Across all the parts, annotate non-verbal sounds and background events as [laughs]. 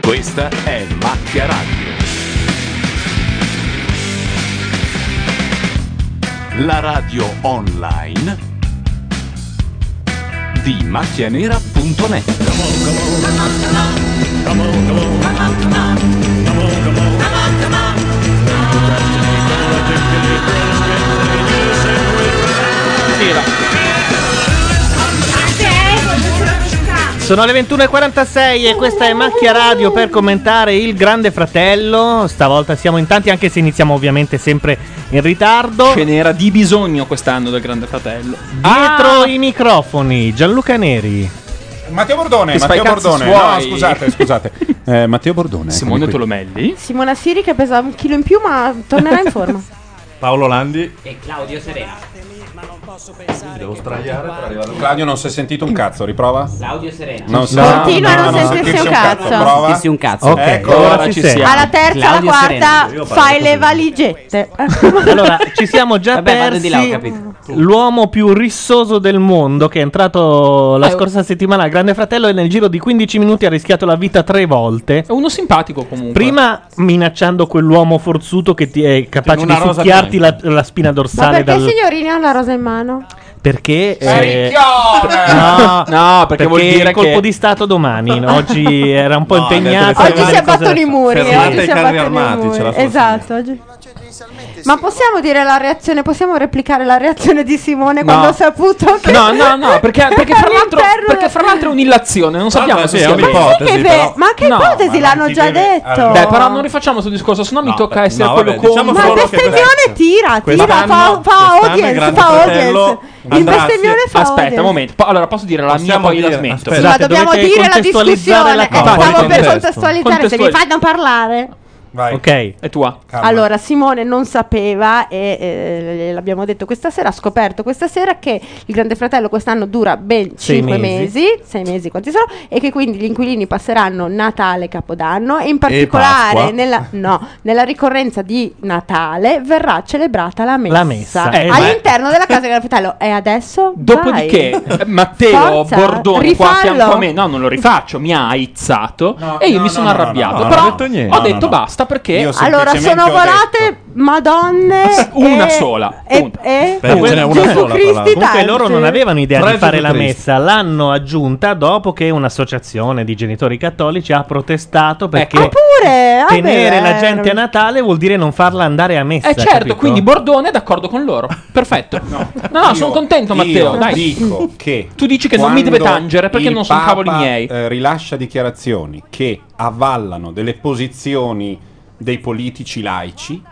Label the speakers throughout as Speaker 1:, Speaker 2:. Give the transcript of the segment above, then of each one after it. Speaker 1: Questa è Macchia Radio. La radio online di macchianera.net.
Speaker 2: Sono le 21.46 e questa è Macchia Radio per commentare il Grande Fratello. Stavolta siamo in tanti, anche se iniziamo ovviamente sempre in ritardo. Ce n'era di bisogno quest'anno del Grande Fratello. Dietro
Speaker 3: Ah!
Speaker 2: i microfoni, Gianluca Neri.
Speaker 4: Matteo Bordone,
Speaker 2: Ti spai
Speaker 4: Matteo
Speaker 2: i cazzi
Speaker 4: Bordone. No,
Speaker 2: suoi.
Speaker 4: scusate, scusate. Eh, Matteo Bordone.
Speaker 5: Simone
Speaker 4: Tolomelli.
Speaker 6: Simona Siri che pesa un chilo in più ma tornerà in forma.
Speaker 4: Paolo Landi.
Speaker 7: E Claudio Serena.
Speaker 4: Devo straiare per arrivare. Claudio non si è sentito un cazzo, riprova.
Speaker 7: Claudio Serena.
Speaker 4: Non si-
Speaker 6: Continua a non
Speaker 4: no,
Speaker 6: sentirsi un cazzo.
Speaker 4: Prova.
Speaker 7: Sentirsi un cazzo.
Speaker 4: Ok,
Speaker 7: Ecco,
Speaker 4: allora
Speaker 7: ora
Speaker 4: ci
Speaker 7: ci
Speaker 4: siamo.
Speaker 7: siamo.
Speaker 6: Alla terza,
Speaker 7: Claudio
Speaker 6: alla
Speaker 7: Serena. Io
Speaker 6: quarta,
Speaker 7: parlo
Speaker 6: fai
Speaker 7: così.
Speaker 6: le [laughs] valigette.
Speaker 2: Allora, Ah, ci siamo già
Speaker 7: Vabbè, vado
Speaker 2: persi
Speaker 7: di là, ho capito.
Speaker 2: l'uomo più rissoso del mondo che è entrato la scorsa settimana al Grande Fratello e nel giro di 15 minuti ha rischiato la vita tre volte.
Speaker 8: Uno simpatico comunque.
Speaker 2: Prima minacciando quell'uomo forzuto che ti è capace
Speaker 8: Con
Speaker 2: di
Speaker 8: una rosa
Speaker 2: succhiarti la, la spina
Speaker 6: Ma
Speaker 2: dorsale
Speaker 6: perché
Speaker 2: dal...
Speaker 6: signorini ha una rosa in mano?
Speaker 2: Perché... eh,
Speaker 6: Ricchione!
Speaker 2: No,
Speaker 5: no, perché vuol dire
Speaker 2: il colpo
Speaker 5: che-
Speaker 2: di stato domani. Oggi era un po'
Speaker 5: No, ha detto
Speaker 2: impegnato.
Speaker 5: che
Speaker 6: Oggi si abbattono i muri. eh,
Speaker 2: Fermate
Speaker 6: Oggi
Speaker 2: i
Speaker 6: si
Speaker 2: carri
Speaker 6: abbattono
Speaker 2: armati,
Speaker 6: i
Speaker 2: ce la
Speaker 6: muri.
Speaker 2: so
Speaker 6: Esatto. oggi- Ma possiamo dire la reazione? Possiamo replicare la reazione di Simone
Speaker 8: No.
Speaker 6: quando ha saputo che.
Speaker 8: No, no, no,
Speaker 6: [laughs]
Speaker 8: perché, perché fra l'altro,
Speaker 6: All'interno-
Speaker 8: perché fra l'altro è un'illazione, non sappiamo
Speaker 4: Vabbè,
Speaker 8: se
Speaker 4: sì,
Speaker 8: sia
Speaker 4: è
Speaker 8: vero.
Speaker 4: un'ipotesi,
Speaker 6: Che ve- ma che
Speaker 8: No,
Speaker 6: ipotesi l'hanno già detto?
Speaker 8: Beh, però non rifacciamo questo discorso, sennò mi tocca essere
Speaker 9: no,
Speaker 8: quello
Speaker 9: vabbè, diciamo
Speaker 6: Ma
Speaker 8: contro.
Speaker 6: il bestemmione tira, tira, fa,
Speaker 8: Quest'anno-
Speaker 6: fa
Speaker 8: quest'anno il
Speaker 6: audience,
Speaker 8: Grande
Speaker 6: fa
Speaker 8: Fratello
Speaker 6: audience. Il
Speaker 8: andrà-
Speaker 6: bestemmione fa
Speaker 8: Aspetta un
Speaker 6: audience.
Speaker 8: momento, po- allora posso dire la mia poi la smetto.
Speaker 2: Sì, ma Scusate, dobbiamo dovete dire la contestualizzare la discussione. cosa.
Speaker 8: Vai,
Speaker 6: Stavo per
Speaker 8: contesto.
Speaker 6: contestualizzare, se mi
Speaker 8: Contestuali-
Speaker 6: fanno parlare.
Speaker 2: Ok. È
Speaker 8: tua.
Speaker 6: Allora, Simone non sapeva, e eh, l'abbiamo detto questa sera, ha scoperto questa sera che il Grande Fratello quest'anno dura ben
Speaker 10: Sei
Speaker 6: 5
Speaker 10: mesi.
Speaker 6: mesi, 6 mesi quanti sono, e che quindi gli inquilini passeranno Natale e Capodanno e in
Speaker 2: Pasqua.
Speaker 6: particolare nella, no, nella ricorrenza di Natale verrà celebrata la messa,
Speaker 8: La messa, eh, ma-
Speaker 6: all'interno della casa del Grande Fratello. E adesso...
Speaker 8: Dopodiché, eh, Matteo
Speaker 6: Forza,
Speaker 8: Bordone qua a
Speaker 6: rifallo.
Speaker 8: fianco a me, no, non lo rifaccio, mi ha aizzato e io mi sono
Speaker 4: no, no,
Speaker 8: arrabbiato.
Speaker 4: no, no,
Speaker 8: però
Speaker 4: non ho detto niente.
Speaker 8: ho
Speaker 4: No, no,
Speaker 8: detto
Speaker 4: no.
Speaker 8: basta perché
Speaker 4: Io
Speaker 6: Allora sono volate madonne...
Speaker 8: una
Speaker 6: e-
Speaker 8: sola.
Speaker 6: E, e-
Speaker 2: Beh, ce n'è una
Speaker 6: Gesù
Speaker 2: sola,
Speaker 6: Cristi
Speaker 2: Comunque
Speaker 6: tanti.
Speaker 2: loro non avevano idea
Speaker 9: Tre
Speaker 2: di fare la
Speaker 9: Gesù Cristi.
Speaker 2: messa, l'hanno aggiunta dopo che un'associazione di genitori cattolici ha protestato
Speaker 6: Ecco.
Speaker 2: perché
Speaker 6: Ah, Oppure, vabbè,
Speaker 2: tenere la
Speaker 6: eh,
Speaker 2: gente a Natale vuol dire non farla andare a messa.
Speaker 8: Eh certo,
Speaker 2: capito?
Speaker 8: quindi Bordone è d'accordo con loro.
Speaker 2: [laughs]
Speaker 8: Perfetto. No, no, sono contento Matteo,
Speaker 4: io
Speaker 8: dai. [laughs]
Speaker 4: dico che
Speaker 8: Tu dici che non mi deve tangere perché non sono cavoli miei.
Speaker 4: eh, rilascia dichiarazioni che avvallano delle posizioni dei politici laici.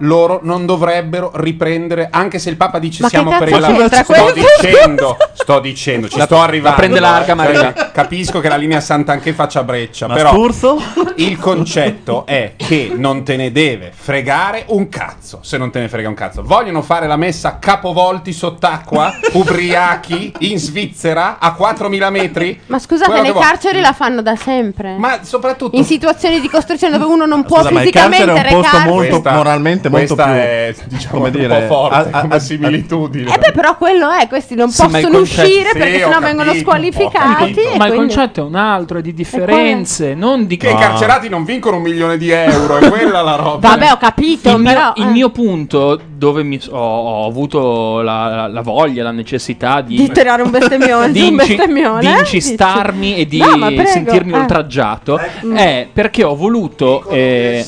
Speaker 4: Loro non dovrebbero riprendere, anche se il Papa dice
Speaker 6: Ma che
Speaker 4: siamo per il
Speaker 6: cazzo
Speaker 4: lavoro.
Speaker 6: c'entra
Speaker 4: Sto
Speaker 6: quello?
Speaker 4: [laughs]
Speaker 6: [laughs]
Speaker 4: dicendo, sto dicendo, ci
Speaker 8: La-
Speaker 4: sto
Speaker 8: la
Speaker 4: arrivando.
Speaker 8: prende larga,
Speaker 4: eh.
Speaker 8: Maria.
Speaker 4: Cioè, Capisco che la linea Santa anche faccia breccia,
Speaker 9: Ma
Speaker 4: però
Speaker 9: Sturzo?
Speaker 4: il concetto è che non te ne deve fregare un cazzo. Se non te ne frega un cazzo, vogliono fare la messa capovolti sott'acqua, ubriachi in Svizzera a 4000 metri.
Speaker 6: Ma scusate,
Speaker 4: Quello che
Speaker 6: le
Speaker 4: vuoi.
Speaker 6: carceri la fanno da sempre.
Speaker 4: Ma soprattutto
Speaker 6: in situazioni di costruzione dove uno non può
Speaker 9: Scusa, ma il
Speaker 6: fisicamente
Speaker 9: carcere è un posto
Speaker 6: recarsi.
Speaker 9: molto moralmente molto
Speaker 4: questa
Speaker 9: più
Speaker 4: è, diciamo,
Speaker 9: come
Speaker 4: un
Speaker 9: dire,
Speaker 4: po' forte
Speaker 9: a- a-
Speaker 4: come similitudine.
Speaker 6: Eh beh, però quello è, questi non
Speaker 4: Sì, ma il
Speaker 6: possono
Speaker 4: concetto-
Speaker 6: uscire
Speaker 4: Sì,
Speaker 6: perché
Speaker 4: ho
Speaker 6: sennò vengono
Speaker 4: capito, ho
Speaker 6: squalificati.
Speaker 4: capito.
Speaker 6: e
Speaker 8: Ma il
Speaker 6: Ah, quindi-
Speaker 8: concetto è un altro, è di differenze, non di
Speaker 4: che i carcerati non vincono un milione di euro, è quella la roba.
Speaker 6: Vabbè, ho capito,
Speaker 8: il, mio,
Speaker 6: però... eh.
Speaker 8: il mio punto dove mi s- ho, ho avuto la, la- la voglia, la necessità di,
Speaker 6: Di tirare un bestemmione,
Speaker 8: di
Speaker 6: giù un
Speaker 8: inci-
Speaker 6: bestemmione,
Speaker 8: di
Speaker 6: eh?
Speaker 8: incistarmi e di
Speaker 6: No, ma prego,
Speaker 8: sentirmi
Speaker 6: eh.
Speaker 8: oltraggiato è perché ho voluto. eh,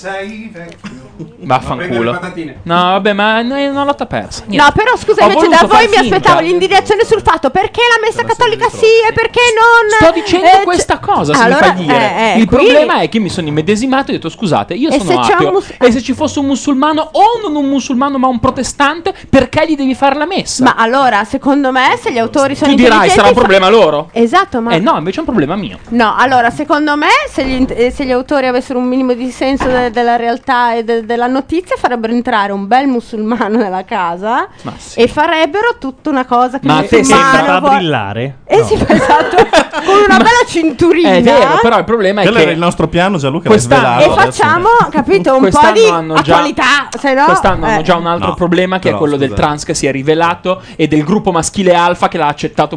Speaker 8: Vaffanculo. No, vabbè, ma n- è una lotta persa.
Speaker 6: No, però scusa,
Speaker 8: Ho
Speaker 6: invece da
Speaker 8: voluto
Speaker 6: voi
Speaker 8: far
Speaker 6: mi
Speaker 8: finta.
Speaker 6: aspettavo l'indirezione sul fatto perché la messa cattolica sì e perché non... eh, cioè
Speaker 8: Sto dicendo questa cosa, se
Speaker 6: allora,
Speaker 8: mi fai dire.
Speaker 6: eh, eh,
Speaker 8: il
Speaker 6: qui-
Speaker 8: problema è che mi sono immedesimato e ho detto scusate, io
Speaker 6: E
Speaker 8: sono
Speaker 6: se c'è
Speaker 8: ateo
Speaker 6: un mus-
Speaker 8: e se ci fosse un musulmano o non un musulmano ma un protestante, perché gli devi fare la messa?
Speaker 6: Ma allora, secondo me, se gli autori sono
Speaker 8: tu dirai
Speaker 6: intelligenti,
Speaker 8: sarà un
Speaker 6: fa-
Speaker 8: problema loro?
Speaker 6: Esatto, ma
Speaker 8: Eh no, invece è un problema mio.
Speaker 6: No, allora, secondo me, se gli, eh, se gli autori avessero un minimo di senso de- della realtà e de- della notizia farebbero entrare un bel musulmano nella casa e farebbero tutta una cosa che
Speaker 2: Ma a
Speaker 6: il
Speaker 2: te
Speaker 6: musulmano
Speaker 2: sembra
Speaker 6: vuole-
Speaker 2: brillare?
Speaker 6: E si fa esatto con
Speaker 8: [laughs]
Speaker 6: una bella cinturina.
Speaker 8: È vero, però il problema è
Speaker 3: Quello era
Speaker 8: che
Speaker 3: Eh, il nostro piano, Gianluca l'ha
Speaker 8: Quest'anno-
Speaker 3: svelato.
Speaker 6: E
Speaker 3: adesso-
Speaker 6: facciamo, capito, un po'
Speaker 8: Quest'anno
Speaker 6: di
Speaker 8: hanno già-
Speaker 6: attualità, se no
Speaker 8: quest'anno hanno
Speaker 6: eh.
Speaker 8: già un altro
Speaker 3: No,
Speaker 8: problema che è
Speaker 3: però,
Speaker 8: quello del
Speaker 3: scusate.
Speaker 8: trans che si è rivelato e del gruppo maschile alfa che l'ha accettato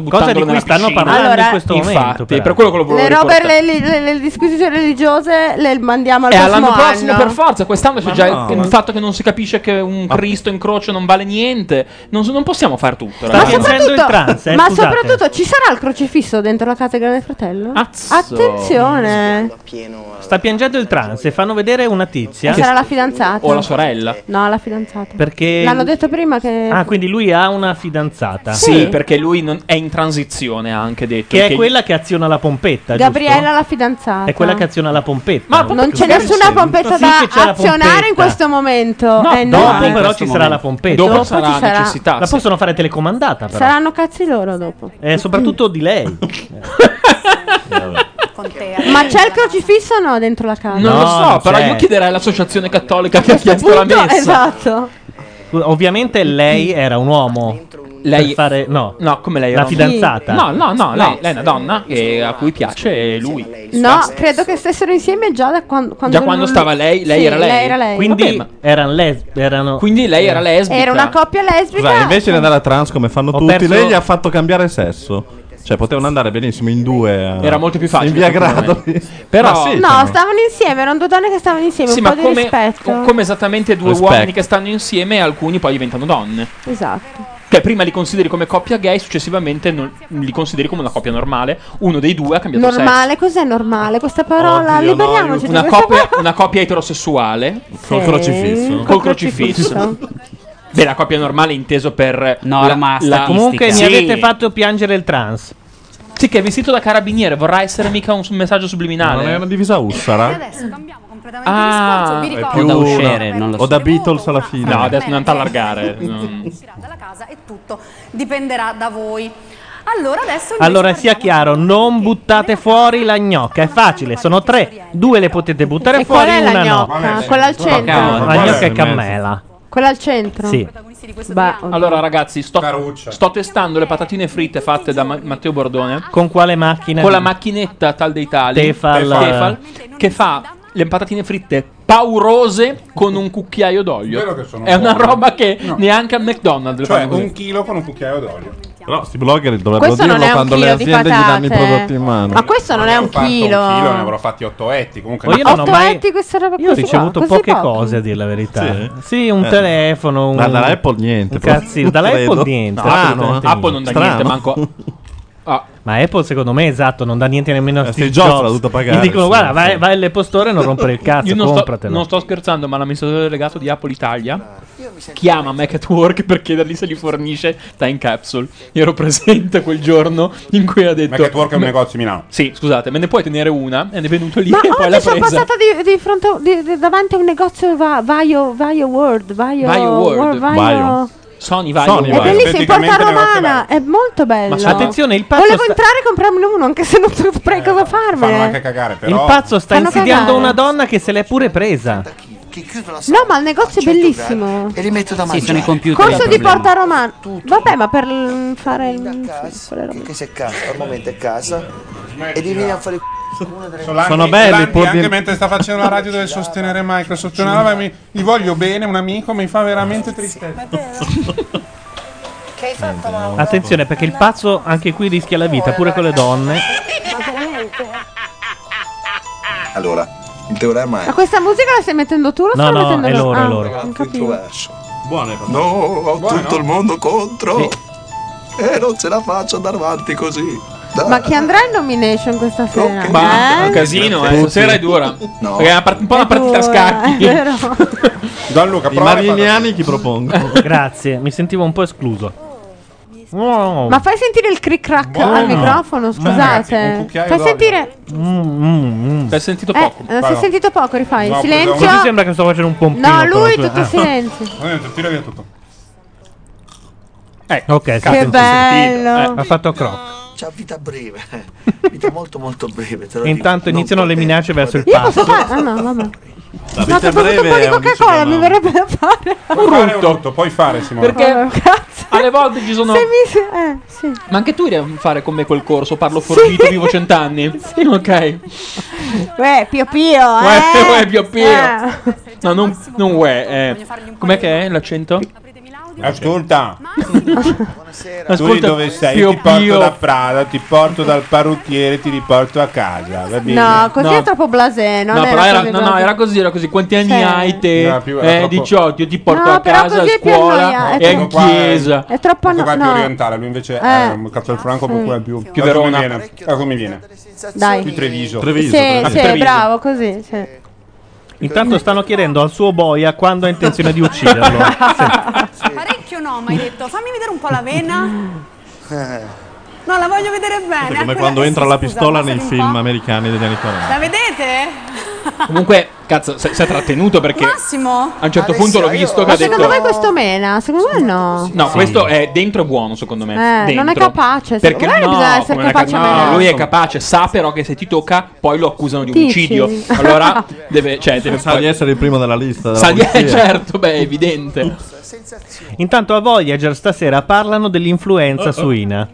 Speaker 2: Cosa di
Speaker 8: buttandolo
Speaker 2: cui
Speaker 8: nella
Speaker 2: stanno
Speaker 8: piscina.
Speaker 2: parlando
Speaker 6: Allora-
Speaker 2: in questo momento?
Speaker 8: Infatti, per
Speaker 2: peraltro.
Speaker 8: quello che lo volevo
Speaker 6: le robe,
Speaker 8: ricordare.
Speaker 6: le, le- le disquisizioni religiose le mandiamo al
Speaker 8: E
Speaker 6: prossimo
Speaker 8: Eh, all'anno prossimo
Speaker 6: anno.
Speaker 8: per forza, quest'anno c'è
Speaker 3: Ma
Speaker 8: già
Speaker 3: no,
Speaker 8: il
Speaker 3: ma-
Speaker 8: il fatto che non si capisce che un Cristo in croce non vale niente. Non, so- non possiamo fare tutto.
Speaker 2: Sta
Speaker 6: ma
Speaker 8: ragazzi.
Speaker 2: dicendo
Speaker 6: soprattutto,
Speaker 2: il trans, eh,
Speaker 6: ma
Speaker 2: scusate.
Speaker 6: soprattutto ci sarà il crocifisso dentro la casa del Grande Fratello?
Speaker 8: Azzo.
Speaker 6: Attenzione!
Speaker 2: Sta piangendo il trans e fanno vedere una tizia.
Speaker 6: E sarà la fidanzata?
Speaker 8: O la sorella.
Speaker 6: No, la fidanzata.
Speaker 2: Perché.
Speaker 6: L'hanno detto prima che...
Speaker 2: Ah, quindi lui ha una fidanzata.
Speaker 8: Sì,
Speaker 6: Sì.
Speaker 8: perché lui non- è in transizione anche detto.
Speaker 2: Che è quella che aziona la pompetta. giusto?
Speaker 6: Gabriella la fidanzata.
Speaker 2: È quella che aziona la pompetta.
Speaker 8: Ma
Speaker 2: no?
Speaker 6: Non c'è
Speaker 8: Perché
Speaker 6: nessuna
Speaker 8: sei-
Speaker 6: pompetta
Speaker 2: Sì che c'è
Speaker 6: da
Speaker 2: la
Speaker 6: azionare in
Speaker 2: pompetta.
Speaker 6: questo momento.
Speaker 8: No,
Speaker 6: eh, no.
Speaker 2: dopo
Speaker 8: in
Speaker 2: però
Speaker 8: questo
Speaker 2: ci sarà la
Speaker 8: momento.
Speaker 2: pompetta.
Speaker 8: Dopo,
Speaker 6: Dopo
Speaker 8: sarà
Speaker 6: ci sarà.
Speaker 8: necessità.
Speaker 2: La
Speaker 8: sì.
Speaker 2: possono fare telecomandata, però.
Speaker 6: Saranno cazzi loro dopo.
Speaker 2: Eh, soprattutto di lei.
Speaker 6: Ma c'è il crocifisso o no dentro la casa?
Speaker 8: Non lo
Speaker 2: No,
Speaker 8: so,
Speaker 2: non
Speaker 8: però
Speaker 2: c'è.
Speaker 8: io chiederei all'associazione cattolica che ha chiesto
Speaker 6: Punto,
Speaker 8: la messa.
Speaker 6: esatto.
Speaker 2: Ovviamente lei era un uomo.
Speaker 8: Lei
Speaker 2: Per fare. No.
Speaker 8: No, come lei
Speaker 2: La
Speaker 8: era un-
Speaker 2: fidanzata.
Speaker 8: No, no, no,
Speaker 2: No.
Speaker 8: lei, lei è una donna che- a cui piace lui.
Speaker 6: No, credo che stessero insieme già da quando, quando
Speaker 8: Già quando
Speaker 6: lui-
Speaker 8: stava lei, lei
Speaker 6: Sì,
Speaker 8: era lei.
Speaker 6: era lei.
Speaker 2: Quindi
Speaker 8: Vabbè,
Speaker 2: erano lesb- erano- Eh.
Speaker 8: Quindi lei era lesbica.
Speaker 6: Era una coppia lesbica.
Speaker 3: Scusate, invece di andare a trans come fanno
Speaker 2: Ho
Speaker 3: tutti,
Speaker 2: perso-
Speaker 3: lei gli ha fatto cambiare sesso. Cioè, potevano andare benissimo in due. a-
Speaker 8: Era molto più facile,
Speaker 3: In via
Speaker 8: secondo
Speaker 3: Gradoli.
Speaker 8: Però-
Speaker 3: Ma sì,
Speaker 6: No,
Speaker 3: cioè,
Speaker 6: stavano insieme, erano due donne che stavano insieme,
Speaker 8: Sì,
Speaker 6: un
Speaker 8: ma
Speaker 6: po' di
Speaker 8: come,
Speaker 6: rispetto.
Speaker 8: come esattamente due
Speaker 3: Rispetto.
Speaker 8: uomini che stanno insieme e alcuni poi diventano donne.
Speaker 6: Esatto.
Speaker 8: Cioè, prima li consideri come coppia gay, successivamente non- li consideri come una coppia normale. Uno dei due ha cambiato
Speaker 6: Normale, cos'è normale? Questa parola,
Speaker 3: Oddio, no,
Speaker 6: liberiamoci
Speaker 8: sesso.
Speaker 3: io-
Speaker 6: di
Speaker 8: Una
Speaker 6: questa
Speaker 8: coppia, una coppia eterosessuale.
Speaker 3: Col
Speaker 6: Sì.
Speaker 3: crocifisso.
Speaker 8: Col crocifisso. Beh, la coppia normale inteso per.
Speaker 7: Norma
Speaker 8: la, la-
Speaker 2: Comunque mi
Speaker 8: Sì.
Speaker 2: avete fatto piangere il trans.
Speaker 8: Sì, che è vestito da carabiniere, vorrà essere mica un messaggio
Speaker 3: Ma Non
Speaker 8: subliminale.
Speaker 3: è una divisa Ussara?
Speaker 5: Adesso cambiamo completamente
Speaker 8: Ah,
Speaker 5: discorso. Vi
Speaker 8: è
Speaker 5: ricordo
Speaker 3: più
Speaker 5: che
Speaker 3: da
Speaker 5: dovremmo
Speaker 3: uscire,
Speaker 5: avere
Speaker 7: non lo
Speaker 5: un
Speaker 3: so. O da
Speaker 5: voto,
Speaker 3: Beatles alla
Speaker 5: una
Speaker 3: fine.
Speaker 5: forma
Speaker 8: No, adesso non ti
Speaker 5: emergente,
Speaker 3: [laughs]
Speaker 8: allargare,
Speaker 5: che
Speaker 3: Mm.
Speaker 8: non-
Speaker 5: uscirà dalla casa e tutto dipenderà da voi. Allora adesso invece
Speaker 2: Allora sia
Speaker 5: parliamo
Speaker 2: chiaro,
Speaker 5: di-
Speaker 2: non buttate fuori la gnocca, è facile, sono tre, due le potete buttare
Speaker 6: E
Speaker 2: fuori,
Speaker 6: qual è la
Speaker 2: una no.
Speaker 6: gnocca? Quella al centro.
Speaker 3: cavolo.
Speaker 2: La gnocca
Speaker 3: Qual
Speaker 2: è
Speaker 3: è?
Speaker 2: cammela.
Speaker 6: Quella al centro.
Speaker 2: Sì.
Speaker 5: protagonisti di questo
Speaker 6: Beh,
Speaker 5: programma.
Speaker 8: Allora, ragazzi, sto,
Speaker 4: Caruccia.
Speaker 8: sto testando le patatine fritte fatte da Ma- Matteo Bordone.
Speaker 2: Con quale macchina?
Speaker 8: con la macchinetta tal dei tali
Speaker 2: Tefal.
Speaker 8: Tefal, che fa le patatine fritte paurose con un cucchiaio
Speaker 4: Vero
Speaker 8: d'olio
Speaker 4: che sono
Speaker 8: è una
Speaker 4: buone.
Speaker 8: roba che
Speaker 4: No.
Speaker 8: neanche al McDonald's le
Speaker 4: Cioè,
Speaker 8: fanno così.
Speaker 4: un chilo con un cucchiaio d'olio.
Speaker 3: Però sti blogger dovrebbero
Speaker 6: Questo
Speaker 3: dirlo
Speaker 6: non è un
Speaker 3: quando le
Speaker 6: chilo di
Speaker 3: aziende gli danno i prodotti
Speaker 6: patate.
Speaker 3: in mano.
Speaker 6: Ma questo non è
Speaker 4: Avevo
Speaker 6: un
Speaker 4: fatto
Speaker 6: chilo.
Speaker 4: Un chilo, ne avrò fatti 8 etti. Comunque,
Speaker 2: Ma io non ho
Speaker 6: Otto
Speaker 2: mai-
Speaker 6: etti, questa roba
Speaker 2: Io ho
Speaker 6: così
Speaker 2: ricevuto
Speaker 6: qua, così
Speaker 2: poche
Speaker 6: pochi.
Speaker 2: cose a dire la verità.
Speaker 3: Sì?
Speaker 2: Sì, un
Speaker 3: Eh.
Speaker 2: telefono, un
Speaker 3: Ma dall'Apple niente.
Speaker 2: un cazzino,
Speaker 3: però.
Speaker 2: dall'Apple
Speaker 3: Credo. Ah,
Speaker 2: niente.
Speaker 3: No, Apple,
Speaker 2: Apple-
Speaker 3: niente.
Speaker 8: Apple non dà
Speaker 3: Strano.
Speaker 8: niente manco Ah,
Speaker 2: Ma Apple secondo me esatto, non dà niente nemmeno a
Speaker 3: Eh, Steve
Speaker 2: Steve
Speaker 3: Jobs l'ha
Speaker 2: Jobs.
Speaker 3: dovuto pagare,
Speaker 2: Gli dicono
Speaker 3: sì,
Speaker 2: guarda,
Speaker 3: sì.
Speaker 2: vai, vai all'epostore e non rompere il
Speaker 8: [laughs]
Speaker 2: cazzo,
Speaker 8: io non sto,
Speaker 2: compratelo.
Speaker 8: non sto scherzando ma l'amministratore delegato di Apple Italia chiama Mac at Work per chiedergli se gli fornisce time capsule io ero presente quel giorno in cui ha detto
Speaker 4: Mac at Work è un negozio di Milano.
Speaker 8: sì scusate me ne puoi tenere una e ne è venuto [laughs] lì
Speaker 6: Ma
Speaker 8: e poi l'ha
Speaker 6: oggi sono
Speaker 8: presa
Speaker 6: passata di, di fronte a- di- di- davanti a un negozio va, Vaio, Vaio World, Vaio,
Speaker 8: Vaio World.
Speaker 6: Vaio-
Speaker 3: Vaio.
Speaker 8: Sony vai
Speaker 3: Sony,
Speaker 6: È
Speaker 3: vai.
Speaker 6: bellissimo, in porta
Speaker 4: Esteticamente
Speaker 6: romana,
Speaker 4: negozio
Speaker 6: è molto bello.
Speaker 8: Ma
Speaker 2: attenzione, il pazzo
Speaker 6: Volevo
Speaker 2: sta-
Speaker 6: entrare e comprarmene uno, anche se non saprei cosa
Speaker 4: Fanno anche
Speaker 6: farmene.
Speaker 4: cagare,
Speaker 2: Il
Speaker 4: però.
Speaker 2: pazzo sta
Speaker 6: Eh, Fanno
Speaker 2: insidiando
Speaker 6: cagare.
Speaker 2: una donna che se l'è pure presa.
Speaker 6: No, ma il negozio è bellissimo.
Speaker 9: E li metto da
Speaker 7: Sì,
Speaker 9: mangiare.
Speaker 7: sono i computer.
Speaker 6: Corso
Speaker 7: il
Speaker 6: di
Speaker 7: problema.
Speaker 6: porta romana. Vabbè, ma per l- fare il... sì, quelle robe.
Speaker 9: Che, che se casa, al momento è casa. E li vieni a fare una delle
Speaker 4: Solanchi-
Speaker 3: Sono belli,
Speaker 4: Solanchi
Speaker 3: pur di-
Speaker 4: anche mentre sta facendo la radio deve sostenere Microsoft. Una roba mi, gli voglio bene, un amico mi fa veramente tristezza.
Speaker 2: Attenzione perché il pazzo anche qui rischia la vita, pure con le donne.
Speaker 9: Eh, Allora, il teorema
Speaker 6: Ma questa musica la stai mettendo tu o la
Speaker 2: No,
Speaker 6: stai
Speaker 2: no,
Speaker 6: mettendo
Speaker 2: è
Speaker 6: loro?
Speaker 2: loro, è
Speaker 6: Ah,
Speaker 2: loro.
Speaker 6: non capivo.
Speaker 9: verso.
Speaker 3: Buone patate.
Speaker 9: No, ho
Speaker 4: Buono.
Speaker 9: tutto il mondo contro. E non ce la faccio andare avanti così. Dai.
Speaker 6: Ah. Ma chi andrà in nomination
Speaker 9: Oh,
Speaker 6: questa sera?
Speaker 8: Ma
Speaker 6: eh?
Speaker 8: un casino, eh. Stasera è dura.
Speaker 9: No.
Speaker 8: Perché è una part- un po' una
Speaker 6: È
Speaker 8: partita a
Speaker 6: dura,
Speaker 8: scacchi.
Speaker 6: È vero.
Speaker 4: Don Luca,
Speaker 3: I
Speaker 4: prova le
Speaker 3: marignani chi propongo?
Speaker 2: [laughs] Grazie, mi sentivo un po' escluso. Wow.
Speaker 6: Ma fai sentire il cric crack
Speaker 4: Buono.
Speaker 6: al microfono,
Speaker 4: ragazzi, un
Speaker 6: scusate.
Speaker 4: cucchiaio
Speaker 6: Fai
Speaker 4: d'olio.
Speaker 6: sentire.
Speaker 2: Mm, mm, mm.
Speaker 8: L'hai sentito
Speaker 6: Eh,
Speaker 8: poco.
Speaker 6: eh, si è
Speaker 4: Vado.
Speaker 6: sentito poco, rifai.
Speaker 4: No,
Speaker 6: silenzio.
Speaker 4: presa
Speaker 2: Così sembra che sto facendo un pompino.
Speaker 6: No,
Speaker 2: con la
Speaker 6: lui
Speaker 2: tua-
Speaker 6: tutto
Speaker 2: Ah.
Speaker 6: silenzio.
Speaker 4: patate. Tira via tutto.
Speaker 2: Ok, sta
Speaker 6: Che
Speaker 2: sentito.
Speaker 6: bello.
Speaker 2: Eh, Ha fatto croc.
Speaker 9: C'ha vita breve. Vita molto molto breve. te lo dico.
Speaker 2: Intanto
Speaker 9: Non
Speaker 2: iniziano le
Speaker 9: potete-
Speaker 2: minacce verso il
Speaker 6: Io
Speaker 4: [laughs]
Speaker 6: posso
Speaker 2: pazzo.
Speaker 6: fare. Ah no, vabbè. No, ti ho bevuto un po' di Coca-Cola, mi verrebbe da fare.
Speaker 4: Puoi fare un rutto, puoi fare Simone.
Speaker 8: Perché alle volte ci sono.
Speaker 6: Se mi... Eh, sì.
Speaker 8: Ma anche tu devi fare con me quel corso. Parlo fortito,
Speaker 6: [laughs]
Speaker 8: vivo cent'anni. Ok.
Speaker 6: Uè, Pio
Speaker 4: [laughs]
Speaker 6: Pio, eh.
Speaker 8: Uè, uè, Pio Pio.
Speaker 6: Eh.
Speaker 8: No, non, non uè. eh. Com'è che è l'accento?
Speaker 4: Ascolta, tu lì
Speaker 8: Ascolta,
Speaker 4: dove sei?
Speaker 8: Pio
Speaker 4: ti porto
Speaker 8: Pio.
Speaker 4: da Prada, ti porto dal parrucchiere, ti riporto a casa. Va bene?
Speaker 6: No, così
Speaker 8: No.
Speaker 6: è troppo eh. blasé. Non
Speaker 8: No, però era,
Speaker 6: così
Speaker 8: no, no,
Speaker 6: blasé.
Speaker 8: era così, era così. Quanti anni
Speaker 6: Sì.
Speaker 8: hai te?
Speaker 4: No, più- era
Speaker 8: eh,
Speaker 4: troppo-
Speaker 8: 18, io ti porto
Speaker 6: No,
Speaker 8: a
Speaker 6: però
Speaker 8: casa, a
Speaker 6: così è più
Speaker 8: scuola
Speaker 6: annoia-
Speaker 8: e
Speaker 6: è
Speaker 8: in
Speaker 4: troppo-
Speaker 8: chiesa.
Speaker 6: È troppo
Speaker 4: Questo qua è
Speaker 6: no,
Speaker 4: più
Speaker 6: no.
Speaker 4: orientale, lui invece
Speaker 6: Eh.
Speaker 4: è un cazzo al franco, per cui è più,
Speaker 8: Più
Speaker 4: da come
Speaker 8: Verona.
Speaker 4: viene? Da come viene?
Speaker 6: Dai.
Speaker 4: Più Treviso.
Speaker 6: Sì,
Speaker 3: Treviso.
Speaker 6: sì,
Speaker 3: Treviso.
Speaker 2: Treviso.
Speaker 6: bravo, così. sì.
Speaker 2: Intanto stanno chiedendo al suo boia quando ha intenzione
Speaker 6: [laughs]
Speaker 2: di ucciderlo.
Speaker 5: [laughs]
Speaker 6: Ah.
Speaker 5: Parecchio no, ma hai detto fammi vedere un po' la vena.
Speaker 2: Eh.
Speaker 5: No, la voglio vedere bene.
Speaker 3: Come
Speaker 5: eh,
Speaker 3: quando
Speaker 5: quella-
Speaker 3: entra
Speaker 5: sì,
Speaker 3: la
Speaker 5: scusa,
Speaker 3: pistola
Speaker 5: passami
Speaker 3: nei
Speaker 5: un
Speaker 3: film
Speaker 5: po'.
Speaker 3: americani degli anni 40.
Speaker 5: La vedete?
Speaker 8: Comunque, cazzo, si è trattenuto perché
Speaker 5: Massimo?
Speaker 8: a un certo punto l'ho visto che
Speaker 6: Ma
Speaker 8: ha
Speaker 6: secondo
Speaker 8: detto...
Speaker 6: voi questo mena? Secondo me no.
Speaker 8: No, questo è dentro è buono, secondo me.
Speaker 6: Eh, non è
Speaker 8: Dentro.
Speaker 6: capace,
Speaker 8: Perché
Speaker 6: secondo me
Speaker 8: no,
Speaker 6: bisogna essere
Speaker 8: come non è
Speaker 6: capaci a
Speaker 8: capace- no,
Speaker 6: menare.
Speaker 8: lui è capace, sa però che se ti tocca poi lo accusano di
Speaker 6: Ti
Speaker 8: omicidio.
Speaker 6: uccidi. [laughs]
Speaker 8: Allora deve cioè deve
Speaker 3: Sa di essere il primo della lista. Della
Speaker 8: Sa di- [laughs] eh,
Speaker 3: polizia.
Speaker 8: certo, beh, è evidente.
Speaker 2: Intanto a Voyager stasera parlano dell'influenza suina.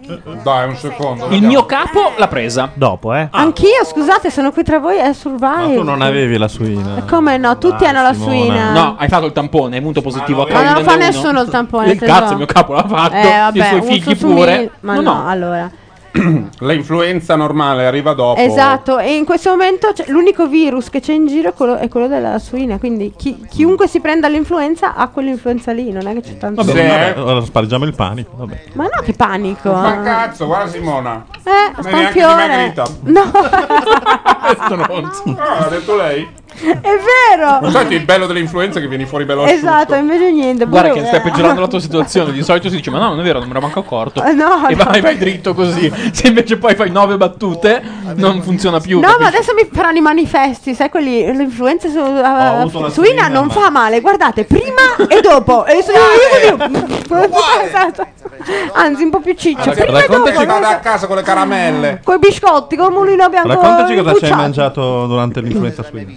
Speaker 4: Dai, un secondo.
Speaker 8: Oh, Il
Speaker 4: vediamo.
Speaker 8: mio capo l'ha presa.
Speaker 2: Dopo, eh.
Speaker 8: Ah.
Speaker 6: Anch'io, scusate, sono qui tra voi è
Speaker 3: Ma
Speaker 6: Survive.
Speaker 3: tu non avevi la suina.
Speaker 6: Come no? Tutti
Speaker 3: Ah,
Speaker 6: hanno la
Speaker 3: Simona.
Speaker 6: suina.
Speaker 8: No, hai fatto il tampone, è venuto positivo
Speaker 4: Ma
Speaker 8: a
Speaker 6: Ma non lo fa
Speaker 8: Covid-19.
Speaker 6: nessuno il tampone.
Speaker 8: Il
Speaker 6: se
Speaker 8: cazzo,
Speaker 6: no.
Speaker 8: il mio capo l'ha fatto,
Speaker 6: Eh, vabbè,
Speaker 8: i suoi
Speaker 6: un
Speaker 8: figli
Speaker 6: susumino-
Speaker 8: pure.
Speaker 6: Ma
Speaker 8: No,
Speaker 6: no,
Speaker 8: no.
Speaker 6: allora.
Speaker 4: La influenza normale arriva dopo.
Speaker 6: Esatto, e in questo momento c'è- l'unico virus che c'è in giro è quello, è quello della suina, quindi chi- chiunque si prenda l'influenza ha quell'influenza lì, non è che c'è tanto...
Speaker 4: Vabbè.
Speaker 3: Vabbè, ora spargiamo il panico. Vabbè.
Speaker 6: Ma no, che panico!
Speaker 4: Ma
Speaker 6: eh.
Speaker 4: cazzo, guarda Simona.
Speaker 6: Eh,
Speaker 4: Ma neanche
Speaker 6: stampione!
Speaker 4: dimagrita. [laughs]
Speaker 6: No,
Speaker 4: Ah, ha detto lei.
Speaker 6: [laughs] è
Speaker 4: Ma
Speaker 6: vero!
Speaker 4: Senti il bello dell'influenza è che vieni fuori bello asciutto.
Speaker 6: Esatto, invece niente.
Speaker 8: Guarda
Speaker 6: pure-
Speaker 8: che stai peggiorando
Speaker 6: [laughs]
Speaker 8: la tua situazione. Di solito si dice: Ma no, non è vero, non me l'ho manco accorto.
Speaker 6: Eh, no,
Speaker 8: e
Speaker 6: no.
Speaker 8: vai, vai dritto così. Se invece poi fai nove battute, non funziona più.
Speaker 6: No, ma
Speaker 8: capisci?
Speaker 6: adesso mi faranno i manifesti, sai quelli, l'influenza su, ah,
Speaker 3: avuto la
Speaker 6: suina
Speaker 3: suina,
Speaker 6: non
Speaker 3: ma-
Speaker 6: fa male, guardate, prima e dopo. E sono [laughs] Esatto. Anzi, un po' più ciccio, prima e dopo,
Speaker 4: Raccontaci vada a
Speaker 6: con
Speaker 4: casa con le caramelle.
Speaker 6: i biscotti, col mulino bianco
Speaker 3: Raccontaci cosa ci hai
Speaker 6: impulciato.
Speaker 3: mangiato durante
Speaker 6: Eh,
Speaker 3: l'influenza suina.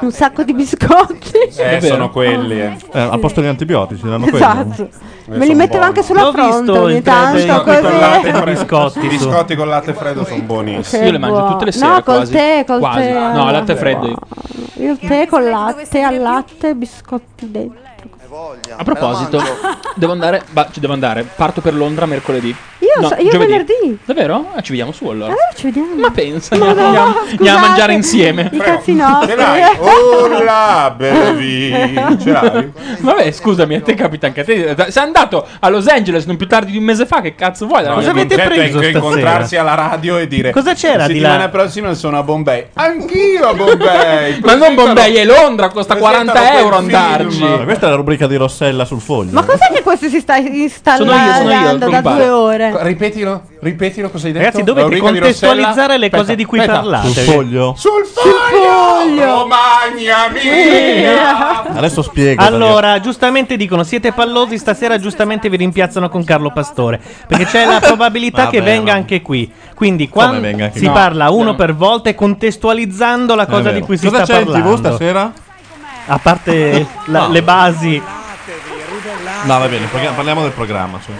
Speaker 6: Un sacco di biscotti.
Speaker 4: Eh,
Speaker 8: vero.
Speaker 4: sono quelli. eh.
Speaker 3: Eh, a posto gli antibiotici, erano quelli.
Speaker 6: Esatto. Me li
Speaker 4: sono
Speaker 6: mettevo
Speaker 4: buoni.
Speaker 6: anche sulla
Speaker 2: L'ho
Speaker 6: fronte
Speaker 2: visto
Speaker 6: ogni
Speaker 2: in 3D
Speaker 6: tanto,
Speaker 2: con latte
Speaker 6: così.
Speaker 2: e biscotti.
Speaker 4: I
Speaker 2: su.
Speaker 4: biscotti con latte freddo sono buonissimi.
Speaker 6: Che
Speaker 8: Io le mangio tutte le sere.
Speaker 6: No, col
Speaker 8: quasi.
Speaker 6: tè, col
Speaker 8: Quasi.
Speaker 6: tè.
Speaker 8: No, latte freddo. io.
Speaker 6: Io il tè col latte, al latte, biscotti dentro.
Speaker 8: A proposito, devo andare. ba- ci devo andare. Parto per Londra mercoledì.
Speaker 6: Io,
Speaker 8: No,
Speaker 6: so- io
Speaker 8: giovedì.
Speaker 6: venerdì.
Speaker 8: Davvero? Ah, ci vediamo su allora.
Speaker 6: Allora ci vediamo.
Speaker 8: Ma pensa,
Speaker 6: No, no,
Speaker 8: andiamo, andiamo- andiamo
Speaker 6: scusate.
Speaker 8: a mangiare insieme.
Speaker 6: I cazzi nostri.
Speaker 4: Ce l'hai? Oh la bevi. Ce l'hai?
Speaker 8: [laughs] Vabbè, scusami, a te capita anche a te. Sei andato a Los Angeles non più tardi di un mese fa. Che cazzo vuoi? Dalla
Speaker 4: No,
Speaker 2: Cosa
Speaker 4: il
Speaker 2: avete
Speaker 4: concetto
Speaker 2: preso
Speaker 4: è che
Speaker 2: stasera?
Speaker 4: incontrarsi alla radio e dire
Speaker 2: Cosa c'era di là?"
Speaker 4: settimana prossima sono a Bombay anch'io a Bombay
Speaker 8: [laughs] Ma non Bombay, è Londra, costa
Speaker 4: presentano
Speaker 8: 40
Speaker 4: quel
Speaker 8: euro
Speaker 4: film.
Speaker 8: andarci.
Speaker 3: Ma questa è la rubrica di Rossella sul foglio.
Speaker 6: Ma cos'è che questo si sta installando
Speaker 8: Sono io, sono io, il
Speaker 6: da
Speaker 8: compare.
Speaker 6: due ore?
Speaker 4: ripetilo ripetilo cosa hai detto
Speaker 2: Ragazzi, dovete
Speaker 4: Laurica di
Speaker 2: contestualizzare le
Speaker 4: Rossella?
Speaker 2: cose di cui
Speaker 4: aspetta.
Speaker 3: sul
Speaker 2: parlate.
Speaker 3: foglio?
Speaker 4: sul foglio Romagna mia
Speaker 3: Adesso spiego.
Speaker 2: Allora, giustamente dicono siete pallosi stasera, giustamente vi rimpiazzano con Carlo Pastore, perché
Speaker 3: [laughs]
Speaker 2: c'è la probabilità che
Speaker 3: Vabbè,
Speaker 2: venga
Speaker 3: ma-
Speaker 2: anche qui. Quindi quando
Speaker 3: venga anche
Speaker 2: si
Speaker 3: qui?
Speaker 2: parla uno per volta e contestualizzando la cosa di cui si
Speaker 3: cosa
Speaker 2: sta
Speaker 3: c'è
Speaker 2: parlando.
Speaker 3: in tv stasera?
Speaker 2: A parte la-
Speaker 3: No.
Speaker 2: le basi
Speaker 3: No, va bene, parli- parliamo del programma. cioè.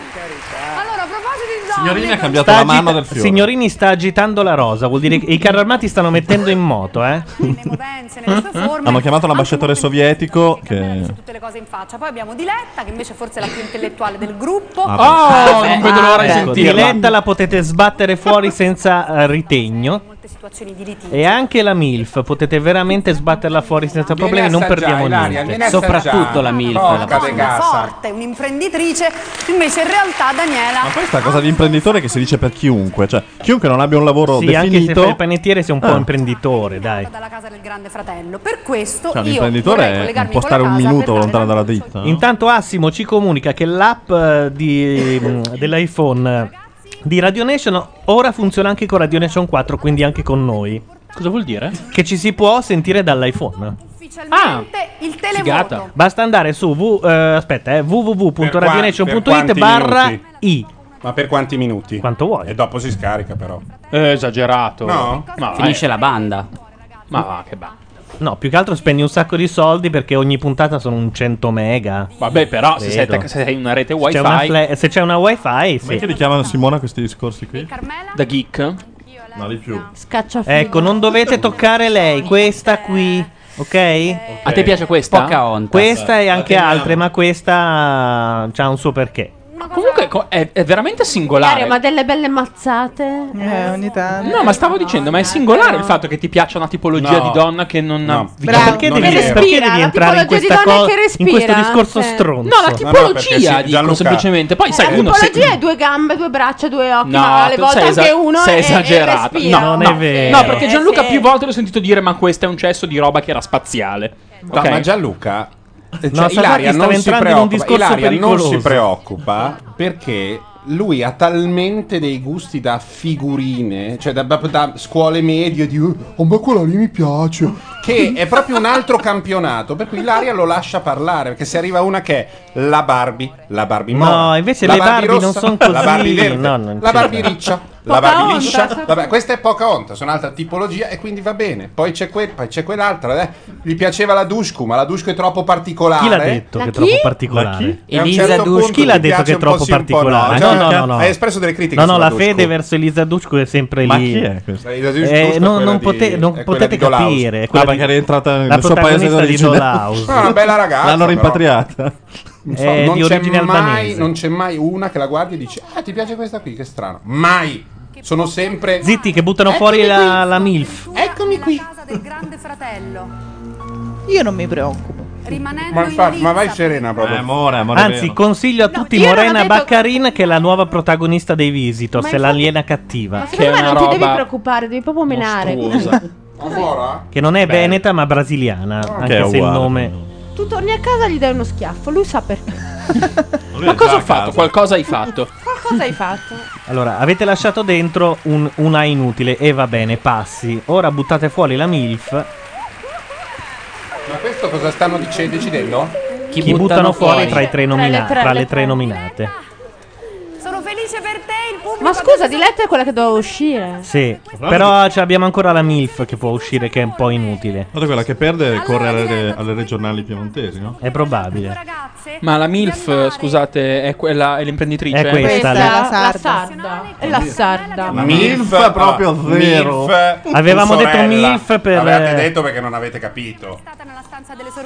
Speaker 5: Allora, a proposito di
Speaker 3: Signorini ha
Speaker 5: zombie,
Speaker 3: cambiato
Speaker 2: Sta
Speaker 3: la mano
Speaker 2: agita-
Speaker 3: del fiore.
Speaker 2: Signorini sta agitando la rosa, vuol dire che i carri armati stanno mettendo in moto, eh?
Speaker 5: nelle movenze, nelle sue forme.
Speaker 3: Mm? Hanno chiamato l'ambasciatore
Speaker 5: Anche un po'
Speaker 3: sovietico
Speaker 5: che ha messo
Speaker 3: che...
Speaker 5: tutte le cose in faccia. Poi abbiamo Diletta, che invece forse è la più intellettuale del gruppo. eh,
Speaker 3: Ah,
Speaker 8: Oh,
Speaker 6: beh,
Speaker 8: non vedo l'ora di
Speaker 6: ah, beh.
Speaker 2: Ecco,
Speaker 8: sentirla.
Speaker 2: Diletta la potete sbattere fuori senza eh, ritegno.
Speaker 5: Molte situazioni di litigio.
Speaker 2: E anche la MILF potete veramente sbatterla fuori senza problemi, non perdiamo niente.
Speaker 7: Soprattutto la Milf,
Speaker 5: Una
Speaker 7: la
Speaker 4: porca de
Speaker 5: donna
Speaker 4: cassa
Speaker 5: forte, un'imprenditrice, invece in realtà Daniela
Speaker 3: Ma questa cosa di imprenditore che si dice per chiunque, cioè chiunque non abbia un lavoro
Speaker 2: Sì, anche se
Speaker 3: definito...
Speaker 2: fai il panettiere sei un po'
Speaker 3: Ah.
Speaker 2: imprenditore, dai.
Speaker 5: dalla casa del grande fratello. Per questo
Speaker 3: Cioè,
Speaker 5: io
Speaker 3: l'imprenditore
Speaker 5: vorrei
Speaker 3: è-
Speaker 5: collegarmi
Speaker 3: può
Speaker 5: con
Speaker 3: stare
Speaker 5: la
Speaker 3: un
Speaker 5: casa
Speaker 3: minuto
Speaker 5: per dare
Speaker 3: lontano dalla
Speaker 5: l'annuncio
Speaker 3: ditta.
Speaker 5: di-
Speaker 3: no?
Speaker 2: Intanto Assimo ci comunica che l'app eh,
Speaker 3: [laughs]
Speaker 2: di, mh, dell'iPhone eh, di Radio Nation ora funziona anche con Radio Nation 4, quindi anche con noi.
Speaker 8: Cosa vuol dire?
Speaker 2: Che ci si può sentire dall'iPhone.
Speaker 5: Ufficialmente
Speaker 11: Ah,
Speaker 5: il televoto.
Speaker 8: figata.
Speaker 2: Basta andare su w- eh, aspetta, eh,
Speaker 4: Per qua- per
Speaker 2: www.radionation.it
Speaker 4: quanti
Speaker 2: barra
Speaker 4: minuti?
Speaker 2: i.
Speaker 4: ma per quanti minuti?
Speaker 2: Quanto
Speaker 4: e
Speaker 2: vuoi.
Speaker 4: dopo si scarica però
Speaker 8: Eh, esagerato.
Speaker 4: No?
Speaker 8: Ma,
Speaker 7: Finisce la banda.
Speaker 8: ma va, che va.
Speaker 2: No, più che altro spendi un sacco di soldi perché ogni puntata sono un 100 mega.
Speaker 8: Vabbè, però, se
Speaker 2: Vedo.
Speaker 8: siete- se hai una rete
Speaker 2: Se c'è una
Speaker 8: wifi-
Speaker 2: fle- se c'è una wifi,
Speaker 3: Com'è
Speaker 2: sì.
Speaker 3: che li chiamano Simona questi discorsi qui?
Speaker 8: Da geek?
Speaker 3: No, di più.
Speaker 6: Scacciafiga.
Speaker 2: Ecco, non dovete toccare lei, questa qui. Ok?
Speaker 8: A te piace questa? Pocahontas.
Speaker 2: Questa e anche
Speaker 8: La teniamo.
Speaker 2: altre, ma questa ha un suo perché.
Speaker 8: Comunque co- è, è veramente
Speaker 6: Dario,
Speaker 8: singolare.
Speaker 6: ma delle belle mazzate.
Speaker 10: Eh, ogni tanto.
Speaker 8: No, ma stavo dicendo, ma è singolare il fatto che ti piaccia una tipologia
Speaker 2: No.
Speaker 8: di donna che non ha. vi-
Speaker 2: Ma perché devi, perché devi entrare in, questa cosa- in questo discorso stronzo?
Speaker 6: No, la
Speaker 8: tipologia, dico semplicemente. Poi
Speaker 6: cioè.
Speaker 8: sai,
Speaker 6: Eh, la
Speaker 8: uno se- Mm.
Speaker 6: tipologia è due gambe, due braccia, due occhi,
Speaker 8: [laughs] No,
Speaker 6: ma alle
Speaker 8: tu
Speaker 6: volte
Speaker 8: sei
Speaker 6: anche
Speaker 8: esa-
Speaker 6: uno
Speaker 8: sei
Speaker 6: è-
Speaker 8: esagerato.
Speaker 6: e respira. Eh,
Speaker 8: no, no. No, perché Gianluca più volte l'ho sentito dire "Ma questo è un cesso di roba che era spaziale".
Speaker 4: No, ma Gianluca
Speaker 2: Eh,
Speaker 4: Cioè,
Speaker 8: No,
Speaker 4: Ilaria non si preoccupa, Ilaria non si
Speaker 8: pericoloso.
Speaker 4: preoccupa perché lui ha talmente dei gusti da figurine, cioè da, da- da scuole medie di "Eh, oh, ma quella lì mi piace, che è proprio un altro campionato, per cui Ilaria lo lascia parlare, perché se arriva una che è la Barbie, la Barbie
Speaker 2: No,
Speaker 4: mora,
Speaker 2: invece
Speaker 4: la
Speaker 2: le
Speaker 4: Barbie
Speaker 2: Barbie non
Speaker 4: rossa,
Speaker 2: son così,
Speaker 4: la Barbie verde,
Speaker 2: no, non
Speaker 4: la
Speaker 2: c'è.
Speaker 4: Barbie riccia, la Barbie
Speaker 2: Pocahontas.
Speaker 4: liscia, vabbè, questa è poca onta, sono un'altra tipologia e quindi va bene. Poi c'è, que- poi c'è quell'altra, eh. gli piaceva la Dushku, ma la Dushku è troppo particolare.
Speaker 2: Chi l'ha detto che è troppo particolare?
Speaker 4: E a un certo punto
Speaker 2: Chi l'ha
Speaker 4: gli
Speaker 2: detto
Speaker 4: piace
Speaker 2: che è
Speaker 4: un po'
Speaker 2: troppo
Speaker 4: sì, un po' no.
Speaker 2: particolare? No,
Speaker 4: Cioè,
Speaker 2: no, no, no.
Speaker 4: hai espresso delle critiche
Speaker 2: No, no,
Speaker 4: sulla
Speaker 2: la
Speaker 4: Dushku.
Speaker 2: fede verso Elisa Dushku è sempre
Speaker 4: Ma
Speaker 2: lì.
Speaker 4: chi è questa? Elisa Dushku
Speaker 2: Eh,
Speaker 4: è
Speaker 2: non
Speaker 4: quella
Speaker 2: non
Speaker 4: di-
Speaker 2: pote- non
Speaker 4: è quella
Speaker 2: potete
Speaker 4: di Dollhouse.
Speaker 2: capire. è
Speaker 3: Ah,
Speaker 2: quella
Speaker 3: perché è rientrata
Speaker 2: la
Speaker 3: nel suo paese
Speaker 2: protagonista di
Speaker 3: d'origine.
Speaker 2: Dollhouse.
Speaker 4: No, una
Speaker 2: [laughs]
Speaker 4: bella ragazza,
Speaker 3: L'hanno
Speaker 4: però.
Speaker 3: rimpatriata.
Speaker 4: Non, so,
Speaker 2: È
Speaker 4: non
Speaker 2: di
Speaker 4: c'è
Speaker 2: origine
Speaker 4: mai,
Speaker 2: albanese.
Speaker 4: non c'è mai una che la guardi e dice Ah, ti piace questa qui? Che strano. Mai! Sono sempre... Eh,
Speaker 2: Zitti, che buttano fuori la, la MILF.
Speaker 5: Eccomi qui. Casa del grande fratello.
Speaker 10: Io non mi preoccupo.
Speaker 5: Rimanendo
Speaker 4: Ma, infatti,
Speaker 5: in
Speaker 4: ma vai serena
Speaker 3: Eh,
Speaker 4: proprio.
Speaker 2: Ecco. Anzi, consiglio a tutti
Speaker 5: io non ho
Speaker 2: Morena
Speaker 5: detto-
Speaker 2: Baccarin, che è la nuova protagonista dei Visitor.
Speaker 6: Ma
Speaker 2: Se l'aliena cattiva.
Speaker 6: Ma secondo me non ti devi preoccupare, devi proprio menare. [laughs]
Speaker 2: mostruosa. Che non è veneta, ma brasiliana.
Speaker 3: Che è
Speaker 2: Anche se il
Speaker 3: uguale.
Speaker 2: nome.
Speaker 6: Tu torni a casa e gli dai uno schiaffo, lui sa perché.
Speaker 8: Ma cosa ho fatto? Qualcosa hai fatto?
Speaker 6: Qualcosa hai fatto?
Speaker 2: Allora, avete lasciato dentro un, una inutile e va bene, passi. Ora buttate fuori la MILF.
Speaker 4: Ma questo cosa stanno dice- decidendo?
Speaker 2: Eh. Chi, buttano, fuori, tra, i tre nomina-
Speaker 6: le tre,
Speaker 2: tra
Speaker 6: le
Speaker 2: le tre
Speaker 6: tre.
Speaker 2: nominate?
Speaker 5: Sono felice per te, il pubblico.
Speaker 6: Ma scusa, Diletta è quella che doveva uscire.
Speaker 2: Sì, però ce abbiamo ancora la MILF che può uscire, che è un po' inutile.
Speaker 3: Guarda quella che perde corre alle, alle regionali piemontesi, no?
Speaker 2: È probabile.
Speaker 8: Ma la MILF, scusate, è quella è l'imprenditrice?
Speaker 2: È questa,
Speaker 6: Questa, la sarda. È la sarda. [laughs]
Speaker 4: MILF
Speaker 3: proprio
Speaker 4: ah,
Speaker 3: zero.
Speaker 4: MILF,
Speaker 2: Avevamo
Speaker 4: sorella.
Speaker 2: detto MILF per-
Speaker 4: Avevate detto perché non avete capito.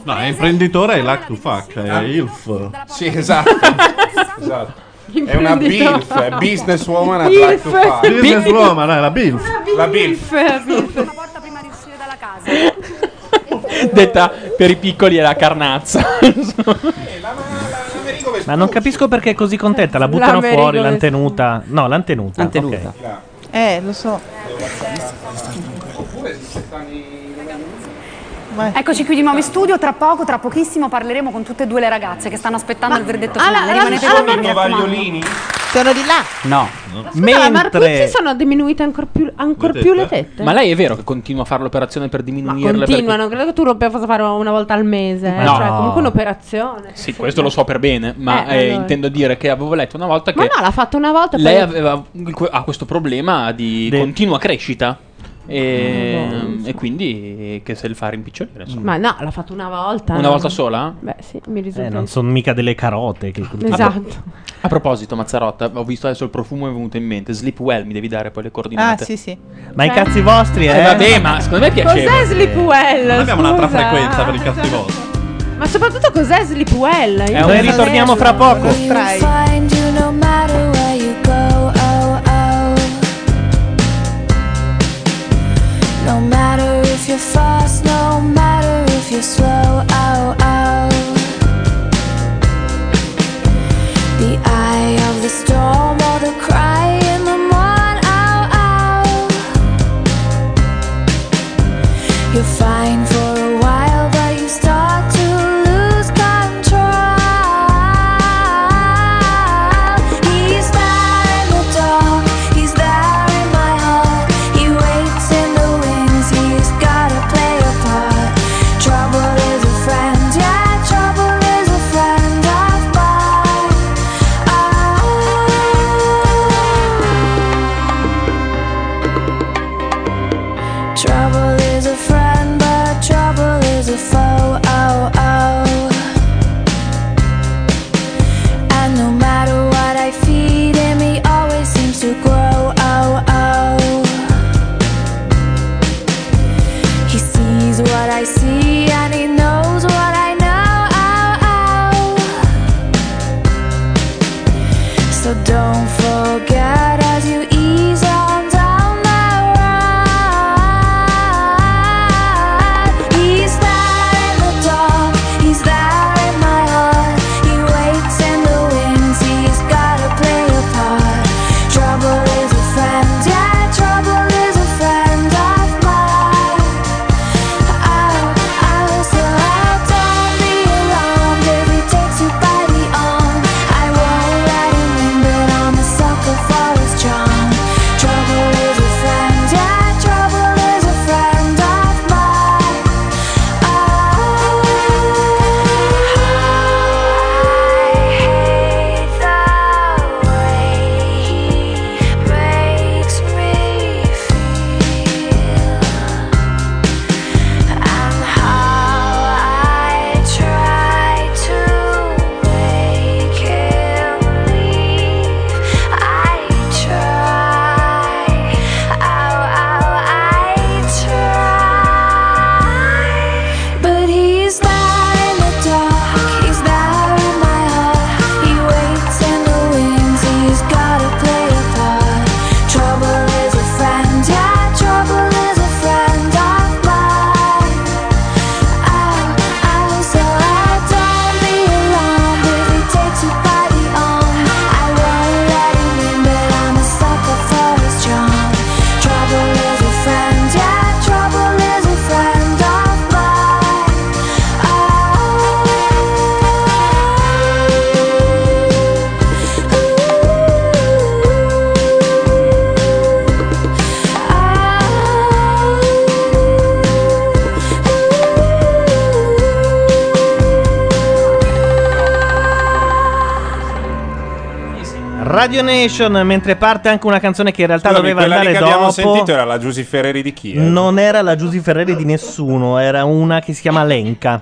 Speaker 3: No, è imprenditore e l'act to fuck, è ILF.
Speaker 4: Ah. Sì, esatto. esatto. È una
Speaker 3: Imprenditore.
Speaker 4: BILF, è business woman at like to fuck.
Speaker 3: Businesswoman, dai, la BILF.
Speaker 4: La BILF.
Speaker 2: Ah.
Speaker 8: Detta per i piccoli è la carnazza.
Speaker 2: [laughs] Ma non capisco perché è così contenta. La buttano
Speaker 10: L'Americo
Speaker 2: fuori,
Speaker 10: Vespucci.
Speaker 2: l'antenuta. No, l'antenuta.
Speaker 10: L'antenuta.
Speaker 2: ok.
Speaker 10: Eh, lo so.
Speaker 5: Eccoci qui di nuovo in studio, tra poco, tra pochissimo parleremo con tutte e due le ragazze che stanno aspettando il verdetto
Speaker 6: Ah, la-
Speaker 5: finale.
Speaker 6: la-
Speaker 5: Rimanete
Speaker 6: ah, la-
Speaker 5: con me, mi raccomando.
Speaker 10: Sono di là.
Speaker 8: No.
Speaker 6: Scusa, la Marcuzzi sono diminuite ancora più, ancora più le tette.
Speaker 8: Ma lei è vero che continua a fare l'operazione per
Speaker 6: Ma
Speaker 8: diminuirle?
Speaker 6: continuano, credo che tu lo possa fare una volta al mese. eh.
Speaker 8: No.
Speaker 6: Cioè, comunque un'operazione.
Speaker 8: Sì, questo lo so per bene, ma
Speaker 6: Eh,
Speaker 8: eh,
Speaker 6: allora.
Speaker 8: intendo dire che avevo letto una volta
Speaker 6: Ma
Speaker 8: che
Speaker 6: no, l'ha fatto una volta.
Speaker 8: lei
Speaker 6: poi-
Speaker 8: aveva, ha questo problema di continua crescita. E, e quindi eh, che se le fa rimpicciolire. insomma.
Speaker 6: Ah, boh. Ma no, l'ha fatto una volta.
Speaker 8: Una
Speaker 6: no.
Speaker 8: volta sola?
Speaker 6: Beh, sì, mi risulta.
Speaker 2: Eh,
Speaker 6: di
Speaker 2: non
Speaker 6: sì.
Speaker 2: sono mica delle carote. Che
Speaker 6: Esatto.
Speaker 8: A proposito, Mazzarotta, ho visto adesso il profumo e mi è venuto in mente. Sleepwell, mi devi dare poi le coordinate.
Speaker 10: Ah, sì, sì.
Speaker 2: Ma i
Speaker 10: Cioè-
Speaker 2: cazzi vostri, eh?
Speaker 8: Eh, vabbè, ma secondo me piaceva.
Speaker 6: Cos'è
Speaker 4: Eh,
Speaker 6: Sleepwell?
Speaker 8: Non abbiamo
Speaker 6: Scusa.
Speaker 8: un'altra frequenza per i
Speaker 3: cazzi vostri.
Speaker 6: Ma soprattutto cos'è Sleepwell? Io non
Speaker 2: Noi
Speaker 6: sapevo.
Speaker 2: ritorniamo fra poco.
Speaker 12: Find you no matter where you go, oh oh. No matter if you're fast, no matter if you're slow, oh oh. The eye of the storm or the cry in the morn, oh oh. You're fine for a while, but you start to lose control. Oh.
Speaker 13: oh, oh. oh, oh, So don't forget as you ease on down that ride. He's there in the dark, he's there in my heart. He waits in the wings, he's gotta play a part. Trouble is a friend, yeah, trouble is a friend of mine. Oh, oh, so oh, don't be alarmed if he takes you by the arm. I won't let him in, but I'm a sucker for his charm. Trouble is a friend, yeah, trouble is a friend of mine. Makes me feel and how I try to make him leave. I try, oh, oh, I try. But he's there in the dark, he's there in my heart. He waits in the wings, he's gotta play a part. Trouble is a friend, yeah, trouble is a friend of mine.
Speaker 14: Oh,
Speaker 2: Radio Nation, mentre parte anche una canzone che in realtà
Speaker 4: Scusami,
Speaker 2: doveva
Speaker 4: quella lì
Speaker 2: andare
Speaker 4: che abbiamo
Speaker 2: dopo.
Speaker 4: sentito era la Giusy Ferreri di chi? eh?
Speaker 2: Non era la Giusy Ferreri di nessuno, era una che si chiama Lenka.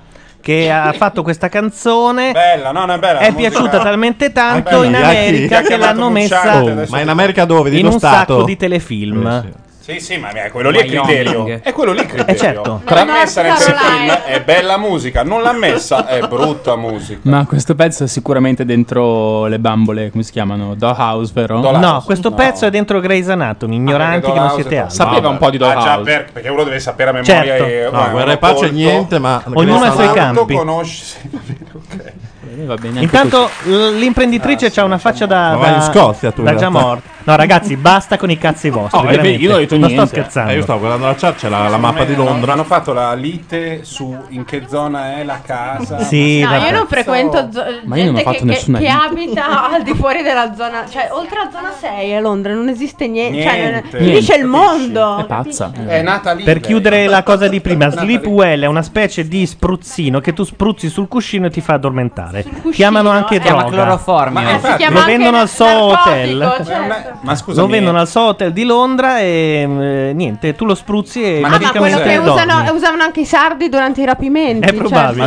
Speaker 4: [laughs]
Speaker 2: Che ha fatto questa canzone.
Speaker 4: Bella, no, no, è bella.
Speaker 2: È
Speaker 4: la musica.
Speaker 2: piaciuta talmente
Speaker 4: Ah,
Speaker 2: tanto
Speaker 4: bella.
Speaker 2: in
Speaker 4: Chi ha
Speaker 2: America che
Speaker 4: chiamato
Speaker 2: l'hanno
Speaker 4: Mucciante,
Speaker 2: messa.
Speaker 4: adesso-
Speaker 3: Ma in America dove? Di
Speaker 2: in
Speaker 3: uno
Speaker 2: un
Speaker 3: stato?
Speaker 2: sacco di telefilm.
Speaker 4: Sì, sì, ma è quello lì è
Speaker 2: Wyoming.
Speaker 4: criterio. È quello lì criterio.
Speaker 2: Eh, certo.
Speaker 4: L'ha messa nel telefilm, è bella musica. Non l'ha messa, è brutta musica.
Speaker 8: Ma questo pezzo è sicuramente dentro le bambole, come si chiamano? Dollhouse, Ah, vero?
Speaker 2: No, questo pezzo è dentro Grey's Anatomy. Ignoranti che non siete altro.
Speaker 8: Sapeva un po' di
Speaker 4: Ah, già,
Speaker 8: Dollhouse.
Speaker 4: per- perché uno deve sapere a memoria. eh,
Speaker 2: Certo.
Speaker 4: e-
Speaker 2: No,
Speaker 4: guarda,
Speaker 3: guerra e
Speaker 4: uno
Speaker 3: pace
Speaker 4: colto-
Speaker 3: niente, ma-
Speaker 2: Ognuno ha i suoi
Speaker 4: Colto
Speaker 2: campi.
Speaker 4: conosce- sì, va bene, ok.
Speaker 2: Eh, Intanto l- l'imprenditrice c'ha una faccia da,
Speaker 3: Ma
Speaker 2: da-
Speaker 3: vai in Scozia tu, in
Speaker 2: da già
Speaker 3: realtà.
Speaker 2: morta. No, ragazzi, basta con i cazzi vostri. veramente. non sto scherzando.
Speaker 3: Eh, io stavo guardando la chat, c'è la, la mappa di
Speaker 4: Hanno-
Speaker 3: Londra.
Speaker 4: Hanno fatto la lite su in che zona è la casa.
Speaker 3: Sì,
Speaker 6: No, io non frequento zo- gente
Speaker 3: Ma io non ho fatto
Speaker 6: che,
Speaker 3: nessuna
Speaker 6: che- che
Speaker 3: lite.
Speaker 6: abita al di fuori della zona, cioè oltre la zona 6 a Londra non esiste niente, cioè, non-
Speaker 2: Niente.
Speaker 6: lì c'è il
Speaker 2: Capisci?
Speaker 6: mondo.
Speaker 2: pazza.
Speaker 3: Eh,
Speaker 4: È nata lì.
Speaker 2: Per chiudere la cosa di prima, Sleep Well è una specie di spruzzino che tu spruzzi sul cuscino e ti fa addormentare. Chiamano anche
Speaker 11: eh,
Speaker 2: droga.
Speaker 11: ma cloroformio.
Speaker 6: eh,
Speaker 11: Ma si chiama
Speaker 2: lo
Speaker 11: anche
Speaker 2: vendono al So
Speaker 11: narcotico,
Speaker 2: Hotel.
Speaker 11: certo.
Speaker 4: Ma
Speaker 2: Lo vendono al So Hotel di Londra e eh, niente, tu lo spruzzi e
Speaker 6: Ah, ma quello che
Speaker 2: magicamente
Speaker 6: usano,
Speaker 2: dormi.
Speaker 6: usavano anche i sardi durante i rapimenti.
Speaker 2: È
Speaker 6: cioè,
Speaker 2: probabile,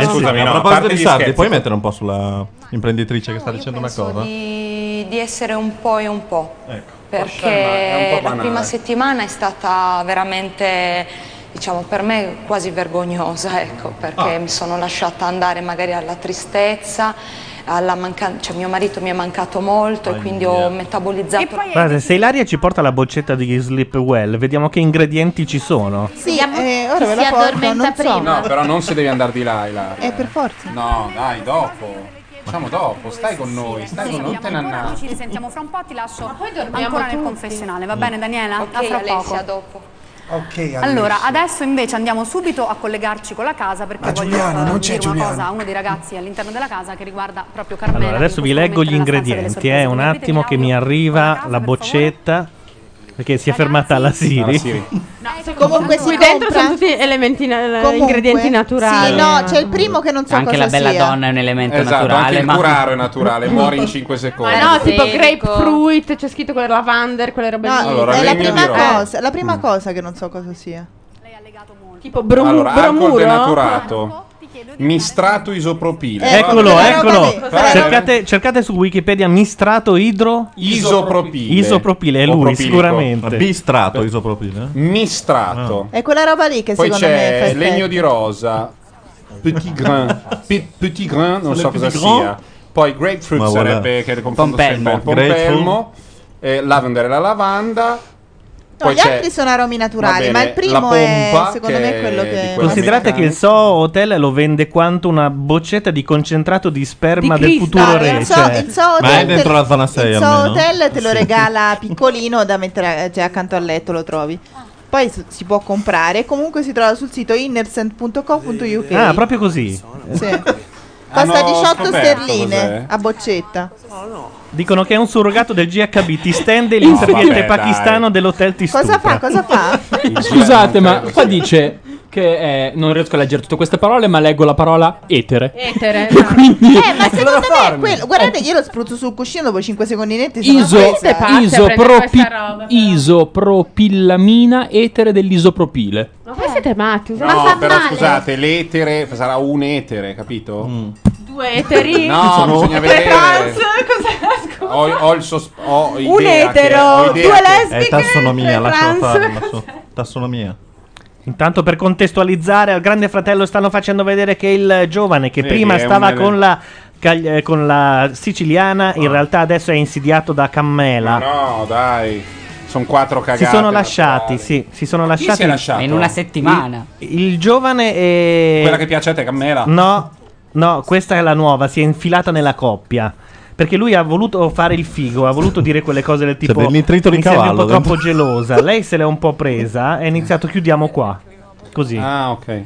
Speaker 6: sono-
Speaker 2: sì.
Speaker 3: Scusami,
Speaker 2: no,
Speaker 3: no,
Speaker 2: a
Speaker 3: a
Speaker 2: parte
Speaker 3: proposito di
Speaker 2: gli
Speaker 3: sardi,
Speaker 2: scherzi.
Speaker 3: puoi mettere un po' sulla imprenditrice che sta dicendo una
Speaker 5: Penso
Speaker 3: cosa?
Speaker 5: Di, di essere un po' e un po'.
Speaker 3: Forse è un
Speaker 5: Perché
Speaker 3: po'
Speaker 5: la
Speaker 3: banale.
Speaker 5: prima settimana è stata veramente, diciamo, per me quasi vergognosa, ecco, perché mi sono lasciata andare magari alla tristezza, alla mancanza, cioè mio marito mi è mancato molto e quindi ho metabolizzato.
Speaker 2: Guarda, se Ilaria ci porta la boccetta di Sleep Well, vediamo che ingredienti ci sono.
Speaker 5: Sì, eh,
Speaker 10: ora ve la porto, non so.
Speaker 4: No, però non si deve andare di là, Ilaria.
Speaker 10: Eh, per forza.
Speaker 4: No, dai, dopo. Facciamo dopo, stai con noi, stai con noi, non te ne
Speaker 15: ancora,
Speaker 4: andare.
Speaker 15: ci risentiamo fra un po', ti lascio
Speaker 5: dormiamo
Speaker 15: ancora nel
Speaker 5: tutti.
Speaker 15: confessionale, va bene Daniela?
Speaker 5: Ok,
Speaker 15: a fra
Speaker 5: Alessia,
Speaker 15: poco.
Speaker 5: dopo.
Speaker 16: Ok,
Speaker 15: Allora, adesso invece andiamo subito a collegarci con la casa perché
Speaker 16: Ma
Speaker 15: voglio
Speaker 16: Giuliano,
Speaker 15: eh,
Speaker 16: non c'è
Speaker 15: dire una
Speaker 16: Giuliano.
Speaker 15: cosa a uno dei ragazzi all'interno della casa che riguarda proprio Carmela.
Speaker 2: Allora, adesso vi leggo gli ingredienti, eh, un attimo che mi arriva la boccetta perché si è fermata alla Siri. [laughs]
Speaker 10: Comunque si
Speaker 6: qui dentro
Speaker 10: compra-
Speaker 6: sono tutti elementi na-
Speaker 10: Comunque-
Speaker 6: ingredienti naturali.
Speaker 10: Sì, no, c'è il primo che non so
Speaker 11: Anche
Speaker 10: cosa
Speaker 11: la bella
Speaker 10: sia.
Speaker 11: donna è un elemento
Speaker 4: Esatto,
Speaker 11: naturale.
Speaker 4: anche il
Speaker 11: ma...
Speaker 4: curaro è
Speaker 11: [laughs]
Speaker 4: naturale, muori in 5 secondi.
Speaker 6: Ma no, tipo grapefruit, c'è scritto quelle lavander, quelle robe
Speaker 10: No,
Speaker 6: lì.
Speaker 4: Allora,
Speaker 10: è la
Speaker 4: legno di
Speaker 10: prima,
Speaker 4: rosa.
Speaker 10: cosa, la
Speaker 4: Mm.
Speaker 10: prima cosa che non so cosa sia.
Speaker 6: Tipo brum-
Speaker 4: allora, alcol
Speaker 6: bromuro?
Speaker 4: denaturato, mistrato isopropile.
Speaker 10: Eh, Ecco,
Speaker 2: Eccolo,
Speaker 4: Guarda,
Speaker 2: eccolo.
Speaker 4: guarda, guarda.
Speaker 2: Cercate, cercate su Wikipedia mistrato idro
Speaker 4: Isopropile.
Speaker 2: Isopropile, è
Speaker 4: O
Speaker 2: lui
Speaker 4: propilico.
Speaker 2: sicuramente.
Speaker 3: Bistrato isopropile. Ah.
Speaker 4: Mistrato.
Speaker 10: È quella roba lì che
Speaker 4: Poi
Speaker 10: secondo me fa
Speaker 4: c'è
Speaker 10: effetto.
Speaker 4: legno di rosa, petit grain, pe- petit grain, non
Speaker 3: Le
Speaker 4: so
Speaker 3: petit
Speaker 4: cosa
Speaker 3: grain?
Speaker 4: sia. Poi grapefruit
Speaker 3: Ma voilà.
Speaker 4: sarebbe che confondo
Speaker 3: Pompelmo.
Speaker 4: sempre il pompelmo, eh, lavender è la lavanda.
Speaker 10: No,
Speaker 4: poi
Speaker 10: gli
Speaker 4: c'è-
Speaker 10: altri sono aromi naturali,
Speaker 4: va bene,
Speaker 10: ma il primo
Speaker 4: la
Speaker 10: è
Speaker 4: pompa,
Speaker 10: secondo
Speaker 4: che
Speaker 10: me quello
Speaker 4: è
Speaker 10: che
Speaker 2: Considerate che il So Hotel lo vende quanto una boccetta di concentrato di sperma
Speaker 10: Di
Speaker 2: del
Speaker 10: Cristo.
Speaker 2: futuro
Speaker 10: No,
Speaker 2: re.
Speaker 10: il So-
Speaker 2: cioè.
Speaker 10: il So Ma è Hotel- dentro la
Speaker 3: zona
Speaker 10: il
Speaker 3: 6
Speaker 10: So Hotel te lo [laughs] regala piccolino da mettere cioè, accanto al letto, lo trovi. Poi s- si può comprare, comunque si trova sul sito innercent.com.uk.
Speaker 2: Ah, proprio così.
Speaker 10: [laughs] Sì. Costa
Speaker 2: Hanno
Speaker 10: 18
Speaker 2: scoperto
Speaker 10: sterline
Speaker 2: cos'è?
Speaker 10: a boccetta.
Speaker 2: Dicono che è un surrogato del GHB. Ti
Speaker 8: [laughs]
Speaker 2: stende
Speaker 8: No,
Speaker 2: l'inserviente
Speaker 8: vabbè,
Speaker 2: pakistano dell'hotel ti
Speaker 10: Cosa fa?
Speaker 2: stupra.
Speaker 10: Cosa
Speaker 17: [laughs]
Speaker 10: fa?
Speaker 8: Scusate, ma [laughs] qua dice che è- non riesco a leggere tutte queste parole, ma leggo la parola etere.
Speaker 10: Etere. eh, ma secondo me è quello. Guardate,
Speaker 2: Eh.
Speaker 10: io lo spruzzo sul cuscino dopo 5 secondinetti. sono
Speaker 8: Iso-
Speaker 10: presa.
Speaker 8: isopropi- isopropilamina etere dell'isopropile.
Speaker 6: Ma voi siete matti, usate-
Speaker 4: No,
Speaker 6: ma fa
Speaker 4: però
Speaker 6: male.
Speaker 4: scusate, l'etere sarà un etere, capito?
Speaker 2: Mm.
Speaker 6: Due eteri.
Speaker 4: No, bisogna vedere. Ho, ho il sos- ho idea
Speaker 6: etero,
Speaker 4: che- ho idea
Speaker 6: due
Speaker 4: che-
Speaker 6: lesbiche,
Speaker 3: È tassonomia,
Speaker 6: tre
Speaker 3: lasciala
Speaker 6: trans.
Speaker 3: fare. ma so- Tassonomia.
Speaker 2: Intanto per contestualizzare al Grande Fratello stanno facendo vedere che il giovane che
Speaker 3: Vedi,
Speaker 2: prima
Speaker 3: è
Speaker 2: stava
Speaker 3: un-
Speaker 2: con la, cagli- eh, con la siciliana in realtà adesso è insidiato da Cammela.
Speaker 4: Ma Eh, no, dai. Sono quattro cagate.
Speaker 2: si sono lasciati, sì, si sono
Speaker 4: Chi
Speaker 2: lasciati
Speaker 4: si è lasciato? In una settimana.
Speaker 2: Il, il giovane è
Speaker 4: Quella che piace a te,
Speaker 3: Ah.
Speaker 4: Cammela.
Speaker 2: No, no, questa è la nuova, si è infilata nella coppia. Perché lui ha voluto fare il figo, ha voluto dire quelle cose del tipo
Speaker 3: del nitrito Cioè, di
Speaker 2: "Mi sembri
Speaker 3: cavallo eh."
Speaker 2: un po' troppo
Speaker 3: dentro."
Speaker 2: gelosa. Lei se l'è un po' presa, è iniziato chiudiamo qua. Così.
Speaker 4: Ah, ok.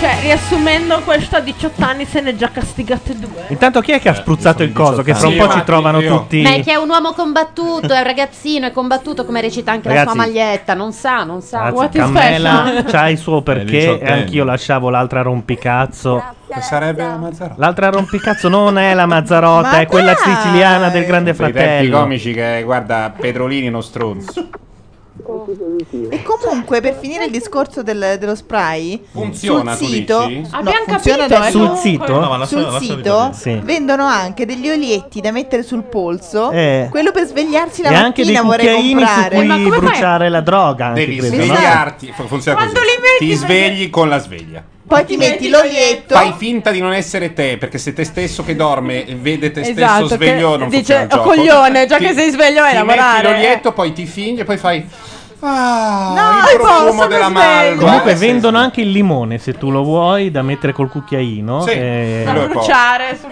Speaker 17: Cioè, riassumendo questo, a 18 anni se ne è già castigate due.
Speaker 2: Intanto chi è che
Speaker 4: Eh,
Speaker 2: ha spruzzato il coso? Che fra un
Speaker 4: Sì,
Speaker 2: po'
Speaker 4: ma
Speaker 2: ci trovano
Speaker 4: io.
Speaker 2: tutti.
Speaker 18: Beh, che è un uomo combattuto, è un ragazzino, è combattuto come recita anche la
Speaker 2: Ragazzi.
Speaker 18: sua maglietta, non sa, non sa.
Speaker 2: Ragazzi, Cammela c'ha il suo
Speaker 4: Eh,
Speaker 2: perché e
Speaker 3: diciottenne.
Speaker 2: anch'io lasciavo l'altra rompicazzo.
Speaker 4: Che sarebbe la Mazzarotta?
Speaker 2: L'altra rompicazzo non è la Mazzarotta,
Speaker 4: Ma
Speaker 2: è quella
Speaker 4: dai!
Speaker 2: siciliana del Grande
Speaker 4: Dei tempi
Speaker 2: Fratello.
Speaker 4: comici che, guarda, Pedrolini è uno stronzo.
Speaker 10: E comunque, per finire il discorso del- dello spray,
Speaker 4: Funziona,
Speaker 10: sul
Speaker 4: tu
Speaker 10: sito,
Speaker 4: dici?
Speaker 17: Abbiamo
Speaker 10: funziona
Speaker 17: capito,
Speaker 10: adesso.
Speaker 2: Sul comunque- sito? No, ma lascia-
Speaker 10: Sul
Speaker 2: lascia
Speaker 10: sito
Speaker 2: ripetere. Sì.
Speaker 10: vendono anche degli olietti da mettere sul polso.
Speaker 2: Eh.
Speaker 10: Quello per svegliarsi la
Speaker 2: E
Speaker 10: mattina
Speaker 2: anche dei
Speaker 10: vorrei
Speaker 2: cucchiaini su
Speaker 17: Eh,
Speaker 10: comprare.
Speaker 2: cui bruciare la droga. Anche,
Speaker 4: Devi
Speaker 2: credo, no?
Speaker 4: svegliarti. fu- Funziona così. Ti svegli con la sveglia.
Speaker 10: Poi ti metti l'olietto.
Speaker 4: Fai finta di non essere te, perché se te stesso che dorme e vede te
Speaker 17: Esatto,
Speaker 4: stesso
Speaker 17: che
Speaker 4: sveglio, non funziona
Speaker 17: dice,
Speaker 4: il
Speaker 17: "Oh,
Speaker 4: gioco.
Speaker 17: coglione, già
Speaker 4: Ti-
Speaker 17: che sei sveglio vai a
Speaker 4: ti
Speaker 17: lavorare."
Speaker 4: Metti l'olietto, poi ti fingi e poi fai
Speaker 11: Ah,
Speaker 17: no,
Speaker 4: il profumo della
Speaker 3: Eh,
Speaker 4: malva.
Speaker 2: Comunque vendono anche il limone se tu lo vuoi da mettere col cucchiaino. Eh,
Speaker 4: Sì,
Speaker 2: e-
Speaker 17: da bruciare sul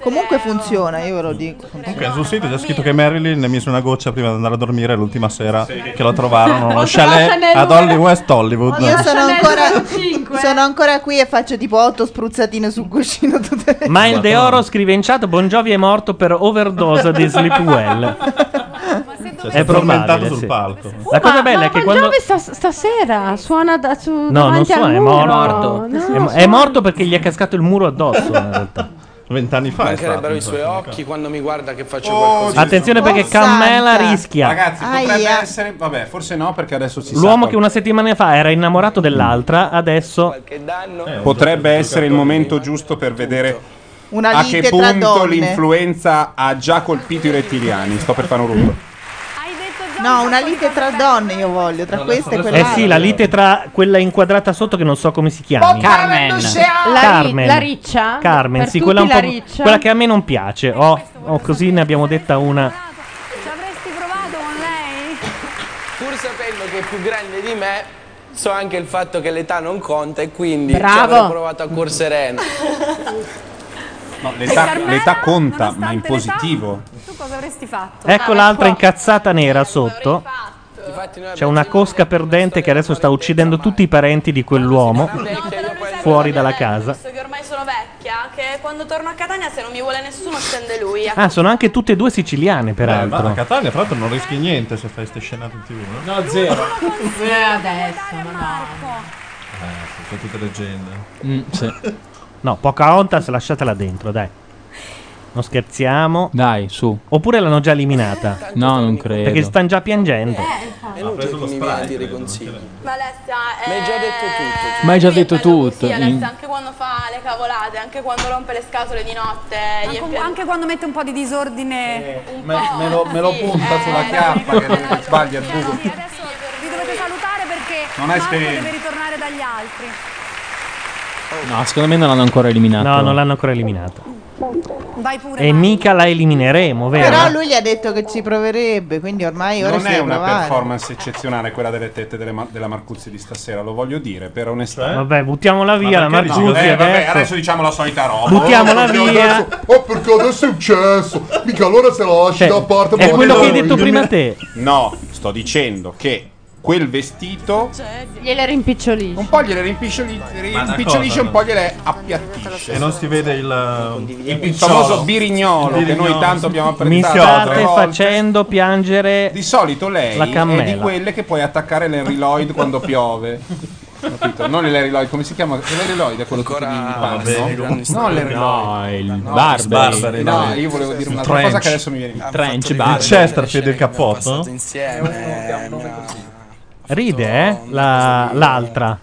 Speaker 10: Comunque funziona, io ve lo dico.
Speaker 3: Comunque sul sito c'è scritto che Marilyn ne mise una goccia prima di andare a dormire l'ultima sera che lo trovarono nello
Speaker 10: Ho trovato
Speaker 3: chalet
Speaker 10: nel
Speaker 3: ad
Speaker 10: numero-
Speaker 3: Holly West Hollywood. Cioè,
Speaker 10: Io sono
Speaker 17: Chanel
Speaker 10: ancora,
Speaker 17: numero
Speaker 10: sono ancora qui e faccio tipo 8 spruzzatine sul cuscino tutte le
Speaker 2: Ma il De Oro scrive in chat: Bon Jovi è morto per overdose di Sleepwell. È probabile,
Speaker 3: sul
Speaker 2: sì.
Speaker 3: palco.
Speaker 2: La cosa bella
Speaker 17: ma
Speaker 2: è che
Speaker 17: Bon
Speaker 2: quando.
Speaker 17: Jovi sta- stasera suona da, su,
Speaker 2: No, non
Speaker 17: davanti al
Speaker 2: so, è
Speaker 17: muro.
Speaker 2: morto.
Speaker 17: No,
Speaker 2: è, mo- è morto perché gli è cascato il muro addosso. In realtà.
Speaker 3: Vent'anni fa. è stato,
Speaker 19: Mancherebbero i suoi
Speaker 3: infatti.
Speaker 19: occhi quando mi guarda che faccio qualcosa.
Speaker 2: Attenzione perché
Speaker 17: Oh,
Speaker 2: Cammela rischia.
Speaker 4: Oh, Ragazzi, potrebbe
Speaker 19: Aia.
Speaker 4: essere. Vabbè, forse no, perché adesso si
Speaker 2: L'uomo
Speaker 4: sa.
Speaker 2: che una settimana fa era innamorato dell'altra, adesso.
Speaker 4: Eh, Potrebbe essere il momento giusto per vedere.
Speaker 10: Una
Speaker 4: a
Speaker 10: lite
Speaker 4: che
Speaker 10: tra
Speaker 4: punto
Speaker 10: donne.
Speaker 4: l'influenza ha già colpito i rettiliani? Sto per fare un rullo.
Speaker 10: No, una lite tra donne io voglio, tra queste e quelle.
Speaker 2: Eh sì, la lite tra quella inquadrata sotto che non so come si chiama.
Speaker 17: La,
Speaker 2: Carmen.
Speaker 17: la riccia?
Speaker 2: Carmen,
Speaker 17: Ah, Per
Speaker 2: sì,
Speaker 17: tutti
Speaker 2: quella, un
Speaker 17: la
Speaker 2: po'-
Speaker 17: riccia.
Speaker 2: quella che a me non
Speaker 4: Eh,
Speaker 2: piace. Oh, oh, così ne abbiamo detta una.
Speaker 19: Ci avresti provato con lei? Pur sapendo che è più grande di me, so anche il fatto che l'età non conta e quindi ci
Speaker 17: Bravo.
Speaker 19: avrei provato a cuor sereno.
Speaker 4: No, l'età, l'età conta, ma in positivo.
Speaker 5: Tu cosa avresti fatto?
Speaker 2: Ecco l'altra incazzata nera sotto. C'è una cosca perdente che adesso sta uccidendo tutti i parenti di quell'uomo fuori dalla casa.
Speaker 20: Visto che ormai sono vecchia, che quando torno a Catania se non mi vuole nessuno scende lui.
Speaker 2: Ah, sono anche tutte e due siciliane,
Speaker 3: Beh, Eh, ma a
Speaker 2: peraltro.
Speaker 3: Catania, tra l'altro, non rischi niente se fai queste scenate in tv. No,
Speaker 20: Eh, adesso,
Speaker 4: Eh,
Speaker 3: sono tutte leggende.
Speaker 8: Mm,
Speaker 2: No, Pocahontas lasciatela dentro, dai. Non scherziamo.
Speaker 8: Dai, su.
Speaker 2: Oppure l'hanno già eliminata.
Speaker 8: No, non credo.
Speaker 2: Perché stanno già piangendo.
Speaker 11: Eh,
Speaker 19: È inutile che mi vieni a dire consigli.
Speaker 20: Ma Alessia, eh,
Speaker 19: Mi hai già detto tutto.
Speaker 8: Ma hai già detto tutto.
Speaker 20: Sì, Alessia,
Speaker 8: in-
Speaker 20: anche quando fa le cavolate, anche quando rompe le scatole di notte. gli
Speaker 5: Anche,
Speaker 20: è-
Speaker 5: anche quando mette un po' di disordine.
Speaker 16: Eh.
Speaker 4: Me, me lo, me lo punta sulla chiappa che sbaglia il buco.
Speaker 5: Vi dovete salutare perché
Speaker 4: Non è
Speaker 5: Marco
Speaker 4: esperienza.
Speaker 5: deve ritornare dagli altri.
Speaker 8: No, secondo me non l'hanno ancora eliminato.
Speaker 2: No, non l'hanno ancora eliminato.
Speaker 5: Vai pure.
Speaker 2: E mica la elimineremo, vero?
Speaker 10: Però lui gli ha detto che ci proverebbe, quindi ormai Eh, ora
Speaker 4: Non
Speaker 10: si
Speaker 4: è
Speaker 10: deve
Speaker 4: una
Speaker 10: provare.
Speaker 4: performance eccezionale quella delle tette delle Ma- della Marcuzzi di stasera, lo voglio dire per onestà.
Speaker 2: Cioè? Vabbè, buttiamola via la
Speaker 4: Ma perché
Speaker 2: Marcuzzi
Speaker 4: dici- eh, vabbè,
Speaker 2: adesso.
Speaker 4: adesso diciamo la solita roba.
Speaker 2: Buttiamola
Speaker 4: Oh, perché
Speaker 2: via.
Speaker 4: adesso-
Speaker 11: Oh, perché Eh. adesso è successo? Mica allora se lo lasci
Speaker 4: Cioè,
Speaker 11: da parte.
Speaker 4: è quello che hai
Speaker 2: detto prima te.
Speaker 4: No, sto dicendo che quel vestito
Speaker 6: Gliele rimpicciolisce.
Speaker 4: Un po' gliele rimpicciolisce, rimpicciolisce un po' gliele appiattisce.
Speaker 3: E non si vede il,
Speaker 4: il famoso birignolo,
Speaker 3: Il
Speaker 4: che noi
Speaker 3: birignolo.
Speaker 4: tanto abbiamo
Speaker 2: Mi
Speaker 4: apprezzato. altre
Speaker 2: state
Speaker 4: volte.
Speaker 2: facendo piangere
Speaker 4: Di solito lei
Speaker 2: la
Speaker 4: è di
Speaker 2: cammella.
Speaker 4: quelle che puoi attaccare l'Henry Lloyd quando piove. Capito? Non l'Henry Lloyd, come si chiama? L'Henry Lloyd è quello che mi
Speaker 8: vabbè,
Speaker 4: parla.
Speaker 8: grandi
Speaker 4: No, l'Henry Lloyd.
Speaker 8: No, il
Speaker 4: No,
Speaker 8: Barbary.
Speaker 4: No, io volevo dire un'altra cosa che adesso mi viene in
Speaker 8: Il
Speaker 4: mente.
Speaker 8: Trench,
Speaker 3: il
Speaker 8: Barbary.
Speaker 3: Chesterfield del cappotto?
Speaker 19: Insieme.
Speaker 2: Ride, eh? La- l'altra.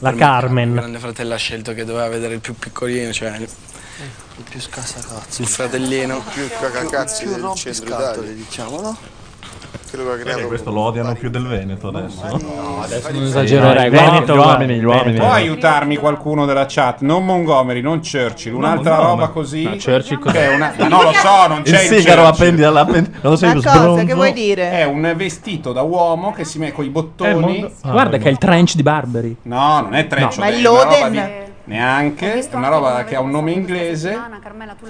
Speaker 2: La
Speaker 19: Il
Speaker 2: Carmen.
Speaker 19: grande fratello ha scelto che doveva vedere il più piccolino, cioè il, il più scasacazzo. Il fratellino.
Speaker 11: Più cacacazzi
Speaker 19: più
Speaker 11: del
Speaker 19: rompiscatole,
Speaker 11: centro Italia.
Speaker 19: diciamo, no?
Speaker 11: Che lo ha creato
Speaker 3: Perché questo lo odiano più del Veneto adesso. eh, No,
Speaker 4: adesso
Speaker 3: non
Speaker 4: esagererei,
Speaker 3: Gli uomini, gli uomini.
Speaker 4: Può aiutarmi qualcuno della chat? Non Montgomery, non Churchill, un'altra
Speaker 3: Montgomery.
Speaker 4: roba così.
Speaker 3: No, Churchill
Speaker 4: Che è una- ma non lo so, non
Speaker 3: Il
Speaker 4: c'è il,
Speaker 3: sigaro
Speaker 4: Churchill.
Speaker 3: appendi alla appendi. Non lo sai più sbronzo.
Speaker 10: dire?
Speaker 4: È un vestito da uomo che si mette con i
Speaker 8: Eh,
Speaker 4: bottoni.
Speaker 8: mondo-
Speaker 3: Ah,
Speaker 8: Guarda che è il trench di Barbary.
Speaker 4: No, non è treccio.
Speaker 8: No.
Speaker 4: è
Speaker 8: Ma il
Speaker 4: una roba
Speaker 8: Loden?
Speaker 4: di- Neanche, è una roba che ha un nome inglese.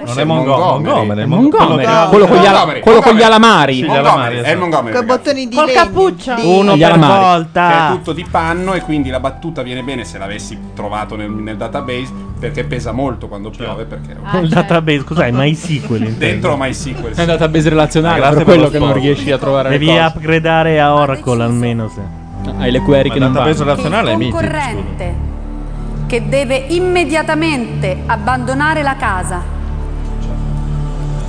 Speaker 3: Non è Montgomery. Montgomery.
Speaker 8: Montgomery, quello con gli ala-
Speaker 4: Montgomery,
Speaker 8: quello con gli
Speaker 4: Montgomery.
Speaker 8: alamari.
Speaker 4: Sì,
Speaker 8: Sì, gli
Speaker 4: Montgomery,
Speaker 8: alamari,
Speaker 4: È il
Speaker 8: esatto.
Speaker 4: Montgomery.
Speaker 10: Con
Speaker 4: ragazzi.
Speaker 10: bottoni di
Speaker 6: Col
Speaker 10: legno.
Speaker 6: cappuccio.
Speaker 10: Di-
Speaker 2: Uno
Speaker 4: Gli
Speaker 2: per
Speaker 4: alamari. Che è
Speaker 2: volta.
Speaker 4: tutto di panno e quindi la battuta viene bene se l'avessi trovato nel, nel database perché pesa molto quando piove perché
Speaker 2: Col database, cos'è? MySQL. intendo.
Speaker 4: dentro MySQL.
Speaker 8: È andata a base relazionale,
Speaker 2: Ah, Grazie
Speaker 8: per
Speaker 2: per
Speaker 8: quello
Speaker 2: lo
Speaker 8: che non
Speaker 2: sport.
Speaker 8: riesci a trovare le
Speaker 2: Devi
Speaker 8: cose.
Speaker 2: upgradare a Oracle almeno se.
Speaker 8: Hai le query che non vanno.
Speaker 5: che il concorrente che deve immediatamente abbandonare la casa,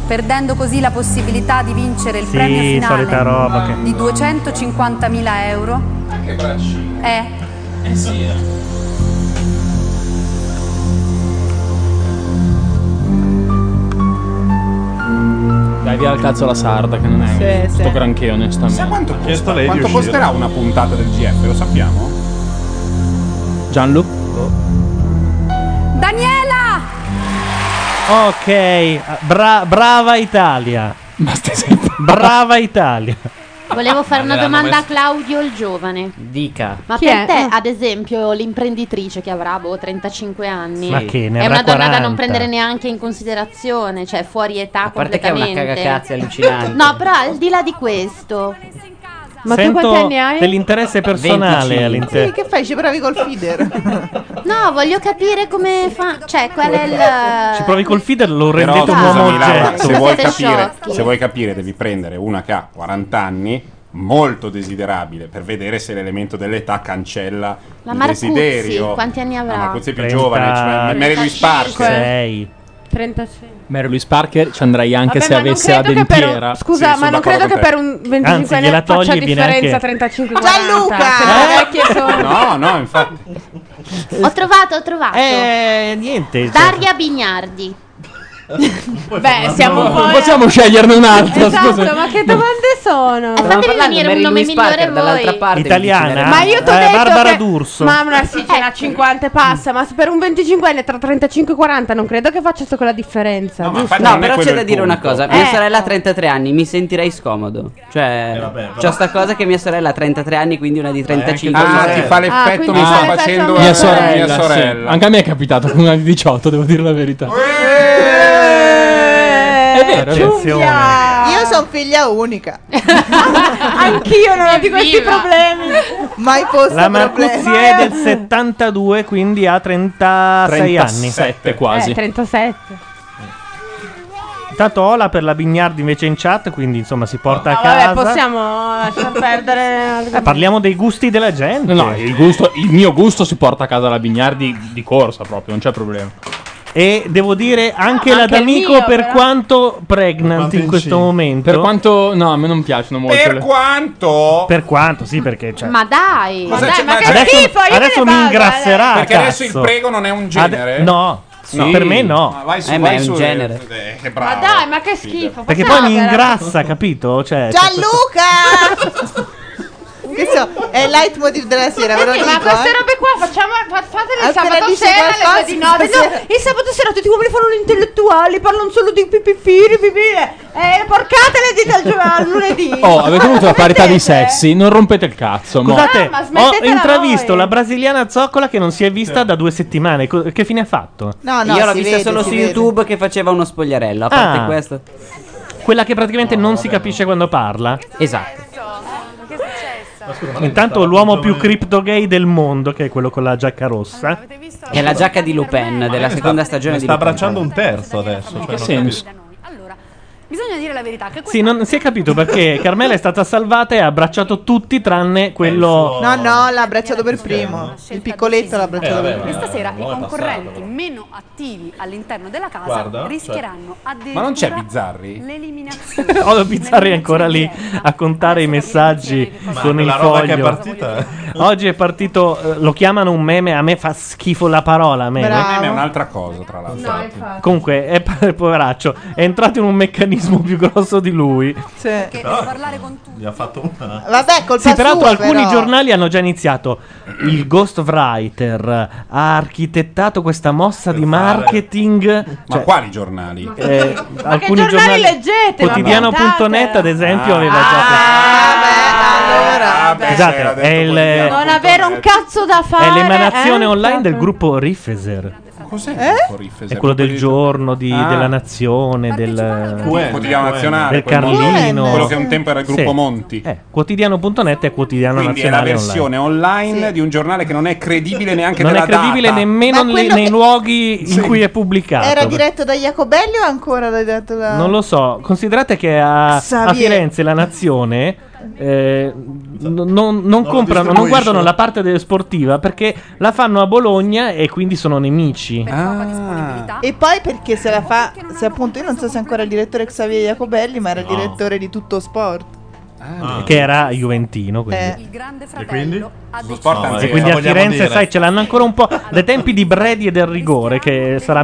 Speaker 5: perdendo così la possibilità di vincere il
Speaker 2: Sì,
Speaker 5: premio
Speaker 2: solita
Speaker 5: finale
Speaker 2: roba che-
Speaker 5: di 250.000 euro
Speaker 4: Che braccio.
Speaker 5: è
Speaker 8: Eh sì, eh. Dai via al cazzo la sarda che non è
Speaker 10: Sì,
Speaker 8: sto
Speaker 10: sì.
Speaker 8: granché onestamente.
Speaker 4: Sa quanto costa?
Speaker 8: lei di
Speaker 4: Quanto
Speaker 8: uscire.
Speaker 4: costerà una puntata del GF? Lo sappiamo?
Speaker 8: Gianlu?
Speaker 5: Daniela!
Speaker 2: Ok, bra- brava Italia. Brava Italia.
Speaker 18: Volevo fare una
Speaker 2: Allora,
Speaker 18: domanda
Speaker 2: ma-
Speaker 18: a Claudio il giovane.
Speaker 2: Dica.
Speaker 18: Ma
Speaker 6: Chi
Speaker 18: per
Speaker 6: è? Ah.
Speaker 18: te, ad esempio, l'imprenditrice che avrà boh, 35 anni
Speaker 21: Ma che, ne
Speaker 18: è
Speaker 21: avrà
Speaker 18: una donna da
Speaker 21: 40.
Speaker 18: non prendere neanche in considerazione, cioè fuori età
Speaker 21: A parte che è una
Speaker 18: completamente.
Speaker 21: cagacazzi allucinante.
Speaker 18: No, però al di là di questo,
Speaker 6: Ma tu
Speaker 2: Sento
Speaker 6: quanti anni hai?
Speaker 2: dell'interesse personale
Speaker 21: 25.
Speaker 2: all'interno.
Speaker 10: Che fai? Ci provi col feeder?
Speaker 18: no, voglio capire come fa, cioè qual è il
Speaker 2: Ci provi col feeder, lo
Speaker 4: Però,
Speaker 2: rendete un uomo
Speaker 4: scusami, Laura,
Speaker 2: oggetto.
Speaker 4: se, vuoi
Speaker 18: Siete
Speaker 4: capire,
Speaker 18: sciocchi.
Speaker 4: se vuoi capire devi prendere una che ha 40 anni molto desiderabile per vedere se l'elemento dell'età cancella
Speaker 18: la
Speaker 4: il
Speaker 18: Marcuzzi,
Speaker 4: desiderio
Speaker 18: quanti anni
Speaker 4: la
Speaker 18: avrà?
Speaker 4: Marcuzzi è più giovane cioè, Mary Louise Parker
Speaker 6: 35.
Speaker 8: Mary Louise Parker ci andrai anche
Speaker 6: Vabbè,
Speaker 8: se
Speaker 6: ma non
Speaker 8: avesse la
Speaker 6: credo che per un-
Speaker 8: dentiera.
Speaker 6: Scusa, ma non credo che per un 25
Speaker 8: Anzi,
Speaker 6: anni
Speaker 8: gliela
Speaker 6: faccia
Speaker 8: togli e viene
Speaker 6: differenza
Speaker 8: anche-
Speaker 6: 35
Speaker 18: Gianluca!
Speaker 4: no no infatti
Speaker 18: Eh? Ho trovato, ho trovato.
Speaker 2: Eh, niente.
Speaker 18: Daria
Speaker 4: [laughs]
Speaker 18: Bignardi.
Speaker 6: Beh, siamo un po'.
Speaker 8: Non possiamo sceglierne un'altra,
Speaker 6: Esatto,
Speaker 8: scusa.
Speaker 6: ma che domande
Speaker 18: Eh,
Speaker 6: sono?
Speaker 18: Fatemi parlando venire Mary un nome Louise migliore Parker, voi. dall'altra parte,
Speaker 2: Italiana.
Speaker 6: Ma io t'ho
Speaker 2: Eh,
Speaker 6: detto
Speaker 2: Barbara
Speaker 6: che-
Speaker 2: D'Urso.
Speaker 6: Ma una sì, ce
Speaker 18: Eh.
Speaker 6: n'ha 50 e passa, ma se per un 25enne tra 35 e 40 non credo che faccia solo quella differenza, giusto?
Speaker 21: No, però c'è da dire una cosa. Mia
Speaker 6: Eh.
Speaker 21: sorella ha 33 anni, mi sentirei scomodo. Cioè,
Speaker 4: Eh,
Speaker 21: c'è sta cosa che mia sorella ha 33 anni, quindi una di 35.
Speaker 4: Ah, ti fa l'effetto, Ah, quindi mi fa sta l'effetto facendo a
Speaker 8: mia
Speaker 4: mia
Speaker 8: sorella.
Speaker 4: sorella.
Speaker 8: sì.
Speaker 4: sorella.
Speaker 8: Anche a me è capitato con una di 18, devo dire la verità. È vero, è vero.
Speaker 10: Io sono figlia unica.
Speaker 6: [laughs] Anch'io non ho di questi problemi.
Speaker 10: Mai posto
Speaker 2: La Marcuzzi
Speaker 10: problema.
Speaker 2: è del 72, quindi ha 36 anni.
Speaker 8: 37
Speaker 6: Eh, 37.
Speaker 2: Intanto Ola per la Bignardi invece in chat, quindi insomma si porta a
Speaker 6: Ma
Speaker 2: casa.
Speaker 6: vabbè, possiamo lasciar perdere.
Speaker 2: Eh, parliamo dei gusti della gente.
Speaker 8: No, no, il, gusto- il mio gusto si porta a casa la Bignardi di corsa proprio, non c'è problema.
Speaker 2: E devo dire anche
Speaker 8: No,
Speaker 2: la
Speaker 8: anche il
Speaker 2: D'Amico
Speaker 8: mio,
Speaker 2: per
Speaker 8: però.
Speaker 2: quanto pregnant in questo momento.
Speaker 8: Per quanto no, a me non piacciono molto.
Speaker 2: Per
Speaker 4: quanto?
Speaker 2: Per quanto, sì, perché cioè,
Speaker 18: Ma dai,
Speaker 2: Ma
Speaker 18: dai,
Speaker 2: dai, ma che Adesso- schifo, io adesso me ne mi vado, ingrasserà,
Speaker 4: perché adesso il
Speaker 2: cazzo.
Speaker 4: prego non è un genere
Speaker 2: Ade- no, no, per me no.
Speaker 4: Ma vai su,
Speaker 2: Eh, ma
Speaker 4: vai
Speaker 2: è un
Speaker 4: su,
Speaker 2: genere.
Speaker 4: eh, che
Speaker 6: Ma
Speaker 4: bravo
Speaker 6: dai, ma che schifo.
Speaker 2: Perché
Speaker 6: possiamo
Speaker 2: poi mi
Speaker 6: veramente-
Speaker 2: [laughs] ingrassa, capito? Cioè, c'è questo-
Speaker 10: Gianluca! Che so, è il leitmotiv della sera, ve lo
Speaker 14: Senti,
Speaker 10: dico.
Speaker 14: ma queste
Speaker 10: eh.
Speaker 14: robe qua facciamo, fa- fatele il
Speaker 10: Appena
Speaker 14: sabato
Speaker 10: dice
Speaker 14: sera, le
Speaker 10: qualcosa,
Speaker 14: due di notte.
Speaker 10: sì, sì.
Speaker 14: No,
Speaker 6: Il sabato sera tutti gli uomini fanno gli intellettuali, parlano solo di pipipiri, pipire. Eh, porcate le dita al giorno, lunedì.
Speaker 2: Eh,
Speaker 8: Oh, avete avuto la parità dei sessi? Non rompete il cazzo. mo.
Speaker 2: Scusate,
Speaker 6: ma
Speaker 2: ho
Speaker 6: smettetela
Speaker 2: intravisto la brasiliana zoccola che non si è vista da due settimane. Co- Che fine ha fatto?
Speaker 10: No, no,
Speaker 21: Io l'ho
Speaker 10: si
Speaker 21: vista
Speaker 10: vede,
Speaker 21: solo
Speaker 10: si
Speaker 21: su
Speaker 10: vede.
Speaker 21: YouTube che faceva uno spogliarello. A parte
Speaker 2: Ah.
Speaker 21: questo.
Speaker 2: Quella che praticamente non si capisce quando parla.
Speaker 21: Esatto.
Speaker 20: Che è successo?
Speaker 2: Intanto l'uomo più crypto gay del mondo, che è quello con la giacca rossa.
Speaker 21: È la giacca di Lupin della seconda stagione
Speaker 3: ne
Speaker 21: di
Speaker 3: sta
Speaker 21: Lupin.
Speaker 3: abbracciando un terzo adesso.
Speaker 2: In
Speaker 3: cioè,
Speaker 2: che
Speaker 3: non
Speaker 2: senso?
Speaker 3: capisco.
Speaker 5: Bisogna dire la verità, che
Speaker 2: Sì, non si è capito perché Carmela è stata salvata e ha abbracciato tutti tranne
Speaker 8: Eh,
Speaker 2: quello...
Speaker 10: No, no, l'ha abbracciato per primo. Il piccoletto l'ha
Speaker 2: Eh,
Speaker 10: abbracciato per primo.
Speaker 5: Questa sera i
Speaker 4: l'uomo è passato,
Speaker 5: concorrenti
Speaker 4: però.
Speaker 5: meno attivi all'interno della casa
Speaker 4: Guarda,
Speaker 5: rischieranno addirittura
Speaker 2: Ma non c'è Bizzarri?
Speaker 5: L'eliminazione.
Speaker 2: [laughs] Odo Bizzarri è ancora lì a contare i messaggi
Speaker 3: Ma
Speaker 2: con il
Speaker 3: la roba che è
Speaker 2: foglio.
Speaker 3: partita.
Speaker 2: Oggi è partito, eh, lo chiamano un meme, a me fa schifo la parola, a me.
Speaker 4: Il meme è un'altra cosa, tra l'altro.
Speaker 2: Comunque, è, [laughs] pa- poveraccio, è entrato in un meccanismo più grosso di lui.
Speaker 10: Sì.
Speaker 2: Ah.
Speaker 3: Però-
Speaker 5: parlare con
Speaker 3: Gli ha fatto una.
Speaker 10: Vabbè, colpa
Speaker 2: Sì, peraltro
Speaker 10: sua,
Speaker 2: alcuni
Speaker 10: però.
Speaker 2: giornali hanno già iniziato. Il ghostwriter ha architettato questa mossa di marketing.
Speaker 4: Ma quali giornali? Ma
Speaker 2: Cioè, Eh, alcuni
Speaker 17: giornali leggete, ma
Speaker 2: Quotidiano.net, ad
Speaker 4: Ah,
Speaker 2: esempio, aveva già. Scusate, è, il-
Speaker 17: Non avere un cazzo da
Speaker 2: è
Speaker 17: fare.
Speaker 2: l'emanazione
Speaker 17: eh?
Speaker 2: online del gruppo Riffeser.
Speaker 4: Cos'è?
Speaker 6: Eh?
Speaker 2: È quello del giorno, di-
Speaker 4: Ah.
Speaker 2: della nazione, del
Speaker 4: QN, Quotidiano QN. Nazionale,
Speaker 2: del
Speaker 4: quel mondo-
Speaker 2: Carlino.
Speaker 4: quello che un tempo era il gruppo
Speaker 2: Sì.
Speaker 4: Monti.
Speaker 2: Eh, quotidiano.net è quotidiano
Speaker 4: Quindi è la
Speaker 2: nazionale
Speaker 4: versione online, di un giornale che non è credibile neanche
Speaker 2: Non è
Speaker 4: della
Speaker 2: credibile
Speaker 4: data.
Speaker 2: nemmeno
Speaker 10: Ma
Speaker 2: nei,
Speaker 10: quello
Speaker 2: nei
Speaker 10: che-
Speaker 2: luoghi in
Speaker 4: Sì.
Speaker 2: cui è pubblicato.
Speaker 10: Era diretto da Jacobelli o ancora era diretto da...
Speaker 2: Ah, Non lo so, considerate che a, a
Speaker 10: Xavier.
Speaker 2: Firenze la nazione eh, n- non, non comprano, non
Speaker 4: distribuisce.
Speaker 2: guardano la parte de- sportiva perché la fanno a Bologna e quindi sono nemici. Ah.
Speaker 10: Ah. E poi perché se la fa, se appunto io non so se è ancora il direttore Xavier Jacobelli, ma era il
Speaker 2: No.
Speaker 10: direttore di tutto sport.
Speaker 2: Che era Juventino, quindi.
Speaker 10: Eh.
Speaker 3: E quindi?
Speaker 2: No, eh, e
Speaker 3: eh,
Speaker 2: quindi a Firenze, sai, ce l'hanno ancora un po'. Dai tempi di Bredi e del rigore, che sarà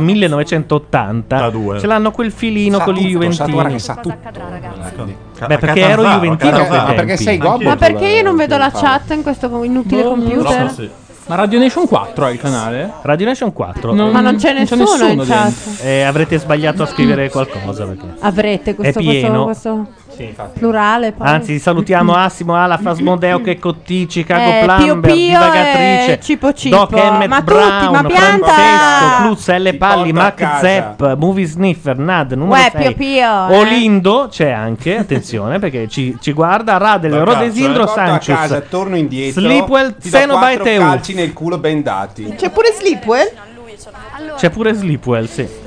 Speaker 2: 1980, ce l'hanno quel filino
Speaker 4: Sa
Speaker 2: con gli
Speaker 4: tutto, sa- guarda
Speaker 2: Juventini.
Speaker 4: che sa tutto. ragazzi.
Speaker 2: Beh, perché ero
Speaker 4: Catanzaro,
Speaker 2: Juventino a quei
Speaker 4: Catanzaro. Ma
Speaker 2: tempi.
Speaker 4: perché sei gobbo? eh,
Speaker 6: Ma perché io non vedo la chat in questo com- inutile computer?
Speaker 8: Ma Radio Nation 4 è il canale?
Speaker 2: Radio Nation 4.
Speaker 8: Non-
Speaker 6: Ma non c'è non c'è nessuno in nessuno chat.
Speaker 2: Eh, avrete sbagliato a scrivere qualcosa. Perché.
Speaker 6: Avrete questo,
Speaker 2: È pieno.
Speaker 6: questo, questo
Speaker 2: Sì, infatti.
Speaker 6: plurale poi. [laughs]
Speaker 2: Anzi, salutiamo Assimo, Ala, Fasmodeo, che Cottici, Cago
Speaker 6: Eh, Pio
Speaker 2: Plumber,
Speaker 6: Pio
Speaker 2: Divagatrice,
Speaker 6: e Cipo Cipo.
Speaker 2: Doc Emmet
Speaker 6: Ma tutti,
Speaker 2: Brown,
Speaker 6: ma pianta!
Speaker 2: Francesco, Cluz, L. Palli,
Speaker 6: porto a
Speaker 2: Mac
Speaker 6: casa.
Speaker 2: Zepp, Movie Sniffer, Nad, numero
Speaker 6: Uè, Pio
Speaker 2: 6.
Speaker 6: Pio, eh.
Speaker 2: Olindo c'è anche, attenzione, perché ci, ci guarda, Radel,
Speaker 4: Cazzo,
Speaker 2: Rodesindro,
Speaker 4: porto a
Speaker 2: Sancius.
Speaker 4: casa, torno indietro.
Speaker 2: Sleepwell,
Speaker 4: ti do
Speaker 2: Xenobite
Speaker 4: quattro
Speaker 2: e U.
Speaker 4: calci nel culo bendati.
Speaker 10: C'è pure eh? Sleepwell?
Speaker 2: C'è pure Sleepwell, sì.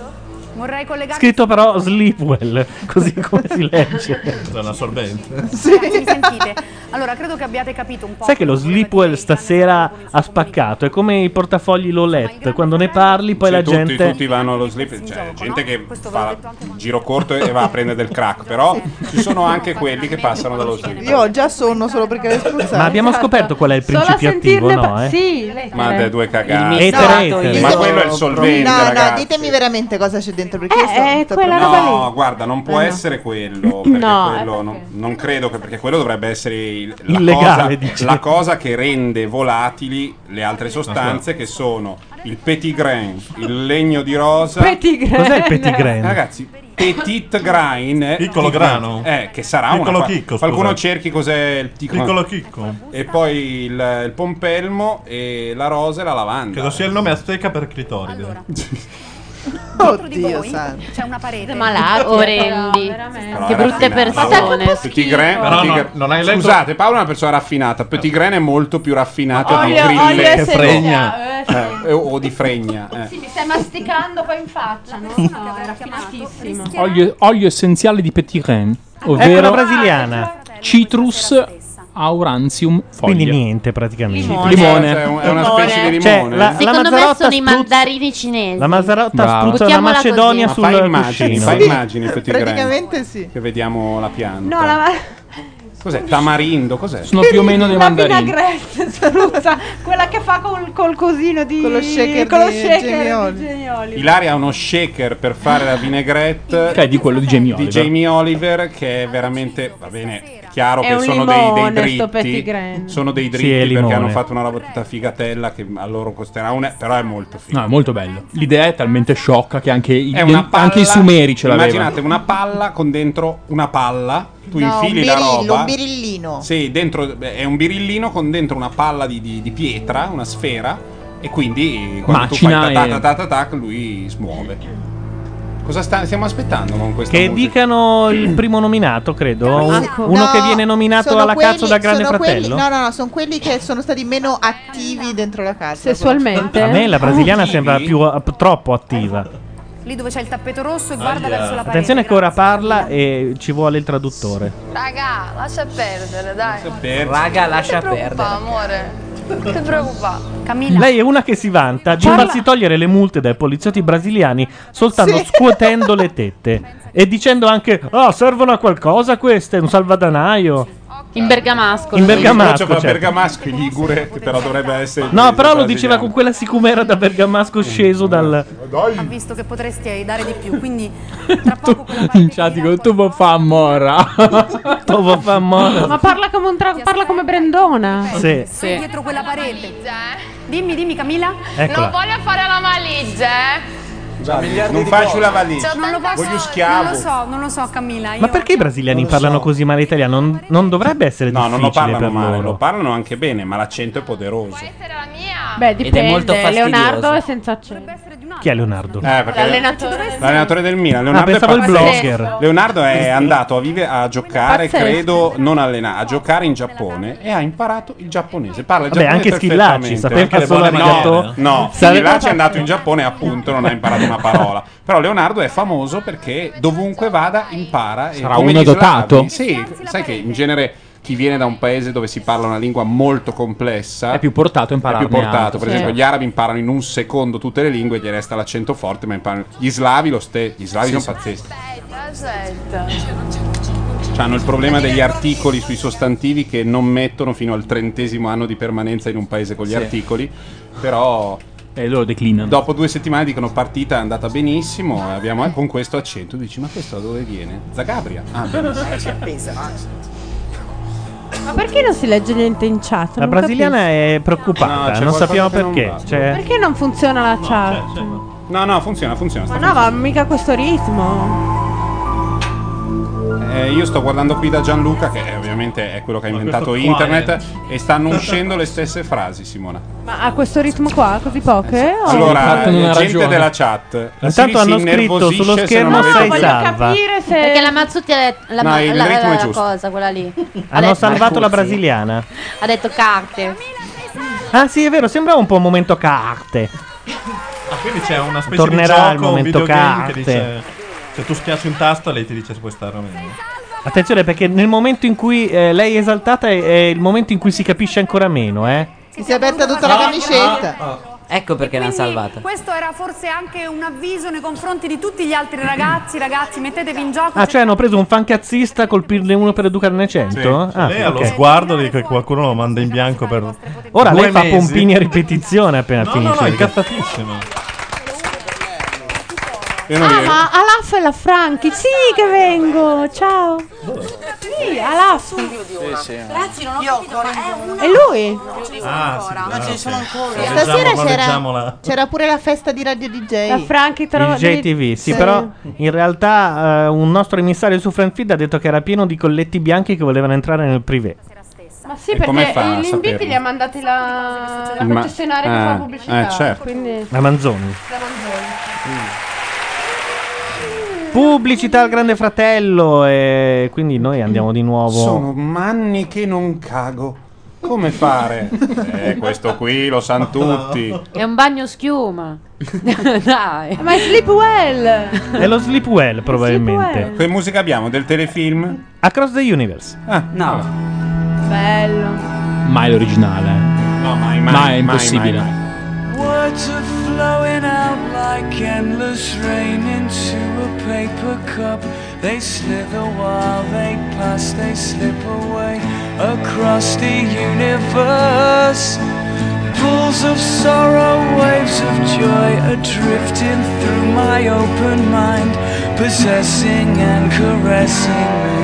Speaker 5: Vorrei collegarmi
Speaker 2: Scritto però Sleepwell, così come si legge.
Speaker 3: Una sorbente.
Speaker 2: [laughs]
Speaker 5: Ragazzi, mi sentite? Allora, credo che abbiate capito un po'.
Speaker 2: Sai che lo Sleepwell stasera ha spaccato? È come i portafogli Lolette, quando ne parli poi
Speaker 4: Sì,
Speaker 2: la
Speaker 4: Cioè, tutti,
Speaker 2: gente...
Speaker 4: tutti vanno allo sleep, cioè gente che fa il giro corto
Speaker 10: [laughs]
Speaker 4: e va a prendere del crack, però ci sono anche quelli che passano dallo sleep.
Speaker 10: Io ho già sonno solo perché eh. le spruzzate.
Speaker 2: Ma abbiamo scoperto qual è il principio attivo, no? Eh?
Speaker 10: Sì,
Speaker 4: Ma dai, due cagate.
Speaker 2: Il Etere, mito- etere.
Speaker 4: Ma quello è
Speaker 18: Eh,
Speaker 4: il solvente,
Speaker 10: No, no,
Speaker 4: ragazzi.
Speaker 10: ditemi veramente cosa c'è dentro perché io sto-
Speaker 18: eh,
Speaker 10: sto
Speaker 4: no,
Speaker 10: prendendo-
Speaker 4: guarda, non può essere quello. Perché
Speaker 10: No,
Speaker 4: quello non, non credo che perché quello dovrebbe essere il- la,
Speaker 2: Illegale,
Speaker 4: cosa,
Speaker 2: dice.
Speaker 4: la cosa che rende volatili le altre sostanze che sono il petit grain, il legno di rosa.
Speaker 6: Petit grain.
Speaker 4: [laughs]
Speaker 6: Cos'è il petit grain?
Speaker 4: Ragazzi, petit grain è-
Speaker 3: Piccolo grano?
Speaker 4: Eh, che sarà
Speaker 3: Piccolo
Speaker 4: una
Speaker 3: chicco, scusa.
Speaker 4: Qualcuno cerchi cos'è il petit grain.
Speaker 3: Piccolo
Speaker 2: Ecco.
Speaker 3: chicco.
Speaker 4: E poi il, il pompelmo e la rosa e la lavanda.
Speaker 3: Credo sia il nome azteca per clitoride.
Speaker 10: Oddio, santo.
Speaker 5: C'è una parete.
Speaker 18: malati,
Speaker 5: Tutti
Speaker 18: orrendi.
Speaker 5: No, veramente.
Speaker 4: Però
Speaker 18: Che
Speaker 4: era raffinata.
Speaker 18: brutte persone.
Speaker 4: Paolo, Petit Grain,
Speaker 3: Però
Speaker 4: Petit
Speaker 3: no,
Speaker 4: Grain-
Speaker 3: non hai letto-
Speaker 4: Scusate, Paolo è una persona raffinata. Petit Grain è molto più raffinato di
Speaker 17: Olio- olio
Speaker 4: Grilletto.
Speaker 17: e Che fregna. essenza,
Speaker 4: Eh, o o di fregna. eh.
Speaker 17: Sì, mi stai masticando poi in faccia.
Speaker 2: [laughs]
Speaker 17: No, no, era finatissimo.
Speaker 8: Olio, olio essenziale di Petit Grain,
Speaker 2: Eccola
Speaker 8: ovvero
Speaker 2: brasiliana.
Speaker 8: Citrus aurantium foglia.
Speaker 2: Quindi niente praticamente.
Speaker 8: Limone.
Speaker 4: Cioè, è un- è una specie di
Speaker 2: Cioè,
Speaker 4: limone.
Speaker 2: la-
Speaker 18: Secondo me
Speaker 2: Mazzarotta
Speaker 18: sono i
Speaker 2: spruzza-
Speaker 18: mandarini cinesi.
Speaker 2: La Maserotta
Speaker 4: Brava.
Speaker 2: spruzza la
Speaker 18: Buttiamola
Speaker 2: Macedonia
Speaker 4: Ma
Speaker 2: sul
Speaker 4: fai immagini,
Speaker 2: cuscino.
Speaker 4: fai immagini Petit Grain.
Speaker 10: Praticamente sì.
Speaker 4: Che vediamo la pianta.
Speaker 6: No, la,
Speaker 4: Cos'è? Tamarindo, cos'è?
Speaker 8: Sono più o meno dei
Speaker 6: la
Speaker 8: mandarini.
Speaker 6: vinagrette [laughs] spruzza, quella che fa col, col cosino di
Speaker 10: Con lo shaker
Speaker 6: con lo
Speaker 10: di
Speaker 6: shaker
Speaker 10: Genioli.
Speaker 6: di Genioli.
Speaker 4: Ilaria ha uno shaker per fare la vinaigrette
Speaker 8: [laughs] Che è di quello di Jamie
Speaker 4: di
Speaker 8: Oliver.
Speaker 4: Jamie Oliver che è veramente va bene chiaro
Speaker 17: È
Speaker 4: che
Speaker 17: un
Speaker 4: sono dei, dei
Speaker 17: limone, sto
Speaker 4: dritti.
Speaker 17: pettigrew.
Speaker 4: Sono dei
Speaker 2: Sì, è
Speaker 4: dritti perché
Speaker 2: limone.
Speaker 4: hanno fatto una roba tutta figatella che a loro costerà un. Però è molto figo.
Speaker 8: No, è molto bello. L'idea è talmente sciocca che anche, i-
Speaker 4: È una palla-
Speaker 8: anche i sumeri ce l'avevano.
Speaker 4: Immaginate una palla con dentro una palla. Tu
Speaker 10: No,
Speaker 4: infili
Speaker 10: un
Speaker 4: la
Speaker 10: birillo,
Speaker 4: roba.
Speaker 10: un birillino.
Speaker 4: Sì, dentro beh, è un birillino con dentro una palla di, di- di pietra, una sfera. E quindi quando
Speaker 8: Macina
Speaker 4: tu fai ta-
Speaker 8: e-
Speaker 4: ta- ta- ta- tac, lui si muove. Cosa sta- stiamo aspettando con questa
Speaker 2: Che
Speaker 4: musica?
Speaker 2: dicano il primo nominato, credo.
Speaker 10: Ah,
Speaker 2: Uno
Speaker 10: no,
Speaker 2: che viene nominato
Speaker 10: sono
Speaker 2: alla
Speaker 10: quelli-
Speaker 2: cazzo da Grande
Speaker 10: sono
Speaker 2: Fratello.
Speaker 10: Quelli, no, no, no, sono quelli che sono stati meno attivi dentro la casa.
Speaker 6: Sessualmente?
Speaker 2: A me la brasiliana sembra più eh, troppo attiva.
Speaker 5: Lì dove c'è il tappeto rosso e guarda verso la parete.
Speaker 2: Attenzione che ora parla e ci vuole il traduttore.
Speaker 20: Raga, lascia perdere, dai. Lascia
Speaker 2: perdere. Raga, lascia perdere.
Speaker 20: amore. Non ti preoccupa. Camilla.
Speaker 2: Lei è una che si vanta di
Speaker 20: Parla-
Speaker 2: farsi togliere le multe dai poliziotti brasiliani soltanto
Speaker 20: Sì.
Speaker 2: scuotendo le tette e dicendo anche: Oh, servono a qualcosa queste, un salvadanaio.
Speaker 18: In bergamasco.
Speaker 2: In bergamasco,
Speaker 4: Cioè, fa
Speaker 2: certo.
Speaker 4: bergamasco e ligure, che però dovrebbe essere.
Speaker 2: No, però lo diceva con quella sicumera da bergamasco sceso dal.
Speaker 5: Ha visto che potresti dare di più, quindi
Speaker 8: In chat dico, tu vuoi fa mora.
Speaker 2: tu vuoi fa
Speaker 6: Ma parla come, un tra- parla come Brendona.
Speaker 2: Sì.
Speaker 5: sei dietro quella parete.
Speaker 20: eh.
Speaker 5: Dimmi, dimmi Camilla.
Speaker 2: Eccola. Non
Speaker 5: voglio fare la valigia,
Speaker 20: eh.
Speaker 4: Non faccio la valigia.
Speaker 5: Non lo posso,
Speaker 4: Voglio schiavo.
Speaker 5: Non lo so, non lo so Camilla.
Speaker 2: Ma
Speaker 5: Io
Speaker 2: perché i brasiliani parlano così male italiano? Non, non dovrebbe essere
Speaker 4: No, non
Speaker 2: difficile
Speaker 4: lo parlano
Speaker 2: per
Speaker 4: male,
Speaker 2: loro.
Speaker 4: lo parlano anche bene, ma l'accento è poderoso.
Speaker 6: Beh, dipende.
Speaker 2: molto fastidioso.
Speaker 6: Leonardo è senza accento.
Speaker 2: Chi è Leonardo?
Speaker 4: Eh, perché L'allenatore del Milan,
Speaker 2: Ah,
Speaker 4: Leonardo, è
Speaker 2: pensavo il
Speaker 4: pazzesco.
Speaker 2: blogger.
Speaker 4: Leonardo è andato a, vive- a giocare,
Speaker 2: Pazzesco.
Speaker 4: credo, non allenare, a giocare in Giapone e ha imparato il giapponese. Parla il
Speaker 2: Vabbè,
Speaker 4: giapponese
Speaker 2: anche Schillaci,
Speaker 4: perfettamente.
Speaker 2: sapeva Anche le solo buone Arigato.
Speaker 4: No,
Speaker 2: maniere.
Speaker 4: no,
Speaker 2: Sare-
Speaker 4: Schillaci è andato in Giappone e appunto non ha imparato una parola. Però Leonardo è famoso perché dovunque vada impara. e
Speaker 8: Sarà
Speaker 4: come
Speaker 8: uno
Speaker 4: gli slavi.
Speaker 8: dotato?
Speaker 4: Sì, sai che in genere chi viene da un paese dove si parla una lingua molto complessa
Speaker 8: È più portato a imparare.
Speaker 4: è più portato. Per
Speaker 8: Sì.
Speaker 4: esempio, gli arabi imparano in un secondo tutte le lingue, gli resta l'accento forte, ma imparano. Gli slavi lo stesso. Gli slavi
Speaker 8: Sì,
Speaker 4: sono pazzeschi.
Speaker 20: Aspetta.
Speaker 4: hanno il problema degli articoli sui sostantivi che non mettono fino al trentesimo anno di permanenza in un paese con gli
Speaker 8: Sì.
Speaker 4: articoli. Però.
Speaker 8: E loro declinano.
Speaker 4: Dopo due settimane dicono partita è andata benissimo, e abbiamo eh, con questo accento. Dici, ma questo da dove viene? Zagabria. Ah,
Speaker 2: [laughs]
Speaker 6: Ma perché non si legge niente in chat?
Speaker 2: La
Speaker 6: Non
Speaker 2: brasiliana è
Speaker 4: No,
Speaker 2: preoccupata,
Speaker 4: c'è
Speaker 2: non
Speaker 4: qualcosa
Speaker 2: sappiamo
Speaker 4: che non
Speaker 2: perché.
Speaker 4: va.
Speaker 2: cioè-
Speaker 6: capisco. Perché non funziona la chat?
Speaker 2: certo.
Speaker 4: no, no, funziona, funziona. sta
Speaker 6: Ma no, ma mica questo ritmo.
Speaker 4: Eh, io sto guardando qui da Gianluca, che eh, ovviamente è quello che ha inventato
Speaker 6: questo qua
Speaker 4: internet, e stanno uscendo le stesse frasi, Simona.
Speaker 6: Ma a questo ritmo qua, così eh?
Speaker 2: Eh
Speaker 6: Oh. poche? O-
Speaker 4: Allora,
Speaker 8: Partono una
Speaker 4: gente
Speaker 8: ragione.
Speaker 4: della chat, la Siri
Speaker 2: Intanto
Speaker 4: si
Speaker 2: hanno scritto
Speaker 4: innervosisce
Speaker 2: sullo
Speaker 4: se
Speaker 2: schermo
Speaker 4: non avete
Speaker 2: sei
Speaker 4: idea".
Speaker 2: salva.
Speaker 18: Perché la Mazzutti ha detto la,
Speaker 2: No,
Speaker 18: ma-
Speaker 2: il
Speaker 18: la-
Speaker 2: ritmo è
Speaker 18: la
Speaker 2: giusto.
Speaker 18: cosa, quella lì. Ha
Speaker 2: Hanno
Speaker 18: detto,
Speaker 2: salvato la brasiliana.
Speaker 18: ha detto carte.
Speaker 2: Ah sì, è vero, sembrava un po' un momento carte.
Speaker 3: Ah, quindi c'è una specie
Speaker 2: Tornerà
Speaker 3: di
Speaker 2: il
Speaker 3: gioco, un
Speaker 2: momento
Speaker 3: videogame che
Speaker 2: carte.
Speaker 3: dice se tu schiacci un tasto lei ti dice se puoi stare meglio.
Speaker 2: Attenzione perché nel momento in cui eh, lei è esaltata è, è il momento in cui si capisce ancora meno, eh.
Speaker 10: Mi si è aperta tutta la camicetta.
Speaker 2: ah.
Speaker 21: Ecco perché l'hanno salvata.
Speaker 5: Questo era forse anche un avviso nei confronti di tutti gli altri ragazzi, ragazzi, mettetevi in gioco.
Speaker 2: Ah, cioè hanno preso un fancazzista a colpirne uno per educarne 100? Ah,
Speaker 3: lei ha lo
Speaker 2: ok.
Speaker 3: sguardo di che qualcuno lo manda in bianco per
Speaker 2: Ora
Speaker 3: due
Speaker 2: lei fa
Speaker 3: mesi.
Speaker 2: pompini a ripetizione appena
Speaker 3: No, no,
Speaker 2: finisce.
Speaker 3: no, è incazzatissima.
Speaker 6: Ah, ma Alaf e la Franchi. Sì, che vengo. Ciao. Sì, Alaf.
Speaker 20: Ragazzi, non ho capito, ma è una...
Speaker 6: E lui?
Speaker 3: Ah,
Speaker 20: ancora.
Speaker 3: sì,
Speaker 20: Ma ce ne sono ancora.
Speaker 3: Leggiamo,
Speaker 10: Stasera
Speaker 3: ma
Speaker 10: c'era,
Speaker 3: leggiamola.
Speaker 10: c'era pure la festa di Radio DJ.
Speaker 6: La Franchi
Speaker 2: Il JTV, sì, però in realtà eh, un nostro emissario su Franfid ha detto che era pieno di colletti bianchi che volevano entrare nel privé.
Speaker 17: Ma sì,
Speaker 2: E come
Speaker 17: perché
Speaker 2: fa a
Speaker 17: gli inviti
Speaker 2: saperlo?
Speaker 17: li ha mandati la, la
Speaker 2: Ma-
Speaker 17: concessionaria
Speaker 2: eh,
Speaker 17: che fa pubblicità.
Speaker 2: eh, certo.
Speaker 17: Quindi
Speaker 2: La Manzoni.
Speaker 17: la mangiamo.
Speaker 2: Pubblicità al Grande Fratello e quindi noi andiamo di nuovo.
Speaker 4: Sono manni che non cago. Come fare? eh, questo qui lo sanno tutti.
Speaker 18: È un bagno schiuma. [laughs] Dai.
Speaker 6: Ma è Sleepwell.
Speaker 2: È lo Sleepwell
Speaker 6: Sleepwell.
Speaker 2: probabilmente.
Speaker 4: Che musica abbiamo? Del telefilm?
Speaker 2: Across the Universe.
Speaker 4: no.
Speaker 6: Bello.
Speaker 8: Mai l'originale.
Speaker 4: No, mai,
Speaker 8: Ma
Speaker 4: mai,
Speaker 8: è
Speaker 4: mai,
Speaker 8: impossibile.
Speaker 4: mai,
Speaker 16: Words are flowing out like endless rain into a paper cup. They slither while they pass, they slip away across the universe. Pools of sorrow, waves of joy are drifting through my open mind, possessing and caressing me.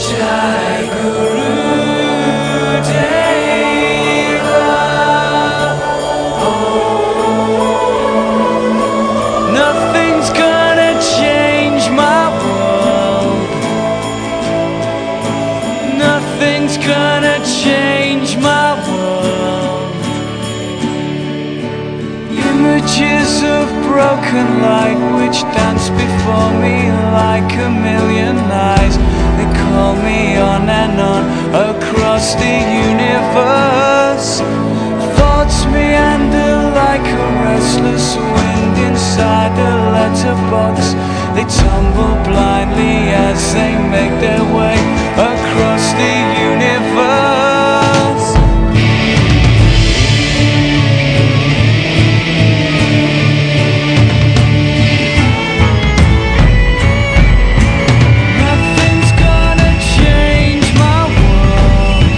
Speaker 16: Jai Guru Deva. Oh, nothing's gonna change my world. Nothing's gonna change my world. Images of broken light which dance before me like a million lies. They call me on and on across the universe. Thoughts meander like a restless wind inside a letterbox. They tumble blindly as they make their way across the universe. Nothing's gonna change my world.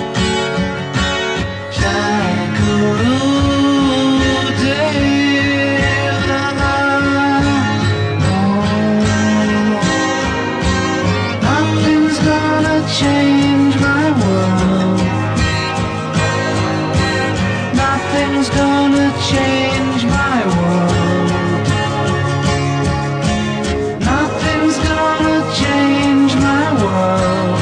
Speaker 16: Jai Guru Deva. Oh, nothing's gonna change my world. Nothing's gonna change my world. Nothing's gonna change my world.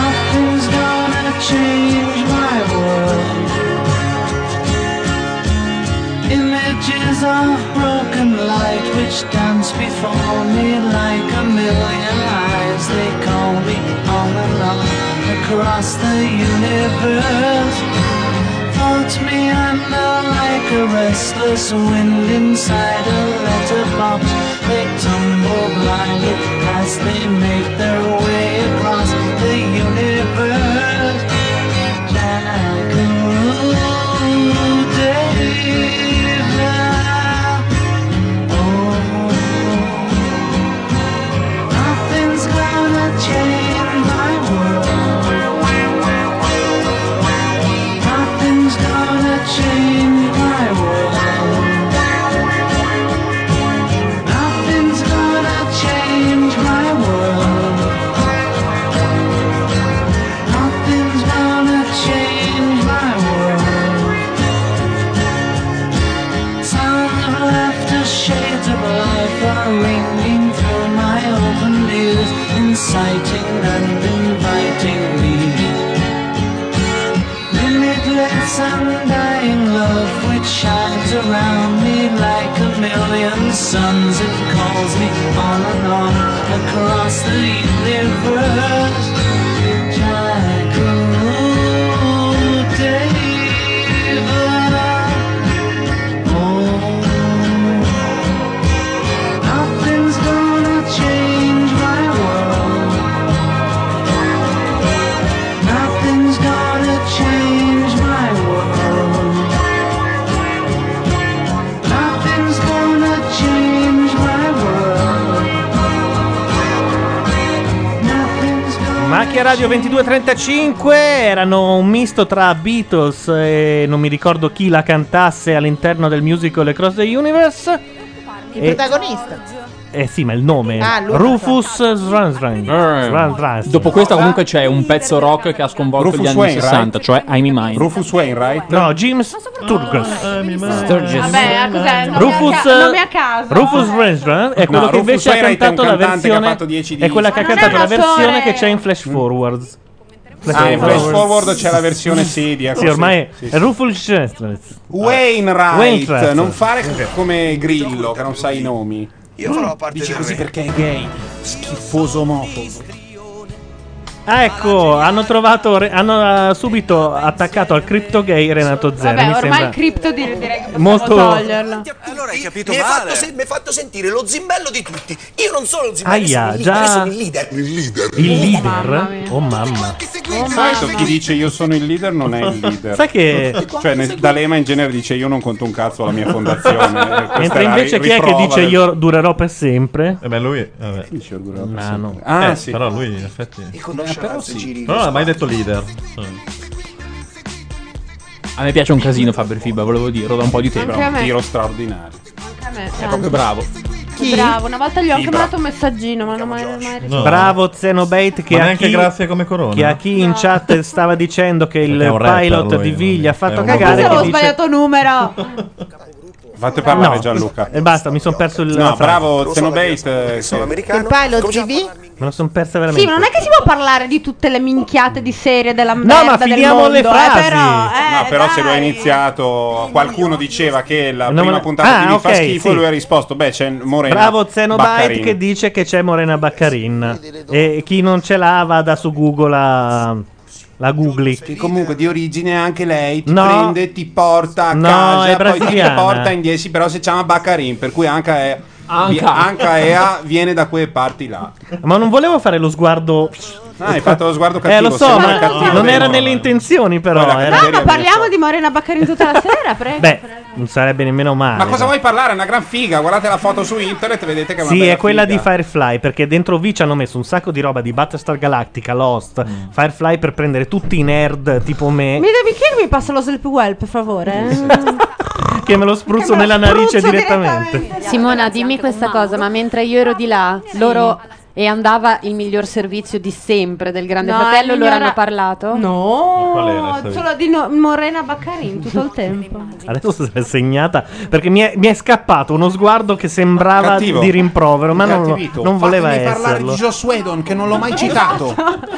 Speaker 16: Nothing's gonna change my world. Images of broken light which dance before me like a million eyes. They call me on and on across the universe. Thoughts meander like a restless wind inside a letterbox. They tumble blindly as they make their way across the universe. Like a rude Nothing's gonna change my world. Nothing's gonna change my world. Nothing's gonna change my world. Nothing's gonna change my world. Sounds of laughter, shades of life are ringing through my open ears, inciting and inviting me. Limitless undying love which shines around me like a million suns. It calls me on and on across the universe. Jai Guru Deva. Oh, nothing's gonna change my world. Nothing's gonna change my world. Nothing's gonna change my world. Nothing's gonna
Speaker 2: Macchia Radio 2235 erano un misto tra Beatles e non mi ricordo chi la cantasse all'interno del musical Across the Universe.
Speaker 10: Il protagonista.
Speaker 2: Eh sì, ma il nome.
Speaker 10: Ah, Lu-
Speaker 2: Rufus Swainwright. Swainwright.
Speaker 8: Dopo questa comunque c'è un pezzo rock che ha sconvolto
Speaker 2: Rufus
Speaker 8: gli anni
Speaker 2: Wainwright.
Speaker 8: 60, cioè I'm in Mind.
Speaker 4: Rufus Wainwright?
Speaker 2: No, James Turgus.
Speaker 3: Eh,
Speaker 6: Vabbè, ah, cos'è? Nomi
Speaker 2: Rufus,
Speaker 6: a ca- nomi a caso.
Speaker 2: Rufus Wainwright è quello
Speaker 4: No,
Speaker 2: che
Speaker 4: Rufus
Speaker 2: invece ha
Speaker 4: Wainwright è un
Speaker 2: cantato la
Speaker 4: cantante che ha
Speaker 2: versione
Speaker 4: fatto 10
Speaker 2: è quella che ha
Speaker 4: dischi.
Speaker 2: cantato
Speaker 4: Ma
Speaker 2: la
Speaker 4: non è un
Speaker 2: versione
Speaker 4: attore.
Speaker 2: che c'è in Flash Forwards.
Speaker 4: Ah, in Flash Forward c'è la versione sedia,
Speaker 2: Mm. Sì,
Speaker 4: così.
Speaker 2: ormai
Speaker 4: Sì, sì.
Speaker 2: è Rufus Wainwright.
Speaker 4: Wainwright,
Speaker 2: Wainwright.
Speaker 4: non fare come Grillo che non sa i nomi. Mm.
Speaker 11: Io farò parte
Speaker 4: Dici
Speaker 11: del
Speaker 4: così
Speaker 11: re.
Speaker 4: perché è gay, schifoso omofobo.
Speaker 2: Ah, ecco, hanno trovato re- hanno eh, subito attaccato al crypto gay Renato Zero,
Speaker 6: Vabbè,
Speaker 2: Eh, mi
Speaker 6: ormai
Speaker 2: sembra.
Speaker 6: il cripto di- direi che possiamo
Speaker 2: Molto-
Speaker 6: toglierlo.
Speaker 22: Allora hai capito
Speaker 11: Mi hai,
Speaker 22: male.
Speaker 11: fatto se- mi hai fatto sentire lo zimbello di tutti. Io non sono lo zimbello,
Speaker 2: Aia,
Speaker 11: sono il leader,
Speaker 2: già
Speaker 11: sono il leader.
Speaker 2: il leader.
Speaker 11: Mamma mia.
Speaker 2: Oh mamma.
Speaker 4: Sai che chi dice io sono il leader non
Speaker 2: [laughs]
Speaker 4: è il leader.
Speaker 2: Ah, Sai che-
Speaker 4: Cioè, nel- D'Alema in genere dice io non conto un cazzo alla mia fondazione. eh, Questa
Speaker 2: Mentre
Speaker 4: è la
Speaker 2: invece
Speaker 4: ri-
Speaker 2: chi è che
Speaker 4: riprova
Speaker 2: dice
Speaker 4: del-
Speaker 2: io durerò per sempre?
Speaker 3: Eh beh, lui.
Speaker 2: Ma no.
Speaker 3: Ah,
Speaker 2: Eh,
Speaker 3: sì. Però lui, in effetti.
Speaker 11: conosce
Speaker 3: però
Speaker 11: razze, giri
Speaker 3: Però non ha mai detto leader.
Speaker 8: A me piace un casino Fabri Fiba, volevo dirlo da un po' di tempo.
Speaker 6: Anche a me. Tiro
Speaker 4: straordinario.
Speaker 6: A me,
Speaker 8: È proprio bravo.
Speaker 6: Chi? Bravo, una volta gli ho anche
Speaker 2: Fibra.
Speaker 6: mandato un messaggino, ma non mai, mai
Speaker 2: No. Bravo Zenobate che
Speaker 3: Ma
Speaker 2: a
Speaker 3: neanche
Speaker 2: chi-
Speaker 3: grazie come corona.
Speaker 2: Che a chi in chat stava dicendo che il
Speaker 3: Perché è un rapper
Speaker 2: pilot
Speaker 3: lui,
Speaker 2: di Viglia ha fatto
Speaker 3: un
Speaker 2: cagare.
Speaker 6: Forse
Speaker 2: Chi
Speaker 6: avevo
Speaker 2: dice...
Speaker 6: sbagliato numero.
Speaker 4: Fate parlare
Speaker 2: No.
Speaker 4: Gianluca.
Speaker 2: E basta, mi sono perso il.
Speaker 4: No,
Speaker 2: la frase.
Speaker 4: bravo Zenobate. eh, sì.
Speaker 11: americano.
Speaker 6: pilot
Speaker 2: Me lo sono persa veramente.
Speaker 6: Sì, ma non è che si può parlare di tutte le minchiate di serie della merda
Speaker 2: ma
Speaker 6: del
Speaker 2: finiamo
Speaker 6: mondo,
Speaker 2: le frasi.
Speaker 6: Eh, però,
Speaker 4: No, però se lo ha iniziato, qualcuno diceva che la
Speaker 2: No,
Speaker 4: prima
Speaker 2: ma-
Speaker 4: puntata
Speaker 2: Ah,
Speaker 4: di Mi
Speaker 2: ok,
Speaker 4: fa schifo
Speaker 2: sì.
Speaker 4: lui ha risposto, beh c'è Morena
Speaker 2: Bravo Zenobite
Speaker 4: Baccarin.
Speaker 2: che dice che c'è Morena Baccarin. E chi non ce l'ha vada su Google a. La googli. Che
Speaker 4: comunque di origine anche lei
Speaker 2: no,
Speaker 4: ti porta a
Speaker 2: No, è
Speaker 4: casa, poi ti
Speaker 2: brasiliana.
Speaker 4: porta in 10, però si chiama Baccarin, per cui Anca è...
Speaker 2: Anca.
Speaker 4: Anca Ea viene da quelle parti là.
Speaker 2: Ma non volevo fare lo sguardo.
Speaker 4: No, Ah, hai fatto lo sguardo
Speaker 2: Eh,
Speaker 4: cattivo,
Speaker 2: lo so,
Speaker 4: sembra
Speaker 2: ma
Speaker 4: cattivo,
Speaker 2: non era
Speaker 4: vero?
Speaker 2: nelle intenzioni, però. eh.
Speaker 4: Poi la
Speaker 2: era-
Speaker 6: No, ma parliamo di Morena Baccarin tutta
Speaker 2: [laughs]
Speaker 6: la sera, prego.
Speaker 2: Beh, non sarebbe nemmeno male.
Speaker 4: Ma cosa
Speaker 2: dai.
Speaker 4: vuoi parlare? È una gran figa, guardate la foto su internet, vedete che è una
Speaker 2: Sì,
Speaker 4: bella
Speaker 2: è quella
Speaker 4: figa.
Speaker 2: di Firefly, perché dentro V ci hanno messo un sacco di roba di Battlestar Galactica, Lost,
Speaker 4: Mm.
Speaker 2: Firefly per prendere tutti i nerd tipo me,
Speaker 6: Mi devi chi mi passa lo Sleepwell, per
Speaker 18: eh.
Speaker 6: favore?
Speaker 2: che me lo spruzzo nella narice direttamente.
Speaker 18: Simona, dimmi questa cosa, ma mentre io ero di là, loro e andava il miglior servizio di sempre del Grande
Speaker 6: No,
Speaker 18: Fratello,
Speaker 6: il
Speaker 18: loro
Speaker 6: migliora-
Speaker 18: hanno parlato?
Speaker 3: Qual era,
Speaker 6: No,
Speaker 3: stavi-
Speaker 6: solo Oh, di no- Morena Baccarin tutto il
Speaker 4: [laughs]
Speaker 6: tempo.
Speaker 2: Adesso se l'è segnata, perché mi è, mi è scappato uno sguardo che sembrava
Speaker 4: Cattivo.
Speaker 2: di rimprovero, ma non,
Speaker 4: Cattivito.
Speaker 2: non voleva
Speaker 4: Fatemi parlare
Speaker 2: esserlo.
Speaker 4: di Joss Whedon che non l'ho mai citato.
Speaker 6: Esatto.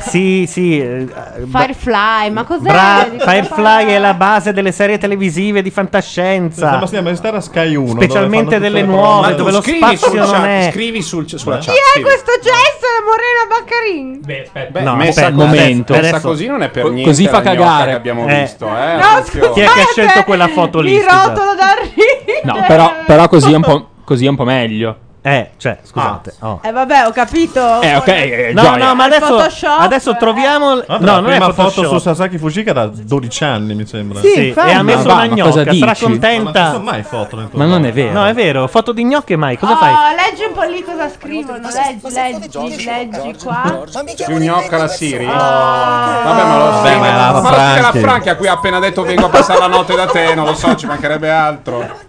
Speaker 2: Sì, sì. eh, bra-
Speaker 6: Firefly, ma cos'è?
Speaker 2: bra-
Speaker 6: Di cosa
Speaker 2: Firefly è la base delle serie televisive di fantascienza.
Speaker 3: Ma stiamo stare a Sky 1.
Speaker 2: Specialmente delle nuove, dove lo
Speaker 4: scrivi
Speaker 2: spazio
Speaker 4: sul
Speaker 2: non
Speaker 4: chat,
Speaker 2: è.
Speaker 4: scrivi sul- sulla
Speaker 6: Chi
Speaker 4: chat.
Speaker 6: è
Speaker 4: scrivi.
Speaker 6: questo gesto da Morena Baccarin?
Speaker 8: Beh, aspetta.
Speaker 4: Beh,
Speaker 2: No,
Speaker 4: messa,
Speaker 2: aspetta,
Speaker 4: così,
Speaker 2: momento.
Speaker 4: messa
Speaker 2: Adesso-
Speaker 4: così non è per
Speaker 2: Co-
Speaker 4: niente
Speaker 2: così fa
Speaker 4: la gnocca
Speaker 2: cagare.
Speaker 4: che abbiamo
Speaker 2: Eh.
Speaker 4: visto, eh.
Speaker 2: No,
Speaker 4: attenzione.
Speaker 2: Chi è che ha scelto quella foto lì?
Speaker 6: Mi
Speaker 2: scusa?
Speaker 6: rotolo dal ridere.
Speaker 8: No, però, però così, è un po', così è un po' meglio.
Speaker 2: Eh, cioè, scusate.
Speaker 4: Ah.
Speaker 6: Eh vabbè, ho capito.
Speaker 8: Eh, ok, eh,
Speaker 2: No,
Speaker 8: gioia.
Speaker 2: no, ma adesso,
Speaker 6: Photoshop,
Speaker 2: adesso troviamo.
Speaker 3: no,
Speaker 2: no, non è
Speaker 3: prima foto
Speaker 2: Photoshop.
Speaker 3: su Sasaki Fujika da 12 anni, mi sembra.
Speaker 2: Sì, Sì, infatti. e ha messo
Speaker 3: Ma va,
Speaker 2: una
Speaker 3: ma
Speaker 2: gnocca,
Speaker 3: cosa
Speaker 2: sarà
Speaker 3: dici?
Speaker 2: contenta.
Speaker 3: Ma non ci sono mai foto nel tuo
Speaker 2: non è vero. No, è vero. Foto di gnocche mai. Cosa
Speaker 6: oh,
Speaker 4: Ah!
Speaker 2: fai?
Speaker 6: leggi un po' lì cosa scrivono. Leggi, leggi, leggi qua.
Speaker 4: Più gnocca la Siri.
Speaker 6: Ah.
Speaker 4: Vabbè, ma lo
Speaker 3: Vabbè,
Speaker 4: sai.
Speaker 3: ma è la
Speaker 4: Ma lo sai che la
Speaker 3: Franchi.
Speaker 4: Franchi a cui ha appena detto vengo a passare la notte da te, non lo so, ci mancherebbe altro.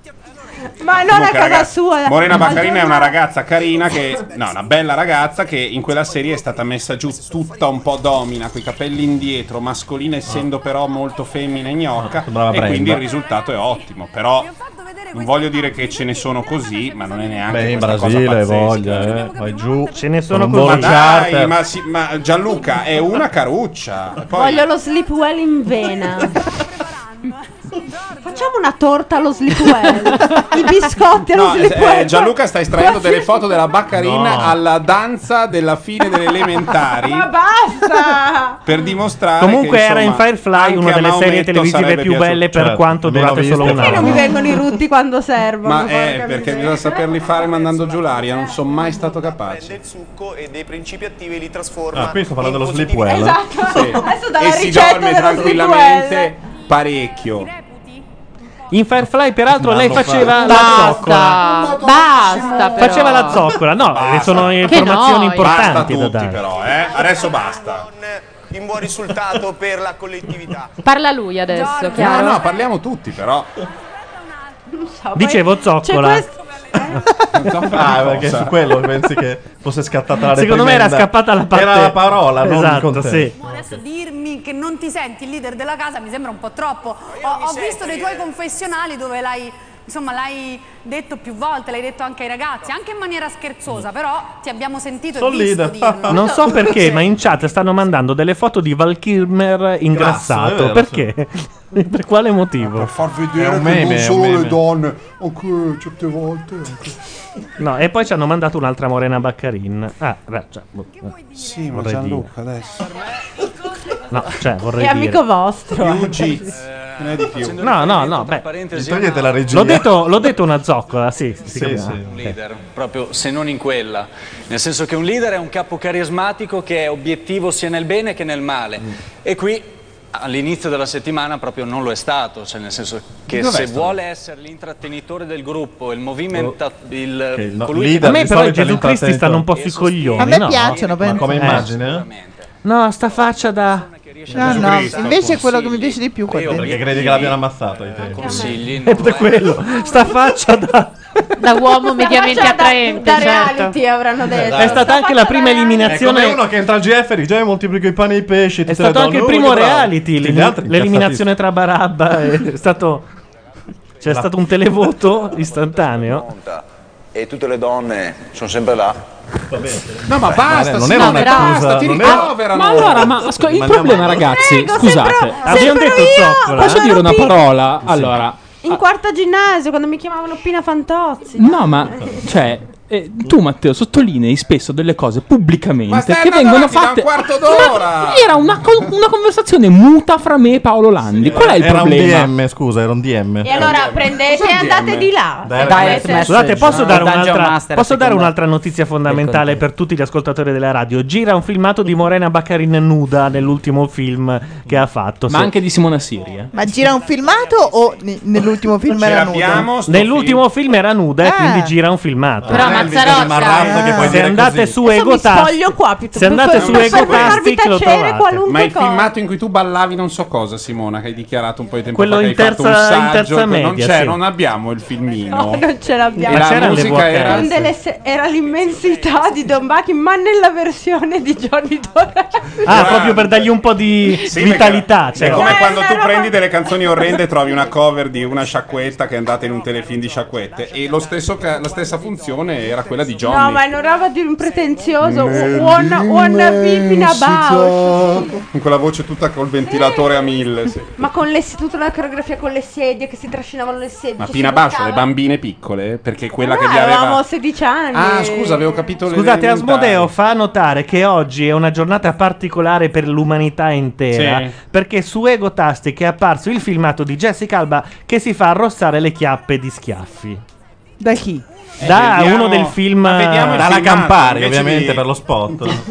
Speaker 6: Ma Eh, non è
Speaker 4: Comunque,
Speaker 6: cosa
Speaker 4: ragazzi,
Speaker 6: sua.
Speaker 4: Morena
Speaker 6: Ma
Speaker 4: Baccarina è
Speaker 6: giorno-
Speaker 4: una ragazza carina che no, una bella ragazza che in quella serie è stata messa giù tutta un po' domina, coi capelli indietro, mascolina essendo però molto femmina e gnocca e
Speaker 3: sembrava Ah. Brenda.
Speaker 4: quindi il risultato è ottimo, però non voglio dire che ce ne sono così, ma non è neanche
Speaker 3: Beh, in
Speaker 4: questa cosa
Speaker 3: Brasile
Speaker 4: pazzesca.
Speaker 3: voglia, eh. Vai giù. Ce ne
Speaker 2: sono
Speaker 3: con un volo
Speaker 4: Ma dai,
Speaker 3: charter.
Speaker 4: ma, sì, ma Gianluca è una caruccia. Poi
Speaker 6: Voglio lo sleepwell in
Speaker 2: [laughs]
Speaker 6: vena. Facciamo una torta allo sleepwell. I biscotti allo
Speaker 4: No,
Speaker 6: sleepwell.
Speaker 4: eh, Gianluca sta estraendo delle foto della Baccarin
Speaker 2: No.
Speaker 4: alla danza della fine delle elementari
Speaker 6: [laughs] Ma basta!
Speaker 4: per dimostrare
Speaker 2: Comunque
Speaker 4: che,
Speaker 2: era in
Speaker 4: insomma,
Speaker 2: Firefly
Speaker 4: anche
Speaker 2: una
Speaker 4: a
Speaker 2: delle serie
Speaker 4: Maometto
Speaker 2: televisive
Speaker 4: sarebbe
Speaker 2: più belle
Speaker 4: piaciuto.
Speaker 2: per quanto durate solo un
Speaker 6: Perché non mi
Speaker 2: anno.
Speaker 6: vengono i rutti quando servono?
Speaker 4: ma è
Speaker 2: eh,
Speaker 6: porca
Speaker 4: perché
Speaker 6: miseria.
Speaker 4: bisogna saperli fare mandando giù l'aria, non sono mai stato capace.
Speaker 11: succo e dei principi attivi li trasforma.
Speaker 4: Ah, qui sto parlando dello
Speaker 11: in
Speaker 4: sleep
Speaker 11: positivi-
Speaker 4: well. Esatto. Sì.
Speaker 6: [laughs] Adesso
Speaker 4: e
Speaker 6: dalla
Speaker 4: si
Speaker 6: ricetta
Speaker 4: dorme
Speaker 6: dello sleepwell.
Speaker 4: tranquillamente parecchio.
Speaker 2: In Firefly, peraltro, lei
Speaker 4: Mamma
Speaker 2: faceva
Speaker 4: mia.
Speaker 2: la
Speaker 4: Basta.
Speaker 2: zoccola.
Speaker 6: Basta, però.
Speaker 2: Faceva la zoccola, no,
Speaker 4: Basta.
Speaker 2: sono informazioni
Speaker 6: noia.
Speaker 4: Basta
Speaker 2: importanti da
Speaker 4: tutti
Speaker 2: dare.
Speaker 4: però, eh. Adesso basta.
Speaker 11: Un buon risultato per la collettività.
Speaker 18: Parla lui adesso,
Speaker 4: No,
Speaker 18: chiaro?
Speaker 4: no, parliamo tutti però.
Speaker 6: Non so, poi
Speaker 2: Dicevo
Speaker 6: c'è
Speaker 2: zoccola.
Speaker 4: [laughs]
Speaker 6: questo-
Speaker 3: Ah, perché su quello pensi che fosse scattata la
Speaker 2: Secondo me era
Speaker 3: reprimenda.
Speaker 2: scappata la parte-
Speaker 3: Era la parola, non il
Speaker 2: Esatto,
Speaker 3: contesto.
Speaker 2: sì.
Speaker 5: Adesso dirmi che non ti senti il leader della casa mi sembra un po' troppo. Ho, ho visto dei tuoi confessionali dove l'hai, insomma, l'hai detto più volte, l'hai detto anche ai ragazzi, anche in maniera scherzosa, però ti abbiamo sentito e visto
Speaker 2: [laughs]
Speaker 5: dirlo.
Speaker 2: Non so
Speaker 5: Cioè
Speaker 2: perché, ma in chat stanno mandando delle foto di Val Kilmer ingrassato.
Speaker 3: Grasso, è vero,
Speaker 2: perché? [laughs] per quale motivo? Per
Speaker 11: far vedere che non solo le donne, anche certe volte. Anche.
Speaker 2: No, e poi ci hanno mandato un'altra Morena Baccarin. Ah, beh, cioè, boh, eh,
Speaker 4: Sì, ma
Speaker 2: vorrei dire.
Speaker 4: Gianluca adesso.
Speaker 2: No, cioè, vorrei
Speaker 17: È
Speaker 2: dire.
Speaker 17: amico vostro.
Speaker 4: Yuji.
Speaker 6: [laughs] Ah,
Speaker 4: Ne è di più.
Speaker 2: No, no, no, beh.
Speaker 23: parentesi,
Speaker 4: Togliete
Speaker 23: la
Speaker 2: L'ho detto, l'ho detto una zoccola, sì. si capiva.
Speaker 23: un leader, proprio se non in quella. Nel senso che un leader è un capo carismatico che è obiettivo sia nel bene che nel male. E qui all'inizio della settimana proprio non lo è stato, cioè nel senso che
Speaker 2: Dov'è
Speaker 23: se
Speaker 2: stato?
Speaker 23: vuole essere l'intrattenitore del gruppo, il movimento il
Speaker 3: Che no-
Speaker 23: colui
Speaker 3: leader
Speaker 2: A me
Speaker 3: di
Speaker 2: però i
Speaker 3: solito è
Speaker 2: Gesù Cristi
Speaker 3: l'intrattenitore.
Speaker 2: stanno un po' sui coglioni.
Speaker 23: A me
Speaker 2: no?
Speaker 23: piacciono,
Speaker 3: Ma come
Speaker 2: Eh.
Speaker 3: immagine?
Speaker 2: No, sta faccia da.
Speaker 10: No,
Speaker 3: Gesù
Speaker 10: no, invece
Speaker 3: Cristo,
Speaker 10: è
Speaker 23: consigli.
Speaker 10: quello che mi piace di più. qua
Speaker 23: Io
Speaker 10: dentro.
Speaker 3: Perché credi che l'abbiano ammazzato
Speaker 2: Eh,
Speaker 3: ai tempi.
Speaker 23: Consigli.
Speaker 2: È per quello. Sta faccia da.
Speaker 18: Da uomo mediamente
Speaker 17: faccia da-
Speaker 18: attraente.
Speaker 17: da
Speaker 18: certo.
Speaker 17: reality avranno detto.
Speaker 2: Esatto. È stata anche la prima
Speaker 3: Ecco, È come
Speaker 2: eliminazione.
Speaker 3: uno che entra al GF e già "Eh, moltiplico i pani e i pesci.
Speaker 2: È stato anche il primo reality. l'elim- L'eliminazione tra Barabba. È stato. C'è
Speaker 13: La-
Speaker 2: stato un televoto istantaneo.
Speaker 13: E tutte le donne sono sempre là.
Speaker 8: No, ma
Speaker 13: Beh,
Speaker 8: basta,
Speaker 13: non
Speaker 8: sì,
Speaker 13: era
Speaker 8: no,
Speaker 13: una
Speaker 8: però-
Speaker 13: accusa,
Speaker 3: Ah,
Speaker 8: basta, ti
Speaker 13: non era-
Speaker 8: ricoverano.
Speaker 13: Ma
Speaker 8: allora, ma asco- il problema, ragazzi, scusate,
Speaker 2: abbiamo detto zoccola.
Speaker 8: Posso
Speaker 2: eh?
Speaker 8: dire una parola? Allora,
Speaker 6: In quarta ginnasio, quando mi chiamavano Pina Fantozzi.
Speaker 8: no, ma cioè, eh, tu, Matteo, sottolinei spesso delle cose
Speaker 4: Ma
Speaker 8: pubblicamente
Speaker 4: stai
Speaker 8: che
Speaker 4: andando
Speaker 8: vengono
Speaker 4: avanti da
Speaker 8: fatte.
Speaker 4: un quarto d'ora!
Speaker 8: Ma Era una, co- una conversazione muta fra me e Paolo Landi. Qual è il
Speaker 3: era
Speaker 8: problema?
Speaker 3: un DM, scusa, era un DM.
Speaker 17: E allora prendete e andate di là.
Speaker 3: Direct
Speaker 17: Dai,
Speaker 3: message.
Speaker 17: message.
Speaker 2: Scusate, posso
Speaker 3: Ah,
Speaker 2: dare,
Speaker 3: Dungeon
Speaker 2: un'altra,
Speaker 3: Master,
Speaker 2: posso dare
Speaker 3: secondo-
Speaker 2: un'altra notizia fondamentale per tutti gli ascoltatori della radio? Gira un filmato di Morena Baccarin nuda nell'ultimo film che ha fatto.
Speaker 8: Ma
Speaker 2: Se-
Speaker 8: anche di Simona Siri. eh.
Speaker 10: Ma gira un filmato o ne- nell'ultimo film era nudo?
Speaker 2: Nell'ultimo film era nuda e
Speaker 10: Ah.
Speaker 2: quindi gira un filmato.
Speaker 10: Però,
Speaker 2: Eh,
Speaker 10: Mazzarotta-
Speaker 2: il Marrazzo che
Speaker 10: Ah.
Speaker 2: puoi
Speaker 10: Se
Speaker 2: dire
Speaker 10: andate
Speaker 2: così.
Speaker 10: su
Speaker 2: Adesso mi
Speaker 10: Egotastic-
Speaker 2: spoglio
Speaker 17: qua piuttosto
Speaker 2: Se andate su
Speaker 4: Ego
Speaker 2: Egotastic lo trovate. Ah,
Speaker 4: Ma il filmato in cui tu ballavi non so cosa, Simona, che hai dichiarato un po' di tempo
Speaker 2: Quello
Speaker 4: fa che
Speaker 2: in
Speaker 4: hai fatto un
Speaker 2: terza- in
Speaker 4: saggio,
Speaker 2: terza
Speaker 4: che non
Speaker 2: media,
Speaker 4: c'è,
Speaker 2: sì.
Speaker 4: non abbiamo il filmino.
Speaker 6: [laughs] No, non ce l'abbiamo.
Speaker 4: E la
Speaker 2: c'erano le
Speaker 4: musica era
Speaker 6: Un delle se- era l'immensità di Don Bucky, ma nella versione di Johnny Dorelli.
Speaker 2: Ah, proprio per dargli un po' di
Speaker 4: Sì,
Speaker 2: vitalità.
Speaker 4: perché- È
Speaker 2: cioè.
Speaker 6: Eh,
Speaker 4: come quando tu prendi delle canzoni orrende e trovi una cover di una sciacquetta che è andata in un telefilm di sciacquette. E lo stesso ca- la stessa funzione era quella di Johnny.
Speaker 6: No, ma è una roba di un pretenzioso. One, one beeping about.
Speaker 4: Con quella voce tutta col ventilatore a mille. sì.
Speaker 6: Ma con le, tutta una coreografia con le sedie che si trascinavano le sedie.
Speaker 4: Ma
Speaker 6: ci
Speaker 4: Pina
Speaker 6: si
Speaker 4: Bascio, le
Speaker 6: buttava.
Speaker 4: bambine piccole, perché quella
Speaker 6: No,
Speaker 4: che gli
Speaker 6: avevamo
Speaker 4: aveva...
Speaker 6: 16 anni.
Speaker 4: Ah, scusa, avevo capito le
Speaker 2: Scusate,
Speaker 4: elementari.
Speaker 2: Asmodeo fa notare che oggi è una giornata particolare per l'umanità intera
Speaker 4: Sì.
Speaker 2: perché su Ego Tastic è apparso il filmato di Jessica Alba che si fa arrossare le chiappe di schiaffi.
Speaker 10: Da chi?
Speaker 4: vediamo-
Speaker 2: Da Ah, uno del film
Speaker 4: ma vediamo il
Speaker 2: dalla
Speaker 4: filmato,
Speaker 2: Campari,
Speaker 4: invece
Speaker 2: ovviamente
Speaker 4: di-
Speaker 2: per
Speaker 3: lo spot.
Speaker 4: [laughs]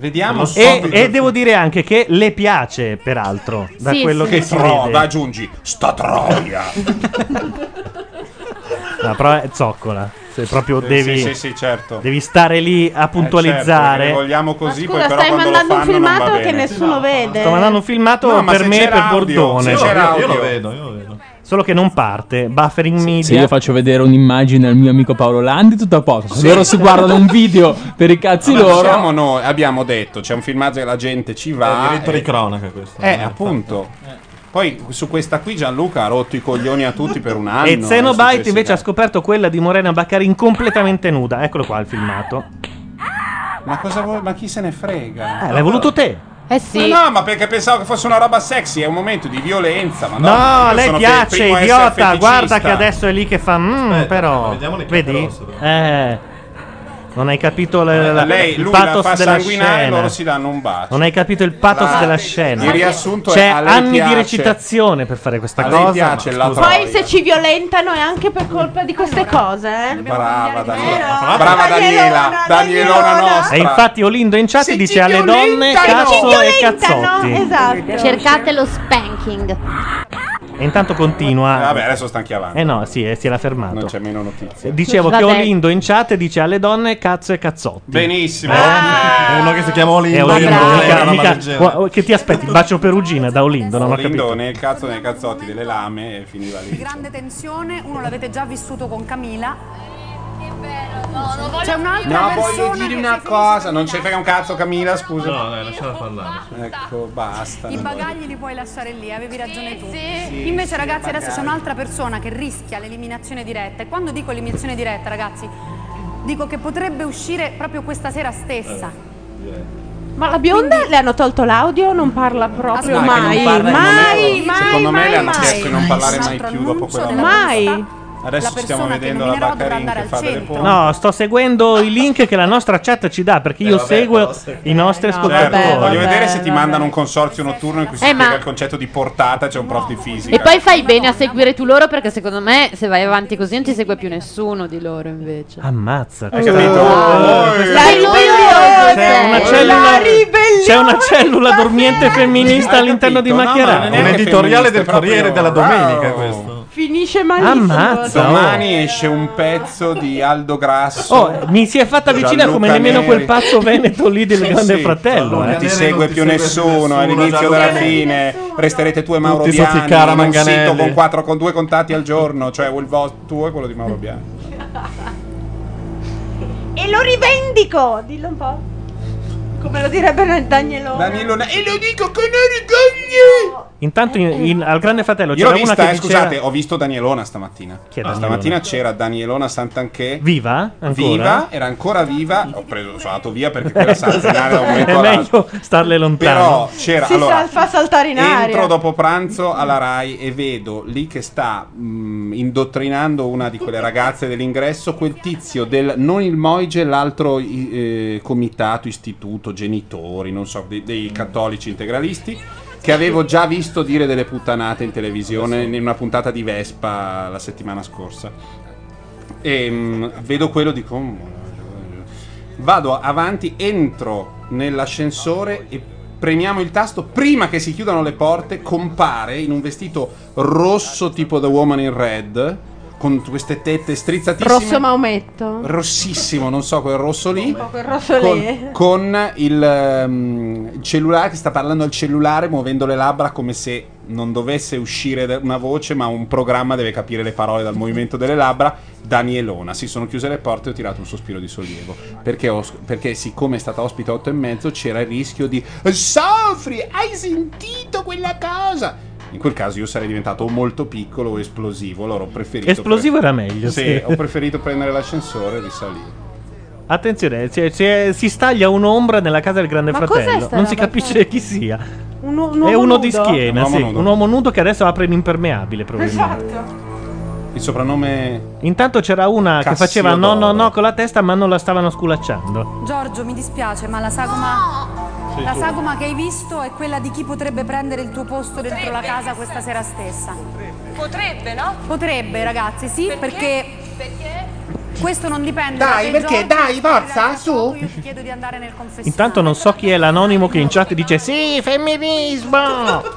Speaker 4: Vediamo
Speaker 2: Ah, e, e devo dire anche che le piace, peraltro, da
Speaker 4: Sì,
Speaker 2: quello
Speaker 4: sì.
Speaker 2: che
Speaker 4: Che
Speaker 2: si
Speaker 4: trova,
Speaker 2: vede.
Speaker 4: aggiungi, sta troia.
Speaker 2: No, però è zoccola. Se proprio
Speaker 4: Eh,
Speaker 2: devi,
Speaker 4: sì, sì, sì, certo.
Speaker 2: devi stare lì a puntualizzare.
Speaker 4: Eh, certo, perché le vogliamo così,
Speaker 6: Scusa,
Speaker 4: poi però
Speaker 6: stai
Speaker 4: quando
Speaker 6: mandando
Speaker 4: lo
Speaker 6: un
Speaker 4: fanno non va
Speaker 6: filmato che
Speaker 4: bene.
Speaker 6: nessuno vede.
Speaker 2: Sto mandando un filmato
Speaker 6: No, ma
Speaker 2: per
Speaker 6: se
Speaker 2: me e
Speaker 6: c'era
Speaker 2: per
Speaker 6: audio,
Speaker 2: Bordone.
Speaker 3: se c'era
Speaker 2: Io- io lo
Speaker 3: audio.
Speaker 2: vedo, io lo vedo. Solo che non parte. Buffering media.
Speaker 8: Se io faccio vedere un'immagine al mio amico Paolo Landi, tutto a posto. Se
Speaker 4: Sì.
Speaker 8: loro si guardano un video per i cazzi
Speaker 4: Ma
Speaker 8: loro.
Speaker 4: siamo noi, abbiamo detto, c'è un filmato e la gente ci va.
Speaker 2: Eh,
Speaker 3: È diritto di
Speaker 4: cronaca questo. Eh, appunto. Poi su questa qui Gianluca ha rotto i coglioni a tutti per un anno.
Speaker 2: e Xenobite
Speaker 4: eh,
Speaker 2: invece ha scoperto quella di Morena Baccarin completamente nuda. Eccolo qua il filmato.
Speaker 4: Ma, cosa vuoi- ma chi se ne frega?
Speaker 2: Eh, l'hai voluto te.
Speaker 18: Eh
Speaker 4: Ma no, ma perché pensavo che fosse una roba sexy, è un momento di violenza. Ma no,
Speaker 2: No,
Speaker 4: io
Speaker 2: lei
Speaker 4: sono
Speaker 2: piace,
Speaker 4: per il primo a essere
Speaker 2: idiota.
Speaker 4: feticista.
Speaker 2: Guarda che adesso è lì che fa. "Mm, però. Vedi? Eh, non hai capito la- la-
Speaker 4: Lei,
Speaker 2: il
Speaker 4: lui la
Speaker 2: pathos
Speaker 4: fa
Speaker 2: della
Speaker 4: sanguinare e loro
Speaker 2: scena.
Speaker 4: si danno un bacio.
Speaker 2: Non hai capito il pathos
Speaker 4: La-
Speaker 2: della scena.
Speaker 4: il riassunto è
Speaker 2: C'è
Speaker 4: a lei
Speaker 2: anni di
Speaker 4: piace.
Speaker 2: recitazione per fare questa
Speaker 4: A lei
Speaker 2: cosa.
Speaker 4: piace la
Speaker 2: scusa.
Speaker 4: troia.
Speaker 6: Poi se ci violentano è anche per colpa di queste cose, eh.
Speaker 4: Brava Daniela. Brava Daniela.
Speaker 6: Danielona,
Speaker 4: Danielona nostra.
Speaker 2: E infatti Olindo in chat dice alle donne
Speaker 18: Se ci
Speaker 2: cazzo e
Speaker 18: violentano,
Speaker 3: Esatto.
Speaker 2: cazzotti.
Speaker 18: Cercate lo spanking.
Speaker 2: E intanto continua.
Speaker 4: Eh, vabbè, adesso sta anche avanti.
Speaker 2: Eh no, sì, eh, si era fermato.
Speaker 4: Non c'è meno notizie.
Speaker 2: Eh, Dicevo che Olindo in chat dice alle donne cazzo e cazzotti. Eh?
Speaker 4: Benissimo.
Speaker 2: Ah.
Speaker 3: Uno che si chiama
Speaker 2: È
Speaker 3: Olindo.
Speaker 2: Olindo,
Speaker 3: Olindo,
Speaker 2: mica-
Speaker 3: Olindo,
Speaker 2: mica-
Speaker 3: Olindo.
Speaker 2: o- o- che ti aspetti? Il bacio perugina da Olindo, non ho
Speaker 4: Lindo
Speaker 2: capito.
Speaker 4: nel cazzo nei cazzotti delle lame e finiva lì.
Speaker 5: Grande tensione, uno l'avete già vissuto con Camila. C'è un'altra
Speaker 4: No, voglio
Speaker 5: persona
Speaker 4: dire
Speaker 5: che
Speaker 4: una
Speaker 5: si-
Speaker 4: cosa, non ci frega un cazzo Camilla, scusa.
Speaker 1: No, dai, lasciala parlare.
Speaker 4: Ecco, basta.
Speaker 5: I
Speaker 4: non voglio-
Speaker 5: bagagli li puoi lasciare lì, avevi ragione tu.
Speaker 4: Sì,
Speaker 5: Invece,
Speaker 4: sì,
Speaker 5: ragazzi, adesso
Speaker 4: bagagli.
Speaker 5: c'è un'altra persona che rischia l'eliminazione diretta. E quando dico eliminazione diretta, ragazzi, dico che potrebbe uscire proprio questa sera stessa.
Speaker 6: Ma la bionda le hanno tolto l'audio, non parla proprio
Speaker 4: Ah, che non
Speaker 6: mai.
Speaker 4: parla, non
Speaker 6: mai,
Speaker 4: è-
Speaker 6: mai,
Speaker 4: Secondo me
Speaker 6: mai,
Speaker 4: le hanno
Speaker 6: mai.
Speaker 4: chiesto di non parlare mai più dopo quella
Speaker 6: Mai.
Speaker 4: Adesso stiamo vedendo la Baccarin che fa delle pompe.
Speaker 2: No, sto seguendo i link che la nostra chat ci dà
Speaker 3: Eh,
Speaker 2: perché io seguo i nostri ascoltatori.
Speaker 4: Certo, voglio vedere se ti mandano un consorzio notturno in cui si
Speaker 18: Eh,
Speaker 4: spiega
Speaker 18: ma-
Speaker 4: il concetto di portata, c'è un prof di fisica.
Speaker 18: E poi fai bene a seguire tu loro perché secondo me se vai avanti così non ti segue più nessuno di loro invece.
Speaker 2: Ammazza,
Speaker 4: Hai
Speaker 2: questa-
Speaker 4: capito?
Speaker 2: Oh,
Speaker 4: Eh,
Speaker 2: questa-
Speaker 4: la ribellione!
Speaker 2: C'è una
Speaker 4: La
Speaker 2: cellula, c'è una cellula dormiente femminista
Speaker 4: Hai
Speaker 2: all'interno di
Speaker 4: capito? No,
Speaker 2: Macchia
Speaker 4: ma non è
Speaker 2: Radio.
Speaker 4: neanche
Speaker 3: Editoriale del
Speaker 4: femminista, è
Speaker 3: Corriere
Speaker 4: proprio-
Speaker 3: della Domenica
Speaker 4: Wow.
Speaker 3: questo.
Speaker 6: Finisce malissimo.
Speaker 2: Ammazza,
Speaker 4: Domani esce un pezzo di Aldo Grasso.
Speaker 2: Oh, mi si è fatta vicina
Speaker 4: Gianluca
Speaker 2: come nemmeno
Speaker 4: Neri.
Speaker 2: quel pazzo veneto lì del
Speaker 4: Sì,
Speaker 2: Grande
Speaker 4: sì.
Speaker 2: Fratello.
Speaker 4: Non
Speaker 2: eh.
Speaker 4: ti segue più nessuno, è l'inizio della fine. Resterete tu e Mauro
Speaker 3: Tutti sotto il
Speaker 4: Bianchi
Speaker 3: cara
Speaker 4: in un sito
Speaker 3: Manganelli.
Speaker 4: con, quattro, con due contatti al giorno, cioè il vostro tuo e quello di
Speaker 2: Eh,
Speaker 4: Mauro Bianchi.
Speaker 6: [laughs] E lo rivendico, dillo un po'. Come lo direbbe Danielo.
Speaker 4: Danilo E lo dico con
Speaker 2: Intanto in- in- al Grande Fratello
Speaker 4: Io
Speaker 2: c'era
Speaker 4: l'ho
Speaker 2: una
Speaker 4: vista,
Speaker 2: che
Speaker 4: eh,
Speaker 2: diceva-
Speaker 4: scusate, ho visto Danielona stamattina.
Speaker 2: è
Speaker 4: Ah,
Speaker 2: Danielona?
Speaker 4: Stamattina c'era Danielona Santanché.
Speaker 2: Viva? Ancora?
Speaker 4: Viva, era ancora viva. Ho preso, sono andato via perché
Speaker 2: [laughs]
Speaker 4: quella sa frenare da un momento
Speaker 2: È
Speaker 4: all'altro.
Speaker 2: meglio starle lontano.
Speaker 4: Però c'era
Speaker 6: si
Speaker 4: allora,
Speaker 6: sa- fa saltare in aria.
Speaker 4: Entro dopo pranzo alla Rai e vedo lì che sta mh, indottrinando una di quelle ragazze dell'ingresso quel tizio del non il Moige, l'altro i- eh, comitato, istituto, genitori, non so, dei, dei cattolici integralisti. Che avevo già visto dire delle puttanate in televisione in una puntata di Vespa la settimana scorsa. E mh, vedo quello, dico. "Mm, Vado avanti, entro nell'ascensore e premiamo il tasto. Prima che si chiudano le porte, compare in un vestito rosso tipo The Woman in Red, con queste tette strizzatissime.
Speaker 6: Rosso Maometto.
Speaker 4: rossissimo, non so, quel rosso lì.
Speaker 6: Oh, Quel rosso lì.
Speaker 4: Con, con il, ehm, il cellulare che sta parlando al cellulare muovendo le labbra come se non dovesse uscire da- una voce ma un programma deve capire le parole dal movimento delle labbra Danielona si sono chiuse le porte e ho tirato un sospiro di sollievo perché, ho- perché siccome è stata ospite a 8 e mezzo c'era il rischio di soffri hai sentito quella cosa in quel caso io sarei diventato o molto piccolo o esplosivo allora ho preferito
Speaker 2: Esplosivo era meglio, sì.
Speaker 4: sì ho preferito prendere l'ascensore e risalire
Speaker 2: Attenzione, si, si- si staglia un'ombra nella casa del Grande
Speaker 6: Ma cos'è
Speaker 2: Fratello.
Speaker 6: sta
Speaker 2: Non si
Speaker 6: roba?
Speaker 2: capisce chi sia.
Speaker 6: Un, u- un
Speaker 2: È
Speaker 6: uomo
Speaker 2: uno
Speaker 6: nudo?
Speaker 2: di schiena,
Speaker 4: Un uomo
Speaker 2: sì.
Speaker 4: nudo.
Speaker 2: Un uomo nudo che adesso apre l'impermeabile, probabilmente.
Speaker 6: Esatto.
Speaker 4: il soprannome
Speaker 2: Intanto c'era una che faceva no,
Speaker 4: Cassiodoro.
Speaker 2: no, no con la testa, ma non la stavano sculacciando.
Speaker 5: Giorgio, mi dispiace, ma la sagoma.
Speaker 2: Sei
Speaker 5: La
Speaker 2: tu.
Speaker 5: sagoma che hai visto è quella di chi potrebbe prendere il tuo posto dentro la casa questa sera stessa.
Speaker 20: Potrebbe, no?
Speaker 5: Potrebbe, ragazzi, sì, perché
Speaker 20: Perché?
Speaker 5: questo non dipende da
Speaker 20: Dai,
Speaker 5: te,
Speaker 20: perché?
Speaker 5: Giorgio.
Speaker 20: Dai, forza,
Speaker 5: su. Io ti chiedo di andare nel confessionale.
Speaker 2: Intanto non so chi è l'anonimo che in chat dice sì, femminismo.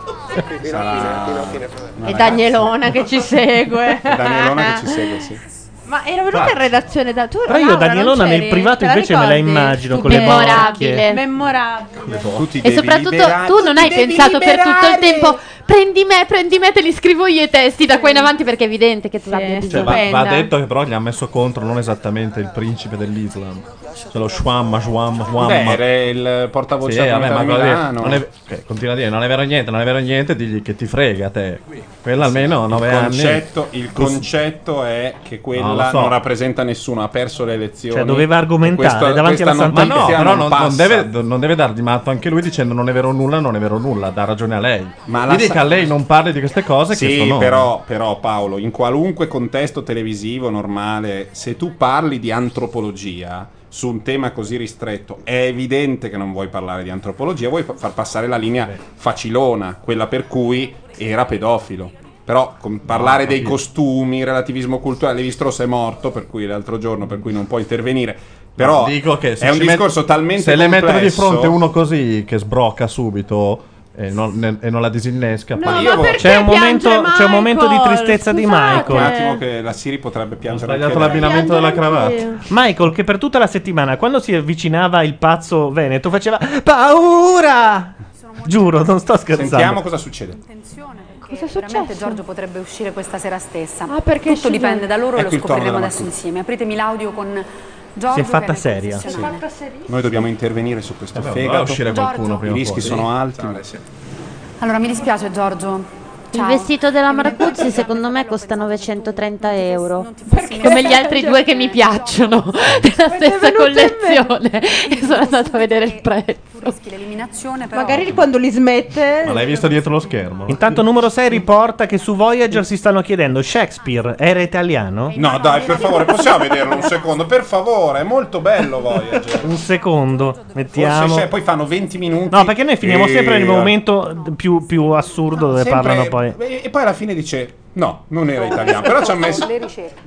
Speaker 6: E Danielona che ci
Speaker 2: [laughs]
Speaker 6: segue.
Speaker 4: Danielona che ci segue sì
Speaker 6: Ma era venuta in redazione da tu?
Speaker 2: Però io Danielona nel privato invece me la immagino con le
Speaker 18: Memorabile.
Speaker 2: borchie.
Speaker 6: Memorabile.
Speaker 18: E soprattutto tu non hai pensato per tutto il tempo prendi me, prendi me, te li scrivo io i testi da qua in avanti perché è evidente che tu abbia
Speaker 3: Cioè,
Speaker 18: bisogno.
Speaker 3: va, va detto che però gli ha messo contro non esattamente il principe dell'Islam. Cioè lo Schwamma, Schwamma,
Speaker 4: Beh,
Speaker 3: Schwamma.
Speaker 4: era il portavoce
Speaker 3: Sì,
Speaker 4: della
Speaker 3: vabbè, ma
Speaker 4: comunità di
Speaker 3: voglio dire,
Speaker 4: Milano.
Speaker 3: non è- ok, continua a dire non è vero niente, non è vero niente, digli che ti frega te. Quella almeno a
Speaker 4: Il
Speaker 3: 9
Speaker 4: concetto,
Speaker 3: anni.
Speaker 4: il concetto è che
Speaker 3: No,
Speaker 4: quella
Speaker 3: lo so.
Speaker 4: non rappresenta nessuno, ha perso le elezioni.
Speaker 2: Cioè, doveva argomentare davanti alla
Speaker 4: Santa
Speaker 3: Ma no, però non, non
Speaker 4: passa.
Speaker 3: deve, non deve dar di matto anche lui dicendo non è vero nulla, non è vero nulla, dà ragione a lei. Ma
Speaker 4: la
Speaker 3: Gli dica
Speaker 4: sa-
Speaker 3: a lei non parli di queste cose che
Speaker 4: Sì,
Speaker 3: sono
Speaker 4: però, però Paolo, in qualunque contesto televisivo normale, se tu parli di antropologia su un tema così ristretto, è evidente che non vuoi parlare di antropologia, vuoi fa- far passare la linea facilona, quella per cui era pedofilo. Però con- parlare
Speaker 3: ho
Speaker 4: dei
Speaker 3: capito.
Speaker 4: costumi, relativismo culturale, Levi Strauss è morto per cui l'altro giorno, per cui non può intervenire. Però
Speaker 3: dico che se
Speaker 4: è un
Speaker 3: ci met-
Speaker 4: discorso talmente
Speaker 3: se le mettono di
Speaker 4: complesso-
Speaker 3: fronte uno così che sbrocca subito e non, ne- e non la disinnesca.
Speaker 4: No,
Speaker 3: poi-
Speaker 4: ma perché C'è un
Speaker 2: momento- piange c'è un momento di Michael? tristezza di Scusate. Michael.
Speaker 4: Un attimo che la Siri potrebbe piangere.
Speaker 3: Ho sbagliato
Speaker 4: anche lei.
Speaker 3: l'abbinamento della cravatta.
Speaker 2: Michael, che per tutta la settimana, quando si avvicinava il pazzo Veneto, faceva paura. Giuro, non sto scherzando.
Speaker 4: Sentiamo cosa succede.
Speaker 5: Cosa veramente Giorgio potrebbe uscire questa sera stessa.
Speaker 6: Ah, perché
Speaker 5: Tutto
Speaker 6: esce
Speaker 5: dipende
Speaker 6: lui?
Speaker 5: da loro e
Speaker 4: Ecco
Speaker 5: lo
Speaker 4: il tono
Speaker 5: scopriremo
Speaker 4: della
Speaker 5: adesso insieme. Apritemi l'audio con Giorgio.
Speaker 4: Si è
Speaker 5: che
Speaker 4: fatta
Speaker 5: nel
Speaker 4: seria,
Speaker 5: confessionale.
Speaker 4: Noi dobbiamo intervenire su questo
Speaker 3: Eh beh, dovrà
Speaker 4: fegato.
Speaker 3: uscire qualcuno Giorgio. prima
Speaker 4: I
Speaker 3: o
Speaker 4: rischi
Speaker 3: poi.
Speaker 4: sono alti.
Speaker 5: Allora, mi dispiace Giorgio.
Speaker 1: Il vestito della Marcuzzi secondo me costa 930 euro.
Speaker 18: Come gli altri due che mi piacciono della stessa collezione. E [laughs] sono andato a vedere il prezzo.
Speaker 5: Rischi l'eliminazione, però.
Speaker 6: Magari quando li smette.
Speaker 2: l'hai visto dietro lo schermo? Intanto numero 6 riporta che su Voyager si stanno chiedendo Shakespeare era italiano?
Speaker 4: No, dai, per favore, possiamo vederlo un secondo? Per favore, è molto bello Voyager.
Speaker 2: Un secondo, mettiamo.
Speaker 4: Forse c'è, poi fanno 20 minuti.
Speaker 2: No, perché noi finiamo
Speaker 4: e-
Speaker 2: sempre nel momento più, più assurdo dove
Speaker 4: sempre-
Speaker 2: parlano poi.
Speaker 4: E poi alla fine dice: No, non era italiano. Però ci ha messo.
Speaker 5: Le
Speaker 20: Certo.
Speaker 5: ricerche.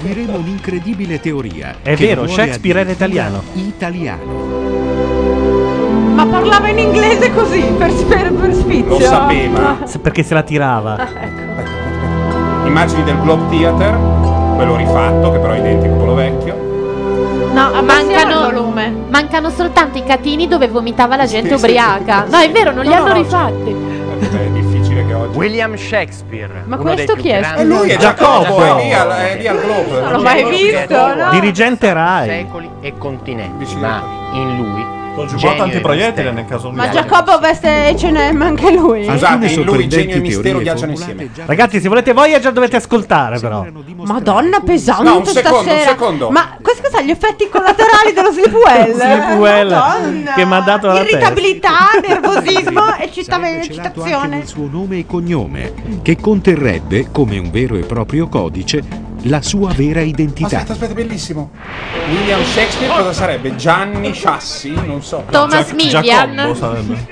Speaker 12: Diremo un'incredibile teoria.
Speaker 2: È
Speaker 12: che
Speaker 2: vero,
Speaker 12: muore
Speaker 2: Shakespeare era italiano.
Speaker 12: Italiano.
Speaker 6: Ma parlava in inglese così, per, per, per sfizio.
Speaker 4: Lo sapeva.
Speaker 2: Se- Perché se la tirava.
Speaker 4: [laughs] Immagini del Globe Theater, quello rifatto, che però è identico a quello vecchio.
Speaker 18: No, mancano, mancano soltanto i catini dove vomitava la gente ubriaca. No, è vero, non li
Speaker 4: No,
Speaker 18: hanno
Speaker 4: no,
Speaker 18: rifatti.
Speaker 4: È difficile che oggi.
Speaker 24: William Shakespeare.
Speaker 18: Ma
Speaker 24: uno dei
Speaker 18: questo
Speaker 24: più
Speaker 18: chi è?
Speaker 24: grandi-
Speaker 4: E lui è Giacobbo,
Speaker 2: Giacobbo.
Speaker 4: è lì al, è lì al Globe.
Speaker 6: Non l'ho mai visto, no?
Speaker 2: Dirigente Rai.
Speaker 24: Secoli e continenti. Ma in lui.
Speaker 3: Col giubbotto
Speaker 24: genio e
Speaker 3: antiproiettile
Speaker 24: mistero.
Speaker 3: nel caso
Speaker 6: Ma Giacobbo veste H&M anche Esatto, lui.
Speaker 4: Scusate, in lui genio e mistero viaggiano insieme.
Speaker 2: Ragazzi, se volete Voyager dovete ascoltare però.
Speaker 6: Madonna
Speaker 12: Esatto,
Speaker 6: pesante
Speaker 2: No, un secondo, un
Speaker 6: stasera.
Speaker 2: secondo.
Speaker 6: Ma questi cosa gli effetti collaterali dello Sleep
Speaker 2: [laughs]
Speaker 6: Well?
Speaker 2: Sleep well,
Speaker 4: Oh
Speaker 2: che mi ha dato la testa.
Speaker 6: Irritabilità,
Speaker 2: [laughs]
Speaker 6: nervosismo e città- eccitazione.
Speaker 12: Il suo nome e cognome, che conterrebbe, come un vero e proprio codice, la sua vera identità.
Speaker 4: Aspetta, aspetta, bellissimo. William Shakespeare cosa sarebbe? Gianni Sciassi? Non so.
Speaker 18: Thomas Millian.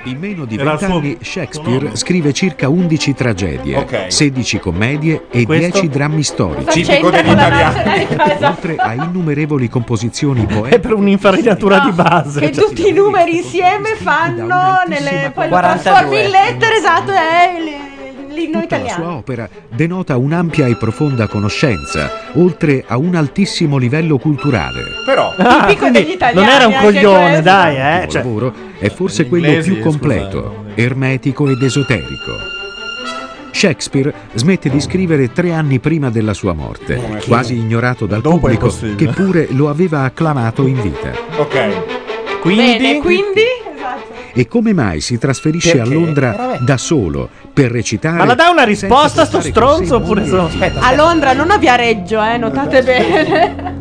Speaker 12: In meno di
Speaker 4: Era il suo-
Speaker 12: vent'anni Shakespeare scrive circa 11 tragedie,
Speaker 4: Ok.
Speaker 12: 16 commedie e
Speaker 4: Questo?
Speaker 12: 10 drammi storici.
Speaker 4: Tipico degli italiani.
Speaker 12: Oltre a innumerevoli composizioni poetiche.
Speaker 2: È per un'infarinatura di base. cioè.
Speaker 6: Che tutti i numeri insieme fanno nelle, poi lo
Speaker 12: 42.
Speaker 6: trasformi in lettere, esatto, è il- l'inno
Speaker 12: Tutta la sua
Speaker 6: italiano.
Speaker 12: opera denota un'ampia e profonda conoscenza, oltre a un altissimo livello culturale.
Speaker 4: Però
Speaker 2: Ah,
Speaker 6: Tipico
Speaker 2: quindi
Speaker 6: degli italiani
Speaker 2: non era un
Speaker 6: anche
Speaker 2: coglione,
Speaker 6: questo.
Speaker 2: dai,
Speaker 12: Il
Speaker 2: eh.
Speaker 12: suo
Speaker 2: cioè.
Speaker 12: lavoro è forse quello
Speaker 2: inglesi,
Speaker 12: più completo, ermetico ed esoterico. Shakespeare smette di scrivere tre anni prima della sua morte, quasi ignorato dal pubblico che pure lo aveva acclamato in vita.
Speaker 2: Ok. Quindi,
Speaker 6: quindi?
Speaker 12: E come mai si trasferisce
Speaker 2: Perché?
Speaker 12: a Londra da solo per recitare?
Speaker 2: Ma la dà una
Speaker 12: senza
Speaker 2: risposta sto
Speaker 12: stare con sé
Speaker 2: stronzo oppure
Speaker 12: moglie e
Speaker 2: sono...
Speaker 12: figli?
Speaker 6: A Londra non a Viareggio, eh, notate bene.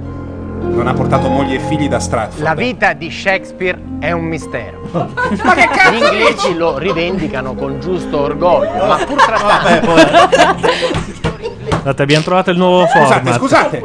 Speaker 4: Non ha portato moglie e figli da Stratford.
Speaker 24: La vita di Shakespeare è
Speaker 4: [laughs]
Speaker 24: un mistero.
Speaker 6: Ma che cazzo
Speaker 24: Gli inglesi lo rivendicano con giusto orgoglio, ma pur trattando [laughs]
Speaker 2: Guardate, abbiamo trovato il nuovo
Speaker 24: Scusate,
Speaker 2: format.
Speaker 24: scusate.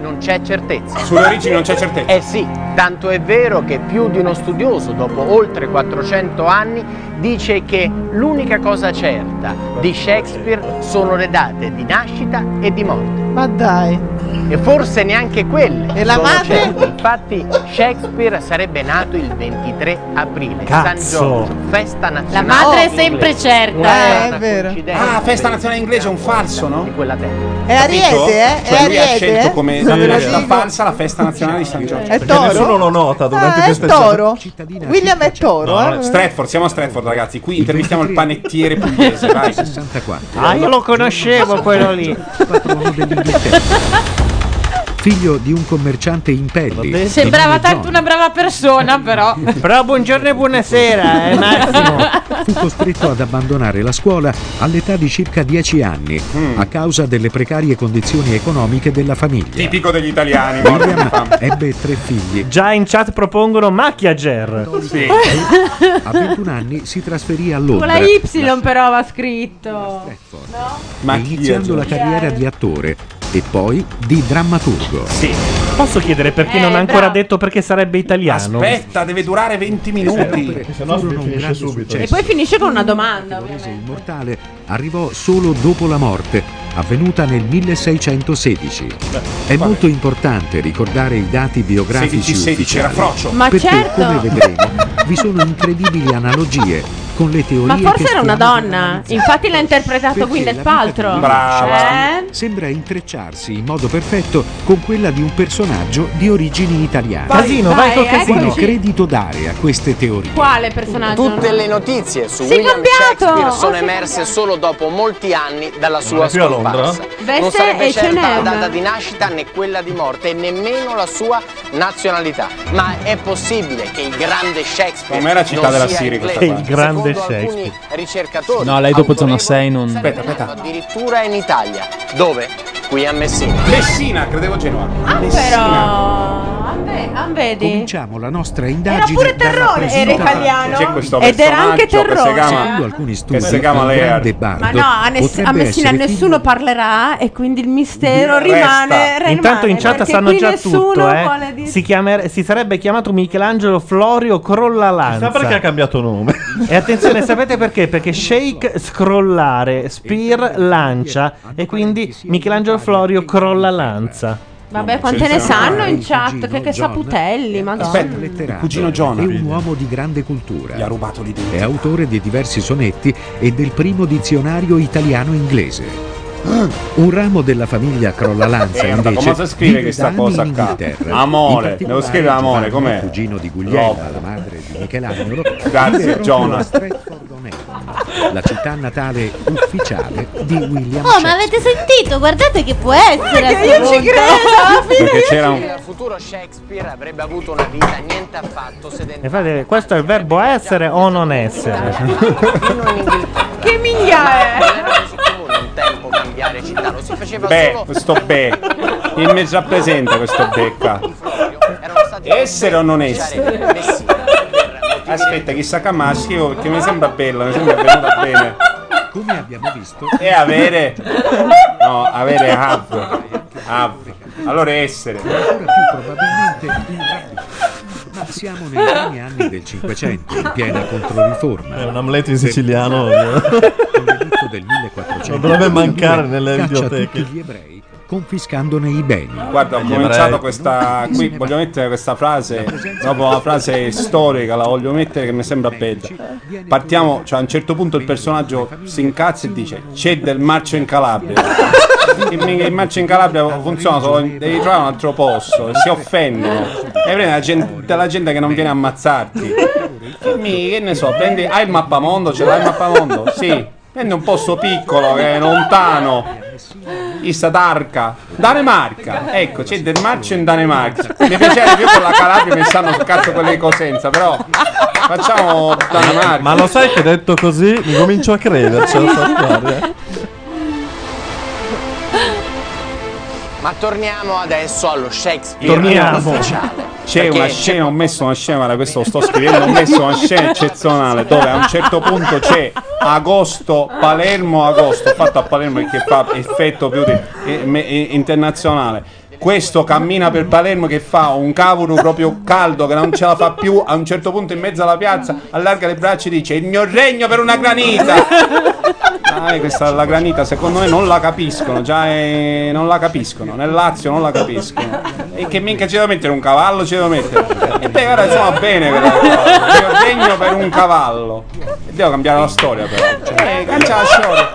Speaker 24: non c'è certezza.
Speaker 2: Sulle origini non c'è
Speaker 24: certezza. Eh sì, tanto è vero che più di uno studioso, dopo oltre 400 anni, dice che l'unica cosa certa di Shakespeare sono le date di nascita e di morte.
Speaker 10: Ma dai.
Speaker 24: E forse neanche quelle.
Speaker 10: E la
Speaker 24: sono
Speaker 10: madre?
Speaker 24: certe. Infatti Shakespeare sarebbe nato il 23 aprile,
Speaker 2: Cazzo.
Speaker 24: San Giorgio, festa nazionale.
Speaker 18: La madre è
Speaker 24: inglese.
Speaker 18: sempre certa.
Speaker 24: Una
Speaker 18: Eh,
Speaker 24: giornata
Speaker 10: è vero.
Speaker 24: coincidente.
Speaker 4: Ah, festa nazionale inglese è un falso, no? Di
Speaker 24: quella terra.
Speaker 10: È Ariete, eh?
Speaker 4: Cioè
Speaker 10: È
Speaker 4: lui ha
Speaker 10: Ariete,
Speaker 4: scelto
Speaker 10: eh?
Speaker 4: come
Speaker 10: Sì. Ve lo
Speaker 4: la
Speaker 10: dico.
Speaker 4: falsa la festa nazionale di San Giorgio.
Speaker 10: È Perché toro? nessuno lo
Speaker 4: nota
Speaker 10: Ah, è toro. William è toro,
Speaker 4: No,
Speaker 10: eh?
Speaker 4: Stratford, siamo a Stratford, ragazzi. Qui intervistiamo il panettiere pugliese. Vai.
Speaker 12: 64.
Speaker 2: Ah, io lo conoscevo quello lì.
Speaker 12: Figlio di un commerciante in pelli.
Speaker 18: Sembrava tanto una brava persona,
Speaker 24: [laughs]
Speaker 18: però.
Speaker 2: Però buongiorno e buonasera, eh, Massimo.
Speaker 12: Fu costretto ad abbandonare la scuola all'età di circa 10 anni a causa delle precarie condizioni economiche della famiglia.
Speaker 4: Tipico degli italiani. morti di fame.
Speaker 12: Ebbe tre figli.
Speaker 2: Già in chat propongono Macchiager.
Speaker 4: Sì.
Speaker 12: A 21 anni si trasferì a
Speaker 6: Con
Speaker 12: Londra
Speaker 6: la Y però va scritto.
Speaker 12: Ma iniziando la carriera di attore e poi di drammaturgo.
Speaker 2: Posso chiedere perché non ha
Speaker 12: Eh,
Speaker 2: ancora
Speaker 12: bravo.
Speaker 2: detto perché sarebbe italiano?
Speaker 4: Aspetta, deve durare 20 minuti. Cioè,
Speaker 3: Se no finisce subito.
Speaker 4: Eh
Speaker 6: E poi finisce con una domanda.
Speaker 12: Immortale arrivò solo dopo la morte, avvenuta nel 1616. È molto importante ricordare i dati
Speaker 4: 16,
Speaker 12: biografici
Speaker 4: 16, era
Speaker 12: ufficiali,
Speaker 4: Frocio.
Speaker 6: Ma
Speaker 12: perché,
Speaker 17: [laughs]
Speaker 6: certo.
Speaker 12: come vedremo, vi sono incredibili analogie con le teorie
Speaker 17: Ma
Speaker 12: che
Speaker 17: forse era una
Speaker 12: stiamo
Speaker 17: donna. Infatti l'ha interpretato Gwyneth Paltrow. Eh?
Speaker 12: Sembra intrecciarsi in modo perfetto con quella di un personaggio di origini italiane.
Speaker 17: Vai, Casino, vai vai, col casino.
Speaker 12: Quale
Speaker 17: eccoci.
Speaker 12: credito dare a queste teorie?
Speaker 17: Quale personaggio?
Speaker 24: Tutte le notizie su
Speaker 17: Sei
Speaker 24: William
Speaker 17: cambiato!
Speaker 24: Shakespeare sono
Speaker 17: Oh, sei
Speaker 24: emerse solo dopo molti anni dalla
Speaker 3: non
Speaker 24: sua
Speaker 3: è più a
Speaker 24: scomparsa.
Speaker 3: Londra?
Speaker 24: Non
Speaker 17: Veste H&M.
Speaker 24: sarebbe
Speaker 17: e
Speaker 24: certa la
Speaker 17: Cenev.
Speaker 24: data di nascita né quella di morte e nemmeno la sua nazionalità. Ma è possibile che il grande Shakespeare
Speaker 4: Com'era Città
Speaker 24: non
Speaker 4: della
Speaker 24: sia
Speaker 4: Siri
Speaker 24: inglese?
Speaker 4: questa qua? Il grande
Speaker 24: Secondo alcuni ricercatori
Speaker 8: No, lei dopo zona 6 non.
Speaker 24: Aspetta, addirittura in Italia. Dove? Qui a Messina.
Speaker 4: Messina, credevo Genova.
Speaker 17: Ah, Però. ambe- Ambedi.
Speaker 12: Cominciamo la nostra indagine.
Speaker 17: pure
Speaker 12: dalla
Speaker 17: Terrone, era
Speaker 12: presentata.
Speaker 17: italiano. C'è questo Ed era anche
Speaker 12: personaggio che si
Speaker 17: Terrone.
Speaker 12: chiama-
Speaker 17: eh.
Speaker 12: Secondo alcuni studi,
Speaker 4: si chiama
Speaker 12: un
Speaker 4: Lear.
Speaker 12: grande
Speaker 17: Ma
Speaker 12: bardo
Speaker 17: no, a, Ness- a
Speaker 12: potrebbe
Speaker 17: Messina
Speaker 12: essere
Speaker 17: nessuno parlerà e quindi il mistero
Speaker 2: Resta.
Speaker 17: rimane, rimane.
Speaker 2: Intanto in chat
Speaker 17: perché
Speaker 2: sanno
Speaker 17: qui
Speaker 2: già
Speaker 17: nessuno
Speaker 2: tutto. eh.
Speaker 17: vuole dire-
Speaker 2: Si, chiamere- si sarebbe chiamato Michelangelo Florio Crollalanza.
Speaker 3: Chissà perché ha
Speaker 2: cambiato nome. E attenzione, sapete perché? Perché shake scrollare, spear lancia. E quindi Michelangelo Florio Crollalanza.
Speaker 17: Vabbè, quante ne sanno in chat? Che, che saputelli, madonna.
Speaker 12: Aspetta, letterato,
Speaker 4: cugino John.
Speaker 12: è un uomo di grande cultura.
Speaker 4: Gli ha rubato l'idea.
Speaker 12: È autore di diversi sonetti e del primo dizionario italiano-inglese. Un ramo della famiglia Crollalanza
Speaker 4: Merda,
Speaker 12: invece
Speaker 4: Eh, come si scrive
Speaker 12: vive
Speaker 4: questa
Speaker 12: da
Speaker 4: cosa
Speaker 12: anni in
Speaker 4: qua?
Speaker 12: Inghilterra.
Speaker 4: Amore,
Speaker 12: In
Speaker 4: devo
Speaker 12: particolare
Speaker 4: scrivere amore,
Speaker 12: Giovanni,
Speaker 4: com'è?
Speaker 12: Cugino di Guglielmo,
Speaker 4: Love.
Speaker 12: la madre di Michelangelo.
Speaker 4: Grazie,
Speaker 12: vivevano
Speaker 4: Jonas.
Speaker 12: a Stratford on Avon, La città natale ufficiale di William
Speaker 1: Oh, ma avete sentito? Guardate che può essere. a
Speaker 24: io
Speaker 1: sto
Speaker 24: ci
Speaker 1: punto.
Speaker 24: credo,
Speaker 2: Perché c'era un.
Speaker 24: Il futuro Shakespeare avrebbe avuto una vita niente affatto sedentaria.
Speaker 2: Infatti, questo è il verbo essere o non [laughs] essere.
Speaker 24: Che miglia è? Non era così comune un tempo cambiare città, lo si faceva
Speaker 4: Beh,
Speaker 24: solo
Speaker 4: questo be. Il me già presente questo be qua. Essere o non essere? Aspetta, chissà che maschio, perché mi sembra bello, mi sembra venuta bene.
Speaker 12: Come abbiamo visto,
Speaker 4: E avere. No, avere have. Have. Allora essere.
Speaker 12: ma siamo nei primi anni del Cinquecento, in piena controriforma.
Speaker 3: È un amleto in siciliano.
Speaker 12: Tutto del 1400.
Speaker 3: Non dovrebbe mancare
Speaker 12: Caccia
Speaker 3: nelle
Speaker 12: tutti
Speaker 3: videoteche.
Speaker 12: gli ebrei, confiscandone i beni.
Speaker 4: Guarda, ho
Speaker 12: Gli
Speaker 4: cominciato
Speaker 12: ebrei.
Speaker 4: questa. Qui voglio mettere questa frase. Dopo la frase storica, la voglio mettere che mi sembra bella. Partiamo, cioè a un certo punto il personaggio si incazza e dice: C'è del marcio in Calabria. Il, il marcio in Calabria funziona solo in- devi trovare un altro posto. E Si offendono. E prendi la gente, tutta la gente che non viene a ammazzarti. Dimmi, che ne so, prendi. Hai il mappamondo? Ce l'hai il mappamondo? Sì. Prendi un posto piccolo che è lontano. Istatarca, Danimarca, ecco c'è del marcio in Danimarca. Mi piaceva più con la Calabria, mi stanno sul cazzo quelle di Cosenza, però facciamo Danimarca.
Speaker 3: Ma lo sai che detto così mi comincio a crederci. lo so, guarda.
Speaker 24: Ma torniamo adesso allo Shakespeare
Speaker 4: Torniamo.
Speaker 24: ufficiale.
Speaker 4: C'è
Speaker 24: Perché
Speaker 4: una scena, ho messo una scena, guarda, questo lo sto scrivendo, ho messo una scena eccezionale dove a un certo punto c'è agosto, Palermo, agosto, fatto a Palermo che fa effetto più di- eh, me- eh, internazionale. Questo cammina per Palermo che fa un cavolo proprio caldo che non ce la fa più. A un certo punto in mezzo alla piazza allarga le braccia e dice: Il mio regno per una granita. Ah, eh, questa la granita secondo me non la capiscono, già eh, non la capiscono, nel Lazio non la capiscono. E che minchia ci devo mettere un cavallo, ci devo mettere. E beh, guarda, insomma, bene quella cosa. Io regno per un cavallo. E devo cambiare la storia però. Cioè, eh, cancia la storia.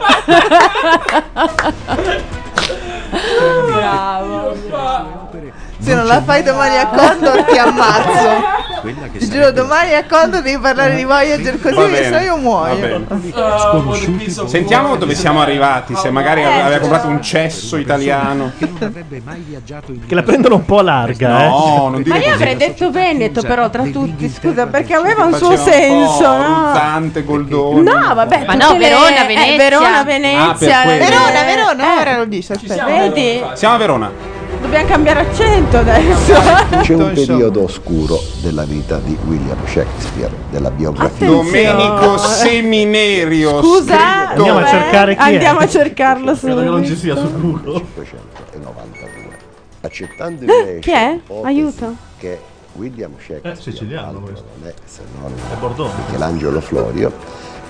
Speaker 17: [laughs]
Speaker 10: Se non la fai domani a Condor ti ammazzo.
Speaker 12: Quella che
Speaker 10: Ti giuro, domani a Condor devi parlare di Voyager così,
Speaker 4: Va
Speaker 10: se no
Speaker 4: bene,
Speaker 10: io
Speaker 4: va
Speaker 10: muoio.
Speaker 4: bene. Sentiamo dove siamo arrivati, se magari
Speaker 6: Eh.
Speaker 4: aveva comprato un cesso italiano.
Speaker 2: Che la prendono un po' larga. eh.
Speaker 4: No, non
Speaker 6: Ma
Speaker 4: dire
Speaker 6: io avrei
Speaker 4: così.
Speaker 6: detto Veneto
Speaker 4: Cioè,
Speaker 6: però tra tutti, scusa, perché aveva un suo
Speaker 4: Faceva un po'
Speaker 6: senso, no?
Speaker 4: Ruzzante, Goldoni.
Speaker 6: No, vabbè,
Speaker 4: Ma
Speaker 6: tutte
Speaker 10: no, Verona,
Speaker 6: eh,
Speaker 10: Venezia.
Speaker 6: Verona,
Speaker 10: Ah, per
Speaker 6: Venezia.
Speaker 4: quello.
Speaker 10: Verona, Verona, ora lo dici, aspetta.
Speaker 6: Vedi?
Speaker 4: Siamo a Verona.
Speaker 10: Eh,
Speaker 6: Dobbiamo cambiare accento adesso. Eh,
Speaker 7: C'è un periodo oscuro della vita di William Shakespeare, della biografia.
Speaker 4: Domenico Seminerio.
Speaker 6: Scusa,
Speaker 4: scritto-
Speaker 6: dov'è? Andiamo a cercarlo su.
Speaker 7: Google. 592. Accettando invece
Speaker 6: Chi è?
Speaker 7: l'ipotesi
Speaker 6: Aiuto.
Speaker 7: che William Shakespeare
Speaker 3: È siciliano questo.
Speaker 7: non è se non Michelangelo Florio,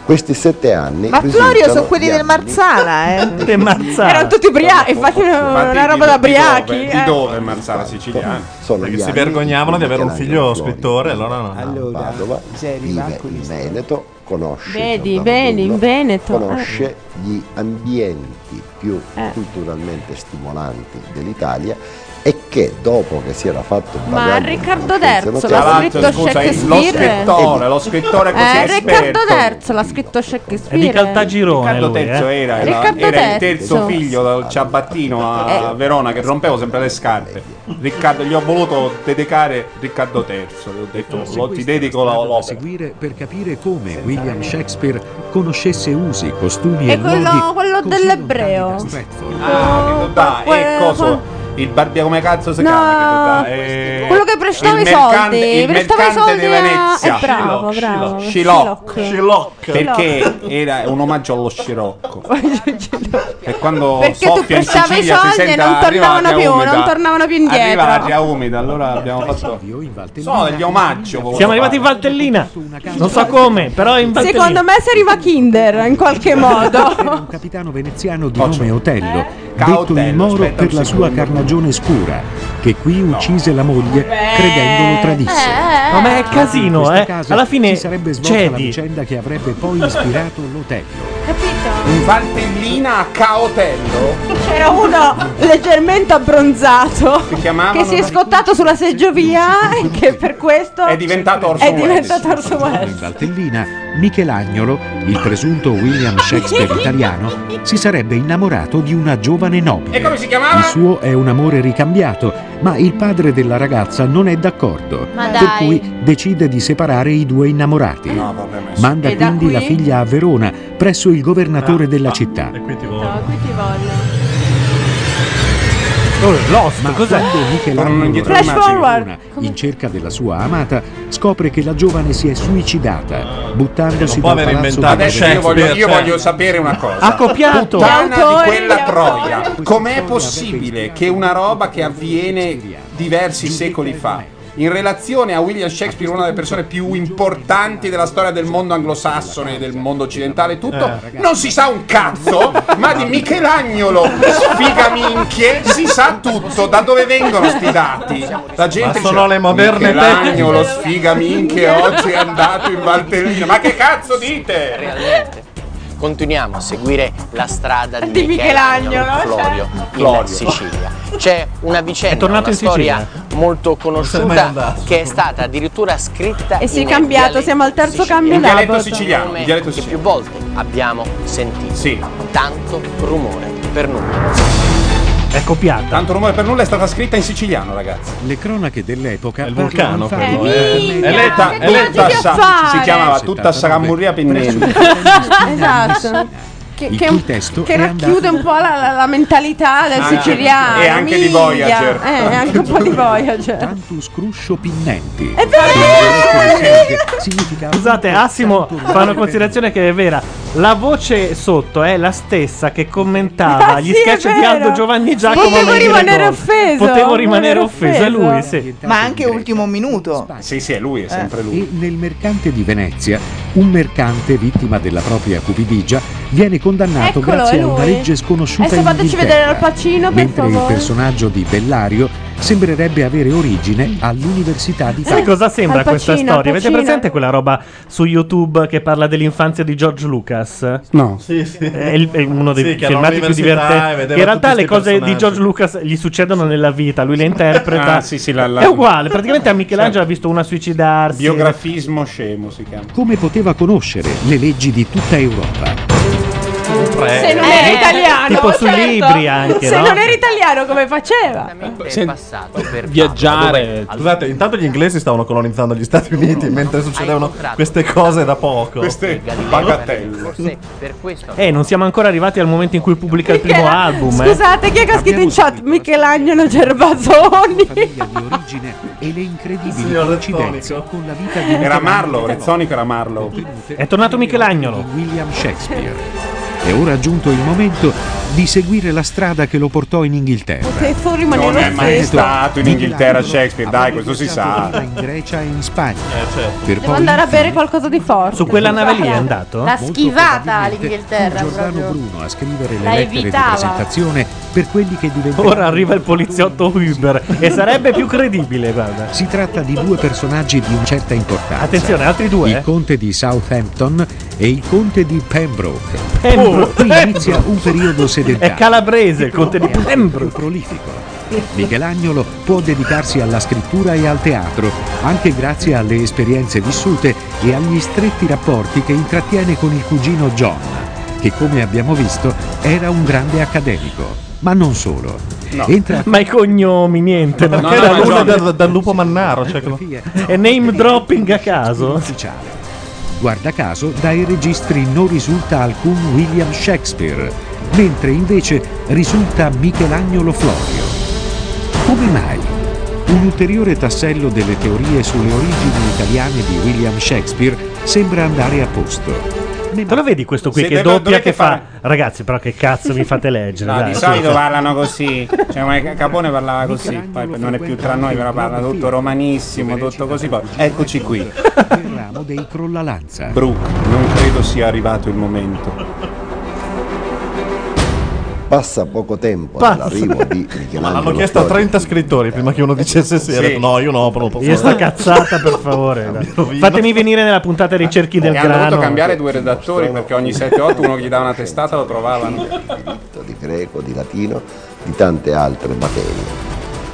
Speaker 7: questi sette anni
Speaker 10: Ma Florio sono
Speaker 7: risultano
Speaker 10: quelli
Speaker 7: gli
Speaker 10: del Marsala, eh.
Speaker 7: Del Marsala.
Speaker 6: Erano tutti ubriachi, infatti
Speaker 7: Ma
Speaker 6: una
Speaker 7: di-
Speaker 6: roba da
Speaker 7: di dove?
Speaker 6: ubriachi.
Speaker 4: Di
Speaker 6: eh.
Speaker 4: dove Marsala siciliano?
Speaker 7: Sono
Speaker 3: Perché
Speaker 7: gli
Speaker 3: si
Speaker 7: anni in
Speaker 3: vergognavano
Speaker 7: cui
Speaker 3: di avere un
Speaker 7: Michelangelo
Speaker 3: figlio
Speaker 7: Florio
Speaker 3: scrittore, allora no.
Speaker 7: Padova vive in Veneto conosce,
Speaker 6: Vedi,
Speaker 7: Giordano
Speaker 6: bene, in
Speaker 7: Bruno,
Speaker 6: Veneto.
Speaker 7: conosce gli ambienti più
Speaker 6: Eh.
Speaker 7: culturalmente stimolanti dell'Italia e che dopo che si era fatto un
Speaker 6: Ma
Speaker 7: bagaglio
Speaker 6: Riccardo
Speaker 7: Terzo
Speaker 6: Derzo l'ha scritto Shakespeare.
Speaker 4: lo scrittore così
Speaker 6: Eh,
Speaker 4: esperto.
Speaker 6: Riccardo Derzo l'ha scritto
Speaker 2: È di
Speaker 6: Shakespeare.
Speaker 2: Caltagirone.
Speaker 4: Riccardo
Speaker 2: lui,
Speaker 4: III
Speaker 2: eh.
Speaker 4: era, era-
Speaker 6: Riccardo
Speaker 4: era il
Speaker 6: Terzo.
Speaker 4: terzo figlio dal ciabattino a
Speaker 6: Eh.
Speaker 4: Verona che rompevo sempre le scarpe. Riccardo, gli ho voluto dedicare Riccardo III. Gli ho
Speaker 2: Eh,
Speaker 4: detto, lo, ti dedico la
Speaker 12: da
Speaker 4: l'opera.
Speaker 12: seguire per capire come William Shakespeare conoscesse usi, costumi e
Speaker 6: E
Speaker 12: luoghi
Speaker 6: quello, quello dell'ebreo.
Speaker 4: Ah, che dà, e
Speaker 6: quel-
Speaker 4: coso? Il barbiere come cazzo si
Speaker 6: No,
Speaker 4: chiama? che dà, eh,
Speaker 6: quello che prestava
Speaker 4: il
Speaker 6: i soldi,
Speaker 4: mercante- il
Speaker 6: prestava i
Speaker 4: mercante
Speaker 6: soldi
Speaker 4: di
Speaker 6: a-
Speaker 4: Venezia.
Speaker 6: eh, bravo, bravo.
Speaker 4: Scilocco.
Speaker 6: Scilocco.
Speaker 4: Perché era un omaggio allo
Speaker 6: [laughs]
Speaker 4: scirocco. e quando
Speaker 6: Perché tu
Speaker 4: soffia in
Speaker 6: prestavi i
Speaker 4: Sicilia si
Speaker 6: soldi
Speaker 4: sente
Speaker 6: e non
Speaker 4: arriva
Speaker 6: tornavano
Speaker 4: aria
Speaker 6: più,
Speaker 4: umida.
Speaker 6: non tornavano più indietro.
Speaker 4: Arriva aria umida, allora abbiamo fatto Sono degli omaggi.
Speaker 2: Siamo arrivati in Valtellina. Non so come, però in Valtellina.
Speaker 6: Secondo me si arriva Kinder
Speaker 4: [laughs]
Speaker 6: in qualche modo.
Speaker 12: un capitano veneziano di nome Otello,
Speaker 2: Eh?
Speaker 12: detto il
Speaker 4: Caotello,
Speaker 12: Moro
Speaker 4: aspetta
Speaker 12: per
Speaker 4: un
Speaker 12: la sua
Speaker 4: secondo.
Speaker 12: carnagione scura, che qui uccise la moglie credendolo
Speaker 6: Eh,
Speaker 12: tradisse.
Speaker 2: No, ma è
Speaker 12: In
Speaker 2: casino,
Speaker 12: questo
Speaker 2: eh.
Speaker 12: caso
Speaker 2: Alla fine
Speaker 12: si sarebbe svolta la
Speaker 2: cedi.
Speaker 12: vicenda che avrebbe poi ispirato l'Otello.
Speaker 4: In Valtellina a Caotello.
Speaker 6: C'era uno leggermente abbronzato
Speaker 4: chiamavano-
Speaker 6: che si è scottato sulla seggiovia e che per questo
Speaker 4: È diventato Orson
Speaker 6: è
Speaker 4: Welles.
Speaker 6: diventato Orson Welles.
Speaker 12: In Valtellina, Michelagnolo, il presunto William Shakespeare italiano, si sarebbe innamorato di una giovane nobile.
Speaker 4: E come si chiamava?
Speaker 12: Il suo è un amore ricambiato, ma il padre della ragazza non è d'accordo,
Speaker 4: Ma
Speaker 12: per
Speaker 4: dai.
Speaker 12: cui decide di separare i due innamorati.
Speaker 4: No, vabbè, ma-
Speaker 12: Manda
Speaker 4: E da
Speaker 12: quindi la
Speaker 4: qui?
Speaker 12: figlia a Verona, presso il
Speaker 4: Ah,
Speaker 12: governatore della città.
Speaker 6: qui ti voglio.
Speaker 12: Lost, ma
Speaker 2: cos'è?
Speaker 12: quando
Speaker 2: Tornano
Speaker 12: Michelangelo
Speaker 2: indietro
Speaker 12: torna
Speaker 2: immagini.
Speaker 12: a Verona in cerca della sua amata, scopre che la giovane si è suicidata, buttandosi dal palazzo della
Speaker 4: Adesso io voglio, io
Speaker 12: cioè.
Speaker 4: voglio sapere una cosa.
Speaker 12: Ha copiato.
Speaker 4: Puttana di
Speaker 12: Autore,
Speaker 4: quella troia. Com'è possibile che una roba che avviene diversi secoli fa in relazione a William Shakespeare, una delle persone più importanti della storia del mondo anglosassone, del mondo occidentale, e tutto,
Speaker 2: Eh.
Speaker 4: non si sa un cazzo, ma di Michelagnolo, sfiga minchie, si sa tutto, da dove vengono sti dati? La gente
Speaker 3: Ma sono
Speaker 4: dice,
Speaker 3: le moderne
Speaker 4: Michelagnolo,
Speaker 3: tecniche."
Speaker 4: sfiga minchie, oggi è andato in Valtellina, ma che cazzo dite?
Speaker 24: Continuiamo a seguire la strada di,
Speaker 6: Di certo. Michelagnolo,
Speaker 24: Michelagnolo Florio
Speaker 2: Florio.
Speaker 24: in Sicilia. C'è una
Speaker 2: È
Speaker 24: vicenda,
Speaker 2: tornato
Speaker 24: una
Speaker 2: in Sicilia.
Speaker 24: storia molto
Speaker 2: Non se n'è mai
Speaker 24: conosciuta
Speaker 2: andato.
Speaker 24: che è stata addirittura scritta
Speaker 6: E si è
Speaker 24: in
Speaker 6: cambiato, siamo al terzo cambio
Speaker 24: dialetto
Speaker 6: labor.
Speaker 24: siciliano, il dialetto siciliano. Che più volte abbiamo sentito. Tanto rumore per nulla.
Speaker 2: È copiata.
Speaker 4: Tanto rumore per nulla è stata scritta in siciliano, ragazzi.
Speaker 12: Le cronache dell'epoca. Il
Speaker 4: vulcano, eh.
Speaker 12: quello,
Speaker 25: eh.
Speaker 4: È letta, è letta sa- si chiamava tutta Saramurria Pennelli.
Speaker 6: [laughs] esatto. Che,
Speaker 12: Il
Speaker 6: che-
Speaker 12: cui testo
Speaker 6: che
Speaker 12: è
Speaker 6: racchiude un po' la, la- la mentalità del
Speaker 12: Ah,
Speaker 6: siciliano.
Speaker 12: e anche di
Speaker 6: minchia.
Speaker 12: Voyager.
Speaker 6: Eh, e anche un
Speaker 4: [laughs]
Speaker 6: po' di Voyager.
Speaker 12: Scruscio Pinnenti.
Speaker 6: È vero!
Speaker 2: [laughs] Scusate, Assimo fa una considerazione che è vera. La voce sotto è la stessa che commentava
Speaker 12: Ah,
Speaker 2: gli
Speaker 12: sì,
Speaker 2: sketch
Speaker 12: è
Speaker 2: di Aldo
Speaker 12: vero.
Speaker 2: Giovanni Giacomo.
Speaker 10: Potevo
Speaker 2: mentre
Speaker 10: rimanere
Speaker 2: gol.
Speaker 10: offeso,
Speaker 2: Potevo
Speaker 10: rimanere
Speaker 2: rimanere offeso, è lui, sì.
Speaker 10: Ma anche ultimo minuto.
Speaker 4: Ah, Sì, sì, è lui, è sempre lui.
Speaker 12: Eh, E nel mercante di Venezia, un mercante vittima della propria cupidigia viene condannato
Speaker 6: Eccolo,
Speaker 12: grazie
Speaker 6: è
Speaker 12: a una
Speaker 6: lui.
Speaker 12: legge sconosciuta
Speaker 6: Adesso
Speaker 2: Eh,
Speaker 12: in
Speaker 6: fateci
Speaker 12: Inghilterra.
Speaker 6: vedere Al Pacino, per
Speaker 12: Mentre il
Speaker 6: favore.
Speaker 12: personaggio di Bellario sembrerebbe avere origine all'università di
Speaker 2: Sai cosa sembra
Speaker 6: Al Pacino,
Speaker 2: questa
Speaker 6: Al
Speaker 2: storia? Avete
Speaker 6: Pacino.
Speaker 2: presente quella roba su YouTube che parla dell'infanzia di George Lucas?
Speaker 4: No.
Speaker 3: Sì, sì.
Speaker 2: È, il- è uno dei
Speaker 3: Sì, che era
Speaker 2: filmati più
Speaker 3: all'università e
Speaker 2: divertenti.
Speaker 3: vedeva
Speaker 2: Che in realtà
Speaker 3: tutti
Speaker 2: le
Speaker 3: sti
Speaker 2: cose di
Speaker 3: personaggi.
Speaker 2: George Lucas gli succedono nella vita, lui
Speaker 3: [laughs]
Speaker 2: le interpreta.
Speaker 4: Ah, sì, sì, la- la-
Speaker 2: È
Speaker 4: [laughs]
Speaker 2: uguale, praticamente a Michelangelo ha visto una suicidarsi.
Speaker 4: Biografismo scemo si chiama.
Speaker 12: Come poteva conoscere le leggi di tutta Europa?
Speaker 24: Eh.
Speaker 6: Se non era italiano,
Speaker 12: tipo
Speaker 6: certo.
Speaker 12: sui libri anche,
Speaker 6: Se
Speaker 12: no?
Speaker 6: non era italiano, come faceva?
Speaker 24: passato per
Speaker 3: Viaggiare. Scusate, intanto gli inglesi stavano colonizzando gli Stati Uniti mentre succedevano queste cose da poco.
Speaker 4: Queste
Speaker 24: Forse per questo
Speaker 2: Eh, non siamo ancora arrivati al momento in cui pubblica il primo
Speaker 6: Michela-
Speaker 2: album. eh.
Speaker 6: Scusate, chi è che ha scritto in chat? Michelangelo [laughs] Gervasoni.
Speaker 12: e le incredibili
Speaker 4: Signor
Speaker 12: coincidenze
Speaker 4: Rezzonico.
Speaker 12: con la vita di
Speaker 4: Era
Speaker 12: Michelangelo.
Speaker 4: Marlow, Rezzonico era Marlow.
Speaker 2: È tornato Michelagnolo.
Speaker 12: William Shakespeare. È ora giunto il momento di seguire la strada che lo portò in Inghilterra.
Speaker 6: Potevo rimanere
Speaker 4: Non è mai
Speaker 12: offeso.
Speaker 4: stato in Inghilterra Shakespeare, dai,
Speaker 12: Avrebbe
Speaker 4: questo si
Speaker 12: viaggiato
Speaker 4: sa.
Speaker 12: prima In Grecia e in Spagna.
Speaker 4: certo.
Speaker 12: Per
Speaker 6: Devo
Speaker 12: poi
Speaker 6: andare a bere qualcosa di forte.
Speaker 2: Su quella nave lì è andato?
Speaker 18: L'ha
Speaker 12: Molto
Speaker 18: schivata
Speaker 12: probabilmente
Speaker 18: l'Inghilterra
Speaker 12: Giordano
Speaker 18: proprio.
Speaker 12: Bruno a scrivere le
Speaker 18: La
Speaker 12: lettere
Speaker 18: evitava.
Speaker 12: di presentazione per quelli che diventano...
Speaker 2: Ora arriva il poliziotto Uber e sarebbe più credibile, guarda.
Speaker 12: Si tratta di due personaggi di una certa importanza.
Speaker 2: Attenzione, altri due,
Speaker 12: Il
Speaker 2: eh.
Speaker 12: conte di Southampton e il conte di Pembroke.
Speaker 2: Pembroke.
Speaker 12: Qui inizia un periodo sedentario.
Speaker 2: È calabrese il conte di Pembroke.
Speaker 12: prolifico. Michelagnolo può dedicarsi alla scrittura e al teatro, anche grazie alle esperienze vissute e agli stretti rapporti che intrattiene con il cugino John, che come abbiamo visto era un grande accademico. Ma non solo. Entra
Speaker 2: Ma i cognomi, niente.
Speaker 12: No,
Speaker 2: perché
Speaker 12: no,
Speaker 2: da
Speaker 12: ma
Speaker 2: una
Speaker 12: John-
Speaker 2: da- dal lupo mannaro. Cioè, e name dropping a caso.
Speaker 12: Ufficiale. Guarda caso, dai registri non risulta alcun William Shakespeare, mentre invece risulta Michelagnolo Florio. Come mai? Un ulteriore tassello delle teorie sulle origini italiane di William Shakespeare sembra andare a posto.
Speaker 2: Te lo vedi questo qui
Speaker 12: Se
Speaker 2: che
Speaker 12: deve-
Speaker 2: doppia
Speaker 12: dovete
Speaker 2: che fa? Ragazzi, però che cazzo mi fate leggere?
Speaker 25: No,
Speaker 2: dai,
Speaker 25: di solito
Speaker 2: scusa.
Speaker 25: parlano così, cioè, ma Capone parlava così, poi non è più tra noi, però parla tutto romanissimo, tutto così. Poi. Eccoci qui.
Speaker 12: Ramo dei crollalanza.
Speaker 25: Brooke, non credo sia arrivato il momento.
Speaker 7: Passa poco tempo
Speaker 3: Pazzo.
Speaker 7: dall'arrivo di Michelangelo.
Speaker 3: L'hanno chiesto a
Speaker 7: Fiore.
Speaker 3: 30 scrittori prima che uno dicesse sì. ha detto, No, io no, però non posso.
Speaker 2: Io sta cazzata, per favore. dai. Fatemi venire nella puntata dei cerchi del
Speaker 4: E Eh, hanno dovuto
Speaker 2: grano.
Speaker 4: cambiare due redattori perché ogni 7-8 uno gli dava una testata lo trovavano.
Speaker 7: di greco, di latino, di tante altre materie.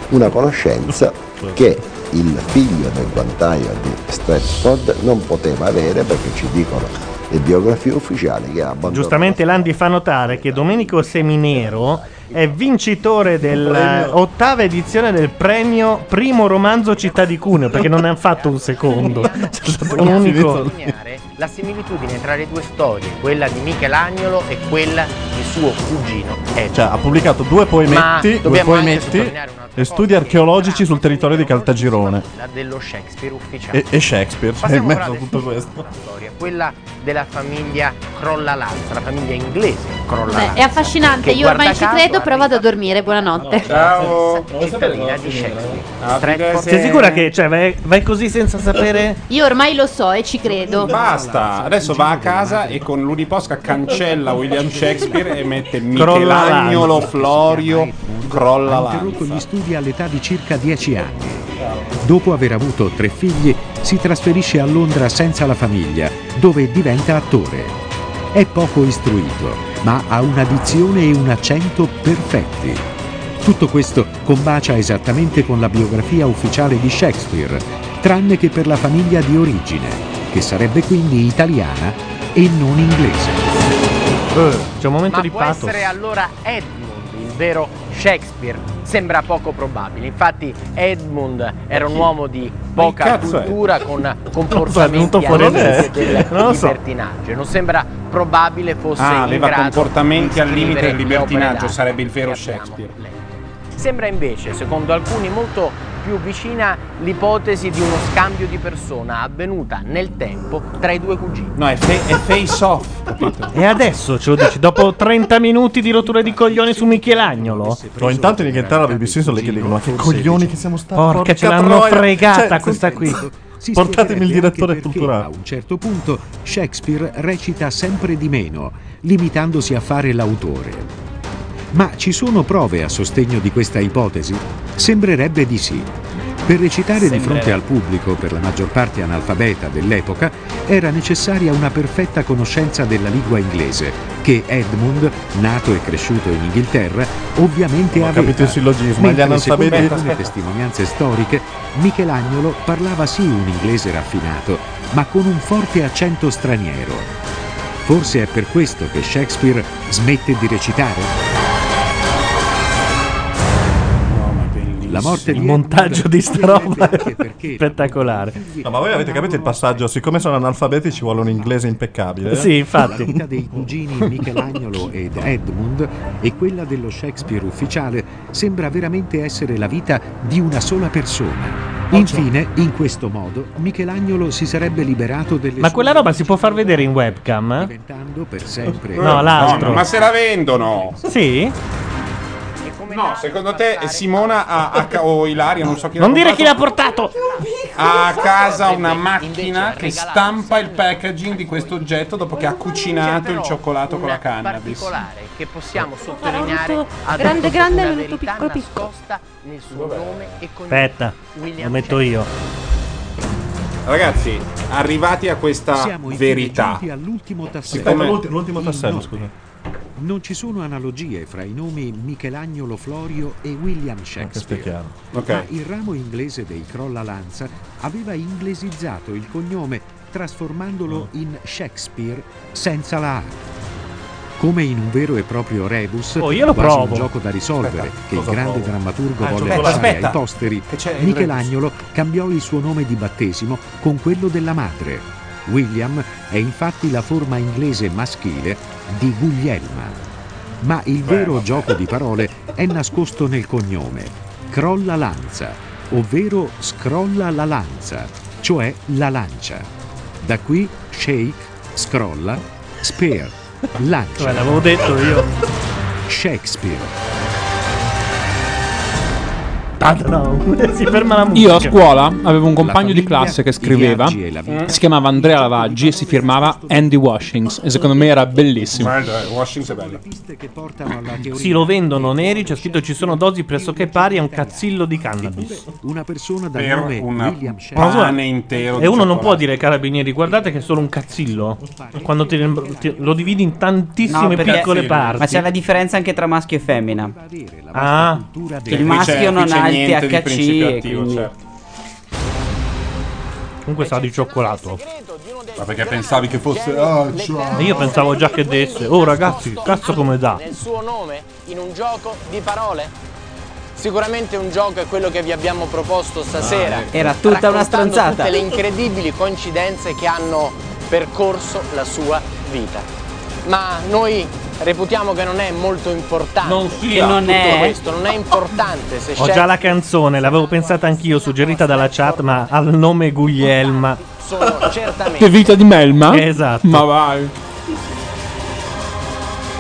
Speaker 7: Una conoscenza che il figlio del guantaio di Stratford non poteva avere perché ci dicono le biografie ufficiali che ha abbandonato.
Speaker 2: Giustamente Landi fa notare che Domenico Seminero è vincitore dell'ottava edizione del premio Primo romanzo Città di Cuneo, perché non ne hanno fatto
Speaker 3: [laughs]
Speaker 2: un secondo.
Speaker 3: Cioè,
Speaker 2: C'è stato un unico.
Speaker 24: sottolineare la similitudine tra le due storie, quella di Michelangelo e quella di suo cugino.
Speaker 3: Cioè, ha pubblicato due
Speaker 24: Ma
Speaker 3: poemetti, due
Speaker 24: dobbiamo anche
Speaker 3: poemetti
Speaker 24: sottolineare un'altra
Speaker 3: e studi archeologici sul territorio di Caltagirone.
Speaker 24: La dello Shakespeare ufficiale.
Speaker 3: E, e Shakespeare, cioè, in
Speaker 24: Passiamo
Speaker 3: mezzo
Speaker 24: ora
Speaker 3: a
Speaker 24: ad
Speaker 3: tutto questo.
Speaker 24: una storia, quella della famiglia Crollalanza, la famiglia inglese Crollalanza.
Speaker 18: Beh, è affascinante,
Speaker 24: che
Speaker 18: io ormai
Speaker 24: guarda
Speaker 18: ci
Speaker 24: caso
Speaker 18: credo, però vado a dormire, buonanotte.
Speaker 24: Ciao. Cittadina di Shakespeare. Stratford-
Speaker 2: Sei sicura che cioè, vai, vai così senza sapere?
Speaker 18: Io ormai lo so e ci credo.
Speaker 4: Basta, adesso va a casa e con l'Uniposca cancella William Shakespeare e mette
Speaker 12: Crolla
Speaker 4: Michelagnolo
Speaker 12: l'anza.
Speaker 4: Florio crolla
Speaker 12: Ha interrotto
Speaker 4: l'anza.
Speaker 12: gli studi all'età di circa 10 anni. Dopo aver avuto tre figli, si trasferisce a Londra senza la famiglia, dove diventa attore. È poco istruito, ma ha una dizione e un accento perfetti. Tutto questo combacia esattamente con la biografia ufficiale di Shakespeare, tranne che per la famiglia di origine, che sarebbe quindi italiana e non inglese.
Speaker 2: Eh, C'è un momento
Speaker 24: Ma
Speaker 2: di
Speaker 24: può
Speaker 2: pathos.
Speaker 24: essere allora Edmund il vero Shakespeare? Sembra poco probabile. Infatti Edmund era un uomo di poca
Speaker 2: cazzo è?
Speaker 24: cultura con
Speaker 2: venuto
Speaker 24: comportamenti
Speaker 2: fuori
Speaker 24: all'inizio
Speaker 2: adesso.
Speaker 24: del
Speaker 2: Non lo so.
Speaker 24: libertinaggio. Non sembra probabile fosse
Speaker 4: Ah,
Speaker 24: in
Speaker 4: aveva
Speaker 24: grado
Speaker 4: comportamenti
Speaker 24: di
Speaker 4: al limite
Speaker 24: scrivere
Speaker 4: del libertinaggio,
Speaker 24: opere d'arte.
Speaker 4: sarebbe il vero Shakespeare.
Speaker 24: Sembra invece, secondo alcuni, molto più vicina l'ipotesi di uno scambio di persona avvenuta nel tempo tra i due cugini.
Speaker 4: No, è, fe- è face off, capito?
Speaker 2: E adesso ce lo dici, dopo 30 minuti di rottura di coglioni su Michelagnolo?
Speaker 3: No, intanto in Inghilterra la BBC sono lì che dicono: Ma che coglioni che siamo stati!
Speaker 2: Porca, ce l'hanno
Speaker 3: troia!"
Speaker 2: fregata
Speaker 3: Cioè,
Speaker 2: questa qui.
Speaker 12: Si
Speaker 3: Portatemi il
Speaker 12: spiegherebbe anche
Speaker 3: direttore
Speaker 12: perché,
Speaker 3: culturale.
Speaker 12: A un certo punto Shakespeare recita sempre di meno, limitandosi a fare l'autore. Ma ci sono prove a sostegno di questa ipotesi? Sembrerebbe di sì. Per recitare di fronte al pubblico, per la maggior parte analfabeta dell'epoca, era necessaria una perfetta conoscenza della lingua inglese, che Edmund, nato e cresciuto in Inghilterra, ovviamente
Speaker 3: Non ho
Speaker 12: aveva.
Speaker 3: capito il sillogismo,
Speaker 12: Mentre,
Speaker 3: gli analfabeti-
Speaker 12: secondo
Speaker 3: Aspetta,
Speaker 12: alcune
Speaker 3: aspetta.
Speaker 12: testimonianze storiche, Michelagnolo parlava sì un inglese raffinato, ma con un forte accento straniero. Forse è per questo che Shakespeare smette di recitare? La morte di
Speaker 2: Il montaggio di sta roba è spettacolare.
Speaker 3: No, ma voi avete capito il passaggio? Siccome sono analfabeti, ci vuole un inglese impeccabile. eh.
Speaker 2: Sì,
Speaker 12: La vita dei cugini
Speaker 3: [laughs]
Speaker 12: Michelagnolo ed Edmund e quella dello Shakespeare ufficiale sembra veramente essere la vita di una sola persona. Infine, in questo modo, Michelagnolo si sarebbe liberato delle
Speaker 2: Ma
Speaker 12: sue
Speaker 2: quella roba si può far vedere in webcam? eh?
Speaker 12: diventando per sempre
Speaker 2: No, l'altro.
Speaker 4: ma se la vendono!
Speaker 2: Sì?
Speaker 4: No, secondo te Simona ha, ha ca- o Ilaria, non so chi
Speaker 2: Non
Speaker 4: comprato,
Speaker 2: dire chi l'ha portato!
Speaker 4: ha a casa una macchina che stampa il packaging di questo oggetto dopo che ha cucinato il cioccolato con la cannabis.
Speaker 24: che possiamo sottolineare
Speaker 6: venuto
Speaker 24: ad
Speaker 6: grande,
Speaker 24: occhio
Speaker 6: grande,
Speaker 24: una
Speaker 6: è venuto
Speaker 24: verità
Speaker 6: piccolo, piccolo.
Speaker 24: nascosta nel suo nome e con
Speaker 2: Aspetta, lo metto io.
Speaker 4: Ragazzi, arrivati a questa
Speaker 12: Siamo
Speaker 4: verità.
Speaker 12: giunti all'ultimo tassello.
Speaker 4: Siccome-
Speaker 3: L'ultimo- l'ultimo tassello,
Speaker 12: Il nome. Non ci sono analogie fra i nomi Michelagnolo Florio e William Shakespeare.
Speaker 3: chiaro.
Speaker 4: Ok.
Speaker 12: Ma il ramo inglese dei Crolla Lanza aveva inglesizzato il cognome trasformandolo in Shakespeare senza la A. Come in un vero e proprio rebus,
Speaker 2: Oh, io lo
Speaker 12: quasi
Speaker 2: provo.
Speaker 12: un gioco da risolvere
Speaker 2: Aspetta,
Speaker 12: che il
Speaker 2: cosa
Speaker 12: grande
Speaker 2: provo?
Speaker 12: drammaturgo
Speaker 2: Ah,
Speaker 12: volle
Speaker 2: aspetta,
Speaker 12: fare
Speaker 2: aspetta.
Speaker 12: ai posteri,
Speaker 2: Che c'è il
Speaker 12: Michelagnolo cambiò il suo nome di battesimo con quello della madre. William è infatti la forma inglese maschile di Guglielma. Ma il vero gioco di parole è nascosto nel cognome, crolla lanza, ovvero scrolla la lanza, cioè la lancia. Da qui shake, scrolla, spear, lancia.
Speaker 2: Vabbè, l'avevo detto io.
Speaker 12: Shakespeare.
Speaker 2: Tanto no, [laughs] si ferma la musica.
Speaker 8: Io a scuola avevo un compagno di
Speaker 2: famiglia,
Speaker 8: classe che
Speaker 2: i
Speaker 8: scriveva,
Speaker 2: viaggi e la vita.
Speaker 8: si chiamava Andrea Lavaggi e si firmava Andy Washings e secondo me era bellissimo.
Speaker 4: eh, Washington è bello.
Speaker 2: Sì, lo vendono neri, c'è scritto ci sono dosi pressoché pari a un cazzillo di cannabis.
Speaker 12: Una persona dal
Speaker 4: Per
Speaker 12: nome
Speaker 4: una-
Speaker 12: William
Speaker 2: Ma scusa,
Speaker 12: Shakespeare.
Speaker 4: Pane intero
Speaker 2: E
Speaker 4: di
Speaker 2: uno non
Speaker 4: cioccolata.
Speaker 2: può dire ai carabinieri, guardate che è solo un cazzillo. Quando ti rem- ti- lo dividi in tantissime
Speaker 19: perché-
Speaker 2: piccole
Speaker 19: sì,
Speaker 2: parti.
Speaker 19: Ma c'è la differenza anche tra maschio e femmina.
Speaker 2: Ah.
Speaker 19: Che il maschio non ha il THC. e quindi-
Speaker 4: certo.
Speaker 2: Comunque sa di cioccolato.
Speaker 4: Ma perché pensavi che fosse. Ah,
Speaker 2: E io pensavo già che desse. Oh ragazzi, cazzo come dà.
Speaker 21: Nel suo nome, in un gioco di parole? Sicuramente un gioco è quello che vi abbiamo proposto stasera.
Speaker 19: Ah, ecco. Era tutta una
Speaker 21: raccontando
Speaker 19: stronzata.
Speaker 21: Tutte le incredibili coincidenze che hanno percorso la sua vita. Ma noi reputiamo che non è molto importante. Non
Speaker 19: sia. non è.
Speaker 21: questo, non è importante se
Speaker 2: Ho
Speaker 21: c'è-
Speaker 2: già la canzone, l'avevo pensata anch'io, suggerita dalla chat, ma al nome Guglielma.
Speaker 21: sono
Speaker 19: [laughs]
Speaker 21: certamente
Speaker 8: Che vita di Melma?
Speaker 2: Esatto.
Speaker 8: Ma vai.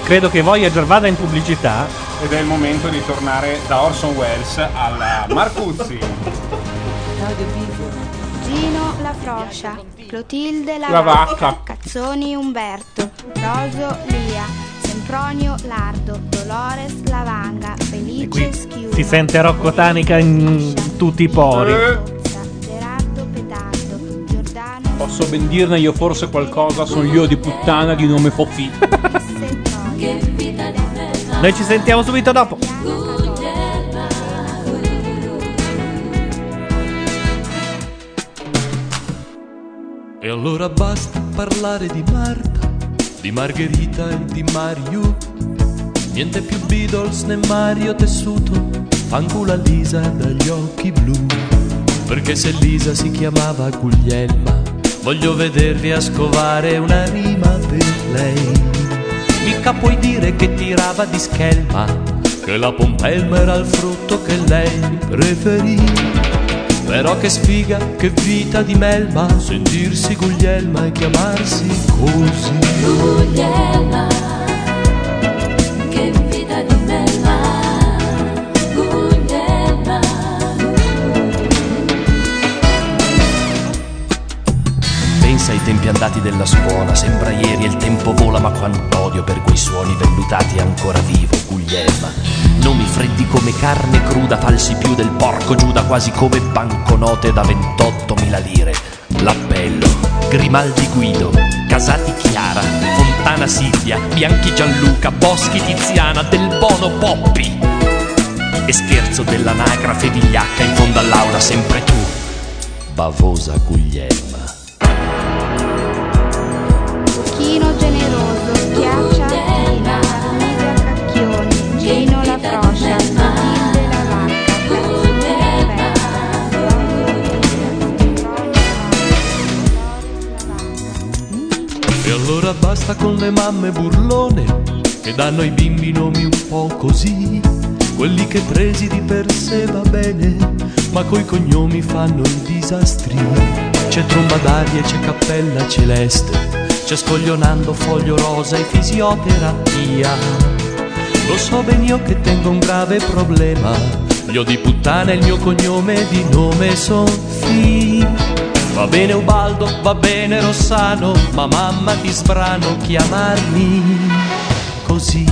Speaker 2: Credo che Voyager vada in pubblicità.
Speaker 4: Ed è il momento di tornare da Orson Welles alla Marcuzzi.
Speaker 14: Gino la Froscia, Clotilde la,
Speaker 4: La vacca.
Speaker 14: Cazzoni Umberto, Roso Lia, Sempronio Lardo, Dolores Lavanga, Felice Schiuma,
Speaker 2: Si sente Rocco Tanica in tutti i pori.
Speaker 14: Gerardo Petardo, Giordano
Speaker 8: Posso ben dirne io forse qualcosa, sono io di puttana di nome Fofì.
Speaker 2: Noi ci sentiamo subito dopo.
Speaker 26: E allora basta parlare di Marta, di Margherita e di Mario. Niente più Beatles né Mario tessuto, fangula Lisa dagli occhi blu. Perché se Lisa si chiamava Guglielma, voglio vedervi a scovare una rima per lei. Mica puoi dire che tirava di schelma, che la pompelma era il frutto che lei preferì. Però che sfiga, che vita di melma Sentirsi Guglielma e chiamarsi così
Speaker 21: Guglielma, che vita di melma, Guglielma.
Speaker 26: Pensa ai tempi andati della scuola Sembra ieri e il tempo vola Ma quant'odio per quei suoni vellutati è Ancora vivo Guglielma Nomi freddi come carne cruda Falsi più del porco Giuda Quasi come banconote da 28.000 lire L'appello Grimaldi Guido Casati Chiara Fontana Silvia Bianchi Gianluca Boschi Tiziana Del Bono Poppi E scherzo dell'anagrafe vigliacca In fondo all'aula sempre tu Bavosa Guglielma
Speaker 14: Chino Generoso, Chiaccia Tina, Nidia Cacchioni, Gino la Froscia, Clotilde la Vacca, Cazzoni Umberto,
Speaker 26: E allora basta con le mamme burlone che danno ai bimbi nomi un po' così, quelli che presi di per sé va bene, ma coi cognomi fanno i disastri. C'è tromba d'aria, c'è cappella celeste, c'è scoglionando foglio rosa e fisioterapia. Lo so ben io che tengo un grave problema, io di puttana e il mio cognome e di nome son Fi. Va bene Ubaldo, va bene Rossano, ma mamma ti sbrano chiamarmi così.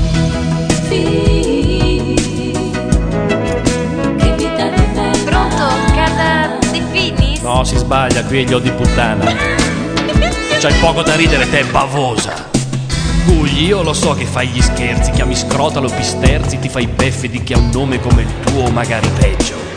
Speaker 20: Pronto? Carla De Finis?
Speaker 26: No, si sbaglia, qui è gli odi puttana. C'hai poco da ridere, te bavosa. Gugli, io lo so che fai gli scherzi, chiami scrotalo pisterzi, ti fai beffe di chi ha un nome come il tuo, o magari peggio.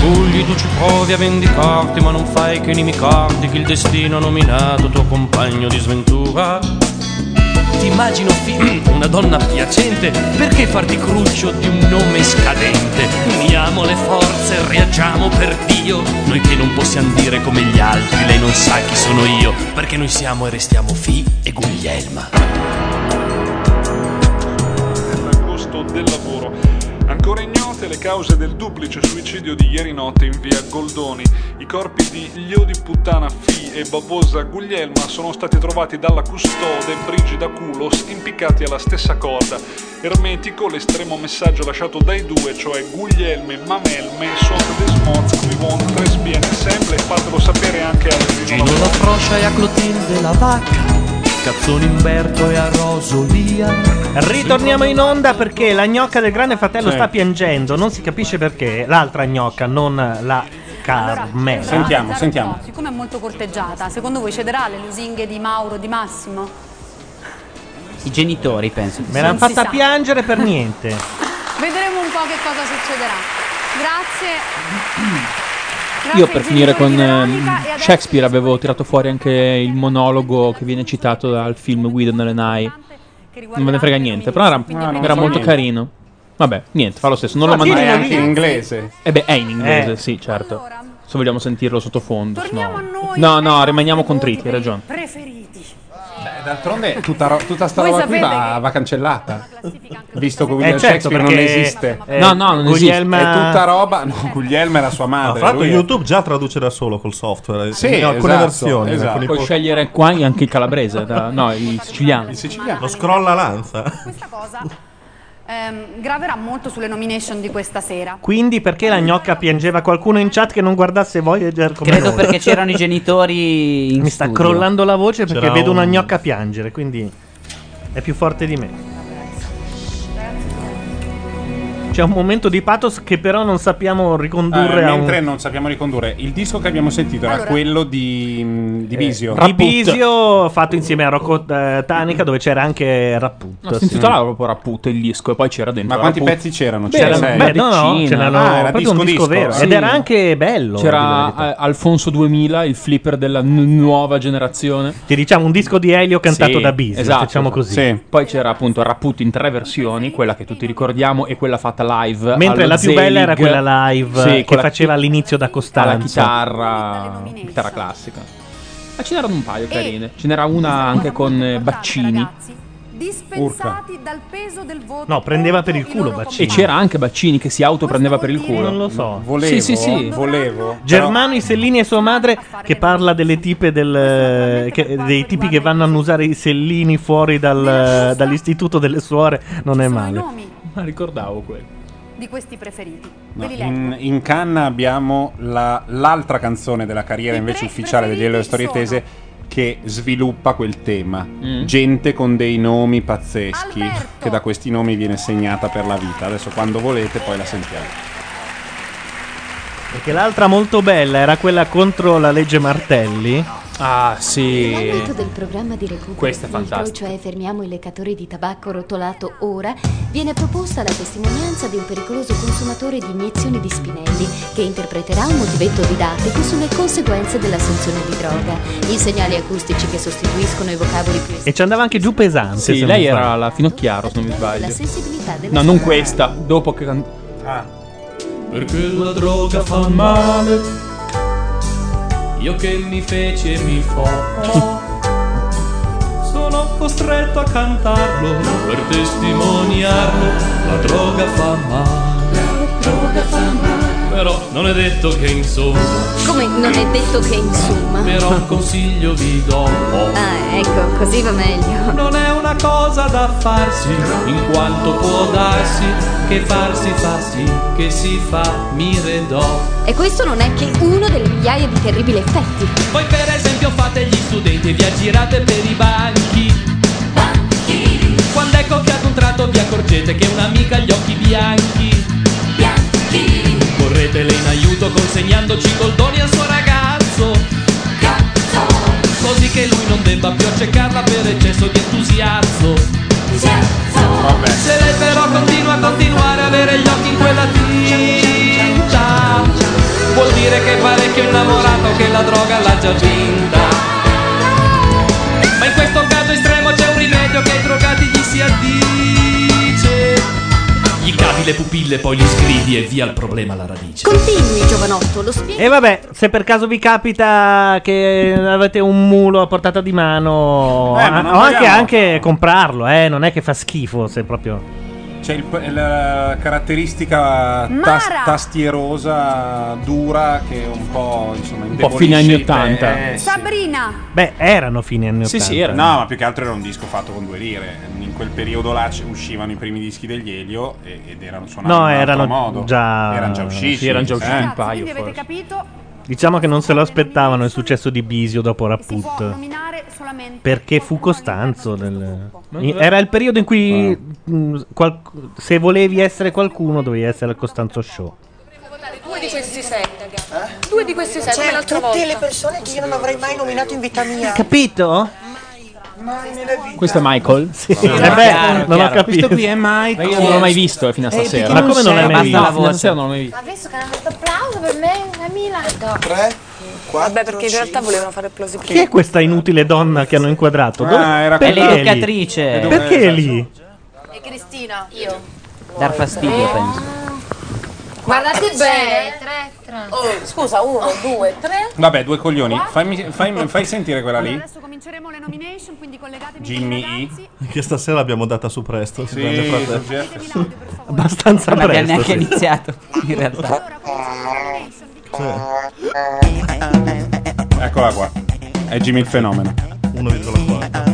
Speaker 26: Gugli, tu ci provi a vendicarti, ma non fai che inimicarti, che il destino ha nominato tuo compagno di sventura. Ti immagino fi- [clears throat] una donna piacente, perché farti cruccio di un nome scadente? Uniamo le forze, reagiamo per Dio, noi che non possiamo dire come gli altri, lei non sa chi sono io, perché noi siamo e restiamo Fi e Guglielma.
Speaker 9: agosto del lavoro. Ancora ignote le cause del duplice suicidio di ieri notte in via Goldoni. I corpi di Lio di puttana Fi e Bavosa Guglielma sono stati trovati dalla custode Brigida Culos impiccati alla stessa corda. Ermetico l'estremo messaggio lasciato dai due, cioè Guglielme e Mamelme, sotto des moz qui von tres bien sempre e fatelo sapere anche a
Speaker 26: Gino la froscia e a Clotilde la vacca, Cazzoni Umberto e a Rosolia.
Speaker 2: Ritorniamo in onda perché la gnocca del grande fratello
Speaker 26: Sì.
Speaker 2: sta piangendo, non si capisce perché. L'altra gnocca, non la Carmela.
Speaker 5: Zero no, Siccome è molto corteggiata, secondo voi cederà alle lusinghe di Mauro, di Massimo?
Speaker 19: I genitori, penso.
Speaker 2: Me l'hanno
Speaker 5: Non si
Speaker 2: fatta
Speaker 5: sa.
Speaker 2: piangere per niente.
Speaker 5: Vedremo un po' che cosa succederà. Grazie.
Speaker 8: Io per finire con
Speaker 5: ehm,
Speaker 8: Shakespeare avevo tirato fuori anche il monologo che viene citato dal film Guido nelle Nai. Non me ne frega niente, però era,
Speaker 4: Ah, non
Speaker 8: era
Speaker 4: so
Speaker 8: molto
Speaker 4: niente.
Speaker 8: carino. Vabbè, niente, fa lo stesso. Non lo
Speaker 4: Ma dillo,
Speaker 8: mandare
Speaker 4: dillo. È anche in inglese?
Speaker 8: Eh beh, è in inglese,
Speaker 4: Eh.
Speaker 8: sì, certo. Se vogliamo sentirlo sottofondo. Torniamo No, no, rimaniamo contriti, hai ragione.
Speaker 5: Preferiti.
Speaker 4: Beh, d'altronde tutta, ro- tutta sta
Speaker 5: Voi
Speaker 4: roba qui
Speaker 5: sapete
Speaker 4: va, va cancellata. Visto che William
Speaker 2: Eh, certo,
Speaker 4: Shakespeare non
Speaker 2: perché,
Speaker 4: esiste.
Speaker 2: eh, No, no, non esiste. Guglielma-
Speaker 4: È tutta roba. No, Guglielma era sua
Speaker 3: Ha
Speaker 4: madre.
Speaker 3: fatto
Speaker 4: Ah, lui è-
Speaker 3: YouTube già traduce da solo col software.
Speaker 4: Sì,
Speaker 3: in alcune
Speaker 4: esatto,
Speaker 3: versioni. in
Speaker 4: esatto.
Speaker 3: alcuni
Speaker 8: Puoi
Speaker 3: posti.
Speaker 8: scegliere qua anche il calabrese, da- no, il siciliano. Il
Speaker 4: siciliano.
Speaker 3: Lo scrolla lanza.
Speaker 5: Questa cosa ehm, graverà molto sulle nomination di questa sera.
Speaker 2: Quindi perché la gnocca piangeva qualcuno in chat che non guardasse Voyager come
Speaker 19: [laughs] Credo
Speaker 2: noi?
Speaker 19: perché c'erano i genitori in
Speaker 2: Mi sta
Speaker 19: studio.
Speaker 2: crollando la voce perché
Speaker 19: C'era
Speaker 2: vedo una
Speaker 19: un-
Speaker 2: gnocca piangere, quindi è più forte di me. C'è un momento di pathos che però non sappiamo ricondurre
Speaker 4: Ah,
Speaker 2: a
Speaker 4: mentre
Speaker 2: un
Speaker 4: non sappiamo ricondurre il disco che abbiamo sentito era
Speaker 2: Allora.
Speaker 4: quello di, mh, di Bisio
Speaker 2: Di Bisio fatto insieme a Rocco eh, Tanica dove c'era anche Rapput. Mm.
Speaker 8: No, si intitolava proprio Rapput il disco e poi c'era dentro.
Speaker 4: Ma quanti
Speaker 8: Rapput.
Speaker 4: pezzi c'erano?
Speaker 8: Beh,
Speaker 4: C'era
Speaker 8: una
Speaker 4: sei.
Speaker 2: no, no, ce
Speaker 8: decina.
Speaker 2: n'erano proprio un Ah, disco, vero.
Speaker 8: Sì.
Speaker 2: Ed era anche bello.
Speaker 8: C'era eh, Alfonso 2000, il flipper della n- nuova generazione.
Speaker 2: Ti diciamo un disco di Elio cantato da Bisio,
Speaker 8: esatto,
Speaker 2: facciamo così.
Speaker 8: Sì. Poi c'era appunto Rapput in tre versioni, quella che tutti ricordiamo e quella fatta live.
Speaker 2: Mentre
Speaker 8: allo
Speaker 2: la più bella era
Speaker 8: Zelig.
Speaker 2: quella live
Speaker 8: Sì,
Speaker 2: che
Speaker 8: con la-
Speaker 2: faceva all'inizio da
Speaker 8: alla
Speaker 2: Costanzo.
Speaker 8: chitarra, chitarra classica. Ma ce n'erano un paio carine. Ce n'era una anche con eh, Baccini.
Speaker 5: Dispensati dal peso del voto.
Speaker 8: No, prendeva per il culo
Speaker 2: Baccini.
Speaker 8: E c'era anche Baccini che si auto prendeva per il culo.
Speaker 2: Non lo so.
Speaker 8: Sì, sì, sì.
Speaker 4: volevo.
Speaker 2: Germano Isellini e sua madre che parla delle tipe del, eh, che- dei tipi che vanno a annusare i sellini fuori dal- dall'istituto delle suore non è male.
Speaker 8: Ma ricordavo quello.
Speaker 5: Di questi preferiti.
Speaker 4: No,
Speaker 5: Ve li leggo.
Speaker 4: in, in canna abbiamo la- l'altra canzone della carriera invece ufficiale degli Elio Storietese che sviluppa quel tema. Gente con dei nomi pazzeschi, che da questi nomi viene segnata per la vita. Adesso quando volete poi la sentiamo.
Speaker 2: Perché l'altra molto bella era quella contro la legge Martelli.
Speaker 8: Ah, sì.
Speaker 11: Nell'ambito del programma di recupero
Speaker 8: Questa è
Speaker 11: del
Speaker 8: fantastica.
Speaker 11: cioè fermiamo i leccatori di tabacco rotolato ora, viene proposta la testimonianza di un pericoloso consumatore di iniezioni di Spinelli che interpreterà un motivetto didattico sulle conseguenze dell'assunzione di droga, i segnali acustici che sostituiscono i vocaboli più
Speaker 2: E ci andava anche giù pesante.
Speaker 8: Sì,
Speaker 2: se non
Speaker 8: lei
Speaker 2: sbaglio.
Speaker 8: era la Finocchiaro, se non mi
Speaker 11: la
Speaker 8: sbaglio.
Speaker 11: sensibilità della
Speaker 8: No, non questa. Dopo che can-
Speaker 26: Ah. Perché la droga fa male, io che mi feci e mi fo. Sono costretto a cantarlo per testimoniarlo. La droga fa male. Però non è detto che insomma,
Speaker 11: Come non è detto che insomma.
Speaker 26: però un consiglio vi do.
Speaker 11: Ah, ecco, così va meglio.
Speaker 26: Non è una cosa da farsi, in quanto può darsi che farsi fa sì, che si fa mi redò.
Speaker 11: E questo non è che uno delle migliaia di terribili effetti.
Speaker 26: Voi per esempio fate gli studenti e vi aggirate per i banchi. Quando ecco che ad un tratto vi accorgete che un'amica ha gli occhi bianchi. Bianchi. Corretele in aiuto consegnandoci col doni al suo ragazzo. Così che lui non debba più accecarla per eccesso di entusiasmo. Se lei però continua a continuare a avere gli occhi in quella tinta, vuol dire che è parecchio innamorata o che la droga l'ha già vinta. Ma in questo caso estremo c'è un rimedio che ai drogati gli si addice. Gli cavi le pupille, poi gli scrivi e via il problema alla radice.
Speaker 18: Continui, giovanotto, lo spiego.
Speaker 2: E vabbè, se per caso vi capita che avete un mulo a portata di mano,
Speaker 4: Eh, ma non
Speaker 2: o anche,
Speaker 4: vogliamo-
Speaker 2: anche comprarlo, eh, non è che fa schifo se proprio.
Speaker 4: C'è il- la caratteristica tas-
Speaker 5: Mara!
Speaker 4: tastierosa dura che un po' insomma un
Speaker 2: fine anni 80.
Speaker 4: eh,
Speaker 5: Sabrina,
Speaker 2: Beh, erano fine anni eh. 80.
Speaker 4: No, ma più che altro era un disco fatto con due lire. In quel periodo là ci- uscivano i primi dischi degli Elio e- ed erano suonati
Speaker 2: No,
Speaker 4: in un altro
Speaker 2: erano
Speaker 4: modo.
Speaker 2: già-
Speaker 4: erano già usciti. eh.
Speaker 2: sì, erano già usciti un paio,
Speaker 5: quindi avete
Speaker 2: forse.
Speaker 5: capito,
Speaker 2: Diciamo che non se lo aspettavano il successo di Bisio dopo Rapput. Perché fu Costanzo. nel- in- Era il periodo in cui mh, qual- se volevi essere qualcuno dovevi essere al Costanzo Show.
Speaker 6: Due di questi sei, ragazzi. Due di questi sei, come l'altra volta.
Speaker 10: Cioè, tutte le persone che io non avrei mai nominato in vita mia.
Speaker 2: Capito?
Speaker 8: Questo è Michael?
Speaker 2: Sì.
Speaker 8: No,
Speaker 2: Eh
Speaker 8: no,
Speaker 2: beh, non ho capito.
Speaker 8: Questo qui è Michael. Ma io non l'ho mai visto eh, fino a
Speaker 2: Eh, perché
Speaker 8: stasera.
Speaker 2: Ma non come non l'hai c'è? mai visto?
Speaker 8: No, fino a
Speaker 2: Basta la
Speaker 8: stasera non l'ho mai visto.
Speaker 6: Adesso che hanno fatto applauso per me, una mila.
Speaker 10: Tre,
Speaker 6: Vabbè, perché in realtà volevano fare applausi prima.
Speaker 2: Chi è questa inutile donna che hanno inquadrato?
Speaker 6: Ah,
Speaker 2: Dove-
Speaker 6: era
Speaker 2: perché
Speaker 6: quella-
Speaker 2: è lì?
Speaker 6: l'educatrice.
Speaker 2: Perché è lì?
Speaker 6: E Cristina? Io.
Speaker 27: Dar
Speaker 5: Eh.
Speaker 27: fastidio, penso.
Speaker 6: Eh, Guardate bene. eh, Oh, scusa, uno, due, tre.
Speaker 4: Vabbè, due coglioni. Fammi, fai, fai sentire quella lì.
Speaker 5: adesso cominceremo le nomination, quindi collegatevi.
Speaker 4: Jimmy E.
Speaker 3: Che stasera abbiamo data su presto.
Speaker 4: Sì,
Speaker 3: si prende qua
Speaker 4: su
Speaker 3: te.
Speaker 4: Jeff.
Speaker 3: [laughs] Abbastanza
Speaker 27: Non abbiamo
Speaker 3: presto,
Speaker 27: neanche
Speaker 3: sì.
Speaker 27: iniziato, in realtà.
Speaker 4: Eccola qua. È Jimmy il fenomeno.
Speaker 3: 1,4.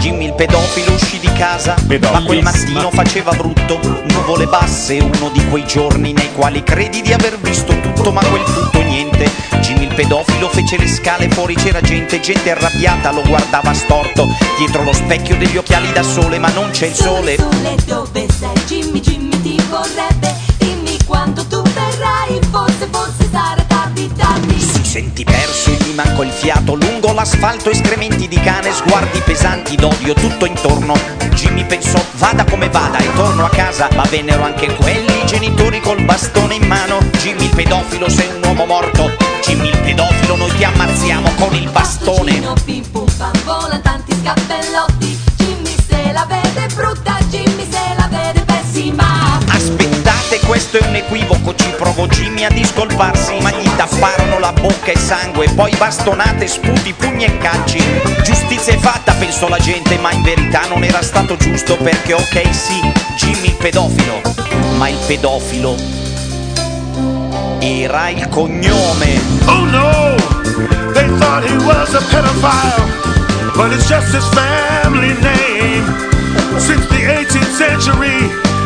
Speaker 23: Jimmy il pedofilo uscì di casa Ma quel mattino faceva brutto Nuvole basse, uno di quei giorni Nei quali credi di aver visto tutto Ma quel tutto niente Jimmy il pedofilo fece le scale Fuori c'era gente, gente arrabbiata Lo guardava storto Dietro lo specchio degli occhiali da sole Ma non c'è il sole
Speaker 13: Sole dove sei? Jimmy, Jimmy ti vorrebbe. Dimmi quando tu verrai. Forse, forse sarà tardi, tardi.
Speaker 23: Si sentì perso e gli mancò il fiato Lungo l'asfalto, escrementi di cane Sguardi pesanti d'odio tutto intorno Jimmy pensò vada come vada e torno a casa Ma vennero anche quelli i genitori col bastone in mano Jimmy il pedofilo sei un uomo morto Jimmy il pedofilo noi ti ammazziamo con il bastone
Speaker 13: Pim pum pam vola tanti scappellotti. Jimmy se la vede brutta, Jimmy se la vede pessima.
Speaker 23: Aspettate, questo è un equivoco, ci provò Jimmy a discolparsi, ma gli tapparono la bocca e sangue, poi bastonate, sputi, pugni e calci. Giustizia è fatta, pensò la gente, ma in verità non era stato giusto perché ok sì, Jimmy il pedofilo, ma il pedofilo era il cognome.
Speaker 7: Oh no! They thought he was a pedophile, but it's just his family name. Since the 18th century,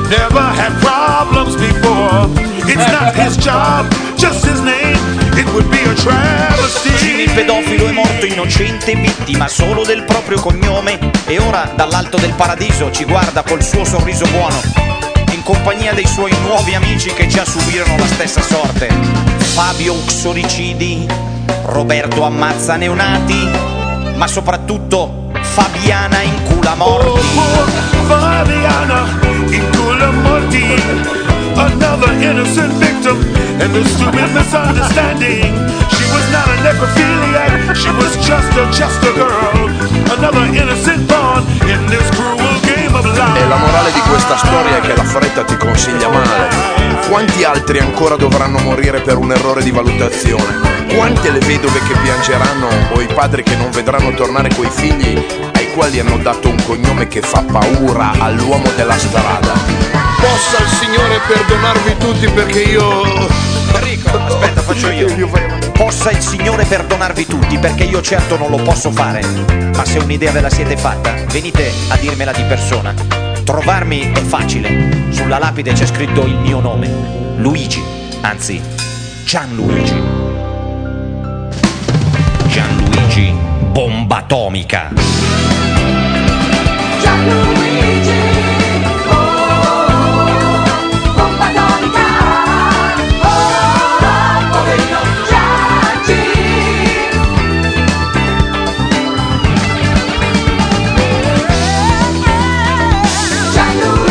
Speaker 7: never had problems before. It's
Speaker 2: [laughs]
Speaker 7: not his job, just his name. It would be a travesty.
Speaker 23: Jimmy il pedofilo è morto innocente, vittima solo del proprio cognome e ora dall'alto del paradiso ci guarda col suo sorriso buono, in compagnia dei suoi nuovi amici che già subirono la stessa sorte. Fabio Uxoricidi, Roberto Ammazza Neonati, ma soprattutto Fabiana Incula Morti.
Speaker 7: Oh, Fabiana Incula Morti, another innocent victim in the stupid misunderstanding. She was not a necrophiliac, she was just a Chester girl, another innocent pawn in this cruel game of life.
Speaker 11: E la morale di questa storia è che la fretta ti consiglia male. Quanti altri ancora dovranno morire per un errore di valutazione? Quante le vedove che piangeranno o i padri che non vedranno tornare coi figli ai quali hanno dato un cognome che fa paura all'uomo della strada? Possa il Signore perdonarvi tutti perché io...
Speaker 23: Enrico, aspetta, faccio io. Possa il Signore perdonarvi tutti, perché io certo non lo posso fare. Ma se un'idea ve la siete fatta, venite a dirmela di persona. Trovarmi è facile. Sulla lapide c'è scritto il mio nome, Luigi, anzi, Gianluigi. Gianluigi bomba atomica.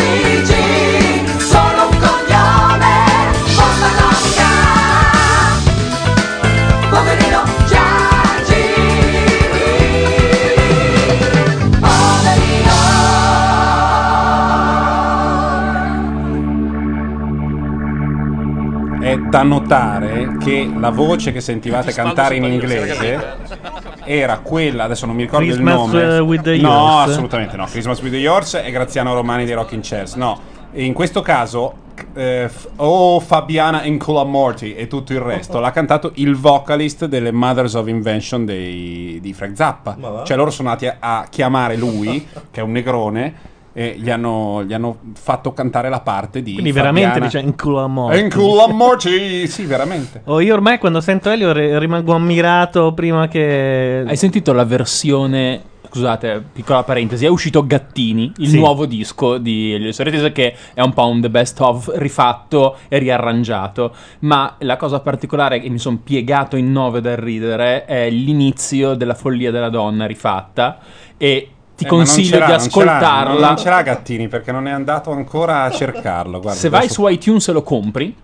Speaker 13: Gianluigi, solo un cognome, bomba atomica. Poverino Gianluigi, poverino.
Speaker 4: È da notare che la voce che sentivate cantare in inglese era quella, adesso non mi ricordo
Speaker 2: Christmas,
Speaker 4: il nome.
Speaker 2: eh, with the
Speaker 4: no,
Speaker 2: Yours.
Speaker 4: assolutamente no. Christmas with the Yours e Graziano Romani dei Rocking Chairs. No, E in questo caso eh, f- Oh Fabiana Inculamorti e tutto il resto l'ha cantato il vocalist delle Mothers of Invention dei- di Frank Zappa.
Speaker 3: Ma va?
Speaker 4: Cioè loro sono andati a, a chiamare lui, che è un negrone. E gli hanno, gli hanno fatto cantare la parte di.
Speaker 2: Quindi veramente cioè,
Speaker 4: Fabiana-
Speaker 2: dice in culo a morte.
Speaker 4: Inculamorti! Sì, veramente.
Speaker 2: Oh, io ormai quando sento Elio re- rimango ammirato prima che.
Speaker 8: Hai sentito la versione. Scusate, piccola parentesi, è uscito Gattini, il
Speaker 2: Sì.
Speaker 8: nuovo disco di Elio Sorrentese che è un po' un the best of rifatto e riarrangiato, ma la cosa particolare che mi sono piegato in nove dal ridere è l'inizio della follia della donna rifatta e ti
Speaker 4: Eh, ma non ce
Speaker 8: consiglio
Speaker 4: l'ha,
Speaker 8: di
Speaker 4: non ce l'ha,
Speaker 8: ascoltarla.
Speaker 4: Non, non ce l'ha Gattini perché non è andato ancora a cercarlo. Guarda,
Speaker 8: Se vai
Speaker 4: adesso-
Speaker 8: su iTunes e lo compri,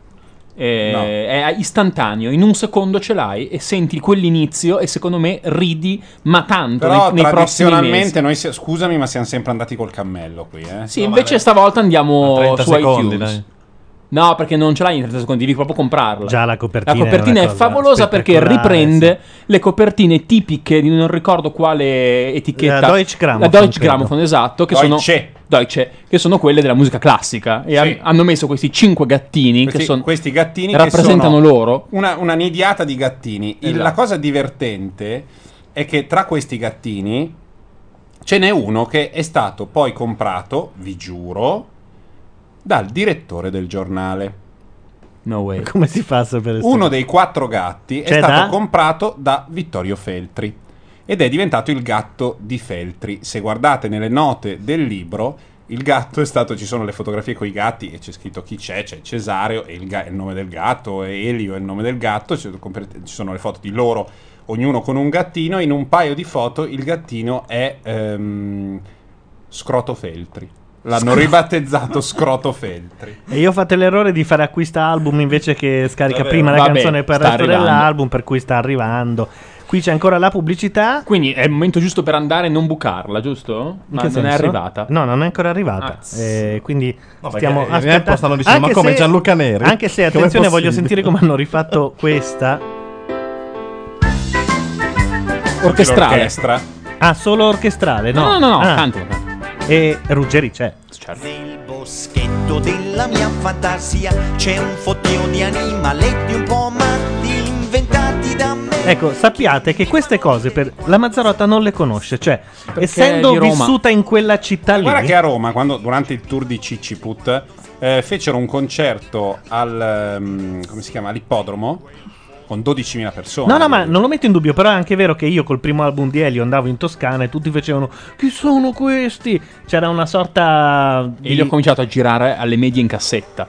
Speaker 8: eh,
Speaker 4: No.
Speaker 8: è istantaneo, in un secondo ce l'hai e senti quell'inizio e secondo me ridi, ma tanto
Speaker 4: Però
Speaker 8: nei, nei prossimi mesi.
Speaker 4: tradizionalmente noi si- scusami, ma siamo sempre andati col cammello qui. Eh?
Speaker 8: Sì, invece stavolta andiamo
Speaker 4: 30
Speaker 8: su
Speaker 4: secondi,
Speaker 8: iTunes.
Speaker 4: dai.
Speaker 8: No, perché non ce l'hai in 30 secondi, devi proprio comprarla.
Speaker 2: Già la copertina
Speaker 8: La copertina
Speaker 2: è
Speaker 8: è,
Speaker 2: una cosa
Speaker 8: favolosa perché
Speaker 2: spettacolare,
Speaker 8: riprende le copertine tipiche di non ricordo quale etichetta.
Speaker 2: La Deutsche Grammophon,
Speaker 8: La Deutsche
Speaker 2: credo.
Speaker 8: Grammophon, esatto, che
Speaker 4: Deutsche.
Speaker 8: sono Deutsche, che sono quelle della musica classica e han- hanno messo questi cinque gattini che
Speaker 4: Questi,
Speaker 8: sono
Speaker 4: questi gattini che
Speaker 8: rappresentano
Speaker 4: sono
Speaker 8: loro. Esatto.
Speaker 4: Una, una nidiata di gattini. Il- La cosa divertente è che tra questi gattini ce n'è uno che è stato poi comprato, vi giuro, dal direttore del giornale.
Speaker 8: No way.
Speaker 2: Come si fa a sapere sta
Speaker 4: Uno
Speaker 2: cosa?
Speaker 4: dei quattro gatti è
Speaker 2: Cioè,
Speaker 4: stato
Speaker 2: da?
Speaker 4: comprato da Vittorio Feltri ed è diventato il gatto di Feltri. Se guardate nelle note del libro, il gatto è stato, ci sono le fotografie con i gatti e c'è scritto chi c'è, c'è Cesareo, è il, ga- è il nome del gatto, e Elio è il nome del gatto, ci ci sono le foto di loro, ognuno con un gattino, in un paio di foto il gattino è ehm, Scroto Feltri. L'hanno
Speaker 2: Scro-
Speaker 4: ribattezzato Scroto Feltri.
Speaker 2: E io ho fatto l'errore di fare acquista album invece che scarica
Speaker 4: Davvero?
Speaker 2: prima la
Speaker 4: Vabbè,
Speaker 2: canzone per il
Speaker 4: sta
Speaker 2: resto
Speaker 4: arrivando.
Speaker 2: dell'album, per cui sta arrivando. Qui c'è ancora la pubblicità.
Speaker 8: Quindi è il momento giusto per andare e non bucarla, giusto?
Speaker 2: In
Speaker 8: Ma
Speaker 2: che
Speaker 8: non è
Speaker 2: senso?
Speaker 8: arrivata.
Speaker 2: No, non è ancora arrivata. Eh, quindi
Speaker 3: Ah, perché
Speaker 2: stiamo
Speaker 3: in realtà
Speaker 2: aspettando.
Speaker 3: stanno dicendo, ma
Speaker 2: Anche
Speaker 3: come,
Speaker 2: se-
Speaker 3: Gianluca Neri?
Speaker 2: Anche se,
Speaker 3: Com'è
Speaker 2: attenzione, voglio
Speaker 3: possibile?
Speaker 2: sentire come hanno rifatto questa.
Speaker 4: Orchestrale. L'orchestra.
Speaker 2: Ah, solo orchestrale?
Speaker 4: No,
Speaker 2: No,
Speaker 4: no, no,
Speaker 2: Ah.
Speaker 4: cantalo,
Speaker 2: E Ruggeri c'è.
Speaker 1: Nel boschetto della mia fantasia c'è un fottio di animaletti un po' matti inventati da me.
Speaker 2: Ecco, sappiate che queste cose per la Mazzarotta non le conosce, cioè essendo
Speaker 4: di Roma.
Speaker 2: vissuta in quella città lì.
Speaker 4: Guarda che a Roma, quando, durante il tour di Ciciput, eh, fecero un concerto al, ehm, come si chiama, all'ippodromo con 12.000 persone.
Speaker 2: No, no, ma non lo metto in dubbio, però è anche vero che io col primo album di Elio andavo in Toscana e tutti facevano chi sono questi? C'era una sorta di...
Speaker 8: E li ho cominciato a girare alle medie in cassetta.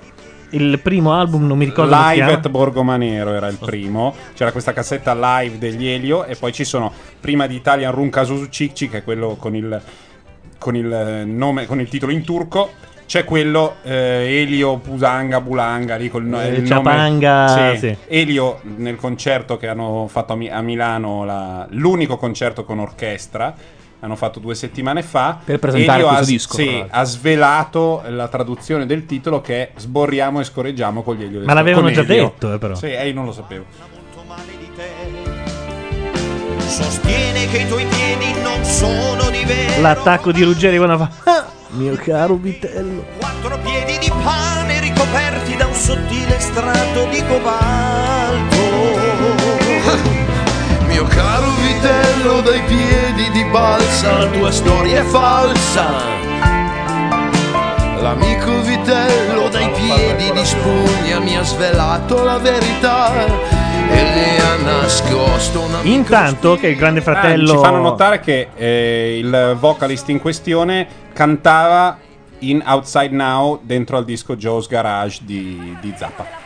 Speaker 2: Il primo album non mi ricordo come si
Speaker 4: Live
Speaker 2: chiama.
Speaker 4: at Borgomanero era il primo, c'era questa cassetta live degli Elio e poi ci sono prima di Italian Room Kazusu Cicci che è quello con il, con il eh, nome, con il titolo in turco, c'è quello eh, Elio Pusanga Bulanga lì col no-
Speaker 2: Eh,
Speaker 4: il nome-
Speaker 2: Ciapanga,
Speaker 4: Sì.
Speaker 2: sì.
Speaker 4: Elio nel concerto che hanno fatto a, Mi- a Milano, la- l'unico concerto con orchestra. Hanno fatto due settimane fa
Speaker 8: Per presentare
Speaker 4: Elio
Speaker 8: questo
Speaker 4: ha-
Speaker 8: disco, tra
Speaker 4: Sì,
Speaker 8: l'altro.
Speaker 4: ha svelato la traduzione del titolo che è Sborriamo e scorreggiamo con gli Elio
Speaker 2: Ma l'avevano
Speaker 4: con
Speaker 2: già
Speaker 4: Elio.
Speaker 2: detto, eh, però.
Speaker 4: Sì, eh, io non lo sapevo.
Speaker 1: Sostiene che i tuoi piedi non sono di vero.
Speaker 2: L'attacco di Ruggeri quando fa "Ah, mio caro vitello.
Speaker 1: Quattro piedi di pane ricoperti da un sottile strato di cobalto.
Speaker 6: Mio caro vitello dai piedi di balsa, la tua storia è falsa. L'amico vitello dai piedi di spugna mi ha svelato la verità.
Speaker 11: e le ha nascosto una
Speaker 2: Intanto che il Grande Fratello.
Speaker 4: Ah, Ci fanno notare che eh, il vocalist in questione cantava in Outside Now dentro al disco Joe's Garage di, di Zappa.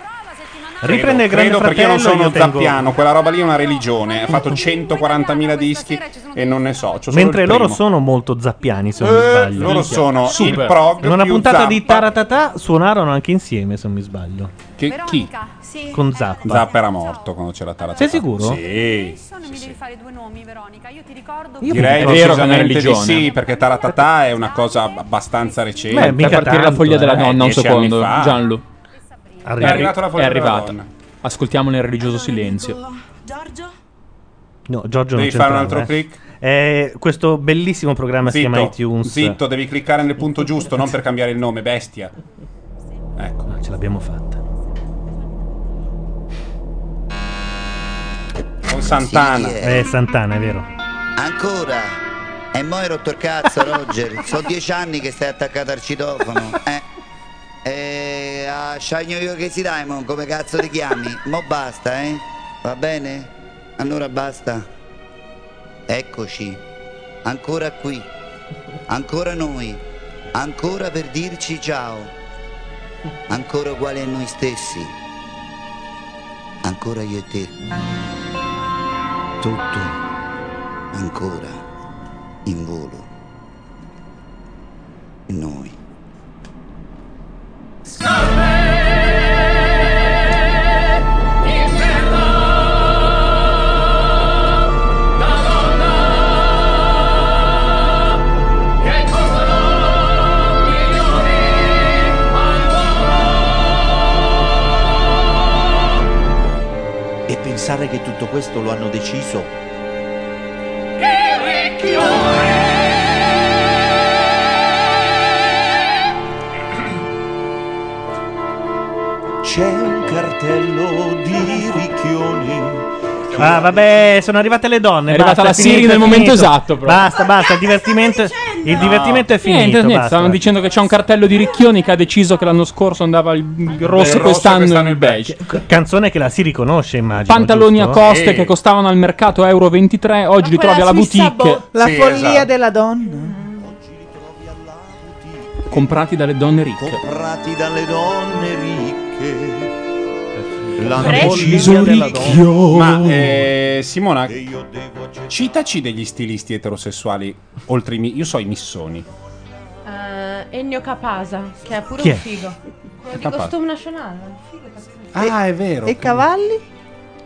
Speaker 2: Riprende il Grande
Speaker 4: credo perché io non
Speaker 2: Fratello,
Speaker 4: sono
Speaker 2: io tengo-
Speaker 4: zappiano, quella roba lì è una religione. Ha fatto 140.000 dischi e non ne so. c'ho solo
Speaker 2: Mentre
Speaker 4: il
Speaker 2: loro
Speaker 4: primo.
Speaker 2: sono molto zappiani, se
Speaker 4: Eh,
Speaker 2: non mi sbaglio.
Speaker 4: loro
Speaker 2: Minchia.
Speaker 4: sono il Super. prog
Speaker 2: In una
Speaker 4: più
Speaker 2: puntata di
Speaker 4: zappa.
Speaker 2: Taratatà Ah, suonarono anche insieme, se non mi sbaglio.
Speaker 4: Che chi?
Speaker 2: Con Zappa.
Speaker 4: Zappa era morto quando c'era Taratata.
Speaker 2: Sei sicuro?
Speaker 4: Sì.
Speaker 1: mi devi fare due nomi, Veronica. Io ti ricordo
Speaker 2: Io
Speaker 4: Direi
Speaker 2: mi ricordo che era
Speaker 4: decisamente di
Speaker 2: religione.
Speaker 4: sì, perché Taratata è una cosa abbastanza recente.
Speaker 8: Beh, mica Fa partire la tanto, foglia eh. della donna un
Speaker 4: Dieci anni
Speaker 8: secondo,
Speaker 4: fa.
Speaker 8: Gianlu.
Speaker 4: È arrivata la foglia
Speaker 8: è
Speaker 4: della
Speaker 8: arrivata.
Speaker 4: donna.
Speaker 8: Ascoltiamo nel religioso silenzio.
Speaker 2: No, Giorgio
Speaker 4: Devi
Speaker 2: non
Speaker 4: fare un
Speaker 2: c'entrava,
Speaker 4: altro
Speaker 2: eh.
Speaker 4: click?
Speaker 2: Eh, questo bellissimo programma si chiama
Speaker 4: Zitto,
Speaker 2: iTunes.
Speaker 4: zitto, devi cliccare nel punto giusto, non per cambiare il nome, bestia. Ecco.
Speaker 2: Ce l'abbiamo fatta.
Speaker 4: Con Santana.
Speaker 19: Sì,
Speaker 2: Eh, Santana, è vero.
Speaker 19: Ancora? E mo' hai rotto il cazzo, Roger. Sono dieci anni che stai attaccato al citofono. Eh. E a Shagno Io che si Diamond, come cazzo ti chiami? Mo' basta, eh? Va bene? Allora basta. Eccoci. Ancora qui. Ancora noi. Ancora per dirci ciao. Ancora uguali a noi stessi. Ancora io e te. Tutto ancora in volo. Noi.
Speaker 25: E pensare che tutto questo lo hanno deciso
Speaker 16: Eh,
Speaker 25: C'è un cartello di ricchioni.
Speaker 2: Ah, vabbè, sono arrivate le donne.
Speaker 25: È
Speaker 2: basta,
Speaker 25: arrivata la
Speaker 2: finito,
Speaker 25: Siri
Speaker 8: nel
Speaker 2: è
Speaker 8: momento
Speaker 2: finito.
Speaker 8: esatto, proprio.
Speaker 2: Basta, basta. Il divertimento, il divertimento è finito.
Speaker 8: Niente, niente,
Speaker 2: basta.
Speaker 8: stavano dicendo che c'è un cartello di Ricchioni che ha deciso che l'anno scorso andava il rosso,
Speaker 2: rosso,
Speaker 8: quest'anno,
Speaker 2: quest'anno
Speaker 8: il beige.
Speaker 2: C- Canzone che la si riconosce, immagino.
Speaker 8: Pantaloni a
Speaker 2: giusto?
Speaker 8: coste che costavano al mercato euro 23, oggi li trovi alla boutique.
Speaker 10: La follia
Speaker 4: esatto.
Speaker 10: della donna.
Speaker 8: Comprati dalle donne ricche.
Speaker 25: comprati dalle donne ricche.
Speaker 4: La
Speaker 25: Fresco.
Speaker 4: follia della
Speaker 25: Ricchio.
Speaker 4: donna. Ma eh, Simona, citaci degli stilisti eterosessuali oltre i mi- Io so i missoni.
Speaker 6: Eh, Ennio Capasa, che è pure
Speaker 4: Chi
Speaker 6: un
Speaker 4: è?
Speaker 6: figo. Quello di
Speaker 4: Capasa.
Speaker 6: costume nazionale. un figo Capasa.
Speaker 4: Ah, è vero.
Speaker 10: E cavalli?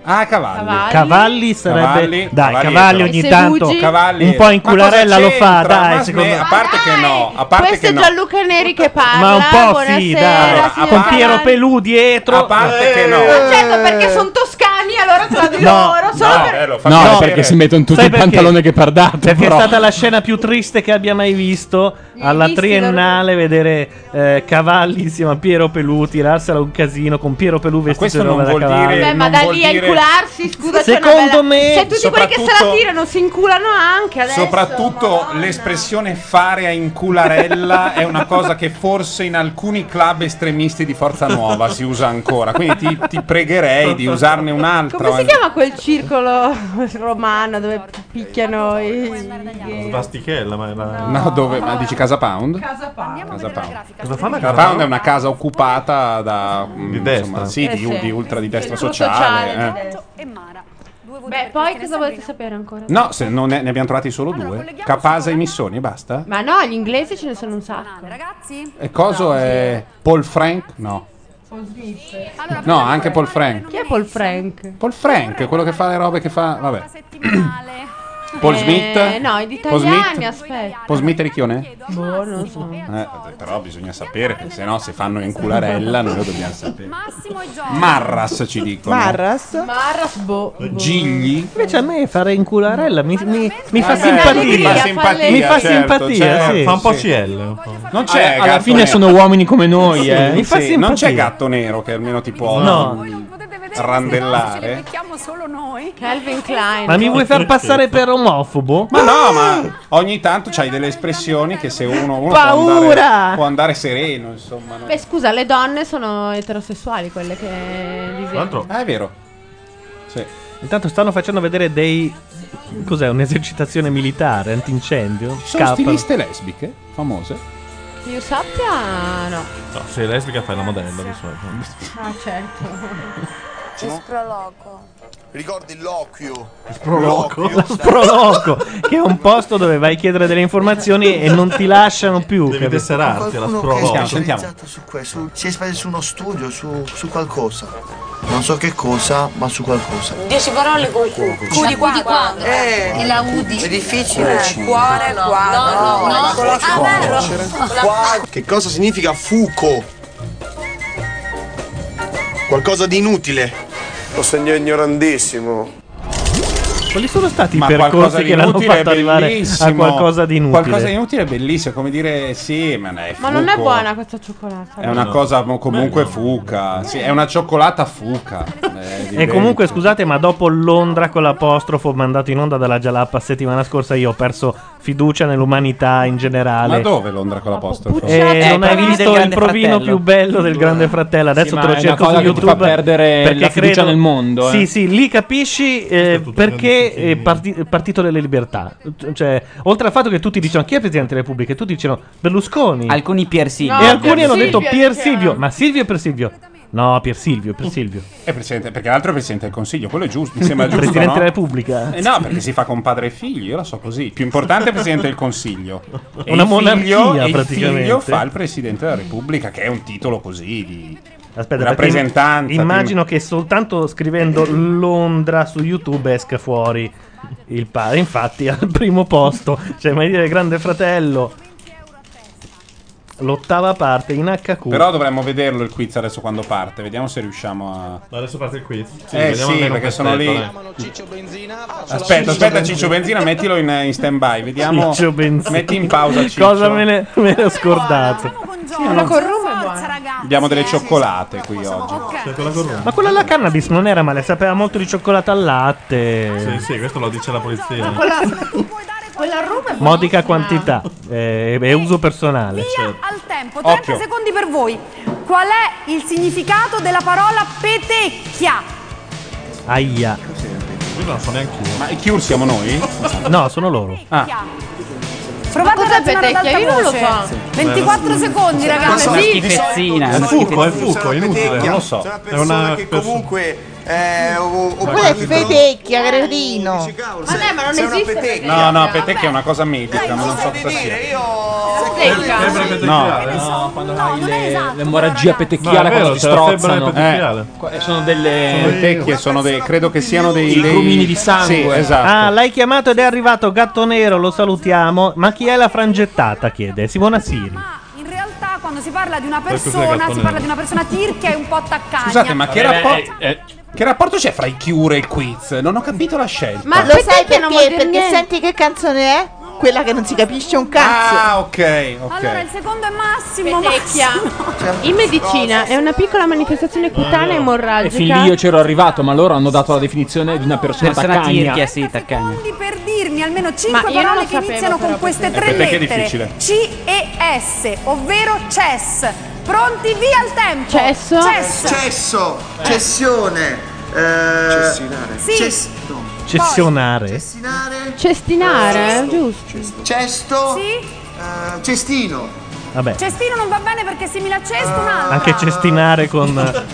Speaker 4: Ah, cavalli.
Speaker 6: Cavalli.
Speaker 2: Cavalli sarebbe.
Speaker 4: Cavalli,
Speaker 2: dai,
Speaker 4: cavalli
Speaker 2: cavalli
Speaker 4: etero.
Speaker 2: ogni
Speaker 6: E se
Speaker 2: tanto.
Speaker 6: bugi?
Speaker 4: Cavalli
Speaker 2: un po' in
Speaker 4: etero. Ma
Speaker 2: cularella
Speaker 4: cosa
Speaker 2: lo fa,
Speaker 4: c'entra?
Speaker 2: dai.
Speaker 4: Ma
Speaker 2: secondo
Speaker 4: sme-
Speaker 2: me.
Speaker 4: a parte che no, a parte
Speaker 6: Questo
Speaker 4: che
Speaker 6: è
Speaker 4: no.
Speaker 6: Gianluca Neri che parla.
Speaker 2: Ma un po'
Speaker 6: Buonasera,
Speaker 2: sì, dai.
Speaker 6: signor
Speaker 2: Con Piero
Speaker 6: Cavalli.
Speaker 2: Pelù dietro.
Speaker 4: A parte che no.
Speaker 6: Ma certo, perché sono toscani, allora tra di
Speaker 2: No,
Speaker 6: loro.
Speaker 4: Ah,
Speaker 6: Solo per-
Speaker 4: eh,
Speaker 8: No, perché si mettono tutti
Speaker 2: Sai
Speaker 8: il
Speaker 2: perché?
Speaker 8: pantalone che pardate.
Speaker 2: Perché
Speaker 8: però.
Speaker 2: è stata la scena più triste che abbia mai visto alla
Speaker 6: visti
Speaker 2: triennale vedere eh, Cavalli insieme a Piero Pelù tirarsela un casino con Piero Pelù vestito
Speaker 4: questo
Speaker 2: in
Speaker 4: non
Speaker 2: roba da
Speaker 4: vuol
Speaker 2: cavallo.
Speaker 6: Beh, Eh, ma da lì a incularsi, scusa, c'è una
Speaker 2: Secondo
Speaker 6: bella...
Speaker 2: me-
Speaker 6: Se tutti quelli che se la
Speaker 4: soprattutto-
Speaker 6: tirano si inculano anche adesso.
Speaker 4: Soprattutto l'espressione fare a incularella è una cosa che forse in alcuni club estremisti di Forza Nuova si usa ancora. Quindi ti, ti pregherei di usarne un'altra.
Speaker 6: Come si chiama quel circolo [laughs] romano dove picchiano i...
Speaker 4: Svastichella, ma era. No, dove? Ma dici Casa Pound? Casa Pound. Casa Pound.
Speaker 6: Cosa fa una
Speaker 4: Casa
Speaker 6: Casa
Speaker 4: Pound è una casa occupata da. Di destra. Sì,
Speaker 6: Eh
Speaker 4: di,
Speaker 6: sì.
Speaker 4: di ultra di destra
Speaker 6: Centro
Speaker 4: sociale. eh.
Speaker 6: e Mara. Beh, poi cosa volete sapere ancora?
Speaker 4: No, se non ne, ne abbiamo trovati solo due. Capasa e Missoni, basta.
Speaker 6: Ma no, gli inglesi ce ne sono un sacco.
Speaker 1: Ragazzi?
Speaker 4: E coso è Paul Frank? No.
Speaker 1: Allora,
Speaker 4: No, anche Paul Frank.
Speaker 6: Chi è Paul Frank?
Speaker 4: Paul Frank, è quello che fa le robe che fa. Vabbè. [clears throat] Paul
Speaker 6: Eh,
Speaker 4: Smith?
Speaker 6: no, gli
Speaker 4: Paul
Speaker 6: italiani,
Speaker 4: Smith?
Speaker 6: aspetta.
Speaker 4: Paul Smith e Ricchione?
Speaker 6: Boh, non so.
Speaker 4: Eh, però bisogna sapere, perché se no se fanno incularella noi lo dobbiamo sapere.
Speaker 1: Massimo e Giorgio.
Speaker 4: Marras ci dicono.
Speaker 6: Marras, boh.
Speaker 4: Gigli.
Speaker 2: Invece a me fare incularella mi, mi, mi fa
Speaker 4: Eh,
Speaker 2: simpatia.
Speaker 4: fa simpatia,
Speaker 2: Mi fa
Speaker 4: certo,
Speaker 2: simpatia,
Speaker 4: certo,
Speaker 2: sì,
Speaker 4: fa un po'
Speaker 2: sì.
Speaker 4: CL. Non c'è
Speaker 8: alla, alla
Speaker 4: gatto
Speaker 8: fine
Speaker 4: nero.
Speaker 8: sono uomini come noi,
Speaker 4: Sì,
Speaker 8: eh.
Speaker 4: sì, non c'è gatto nero che almeno ti può
Speaker 8: No.
Speaker 4: mm, randellare.
Speaker 1: Mettiamo solo noi.
Speaker 6: Calvin Klein.
Speaker 2: Ma mi vuoi far passare per omofobo?
Speaker 4: Ma no, ma ogni tanto c'hai delle espressioni che se uno, uno può,
Speaker 6: Paura!
Speaker 4: andare, può andare sereno, insomma. no?
Speaker 6: Beh, scusa, le donne sono eterosessuali quelle che disegno.
Speaker 4: Ah, è vero.
Speaker 2: Intanto stanno facendo vedere dei. Cos'è? Un'esercitazione militare antincendio?
Speaker 4: Sono stiliste lesbiche famose.
Speaker 12: Io sappia, no.
Speaker 3: No, se è lesbica fai la modella di solito.
Speaker 12: Ah,
Speaker 4: [laughs]
Speaker 12: certo.
Speaker 17: Esproloco.
Speaker 6: Ricordi l'occhio?
Speaker 2: Proloco. La
Speaker 4: [laughs]
Speaker 2: Proloco, che è un posto dove vai a chiedere delle informazioni e non ti lasciano più. Devi
Speaker 6: Qualcuno che è specializzato su questo, si è specializzato su uno studio, su, su qualcosa. Non so che cosa, ma su qualcosa.
Speaker 17: Dieci parole con Q. Q di quadro.
Speaker 6: Eh.
Speaker 17: E la U di.
Speaker 6: È difficile.
Speaker 17: Eh, cuore, quadro. No, no, no.
Speaker 6: Con la
Speaker 17: Ah, vero.
Speaker 6: Qua- Che cosa significa fuco? Qualcosa di inutile. Lo segno ignorantissimo.
Speaker 2: Quali sono stati i
Speaker 4: Ma qualcosa
Speaker 2: percorsi
Speaker 4: di
Speaker 2: che l'hanno
Speaker 4: inutile è
Speaker 2: fatto arrivare a
Speaker 4: bellissimo.
Speaker 2: qualcosa di inutile?
Speaker 4: Qualcosa di inutile è bellissimo, come dire sì, ma, ne è
Speaker 12: Ma non è
Speaker 4: fuco.
Speaker 12: buona questa cioccolata.
Speaker 4: È una cosa mo- comunque fuca. Sì, è una cioccolata fuca. Eh, di
Speaker 2: E comunque scusate, ma dopo Londra con l'apostrofo mandato in onda dalla Jalappa settimana scorsa, io ho perso fiducia nell'umanità in generale.
Speaker 4: Ma dove Londra con l'apostrofo?
Speaker 2: Eh, non hai visto il provino più bello del Grande Fratello. Adesso
Speaker 8: ma
Speaker 2: te lo
Speaker 8: è una
Speaker 2: cerco
Speaker 8: cosa
Speaker 2: su
Speaker 8: che ti
Speaker 2: YouTube.
Speaker 8: fa perdere
Speaker 2: perché
Speaker 8: la fiducia
Speaker 2: credo-
Speaker 8: nel mondo, eh.
Speaker 2: Sì, sì, lì capisci eh, perché è parti- è partito delle libertà. Cioè, oltre al fatto che tutti dicono chi è Presidente della Repubblica, tutti dicono Berlusconi.
Speaker 19: Alcuni Pier Silvio.
Speaker 2: e alcuni hanno detto
Speaker 4: Silvio
Speaker 2: Pier Silvio, Mm. ma Silvio è per Silvio. No, Pier Silvio, Pier Silvio.
Speaker 4: È presidente, perché l'altro è presidente del consiglio, quello è giusto. Mi sembra giusto.
Speaker 2: Presidente
Speaker 4: no?
Speaker 2: della Repubblica.
Speaker 4: Eh no, perché si fa con padre e figlio, io la so così. Il più importante è il presidente del
Speaker 2: [laughs]
Speaker 4: consiglio. E
Speaker 2: Una
Speaker 4: il
Speaker 2: monarchia,
Speaker 4: figlio- e
Speaker 2: praticamente.
Speaker 4: Il figlio fa il presidente della Repubblica, che è un titolo così di
Speaker 2: Aspetta, perché
Speaker 4: rappresentanza. di-
Speaker 2: Immagino che
Speaker 4: [laughs]
Speaker 2: soltanto scrivendo Londra su YouTube esca fuori il padre. Infatti, al primo posto, cioè, mai dire Grande Fratello, l'ottava parte in HQ.
Speaker 4: Però dovremmo vederlo il quiz adesso quando parte. Vediamo se riusciamo a.
Speaker 3: Adesso parte il quiz.
Speaker 4: eh
Speaker 3: vediamo
Speaker 4: sì,
Speaker 3: almeno
Speaker 4: perché
Speaker 3: un
Speaker 4: sono lì.
Speaker 3: pezzetto,
Speaker 4: Aspetta, aspetta, Ciccio Benzina, mettilo in, in stand by. Vediamo.
Speaker 2: Ciccio Benzina.
Speaker 4: Metti in pausa. Ciccio.
Speaker 2: Cosa me ne, me ne ho scordato?
Speaker 12: Una corrume è buona.
Speaker 4: Abbiamo delle cioccolate qui oggi.
Speaker 2: Ma quella alla cannabis non era male, sapeva molto di cioccolato al latte.
Speaker 3: Sì, sì, questo lo dice la polizia.
Speaker 6: [laughs]
Speaker 12: Quella ruba è buona.
Speaker 2: Modica quantità eh, e uso personale. Certo.
Speaker 5: Al tempo, 30
Speaker 2: Occhio.
Speaker 5: secondi per voi. Qual è il significato della parola petecchia?
Speaker 2: Aia.
Speaker 3: Io non so neanche io.
Speaker 4: Ma i Cure siamo noi? Ah.
Speaker 2: No, sono loro.
Speaker 5: Provate a
Speaker 12: Ma cos'è
Speaker 5: ragionare ad
Speaker 12: petecchia?
Speaker 5: alta
Speaker 12: Io non lo
Speaker 5: voce.
Speaker 12: so.
Speaker 5: 24 secondi, ragazzi.
Speaker 12: Una
Speaker 19: schifezzina.
Speaker 3: È fuco, è fuco, è inutile.
Speaker 4: Non lo so.
Speaker 3: È una persona.
Speaker 6: Comunque, eh, ho, ho
Speaker 10: Quella è
Speaker 6: capito-
Speaker 10: fetecchia, Gredino.
Speaker 6: Ma
Speaker 10: dai, ma non esiste
Speaker 4: No, no, perché è una cosa medica, ma non so cosa sia.
Speaker 8: No, quando hai le-
Speaker 4: esatto.
Speaker 8: l'emorragia
Speaker 4: eh. No,
Speaker 8: petecchiale
Speaker 4: è
Speaker 8: quando
Speaker 4: vero,
Speaker 8: ti
Speaker 4: c'è la febbre
Speaker 8: strozzano.
Speaker 4: petecchiale.
Speaker 8: Eh, sono delle
Speaker 4: Sono petecchie, sono dei, credo che siano dei,
Speaker 8: I
Speaker 4: dei-
Speaker 8: grumini di sangue.
Speaker 4: Sì, esatto.
Speaker 2: Ah, l'hai chiamato ed è arrivato Gatto Nero, lo salutiamo. Ma chi è la frangettata? chiede Simona Siri.
Speaker 5: In realtà quando si parla di una
Speaker 2: Questo è
Speaker 5: persona,
Speaker 2: cartone.
Speaker 5: si parla di una persona tirchia e un po' attaccagna.
Speaker 4: Scusate, ma che
Speaker 5: Vabbè,
Speaker 4: rapporto. Che rapporto c'è fra i Cure e il quiz? Non ho capito la scelta.
Speaker 10: Ma lo sai
Speaker 12: perché non vuol
Speaker 10: perché?
Speaker 12: dire
Speaker 10: Perché
Speaker 12: niente.
Speaker 10: senti che canzone è? Quella che non si capisce un cazzo. Eh,
Speaker 4: Ah, ok, ok.
Speaker 5: Allora, il secondo è Massimo.
Speaker 12: Petecchia.
Speaker 5: Massimo.
Speaker 6: certo.
Speaker 12: In medicina è una piccola manifestazione
Speaker 8: E
Speaker 12: cutanea
Speaker 8: fin lì
Speaker 12: emorragica.
Speaker 8: io c'ero arrivato, ma loro hanno dato la definizione di una persona,
Speaker 19: Persona
Speaker 8: taccagna.
Speaker 19: tirchia,
Speaker 8: sì, taccagna.
Speaker 5: per dirmi almeno 5
Speaker 12: io non
Speaker 5: parole
Speaker 12: lo
Speaker 5: che
Speaker 12: sapevo,
Speaker 5: iniziano
Speaker 12: però,
Speaker 5: con queste
Speaker 8: questo.
Speaker 5: tre
Speaker 8: Eh, perché è
Speaker 5: lettere
Speaker 8: difficile.
Speaker 5: C e S, ovvero CES. Pronti via al tempo. Cesso. Cesso.
Speaker 6: Cesso, cessione. Eh, Cessinare.
Speaker 5: Sì.
Speaker 2: Cessionare.
Speaker 12: Cestinare, eh, giusto.
Speaker 6: Cesto. Eh, cestino. Eh,
Speaker 2: Vabbè,
Speaker 5: Cestino non va bene perché è simile a cesto un'altra.
Speaker 2: anche cestinare con.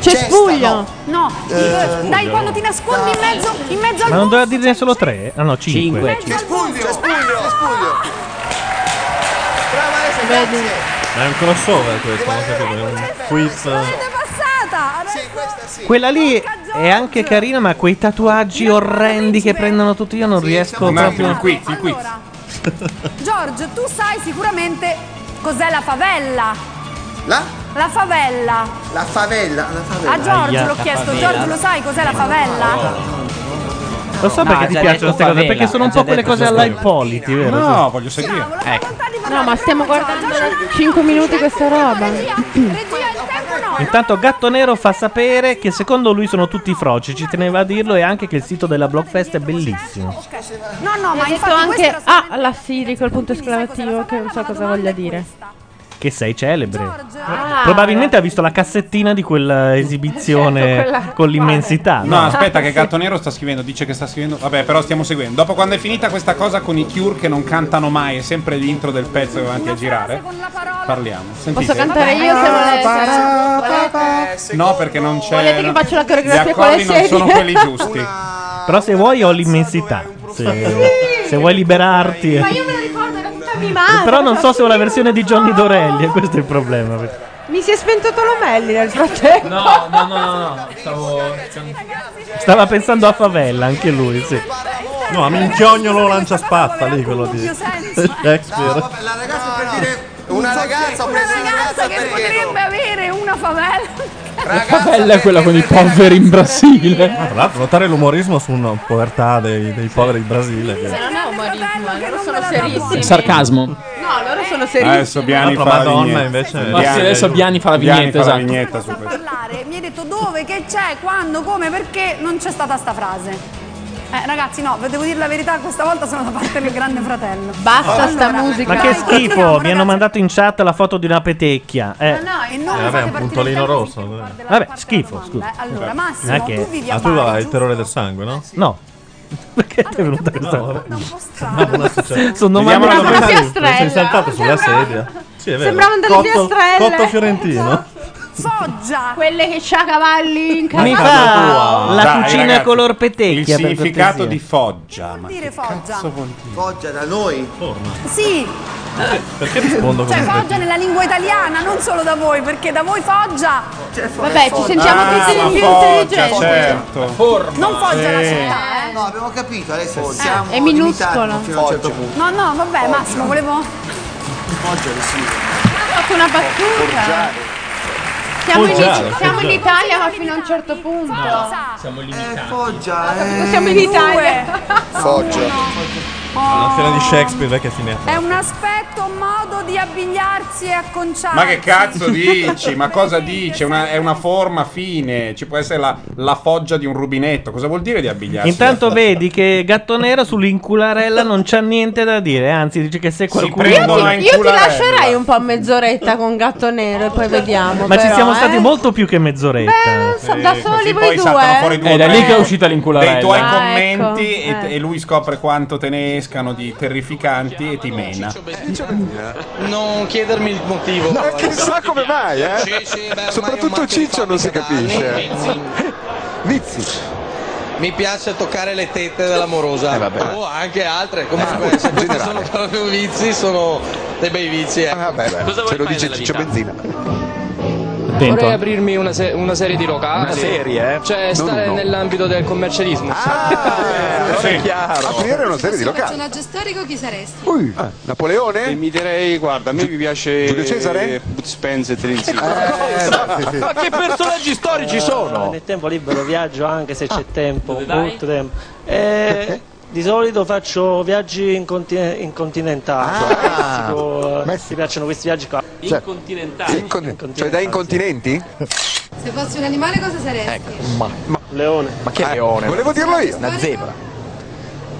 Speaker 12: Cespuglio.
Speaker 5: No,
Speaker 2: Eh,
Speaker 5: dai, quando ti nascondi in mezzo, in mezzo al
Speaker 2: Ma non doveva dirne solo tre? Ah no, cinque.
Speaker 6: Cespuglio. Cespuglio. Cespuglio.
Speaker 3: Ma è un crossover questo, non capito. È un quiz.
Speaker 11: Ah.
Speaker 5: È passata. Adesso...
Speaker 2: Quella lì è anche carina, ma quei tatuaggi orrendi che prendono tutti io non riesco
Speaker 4: Un attimo,
Speaker 2: proprio.
Speaker 4: il quiz, il quiz.
Speaker 5: Giorgio, tu sai sicuramente cos'è la favela.
Speaker 6: La?
Speaker 5: La favela.
Speaker 6: La favela. La
Speaker 11: Ah,
Speaker 6: favela.
Speaker 5: A Giorgio
Speaker 2: Aia.
Speaker 5: l'ho
Speaker 2: La
Speaker 5: chiesto,
Speaker 2: favela.
Speaker 5: Giorgio lo sai cos'è la favela?
Speaker 2: Lo so
Speaker 8: No,
Speaker 2: perché
Speaker 8: ha
Speaker 2: ti
Speaker 8: già
Speaker 2: piacciono
Speaker 8: detto
Speaker 2: queste cose,
Speaker 8: favela,
Speaker 2: perché sono
Speaker 4: eh,
Speaker 2: un
Speaker 8: ha
Speaker 2: po'
Speaker 8: già
Speaker 2: quelle
Speaker 8: detto
Speaker 2: cose alla Ippoliti, vero?
Speaker 4: No, voglio seguire.
Speaker 6: Ecco.
Speaker 12: No, ma stiamo guardando da 5 minuti questa roba.
Speaker 2: Intanto Gatto Nero fa sapere che secondo lui sono tutti froci, ci teneva a dirlo e anche che il sito della Blockfest è bellissimo.
Speaker 5: No, no, ma
Speaker 12: ma detto
Speaker 5: infatti questo
Speaker 12: anche
Speaker 5: era
Speaker 12: ah, la Siri col punto esclamativo che non so cosa voglia dire.
Speaker 2: che sei celebre.
Speaker 6: Ah.
Speaker 2: Probabilmente ha visto la cassettina di quella esibizione
Speaker 4: Certo, quella-
Speaker 2: con l'immensità.
Speaker 4: No,
Speaker 2: [laughs]
Speaker 4: aspetta, che Gatto Nero sta scrivendo. Dice che sta scrivendo. Vabbè, però stiamo seguendo. Dopo, quando è finita questa cosa con i Cure che non cantano mai, è sempre l'intro del pezzo che avanti a girare. Parliamo. Sentite.
Speaker 6: Posso cantare io se
Speaker 2: Ah,
Speaker 6: volete?
Speaker 4: No, perché non c'è.
Speaker 6: Volete che faccio la coreografia
Speaker 4: Gli
Speaker 6: con le
Speaker 4: accordi non sono
Speaker 6: sedie?
Speaker 4: quelli giusti.
Speaker 2: Però se vuoi ho l'immensità. Se, se vuoi liberarti.
Speaker 6: Ma io me la ricordo, era tutta mimata.
Speaker 2: Però non so se ho la versione di Johnny Dorelli, e questo è il problema.
Speaker 6: Mi si è spento Tolomelli nel frattempo. [laughs]
Speaker 7: No, no, no, no, no. Stavo.
Speaker 2: Stava pensando a Favella, anche lui, sì.
Speaker 3: No, a minchiognolo lancia spazza lì quello di [laughs] Shakespeare.
Speaker 5: La ragazza per dire una ragazza, che potrebbe avere una favela.
Speaker 7: Favella è quella con i poveri in Brasile.
Speaker 3: Ah, Tra l'altro, notare l'umorismo su una povertà dei, dei poveri in Brasile. Che...
Speaker 6: non è umorismo, loro sono serissimi.
Speaker 7: Il sarcasmo.
Speaker 6: No, loro sono serissimi.
Speaker 4: Biani
Speaker 3: Tra
Speaker 4: fa la
Speaker 3: l'altro Madonna
Speaker 4: vignetta.
Speaker 3: invece.
Speaker 4: Ma sì, Biani- adesso
Speaker 7: Biani fa la
Speaker 4: Biani
Speaker 7: vignetta,
Speaker 4: fa la
Speaker 7: esatto.
Speaker 4: vignetta su questo.
Speaker 5: parlare, mi hai detto dove, che c'è, quando, come, perché non c'è stata sta frase. Eh, ragazzi, no, vi devo dire la verità, questa volta sono da parte del grande fratello.
Speaker 6: Basta sta
Speaker 5: Allora,
Speaker 6: musica.
Speaker 2: Ma che schifo, mi hanno mandato in chat la foto di una petecchia. Eh.
Speaker 5: Ma no, e non mi fate partire il tempo
Speaker 3: rosso.
Speaker 2: Vabbè, schifo, scusa.
Speaker 5: Eh, allora, Massimo,
Speaker 2: Non è che-
Speaker 5: tu vivi a
Speaker 3: Ah, tu
Speaker 5: Bari,
Speaker 3: hai il terrore del sangue, no?
Speaker 2: No. Perché ti è venuta questa cosa? [laughs] Sono
Speaker 3: Sono
Speaker 2: mandato
Speaker 3: mandato
Speaker 2: una
Speaker 6: piastrella.
Speaker 3: Sei saltato sulla sedia. Sì, è vero.
Speaker 6: Sembravano delle
Speaker 3: Cotto-
Speaker 6: piastrelle.
Speaker 3: Cotto fiorentino.
Speaker 5: Foggia!
Speaker 6: Quelle che c'ha cavalli in
Speaker 2: Mi
Speaker 6: casa.
Speaker 2: fa
Speaker 4: tua.
Speaker 2: la
Speaker 4: Dai,
Speaker 2: cucina
Speaker 4: ragazzi,
Speaker 2: color petecchia.
Speaker 4: Il
Speaker 2: per
Speaker 4: significato
Speaker 2: cortesia.
Speaker 4: di foggia. Ma
Speaker 5: dire Foggia.
Speaker 26: Foggia da noi.
Speaker 5: Sì,
Speaker 3: Perché rispondo
Speaker 5: cioè
Speaker 3: così?
Speaker 5: Foggia nella lingua italiana, non solo da voi, perché da voi Foggia.
Speaker 6: Vabbè, ci
Speaker 26: Eh.
Speaker 6: sentiamo
Speaker 4: Ah,
Speaker 6: tutti
Speaker 4: ma
Speaker 6: di più
Speaker 4: Foggia,
Speaker 6: intelligenti.
Speaker 4: certo.
Speaker 5: Non Foggia la
Speaker 4: Sì.
Speaker 5: città, eh.
Speaker 26: No, abbiamo capito, adesso
Speaker 5: Eh,
Speaker 26: siamo
Speaker 5: è minuscolo.
Speaker 26: limitati fino a un certo punto.
Speaker 5: No, no, vabbè, Massimo, volevo. Ho
Speaker 26: Foggia di sì.
Speaker 6: fatto una battuta. Siamo in,
Speaker 26: Foggiare,
Speaker 6: siamo in
Speaker 26: Foggiare.
Speaker 6: Italia ma fino a un certo punto.
Speaker 7: Siamo
Speaker 26: limitati. Foggia, eh.
Speaker 6: Siamo in Italia. Oh.
Speaker 26: Foggia.
Speaker 3: La fiera di Shakespeare, beh, che fine
Speaker 5: È un aspetto, un modo di abbigliarsi e acconciarsi.
Speaker 4: Ma che cazzo dici? Ma cosa dici? È una- è una forma fine. Ci può essere la, la foggia di un rubinetto. Cosa vuol dire di abbigliarsi?
Speaker 2: Intanto vedi che Gatto Nero sull'incularella non c'ha niente da dire, anzi dice che se qualcuno...
Speaker 6: Io ti, io ti lascerei un po' mezz'oretta con gatto nero e poi vediamo.
Speaker 2: Ma ci
Speaker 6: però,
Speaker 2: siamo
Speaker 6: eh.
Speaker 2: stati molto più che mezz'oretta.
Speaker 6: so, da Eh, soli così voi poi due? saltano fuori
Speaker 4: due
Speaker 7: È da lì
Speaker 4: tre
Speaker 7: che è uscita l'incularella.
Speaker 4: Dei tuoi
Speaker 7: Ah,
Speaker 4: commenti
Speaker 6: ecco,
Speaker 4: e, e lui scopre quanto te ne escano di terrificanti e ti mena.
Speaker 11: Eh, Non chiedermi il motivo.
Speaker 4: No, chissà
Speaker 11: come mai, eh? Soprattutto Ciccio non si capisce. Vizi. eh. Mi piace toccare le tette dell'amorosa. O anche altre, comunque se questi sono proprio vizi, sono dei bei vizi. eh.
Speaker 12: Cosa vuoi
Speaker 11: Ce lo
Speaker 12: fare
Speaker 11: dice
Speaker 12: nella
Speaker 11: Ciccio
Speaker 12: vita?
Speaker 11: Benzina.
Speaker 12: Vorrei aprirmi una, se- una serie di locali.
Speaker 11: Una serie, eh?
Speaker 12: Cioè,
Speaker 11: Non
Speaker 12: stare
Speaker 11: uno.
Speaker 12: nell'ambito del commercialismo.
Speaker 11: Ah, Aprire una serie di locali.
Speaker 28: storico chi saresti?
Speaker 11: Ui, Napoleone? mi direi, guarda, a me mi piace Giulio Cesare? Eh, Spencer e
Speaker 25: Ma che personaggi storici sono?
Speaker 1: Eh, Nel tempo libero viaggio anche se c'è tempo,
Speaker 25: vai?
Speaker 1: molto tempo. E di solito faccio viaggi incontinentali. eh, mi piacciono questi viaggi qua.
Speaker 12: Incontinentali.
Speaker 11: Cioè da incontinenti?
Speaker 28: Se fossi un animale cosa
Speaker 4: Eh,
Speaker 28: saresti?
Speaker 11: Ma, leone. Ma che leone? Volevo dirlo io. Una zebra.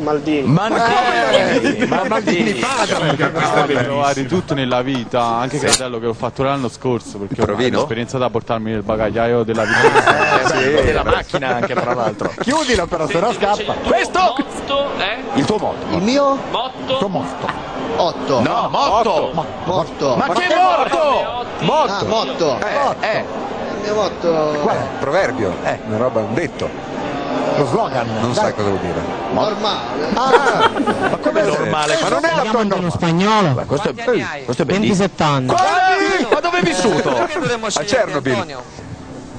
Speaker 1: Maldini.
Speaker 11: Eh,
Speaker 25: Ma
Speaker 19: Eh,
Speaker 25: Maldini
Speaker 19: Ho provato eh, di tutto nella vita, anche il cartello che ho fatto l'anno scorso, perché ho un'esperienza da portarmi nel bagagliaio della vita.
Speaker 11: Eh,
Speaker 19: Eh,
Speaker 11: della macchina anche,
Speaker 19: [laughs]
Speaker 11: tra l'altro. Chiudilo però, se no scappa.
Speaker 25: Questo motto è
Speaker 11: Il tuo motto. Il mio? Motto. Il tuo motto. Otto.
Speaker 25: No, motto.
Speaker 11: Motto.
Speaker 25: Ma Ah, che morto?
Speaker 11: Motto. Eh, eh. Il mio motto. Qual è? Proverbio. Eh, una roba, un detto. Lo slogan. Non sai cosa vuol dire. Normale. Ah, ma come normale?
Speaker 19: Eh,
Speaker 11: Ma non è la tua normale.
Speaker 25: spagnolo. Ma questo,
Speaker 11: hai? questo è bellissimo.
Speaker 25: 27 anni.
Speaker 11: Ma dove hai vissuto?
Speaker 25: Perché dovremmo
Speaker 11: A
Speaker 25: scegliere
Speaker 11: Chernobyl.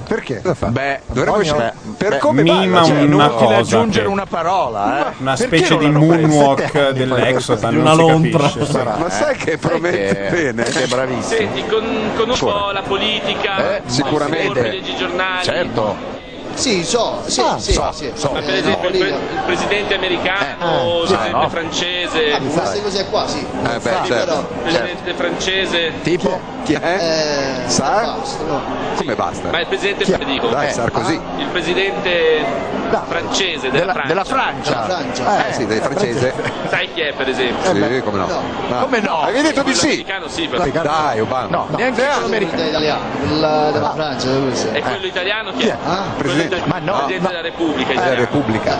Speaker 11: Perché? Beh, dovremmo
Speaker 25: Antonio?
Speaker 11: scegliere. Per
Speaker 4: Beh,
Speaker 11: come
Speaker 4: mima
Speaker 11: parla, cioè,
Speaker 4: una
Speaker 11: non utile
Speaker 4: cosa
Speaker 11: aggiungere
Speaker 4: che-
Speaker 11: una parola, eh.
Speaker 4: Una
Speaker 11: Perché
Speaker 4: specie
Speaker 11: non
Speaker 4: di
Speaker 11: l'hanno presa?
Speaker 4: moonwalk
Speaker 11: Sette anni
Speaker 4: dell'Exotan,
Speaker 11: poi questo
Speaker 4: non
Speaker 11: di
Speaker 4: si
Speaker 11: lontra.
Speaker 4: capisce.
Speaker 11: Sarà, Ma sai che promette
Speaker 25: Eh,
Speaker 11: bene? Sei bravissimo.
Speaker 12: Senti, con, con un
Speaker 11: Suona.
Speaker 12: po' la politica,
Speaker 11: Eh, sicuramente.
Speaker 12: i giornali.
Speaker 11: Certo.
Speaker 20: Sì, so, sì, sì,
Speaker 25: Ah, so,
Speaker 20: sì.
Speaker 25: so.
Speaker 11: Ma per esempio il, pre- il presidente americano,
Speaker 25: Eh,
Speaker 11: il
Speaker 25: sì,
Speaker 11: presidente
Speaker 25: no.
Speaker 11: francese,
Speaker 20: Ah, queste cose qua, sì.
Speaker 25: Eh, beh,
Speaker 20: Sì,
Speaker 25: certo.
Speaker 20: però-
Speaker 11: il presidente francese,
Speaker 25: Tipo? Chi Eh,
Speaker 20: è? Sa?
Speaker 25: Come basta?
Speaker 11: ma il presidente
Speaker 25: Chi è?
Speaker 11: dico,
Speaker 25: Dai,
Speaker 11: eh,
Speaker 25: Sarkozy.
Speaker 11: il presidente francese della, Francia.
Speaker 25: Eh, sì, del francese.
Speaker 11: Sai chi è per esempio?
Speaker 25: Sì, come no.
Speaker 20: ah.
Speaker 25: Come no? Avevi detto di sì.
Speaker 11: Americano sì, per-
Speaker 25: Dai, Obama. No,
Speaker 11: Eh.
Speaker 20: Neanche l'americano. italiano, quella della Francia, dove sei?
Speaker 11: E quello italiano chi è?
Speaker 25: Ah, presidente. Ma no,
Speaker 11: Presidente della Repubblica
Speaker 25: della
Speaker 11: italiana.
Speaker 25: Repubblica.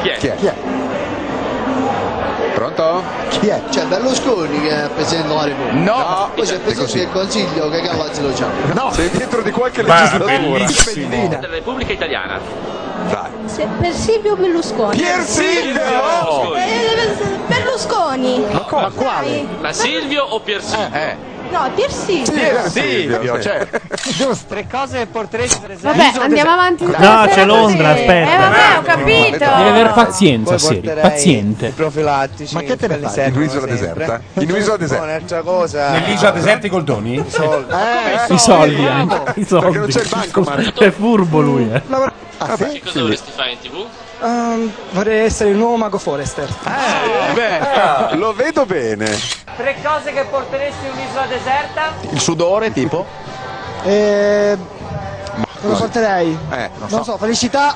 Speaker 11: Chi è?
Speaker 25: Chi è? Pronto?
Speaker 20: Chi è? C'è Berlusconi che è presidente della Repubblica.
Speaker 25: No.
Speaker 20: Poi c'è il presidente del Consiglio che cavazzo lo c'ha.
Speaker 25: No. Sei dietro di qualche
Speaker 11: Ma
Speaker 25: legislatura.
Speaker 11: bellissimo. Della Repubblica Italiana.
Speaker 25: Dai.
Speaker 7: Per Silvio Berlusconi.
Speaker 25: Pier Silvio!
Speaker 7: Eh, Berlusconi. Ma quale?
Speaker 11: Ma Silvio o Piersilvio? Eh,
Speaker 7: No, Pier Silvio.
Speaker 11: Silvio,
Speaker 25: cioè.
Speaker 24: Giusto, tre cose portresi per esempio.
Speaker 6: Vabbè, andiamo avanti.
Speaker 2: No,
Speaker 6: tutta
Speaker 2: c'è
Speaker 6: sera
Speaker 2: Londra,
Speaker 6: così.
Speaker 2: aspetta.
Speaker 6: Eh, vabbè, ho capito.
Speaker 8: Devi avere pazienza, Siri, paziente.
Speaker 14: profilattici. Ma che te ne fai? In un'isola deserta? In un'isola deserta? Un'altra cosa.
Speaker 4: Nell'isola deserta i goldoni?
Speaker 14: Soldi.
Speaker 2: I soldi anche.
Speaker 4: eh.
Speaker 2: I soldi.
Speaker 14: non c'è il banco,
Speaker 2: È furbo lui, eh.
Speaker 14: Lavora- Ah, sì?
Speaker 11: Che cosa dovresti fare in tv?
Speaker 14: Ehm, vorrei essere il nuovo mago Forester.
Speaker 11: Eh.
Speaker 14: Eh,
Speaker 25: Beh, lo vedo bene.
Speaker 24: Tre cose che porteresti in un'isola deserta?
Speaker 25: Il sudore, tipo?
Speaker 14: Eh, cosa porterei?
Speaker 25: Eh, non
Speaker 14: Non
Speaker 25: so.
Speaker 14: so, felicità.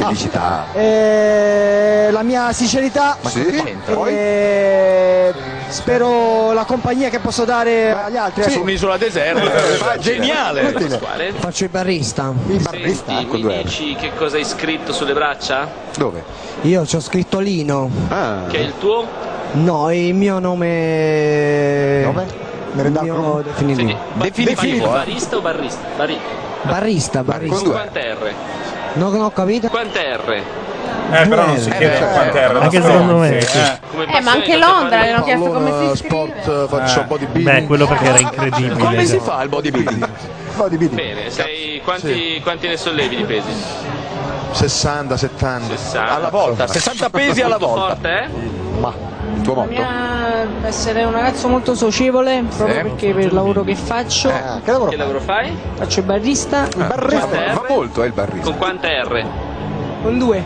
Speaker 14: Ah.
Speaker 25: Felicità.
Speaker 14: Eh, la mia sincerità.
Speaker 25: Ma Sì, cosa c'entra? poi?
Speaker 14: Eh, spero la compagnia che posso dare agli altri.
Speaker 26: Sì,
Speaker 14: ecco.
Speaker 26: un'isola
Speaker 25: Eh,
Speaker 26: deserta. Geniale.
Speaker 11: Quale?
Speaker 14: Faccio ecco, il barista.
Speaker 11: Senti, mi dici che cosa hai scritto sulle braccia?
Speaker 14: Dove? Io ci ho scritto Lino.
Speaker 11: Che è il tuo?
Speaker 14: Ah. No, il mio nome. Nome? Mio definitivo.
Speaker 11: Ba-
Speaker 14: Definitivo, eh.
Speaker 11: Barista o barrista? Bari-
Speaker 14: Barista,
Speaker 11: Con
Speaker 14: barista.
Speaker 11: quante R?
Speaker 14: Non, non ho capito.
Speaker 11: Quante R?
Speaker 14: Eh, però non si chiede quante erano.
Speaker 2: Anche secondo me. sì.
Speaker 11: Come
Speaker 6: Eh, ma anche Londra le hanno chiesto come si iscrive.
Speaker 14: Sport,
Speaker 2: faccio Eh, Beh, quello perché era incredibile.
Speaker 26: Come si
Speaker 2: cioè.
Speaker 26: fa il
Speaker 14: [laughs]
Speaker 26: bodybuilding?
Speaker 11: Bene, sei, quanti, quanti ne sollevi di pesi?
Speaker 14: 60, 70.
Speaker 11: Alla
Speaker 14: volta,
Speaker 26: 60 pesi alla volta.
Speaker 11: Forte, eh?
Speaker 14: Ma il tuo motto?
Speaker 16: Bisogna essere un ragazzo molto socievole proprio
Speaker 14: Sì.
Speaker 16: perché per il lavoro che faccio
Speaker 20: Eh,
Speaker 14: che lavoro,
Speaker 11: fai?
Speaker 16: faccio il barista
Speaker 14: barista,
Speaker 11: va
Speaker 14: molto, è il Eh, barista.
Speaker 11: Con quante R?
Speaker 16: con due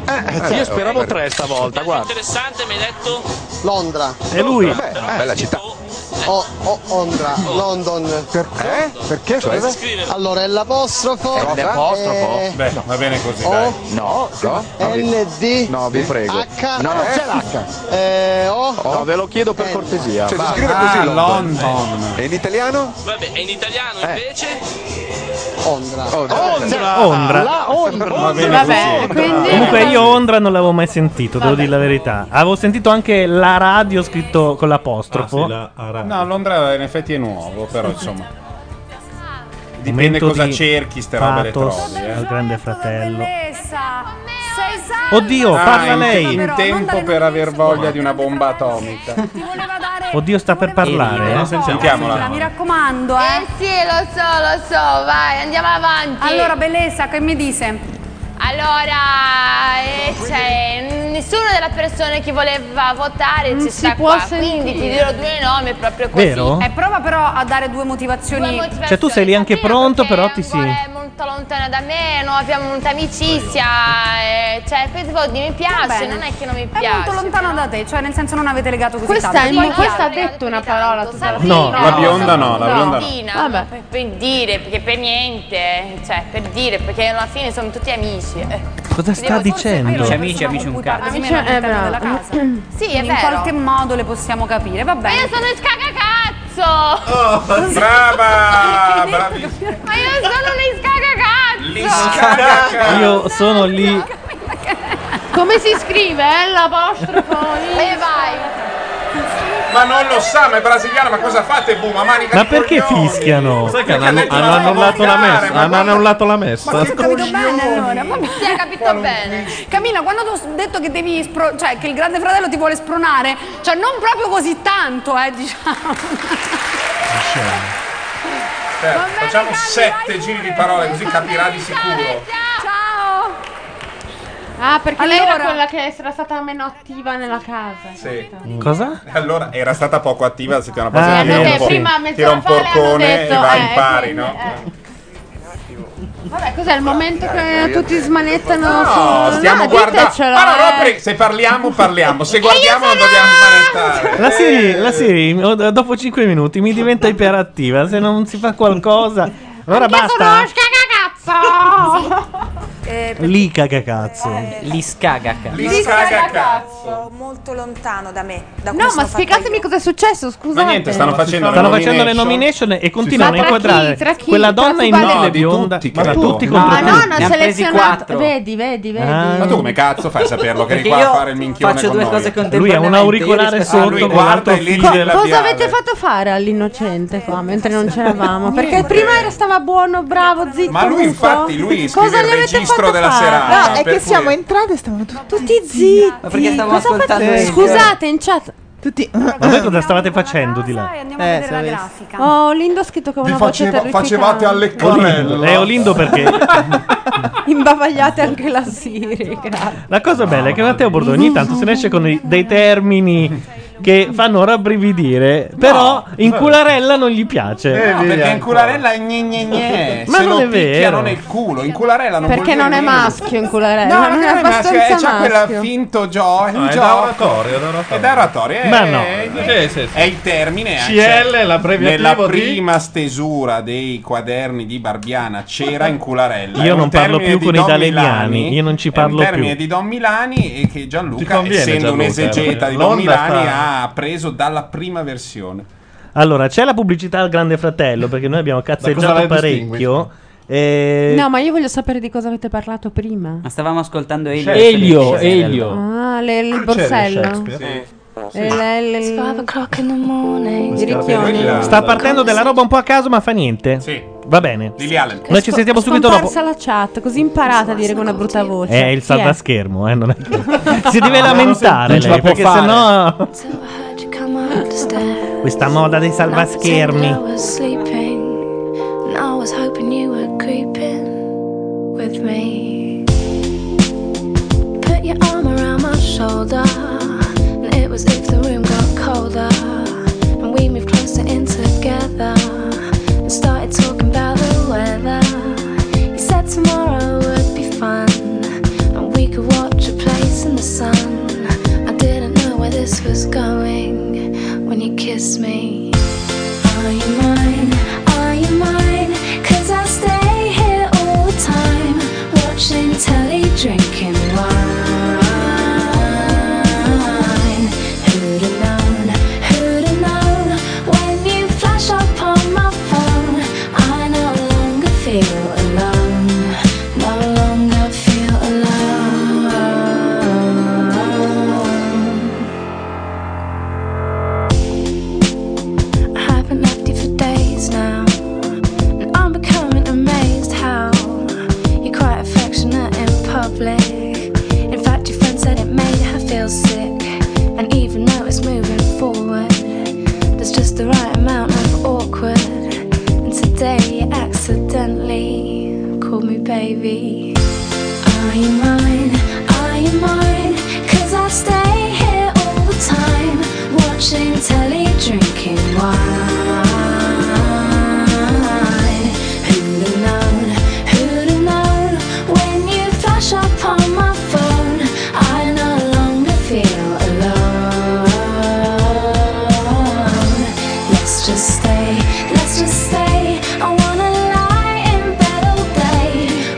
Speaker 26: Io speravo tre stavolta, guarda.
Speaker 11: Interessante, mi hai detto?
Speaker 14: Londra.
Speaker 26: E lui?
Speaker 14: bella città.
Speaker 20: O, o Ondra, Oh,
Speaker 11: Oh.
Speaker 20: London.
Speaker 14: Perché? eh? Perché?
Speaker 20: Cioè? Allora è l'apostrofo.
Speaker 14: È l'apostrofo?
Speaker 20: eh,
Speaker 4: Beh, va bene così,
Speaker 20: Oh.
Speaker 4: dai.
Speaker 14: No, no.
Speaker 20: ND.
Speaker 14: No, vi prego.
Speaker 20: H.
Speaker 14: No, non c'è
Speaker 20: l'H. Eh, o.
Speaker 14: No, ve lo chiedo per cortesia.
Speaker 4: Cioè, si
Speaker 14: Va.
Speaker 4: scrive così
Speaker 14: Ah,
Speaker 4: London.
Speaker 14: E in italiano?
Speaker 11: Vabbè, e in italiano
Speaker 14: Eh.
Speaker 11: invece?
Speaker 14: Oh,
Speaker 20: Ondra.
Speaker 11: Cioè,
Speaker 20: Cioè,
Speaker 2: Ondra. Ondra.
Speaker 20: La Ondra.
Speaker 2: [laughs] Va bene
Speaker 20: Vabbè,
Speaker 2: così.
Speaker 20: quindi-
Speaker 2: Comunque io Ondra non l'avevo mai sentito, devo dire la verità. Avevo sentito anche la radio scritto con
Speaker 4: Ah,
Speaker 2: l'apostrofo.
Speaker 4: No, Londra in effetti è nuovo, però insomma. Dipende
Speaker 2: Momento
Speaker 4: cosa
Speaker 2: di
Speaker 4: cerchi, ste robe le
Speaker 2: pathos
Speaker 4: trovi. eh.
Speaker 2: al grande fratello.
Speaker 5: Bellezza. Sei salvo.
Speaker 2: Oddio,
Speaker 4: Ah,
Speaker 2: parla
Speaker 4: in-
Speaker 2: lei.
Speaker 4: In tempo per aver voglia di una bomba atomica.
Speaker 2: Oddio, sta per parlare. eh.
Speaker 5: Sentiamola, mi raccomando, eh.
Speaker 18: sì, lo so, lo so, vai, andiamo avanti.
Speaker 5: Allora, bellezza, che mi dice?
Speaker 18: Allora, eh, cioè, nessuna delle persone che voleva votare ci
Speaker 5: si
Speaker 18: sta
Speaker 5: può
Speaker 18: qua,
Speaker 5: sentire.
Speaker 18: quindi ti dirò due nomi proprio così.
Speaker 2: Vero?
Speaker 5: Eh, prova però a dare due motivazioni.
Speaker 2: Cioè tu sei lì anche pronto, però ti si...
Speaker 18: È molto lontana da me, non abbiamo molta amicizia, eh, cioè, Facebook mi piace,
Speaker 5: bene.
Speaker 18: non è che non mi
Speaker 5: È molto
Speaker 18: piace.
Speaker 5: lontana da te, cioè nel senso non avete legato così
Speaker 18: Questa
Speaker 5: tanto.
Speaker 18: è mo- questa
Speaker 5: ha detto una parola tutta
Speaker 18: la-
Speaker 4: No, la bionda no, la bionda no.
Speaker 18: Bambina, per, per dire, perché per niente, cioè per dire, perché alla fine sono tutti amici. eh.
Speaker 2: Cosa sta dicendo?
Speaker 24: Amici, Cioè, amici, amici, un cazzo.
Speaker 5: Amici all'interno della casa.
Speaker 18: Sì, è
Speaker 5: Quindi In
Speaker 18: vero.
Speaker 5: qualche modo le possiamo capire, va
Speaker 18: Ma io
Speaker 5: bene.
Speaker 18: sono il cagacazzo!
Speaker 2: Oh,
Speaker 4: Brava! Bravi.
Speaker 18: Ma io sono
Speaker 2: eh.
Speaker 18: un
Speaker 4: Cagaca.
Speaker 2: Io sono lì...
Speaker 18: Come si scrive, eh? L'apostrofo?
Speaker 6: Eh,
Speaker 18: E vai!
Speaker 4: Ma non lo sa, ma è brasiliano, ma cosa fate? Boom, a manica
Speaker 2: Ma
Speaker 4: di
Speaker 2: perché
Speaker 4: coglioni.
Speaker 2: fischiano?
Speaker 4: Sai che hanno- hanno annullato la messa, hanno
Speaker 2: annullato la
Speaker 4: messa.
Speaker 5: Ho capito bene allora, ma mi
Speaker 18: Sì, hai capito bene.
Speaker 5: Camilla, quando ti ho detto che devi spro- cioè che il grande fratello ti vuole spronare, cioè non proprio così tanto, eh, diciamo.
Speaker 4: Aspetta, Certo, facciamo sette giri di parole così capirà di sicuro.
Speaker 5: Ciao!
Speaker 6: Ah, perché lei era
Speaker 5: Allora.
Speaker 6: quella che era stata meno attiva nella casa.
Speaker 4: Sì.
Speaker 2: Cosa?
Speaker 4: Allora, era stata poco attiva la settimana
Speaker 2: Ah,
Speaker 4: passata.
Speaker 2: eh,
Speaker 4: tira un
Speaker 2: perché
Speaker 4: po-
Speaker 2: prima
Speaker 6: mezz'ora
Speaker 4: tira un
Speaker 2: eh,
Speaker 6: fa le hanno
Speaker 4: porcone
Speaker 6: detto,
Speaker 4: e va
Speaker 6: eh,
Speaker 4: in pari,
Speaker 6: quindi,
Speaker 4: no?
Speaker 6: Vabbè, cos'è il momento che tutti smanettano?
Speaker 4: No,
Speaker 6: su...
Speaker 4: stiamo
Speaker 6: no,
Speaker 4: guardando.
Speaker 6: ditecelo,
Speaker 4: Ma no, no,
Speaker 6: eh.
Speaker 4: pre- se parliamo, parliamo. Se guardiamo, non dobbiamo manettare.
Speaker 2: La Siri, la Siri, o- dopo 5 minuti mi diventa iperattiva. Se non si fa qualcosa, allora basta.
Speaker 6: Sono cacacazzo!
Speaker 11: [laughs] Eh,
Speaker 2: Lì caga cazzo.
Speaker 11: Lì scaga cazzo.
Speaker 2: Lì scaga cazzo.
Speaker 5: molto lontano da me. Da
Speaker 6: No, ma spiegatemi cosa è successo, scusate.
Speaker 4: facendo
Speaker 2: Stanno
Speaker 4: le
Speaker 2: facendo
Speaker 4: nomination.
Speaker 2: le nomination e continuano a
Speaker 6: Ma tra chi?
Speaker 2: inquadrare
Speaker 6: Tra chi?
Speaker 2: quella
Speaker 6: Tra
Speaker 2: donna
Speaker 6: Fubale?
Speaker 2: immobile
Speaker 4: No, di
Speaker 2: bionda.
Speaker 4: tutti,
Speaker 2: ma da
Speaker 4: credo.
Speaker 2: tutti
Speaker 4: No,
Speaker 2: contro
Speaker 6: Ah,
Speaker 2: tutti.
Speaker 6: no, hanno
Speaker 11: Ne ha presi
Speaker 6: selezionato.
Speaker 11: quattro.
Speaker 6: Vedi, vedi, vedi.
Speaker 4: Ma tu come cazzo fai a saperlo che eri
Speaker 11: Perché
Speaker 4: qua
Speaker 11: io
Speaker 4: a fare il minchione
Speaker 11: faccio
Speaker 4: con
Speaker 11: due
Speaker 4: noi?
Speaker 11: cose contemporaneamente,
Speaker 2: Lui ha un auricolare
Speaker 11: io
Speaker 2: sotto
Speaker 11: rispetto-
Speaker 4: lui guarda e lì
Speaker 2: Co-
Speaker 4: gira la
Speaker 6: Cosa
Speaker 4: piada.
Speaker 6: avete fatto fare all'innocente qua mentre non c'eravamo? Perché
Speaker 4: Niente.
Speaker 6: prima era, stava buono, bravo, zitto.
Speaker 4: Ma lui,
Speaker 6: muto.
Speaker 4: infatti, lui scrive
Speaker 6: Cosa
Speaker 4: il
Speaker 6: gli avete
Speaker 4: registro
Speaker 6: fatto
Speaker 4: della
Speaker 6: fare?
Speaker 4: serata,
Speaker 6: No, è
Speaker 4: per
Speaker 6: che
Speaker 4: cui-
Speaker 6: siamo entrati e stavano tu- tutti zitti.
Speaker 11: Ma perché stavo
Speaker 6: Cosa
Speaker 11: ascoltando
Speaker 6: fate?
Speaker 11: il-
Speaker 6: Scusate, eh, in chat. Tutti.
Speaker 2: Ma voi cosa stavate facendo di là?
Speaker 6: Oh, Lindo ha scritto che aveva una voce terrificante.
Speaker 2: Olindo. Eh, Olindo perché?
Speaker 6: Imbavagliate anche la Siri, [laughs] grazie.
Speaker 2: La cosa bella è che Matteo Bordoni ogni tanto se ne esce con dei, dei termini che fanno rabbrividire, però in cularella non gli piace.
Speaker 6: Eh,
Speaker 4: No, perché
Speaker 6: ecco.
Speaker 4: in cularella è gne gne gne.
Speaker 2: Ma
Speaker 4: se
Speaker 2: non
Speaker 4: lo
Speaker 2: è vero.
Speaker 4: picchiano nel culo. In cularella non
Speaker 6: Perché non è maschio in
Speaker 4: No,
Speaker 6: cularella,
Speaker 4: non,
Speaker 6: non è
Speaker 4: è maschio,
Speaker 6: abbastanza
Speaker 4: è c'ha quella
Speaker 6: maschio.
Speaker 4: finto gio.
Speaker 8: No, Ah, è
Speaker 4: gioco.
Speaker 8: da oratorio, è da oratorio.
Speaker 4: È da oratorio, è-
Speaker 8: Ma no.
Speaker 4: è-
Speaker 8: Sì, sì, sì.
Speaker 4: È il termine.
Speaker 8: CL,
Speaker 4: cioè,
Speaker 8: l'abbreviativo
Speaker 4: Nella
Speaker 8: di-
Speaker 4: prima stesura dei quaderni di Barbiana c'era in cularella. È
Speaker 2: Io
Speaker 4: un
Speaker 2: non parlo
Speaker 4: termine
Speaker 2: più
Speaker 4: di
Speaker 2: con i
Speaker 4: Don
Speaker 2: daleniani,
Speaker 4: Milani,
Speaker 2: io non ci
Speaker 4: È un
Speaker 2: parlo
Speaker 4: termine
Speaker 2: più.
Speaker 4: di Don Milani e che
Speaker 2: Ti
Speaker 4: Gianluca,
Speaker 2: conviene,
Speaker 4: essendo un
Speaker 2: Gianluca, eh.
Speaker 4: esegeta di Don
Speaker 2: l'onda
Speaker 4: Milani,
Speaker 2: sta-
Speaker 4: ha preso dalla prima versione.
Speaker 2: Allora, c'è la pubblicità al Grande Fratello, perché noi abbiamo
Speaker 11: cosa la
Speaker 2: cazzeggiato parecchio. eh, e-
Speaker 6: No, ma io voglio sapere di cosa avete parlato prima.
Speaker 11: Ma stavamo ascoltando Elio. Cioè,
Speaker 2: Shakespeare. Cioè, Elio,
Speaker 11: Shakespeare.
Speaker 2: Elio.
Speaker 6: Ah, le- il borsello. Eh, It's five o'clock in the morning. I ricchioni.
Speaker 2: Sta partendo della roba un po' a caso, ma fa niente.
Speaker 4: Sì.
Speaker 2: Va bene.
Speaker 4: Lily Allen.
Speaker 2: Noi ci sentiamo subito
Speaker 6: È
Speaker 2: dopo.
Speaker 6: scomparsa la chat, così imparate a dire con una brutta voce.
Speaker 2: È il
Speaker 6: Chi è?
Speaker 2: salvaschermo, eh,
Speaker 6: [laughs]
Speaker 2: non è che- Si deve
Speaker 6: No,
Speaker 2: lamentare
Speaker 6: non ce la
Speaker 2: lei,
Speaker 6: può
Speaker 2: perché
Speaker 6: fare.
Speaker 2: sennò [laughs] questa moda dei salvaschermi.
Speaker 7: I was hoping you were creeping with me. Put your arm around my shoulder, and it was if the room got colder. And we moved closer in together and started talking about the weather. You said tomorrow would be fun, and we could watch a place in the sun. I didn't know where this was going when you kissed me. Are you mine? Are you mine? Cause I stay here all the time, watching telly, drinking wine. Who'd have known? Who'd have known? When you flash up on my phone, I no longer feel alone. No longer feel alone. I haven't left you for days now. And I'm becoming amazed how you're quite affectionate in public. In fact, your friend said it made her feel sick. And even though it's moving forward, there's just the right amount of awkward. And today you accidentally called me baby. Are you mine? Are you mine? Cause I stay here all the time, watching telly, drinking wine. Who'd have known? Who'd have known? When you flash up on my phone, I no longer feel alone. Let's just stay, let's just stay. I wanna lie in bed all day.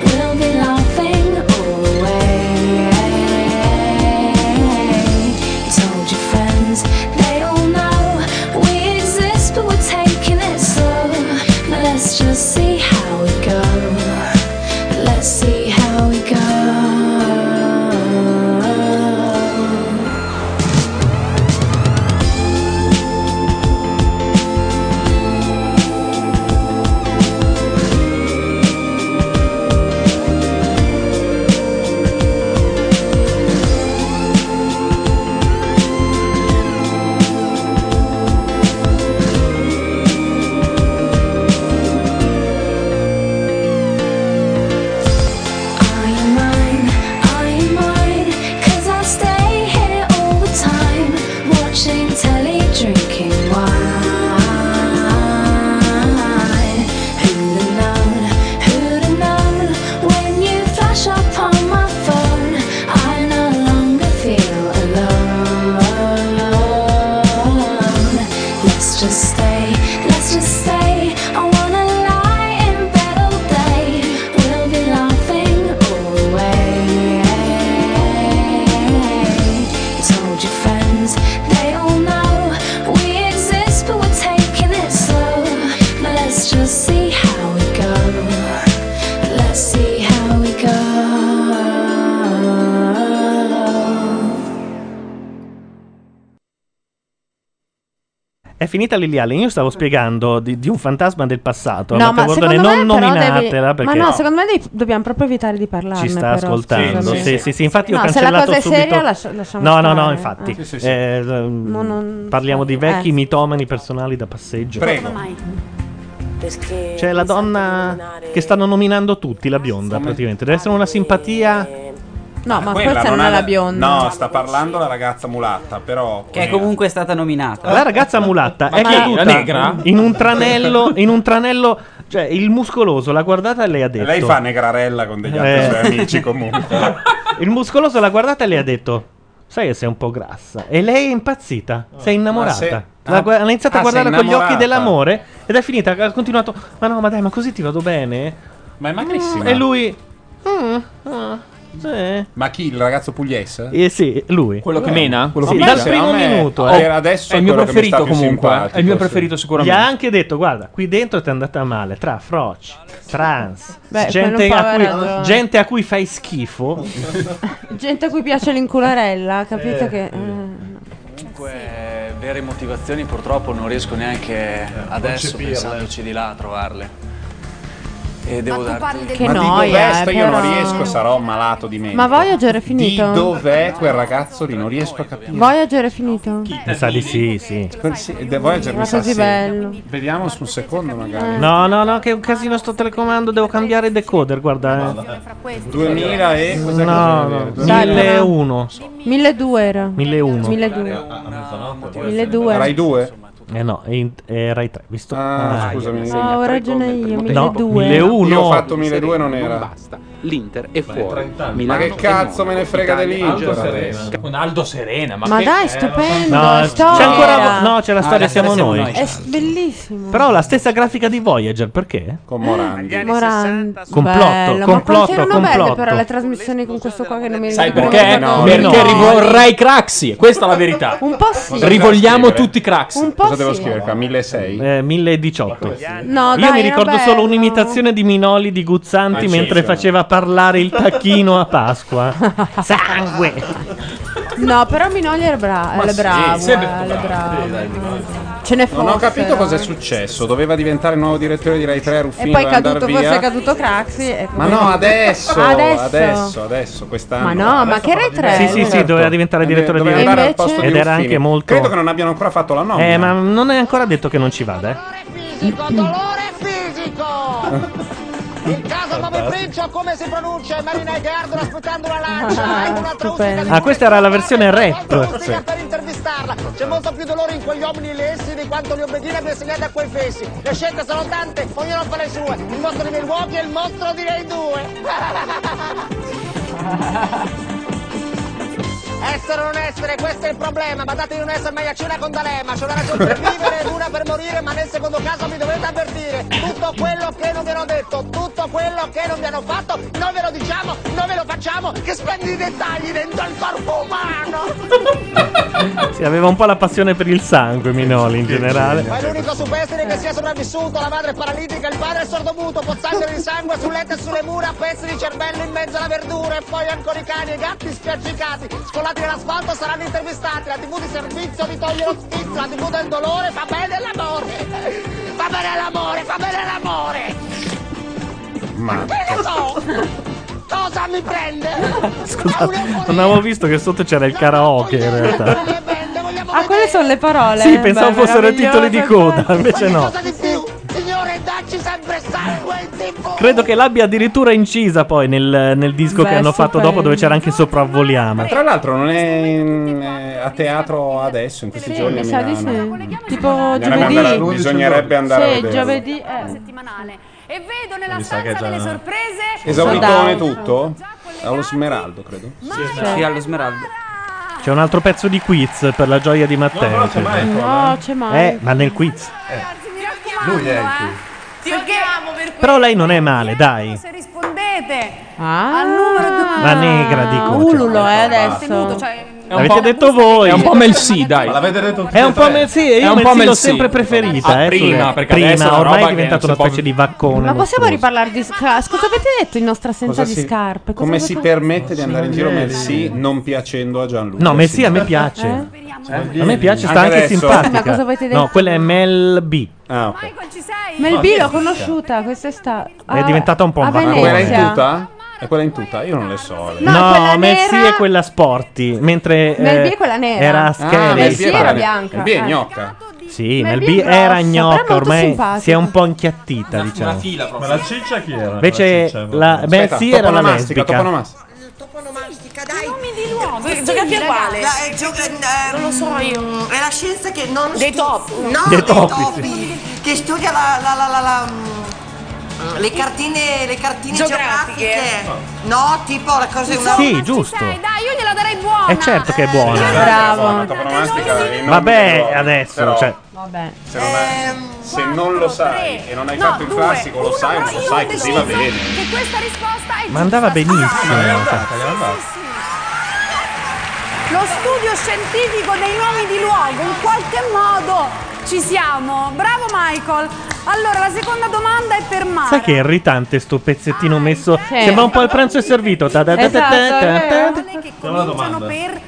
Speaker 7: We'll be laughing away. You told your friends, they all know we exist, but we're Let's see how we go.
Speaker 2: È finita Lily Allen. Io stavo spiegando di, di un fantasma del passato.
Speaker 6: No,
Speaker 2: Amata
Speaker 6: ma
Speaker 2: Bordone,
Speaker 6: secondo me
Speaker 2: non
Speaker 6: però devi-
Speaker 2: nominatela
Speaker 6: Ma
Speaker 2: perché
Speaker 6: no, secondo me devi- dobbiamo proprio evitare di parlarne
Speaker 2: ci sta
Speaker 6: però,
Speaker 2: ascoltando.
Speaker 6: scusami.
Speaker 2: Sì, sì, sì, infatti io ho
Speaker 6: No, se la
Speaker 2: cancellato
Speaker 6: cosa è
Speaker 2: subito.
Speaker 6: seria, lascia- lasciamo
Speaker 2: no, no, no,
Speaker 6: stare.
Speaker 2: infatti.
Speaker 6: Ah. Sì, sì, sì.
Speaker 2: Eh, mm,
Speaker 6: non-
Speaker 2: Parliamo di vecchi
Speaker 6: eh.
Speaker 2: mitomani personali da passeggio.
Speaker 5: mai?
Speaker 29: Perché
Speaker 2: C'è la donna che stanno nominando tutti, la bionda praticamente. Deve essere una simpatia.
Speaker 6: No, ma
Speaker 4: Quella
Speaker 6: questa non
Speaker 4: ha
Speaker 6: è la bionda.
Speaker 4: No, sta parlando la ragazza mulatta, però.
Speaker 2: Che è
Speaker 4: comunque
Speaker 29: stata nominata.
Speaker 2: La ragazza mulatta
Speaker 4: Ma
Speaker 2: è
Speaker 4: chi?
Speaker 2: caduta
Speaker 4: La negra?
Speaker 2: in un tranello, in un tranello, cioè il muscoloso l'ha guardata e lei ha detto
Speaker 4: Lei fa negrarella con degli altri
Speaker 2: Eh.
Speaker 4: suoi amici comunque.
Speaker 2: [laughs] Il muscoloso l'ha guardata e le ha detto: Sai che sei un po' grassa. E lei è impazzita, si è innamorata.
Speaker 4: Ah, se-
Speaker 2: L'ha gua- ha iniziato a
Speaker 4: ah,
Speaker 2: guardarla
Speaker 4: sei
Speaker 2: con gli occhi
Speaker 4: innamorata.
Speaker 2: dell'amore ed è finita. Ha continuato: Ma no, ma dai, ma così ti vado bene? Mm,
Speaker 4: Ma è magrissima.
Speaker 2: E lui, sì.
Speaker 4: Ma chi? Il ragazzo pugliese?
Speaker 2: Eh sì, lui.
Speaker 8: Quello che mena? Quello
Speaker 2: Sì,
Speaker 8: che
Speaker 2: dal
Speaker 8: mena?
Speaker 2: primo
Speaker 8: A me-
Speaker 2: minuto.
Speaker 8: Oh,
Speaker 2: eh.
Speaker 8: era adesso è il mio quello che mi preferito sta più comunque, simpatico, è il mio sì. preferito sicuramente.
Speaker 2: Gli ha anche detto, guarda, qui dentro ti è andata male, tra froci, trans,
Speaker 6: Beh, quello
Speaker 2: gente,
Speaker 6: un po'
Speaker 2: a cui,
Speaker 6: aveva ragione.
Speaker 2: gente a cui fai schifo.
Speaker 6: Gente a cui piace l'incularella, capito
Speaker 11: Eh,
Speaker 6: che...
Speaker 11: sì.
Speaker 6: eh.
Speaker 11: Comunque, eh, vere motivazioni purtroppo non riesco
Speaker 2: Eh,
Speaker 11: neanche adesso,
Speaker 16: concepirle.
Speaker 11: pensandoci di là, a trovarle. E devo
Speaker 5: tu parli
Speaker 11: darti...
Speaker 5: del-
Speaker 6: Che
Speaker 4: Ma di
Speaker 6: noia,
Speaker 4: dov'è?
Speaker 6: eh,
Speaker 4: io non
Speaker 6: però.
Speaker 4: riesco, sarò malato di mente.
Speaker 6: Ma Voyager è
Speaker 4: Di
Speaker 6: finito?
Speaker 4: dov'è quel ragazzo lì? Non riesco a capire.
Speaker 6: Voyager eh, è finito?
Speaker 2: Mi sa di sì, sì.
Speaker 4: Quel sì- The Voyager
Speaker 6: Ma
Speaker 4: mi sa
Speaker 6: così
Speaker 4: sì.
Speaker 6: bello.
Speaker 4: Vediamo su un secondo magari.
Speaker 2: No, no, no, che è un casino sto telecomando, devo cambiare il decoder, guarda. eh.
Speaker 4: 2000 e...
Speaker 2: No,
Speaker 4: cos'è che
Speaker 2: no,
Speaker 4: devo vedere?
Speaker 2: 1001.
Speaker 6: 1002 era.
Speaker 2: 1001.
Speaker 4: Ah,
Speaker 6: 1002. 1002.
Speaker 2: Rai 2? Eh no, è in- è Rai 3, visto?
Speaker 4: Ah, scusami.
Speaker 6: No, ho ragione io,
Speaker 2: No,
Speaker 6: 1002.
Speaker 2: 1001.
Speaker 4: Io ho fatto 1002 non era.
Speaker 11: basta. L'Inter è fuori.
Speaker 4: Ma che cazzo me ne frega dell'Inter?
Speaker 8: Con Aldo Serena, ma,
Speaker 6: Ma
Speaker 8: che-
Speaker 6: dai,
Speaker 8: eh,
Speaker 6: stupendo,
Speaker 2: No, c'è
Speaker 6: storia.
Speaker 2: ancora vo- no,
Speaker 4: Ah,
Speaker 2: c'è la storia, siamo noi.
Speaker 6: È s- bellissimo.
Speaker 2: Però la stessa grafica di Voyager, perché? Con Morandi.
Speaker 6: Morandi.
Speaker 2: Complotto,
Speaker 6: Bello, ma
Speaker 2: complotto,
Speaker 6: quante erano belle però
Speaker 2: complotto.
Speaker 6: le trasmissioni con questo qua che non mi
Speaker 8: Sai
Speaker 6: ricordo
Speaker 8: perché?
Speaker 6: cosa-
Speaker 8: Perché rivorrei Craxi, questa è la verità.
Speaker 6: Un po' sì.
Speaker 8: Rivogliamo tutti Eh, Craxi.
Speaker 6: Un po' Cosa devo sì. scrivere
Speaker 2: qua? 1006? 1018.
Speaker 6: No, dai,
Speaker 2: Io mi
Speaker 6: era
Speaker 2: ricordo
Speaker 6: bello.
Speaker 2: solo un'imitazione di Minoli di
Speaker 8: Ah,
Speaker 2: Guzzanti
Speaker 8: sì,
Speaker 2: mentre
Speaker 8: sì.
Speaker 2: faceva parlare il tacchino
Speaker 6: [laughs]
Speaker 2: a Pasqua. Sangue!
Speaker 6: No, però Minoli era bra-
Speaker 4: Ma
Speaker 6: era
Speaker 4: sì,
Speaker 6: bravo. eh,
Speaker 4: sempre
Speaker 6: era
Speaker 4: bravo.
Speaker 6: bravo.
Speaker 4: Sì, dai,
Speaker 6: Ce ne
Speaker 4: Non ho capito
Speaker 6: fossero.
Speaker 4: cosa è successo. Doveva diventare il nuovo direttore di Rai 3 Ruffini
Speaker 6: E poi è
Speaker 4: doveva andar
Speaker 6: caduto, forse
Speaker 4: via.
Speaker 6: è caduto Craxi. e-
Speaker 4: Ma no, adesso,
Speaker 6: adesso.
Speaker 4: adesso, adesso, quest'anno. Eh,
Speaker 6: Ma no, ma Certo. che Rai 3?
Speaker 2: Sì, sì, sì, doveva diventare direttore di
Speaker 4: Doveva
Speaker 2: Rai
Speaker 4: andare al
Speaker 2: 3.
Speaker 4: posto di
Speaker 2: Ed era
Speaker 4: Ruffini.
Speaker 2: anche molto...
Speaker 4: Credo che non abbiano ancora fatto la nomina.
Speaker 2: Eh, ma non è ancora detto che non ci vada, eh.
Speaker 20: fisico, dolore fisico! Il caso Bobby Princio, come si pronuncia? I marinai che ardono aspettando una lancia,
Speaker 6: Ah,
Speaker 20: anche un'altra uscita di
Speaker 2: Ah, questa era la versione rap.
Speaker 20: musica per intervistarla. C'è molto più dolore in quegli uomini lessi di quanto gli obbedini abbia segnato a quei fessi. Le scelte sono tante, ognuno fa le sue. Il mostro di Milwaukee e il mostro di Rai 2. [laughs] Essere o non essere, questo è il problema. Badate di non essere mai a cena con D'Alema. C'è una ragione per vivere e una per morire, ma nel secondo caso mi dovete avvertire. Tutto quello che non vi hanno detto, tutto quello che non vi hanno fatto, noi ve lo diciamo, noi ve lo facciamo, che spendi i dettagli dentro il corpo umano. [laughs]
Speaker 2: Sì, aveva un po' la passione per il sangue, Minoli, in generale.
Speaker 20: Ma è l'unico superstite che sia sopravvissuto, la madre è paralitica, il padre è sordomuto, pozzanghere di sangue sul letto e sulle mura, pezzi di cervello in mezzo alla verdura e poi ancora i cani e i gatti spiaccicati, scollati nell'asfalto saranno intervistati, la tv di servizio vi toglie lo sfizio, la tv del dolore fa bene l'amore, fa bene l'amore, fa bene l'amore, Esatto.
Speaker 2: Ma
Speaker 20: che ne so, cosa mi prende?
Speaker 2: [laughs] scusate, non avevo visto che sotto c'era il karaoke in realtà.
Speaker 6: Ah, quelle sono le parole.
Speaker 2: Sì, pensavo
Speaker 6: Beh,
Speaker 2: fossero titoli di
Speaker 6: meraviglioso.
Speaker 2: coda, invece no.
Speaker 20: Signore, dacci sempre sangue in tv!
Speaker 2: Credo che l'abbia addirittura incisa poi nel, nel disco
Speaker 4: Beh,
Speaker 2: che hanno fatto
Speaker 4: stupendo.
Speaker 2: dopo dove c'era anche Sopravvoliamo.
Speaker 4: Tra l'altro non è, in- eh, a teatro adesso, in questi
Speaker 6: Sì,
Speaker 4: giorni a
Speaker 6: mi sa di
Speaker 4: Milano.
Speaker 6: sì. Tipo
Speaker 4: Bisognerebbe andare-
Speaker 6: giovedì.
Speaker 4: bisognerebbe andare a
Speaker 6: Sì,
Speaker 4: vederlo.
Speaker 6: giovedì. eh.
Speaker 5: E vedo nella
Speaker 4: Mi sa
Speaker 5: stanza
Speaker 4: che già-
Speaker 5: delle sorprese.
Speaker 4: Esauritone tutto? Allo smeraldo, credo.
Speaker 2: Sì,
Speaker 11: allo smeraldo.
Speaker 2: C'è un altro pezzo di quiz per la gioia di Matteo. cioè.
Speaker 4: No, però c'è Michael,
Speaker 6: No, eh. c'è Michael.
Speaker 2: Eh, ma nel quiz.
Speaker 5: Lui
Speaker 11: eh.
Speaker 5: è il più.
Speaker 20: Ti odiamo per
Speaker 2: Però lei non è male, dai.
Speaker 5: Se rispondete
Speaker 6: Ah,
Speaker 5: al numero di
Speaker 2: La negra dico.
Speaker 6: Ululo, eh,
Speaker 5: che ho
Speaker 6: adesso.
Speaker 5: ottenuto, cioè
Speaker 2: L'avete detto voi.
Speaker 8: È un po' Mel C, dai.
Speaker 2: Ma l'avete detto È un po' Mel C, io Mel C l'ho sempre preferita.
Speaker 8: Ah,
Speaker 2: eh,
Speaker 8: prima,
Speaker 2: sulle-
Speaker 8: perché
Speaker 2: prima,
Speaker 8: adesso è una
Speaker 2: ormai
Speaker 8: roba
Speaker 2: è diventata
Speaker 8: che
Speaker 2: una
Speaker 8: non si
Speaker 2: specie di vaccone.
Speaker 6: Ma possiamo
Speaker 2: mostruoso.
Speaker 6: riparlare di scarpe? Scusa, avete detto in nostra assenza
Speaker 4: Cosa
Speaker 6: di
Speaker 4: si-
Speaker 6: scarpe? Cosa
Speaker 4: Come
Speaker 6: vuoi
Speaker 4: si
Speaker 6: fa-
Speaker 4: permette di andare in giro
Speaker 2: Signore.
Speaker 4: Messi non piacendo a Gianluca?
Speaker 2: No, Messi a me piace. A me piace, sta anche
Speaker 6: Eh, Ma cosa avete
Speaker 2: simpatica.
Speaker 6: detto?
Speaker 2: No, quella è Mel B.
Speaker 4: Ah,
Speaker 6: Mel B l'ho conosciuta quest'estate.
Speaker 2: È diventata un po' un
Speaker 6: a
Speaker 2: vaccone.
Speaker 4: Quella in
Speaker 6: Ah, Venezia.
Speaker 4: tuta? È quella in tuta? Io non le so. le-
Speaker 2: No,
Speaker 6: quella
Speaker 2: Mel
Speaker 6: nera-
Speaker 2: C è quella sporty, mentre
Speaker 6: Mel B
Speaker 2: eh,
Speaker 6: è quella nera.
Speaker 2: Era
Speaker 6: Ah,
Speaker 2: scary.
Speaker 6: Mel B era bianca.
Speaker 4: Mel B è
Speaker 6: Eh.
Speaker 4: gnocca.
Speaker 2: Sì,
Speaker 6: Mel
Speaker 2: Mel
Speaker 6: B
Speaker 2: B
Speaker 6: è grossa,
Speaker 2: era
Speaker 6: però
Speaker 2: gnocca,
Speaker 6: molto
Speaker 2: ormai
Speaker 6: simpatica.
Speaker 2: si è un po' inchiattita, diciamo.
Speaker 3: Ma la ciccia chi era?
Speaker 2: Invece la Mel
Speaker 4: Aspetta,
Speaker 2: C era la
Speaker 4: toponomastica,
Speaker 2: lesbica.
Speaker 4: toponomastica.
Speaker 11: Nomi di nuovo,
Speaker 12: Voi
Speaker 11: giocate
Speaker 12: giocate a
Speaker 11: uguale.
Speaker 12: quale?
Speaker 11: non lo so io. ehm, È la scienza che non
Speaker 12: Dei
Speaker 11: stu-
Speaker 12: topi.
Speaker 11: No,
Speaker 12: Dei
Speaker 11: dei,
Speaker 12: topi,
Speaker 11: topi.
Speaker 12: sì.
Speaker 11: Che studia la, la, la, la, la, mm, le cartine, le cartine geografiche. No, tipo la cosa una
Speaker 2: Sì, giusto.
Speaker 11: dai, io gliela darei buona.
Speaker 2: È certo che è buona. Vabbè, adesso,
Speaker 4: Però-
Speaker 2: cioè,
Speaker 6: Vabbè. Ehm,
Speaker 4: Se non, è- se non lo sai e non hai fatto il classico, lo sai, non lo sai, così va bene.
Speaker 11: Che questa risposta è
Speaker 2: ma andava benissimo.
Speaker 4: ma è
Speaker 5: Lo studio scientifico dei nomi di luogo, in qualche modo ci siamo. Bravo Michael. Allora, la seconda domanda è per Mara.
Speaker 2: Sai che è irritante sto pezzettino messo? Sembra un po' il pranzo è servito. Ta- ta- ta- ta- ta- ta- ta-
Speaker 5: Esatto, è vero. che
Speaker 2: Diamo la
Speaker 5: cominciano
Speaker 2: domanda.
Speaker 5: per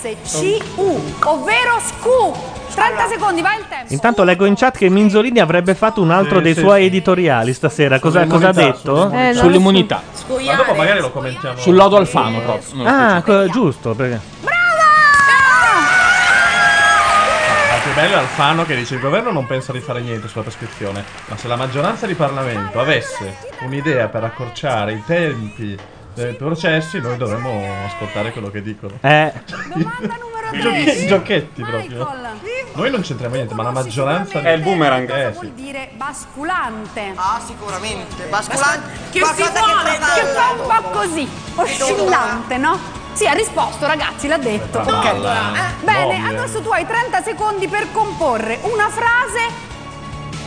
Speaker 5: SCU, ovvero SCU. 30 secondi, vai il tempo.
Speaker 2: Intanto leggo in chat che Minzolini avrebbe fatto un altro
Speaker 3: Sì,
Speaker 2: dei
Speaker 3: sì,
Speaker 2: suoi editoriali stasera. Cosa, cosa ha
Speaker 3: Sull'immunità,
Speaker 2: detto?
Speaker 3: sull'immunità. Eh, no.
Speaker 8: Sull'immunità.
Speaker 3: Ma dopo magari lo commentiamo.
Speaker 8: Sull'odo Alfano, proprio. No,
Speaker 2: Ah, co- giusto. Perché...
Speaker 3: La più bella è Alfano che dice il governo non pensa di fare niente sulla prescrizione, ma se la maggioranza di Parlamento avesse un'idea per accorciare i tempi dei processi, noi dovremmo ascoltare quello che dicono.
Speaker 2: Eh.
Speaker 3: Giochi-
Speaker 5: tre.
Speaker 3: [laughs] giochetti proprio. Noi non c'entriamo niente, ma la maggioranza
Speaker 4: È il boomerang.
Speaker 3: Eh,
Speaker 5: Vuol
Speaker 3: sì.
Speaker 5: dire basculante.
Speaker 11: Ah, sicuramente.
Speaker 5: Basculante. Che si
Speaker 11: qualcosa che
Speaker 5: muove,
Speaker 11: fa
Speaker 5: che fa un po'
Speaker 11: dalla-
Speaker 5: così. Oscillante, no? Sì, ha risposto, ragazzi, l'ha detto.
Speaker 11: Che fa
Speaker 5: Ok.
Speaker 11: palla.
Speaker 5: Eh, Bene,
Speaker 2: Ovvio.
Speaker 5: adesso tu hai 30 secondi per comporre una frase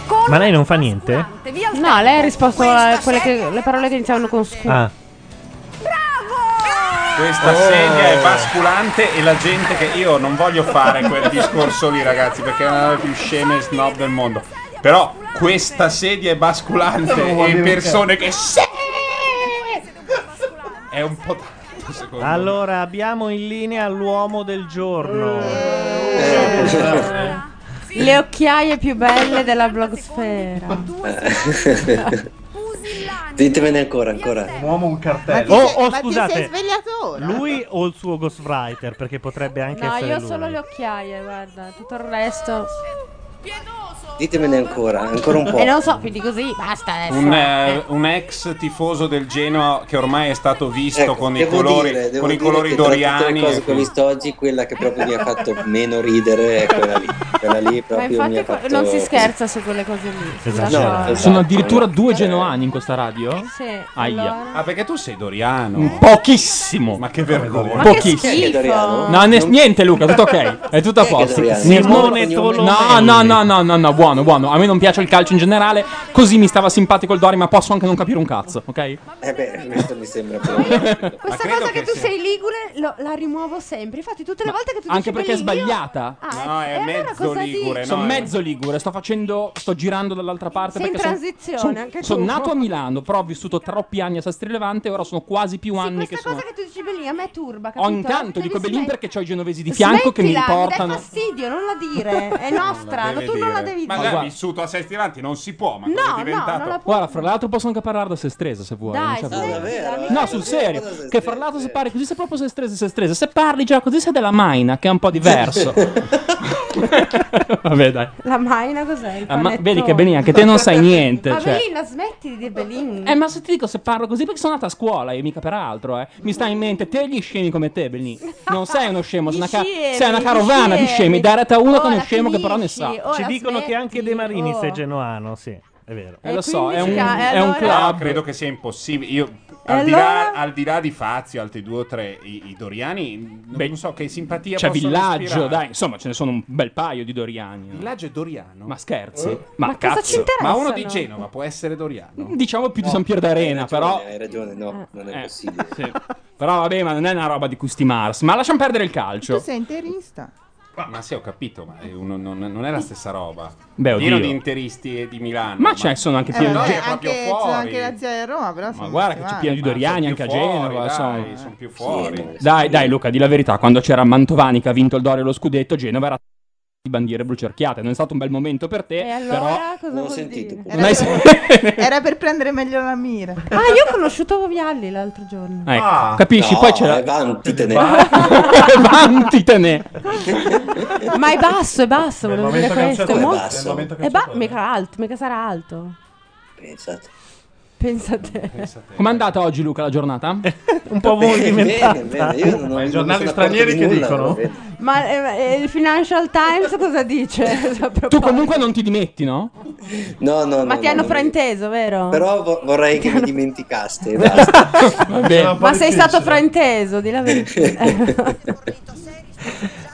Speaker 5: con
Speaker 2: Ma lei non fa niente?
Speaker 5: via il
Speaker 6: No, lei ha risposto a quelle che, le parole che iniziavano con scu.
Speaker 2: Ah.
Speaker 4: Questa
Speaker 2: Oh.
Speaker 4: sedia è basculante e la gente che io non voglio fare quel discorso lì, ragazzi, perché è una delle più sceme e snob del mondo. Però questa sedia è basculante
Speaker 3: Non vuol
Speaker 4: e
Speaker 3: dire
Speaker 4: persone
Speaker 3: che-
Speaker 4: che se- è un po' tanto secondo me.
Speaker 2: Allora, abbiamo in linea l'uomo del giorno.
Speaker 14: Eh.
Speaker 6: Le occhiaie più belle della blogosfera.
Speaker 14: Ditemene ancora, ancora.
Speaker 3: Un uomo un cartello.
Speaker 2: Oh, oh,
Speaker 6: ma ti sei
Speaker 2: scusate.
Speaker 6: svegliato ora?
Speaker 2: Lui o il suo ghostwriter? Perché potrebbe anche
Speaker 6: No,
Speaker 2: essere
Speaker 6: io
Speaker 2: lui.
Speaker 6: solo le occhiaie, guarda, tutto il resto.
Speaker 14: Ditemene ancora, ancora un po'.
Speaker 6: E Eh, non so più di così, basta adesso.
Speaker 4: Un, eh, un ex tifoso del Genoa che ormai è stato visto
Speaker 14: Ecco,
Speaker 4: con i
Speaker 14: devo
Speaker 4: colori,
Speaker 14: dire- devo
Speaker 4: con i
Speaker 14: dire
Speaker 4: colori
Speaker 14: che tra tutte
Speaker 4: doriani.
Speaker 14: le cose che ho visto oggi, quella che proprio mi ha fatto meno ridere è quella lì. Quella lì
Speaker 6: Ma
Speaker 14: proprio mi
Speaker 6: infatti
Speaker 14: ha
Speaker 6: que-
Speaker 14: fatto... Eh
Speaker 6: non si scherza su quelle cose lì.
Speaker 14: Esatto. No,
Speaker 6: Lascia-
Speaker 14: esatto.
Speaker 8: Sono addirittura due genoani in questa radio?
Speaker 6: Sì, allora.
Speaker 8: Aia. Mm,
Speaker 4: Ah, perché tu sei doriano?
Speaker 8: Pochissimo.
Speaker 4: Ma che vergogna.
Speaker 6: Ma che schifo. Chi è Doriano?
Speaker 8: No, ne- niente Luca, tutto ok. È tutto a
Speaker 14: Chi è che
Speaker 8: posto.
Speaker 14: Doriano?
Speaker 8: Nel-
Speaker 14: Simone
Speaker 8: No,
Speaker 14: Tolomelli.
Speaker 8: no, no, no, no, no, buono, buono. A me non piace il calcio in generale, così mi stava simpatico il Dori, ma posso anche non capire un cazzo, ok?
Speaker 14: Eh beh, questo mi sembra
Speaker 6: [laughs]
Speaker 14: proprio...
Speaker 6: Questa
Speaker 8: credo
Speaker 6: cosa che,
Speaker 8: che
Speaker 6: tu
Speaker 8: sia-
Speaker 6: sei ligure lo- la rimuovo sempre. Infatti, tutte le volte che tu
Speaker 8: Anche
Speaker 6: dici
Speaker 8: perché è
Speaker 6: Belligio-
Speaker 8: sbagliata.
Speaker 6: Ah, no, è mezzo ligure.
Speaker 8: Sono mezzo ligure, sto facendo, sto girando dall'altra parte.
Speaker 6: Sei in
Speaker 8: perché son-
Speaker 6: transizione,
Speaker 8: son-
Speaker 6: anche tu.
Speaker 8: Sono nato a Milano, però ho vissuto troppi anni a Sastrelevante, ora sono quasi più anni che
Speaker 6: Questa
Speaker 8: sono.
Speaker 6: cosa che tu dici Belin a me turba, capito? Cioè,
Speaker 8: Ogni tanto dico Belin perché c'ho i genovesi di fianco
Speaker 6: Smettila,
Speaker 8: che mi
Speaker 6: Mi dai
Speaker 8: riportano.
Speaker 6: fastidio, non la dire. È nostra,
Speaker 8: deve
Speaker 6: no, tu non la
Speaker 8: dire.
Speaker 6: devi
Speaker 4: Ma
Speaker 6: dire.
Speaker 4: l'ha vissuto a sei stilanti, non si può, ma
Speaker 6: No,
Speaker 4: cosa
Speaker 6: no,
Speaker 4: è diventato?
Speaker 6: non la
Speaker 8: Guarda, fra l'altro posso anche parlare da se stresa se vuoi.
Speaker 6: Dai,
Speaker 8: non c'è
Speaker 6: sì,
Speaker 8: problema.
Speaker 6: davvero,
Speaker 8: No, sul serio. Che fra l'altro se parli così sei proprio se stresa, se stresa. Se parli già così sei della Maina, che è un po' diverso. Vabbè, dai.
Speaker 6: La maina cos'è? Il
Speaker 8: Ah, ma
Speaker 6: panettone.
Speaker 8: vedi che Belin, anche te non sai niente.
Speaker 6: Ma
Speaker 8: cioè.
Speaker 6: Belin, smetti di dire Belin.
Speaker 8: Eh, ma se ti dico se parlo così perché sono andata a scuola e mica peraltro, eh. Mi sta in mente te e gli scemi come te, Belin. Non sei uno scemo, sei una, ca-
Speaker 6: scemi,
Speaker 8: Cioè, sei una
Speaker 6: gli
Speaker 8: carovana di
Speaker 6: scemi.
Speaker 8: scemi, diretta a uno con
Speaker 6: eh, Ora
Speaker 8: uno scemo che però ne
Speaker 6: finisci,
Speaker 8: sa.
Speaker 6: ora
Speaker 2: Ci dicono che anche De Marini
Speaker 6: oh.
Speaker 2: sei genoano, sì. È vero.
Speaker 8: Eh, lo so, è un,
Speaker 6: ca-
Speaker 8: è un
Speaker 4: No,
Speaker 8: club.
Speaker 4: credo che sia impossibile. Io, al,
Speaker 6: E
Speaker 4: di là,
Speaker 6: allora?
Speaker 4: al di là di Fazio, altri due o tre, i, i Doriani, non so che simpatia
Speaker 8: C'è
Speaker 4: possono
Speaker 8: Villaggio,
Speaker 4: ispirare.
Speaker 8: dai, insomma, ce ne sono un bel paio di Doriani.
Speaker 4: Villaggio e Doriano.
Speaker 8: Ma scherzi?
Speaker 4: Eh?
Speaker 8: Ma, cazzo.
Speaker 4: Ma uno di Genova può essere Doriano.
Speaker 8: Diciamo più di San Pier d'Arena, però. Eh.
Speaker 14: Hai ragione, no, non è possibile.
Speaker 8: Però vabbè, ma non è una roba di cui stimarsi. Ma lasciamo perdere il
Speaker 4: Cioè,
Speaker 10: Tu
Speaker 8: calcio.
Speaker 10: sei interista.
Speaker 4: Ma, ma sì, ho capito, ma è uno- non, non è la stessa roba.
Speaker 8: Beh,
Speaker 4: Pieno
Speaker 8: oddio.
Speaker 4: di interisti e di Milano.
Speaker 8: Ma ce ne sono anche
Speaker 10: Eh,
Speaker 8: pieni
Speaker 10: vabbè,
Speaker 8: di.
Speaker 10: anche,
Speaker 4: proprio
Speaker 10: c'è
Speaker 4: fuori.
Speaker 10: anche la zia di Roma, però "Ah."
Speaker 8: Ma
Speaker 10: sono
Speaker 8: guarda che
Speaker 10: tutti
Speaker 8: c'è pieno di
Speaker 10: male.
Speaker 8: Doriani anche a Genova.
Speaker 4: Dai,
Speaker 8: insomma.
Speaker 4: sono più fuori.
Speaker 8: Dai, dai, Luca, di la verità. Quando c'era Mantovani che ha vinto il Dorio e lo scudetto, Genova era di bandiere bruciarchiate. Non è stato un bel momento per te,
Speaker 6: E allora
Speaker 8: però.
Speaker 6: cosa vuol sentito. dire?
Speaker 8: Non hai sen-
Speaker 6: [laughs]
Speaker 10: [laughs] Era per prendere meglio la mira.
Speaker 6: Ah, io ho conosciuto Vovialli l'altro giorno.
Speaker 8: Ecco,
Speaker 14: Ah.
Speaker 8: capisci? Poi c'era.
Speaker 14: eh, Vantitene.
Speaker 8: [laughs] Vantitene.
Speaker 6: Ma è basso, è basso, volevo dire
Speaker 14: momento che non
Speaker 6: questo.
Speaker 14: c'è
Speaker 6: È molto...
Speaker 14: torno. È basso. Nel momento che
Speaker 6: È
Speaker 14: non c'è
Speaker 6: ba- mica alto, mica sarà alto.
Speaker 14: Pensate.
Speaker 6: Pensa a te.
Speaker 8: Com'è andata oggi, Luca, la giornata?
Speaker 2: un
Speaker 14: po' [laughs] Bene, movimentata. bene, bene. Io non- non
Speaker 8: i
Speaker 14: mi
Speaker 8: giornali
Speaker 14: sono
Speaker 8: stranieri che
Speaker 14: accorto di
Speaker 8: dicono?
Speaker 14: nulla,
Speaker 6: Ma eh, eh, il Financial Times cosa dice? Cioè, A proposito?
Speaker 8: Tu comunque non ti dimetti, no?
Speaker 14: No, no, no.
Speaker 6: Ma ti
Speaker 14: no,
Speaker 6: hanno
Speaker 14: no.
Speaker 6: frainteso, vero? [laughs]
Speaker 14: Però vo- vorrei che mi dimenticaste. basta.
Speaker 6: Ma sei stato frainteso, di la verità.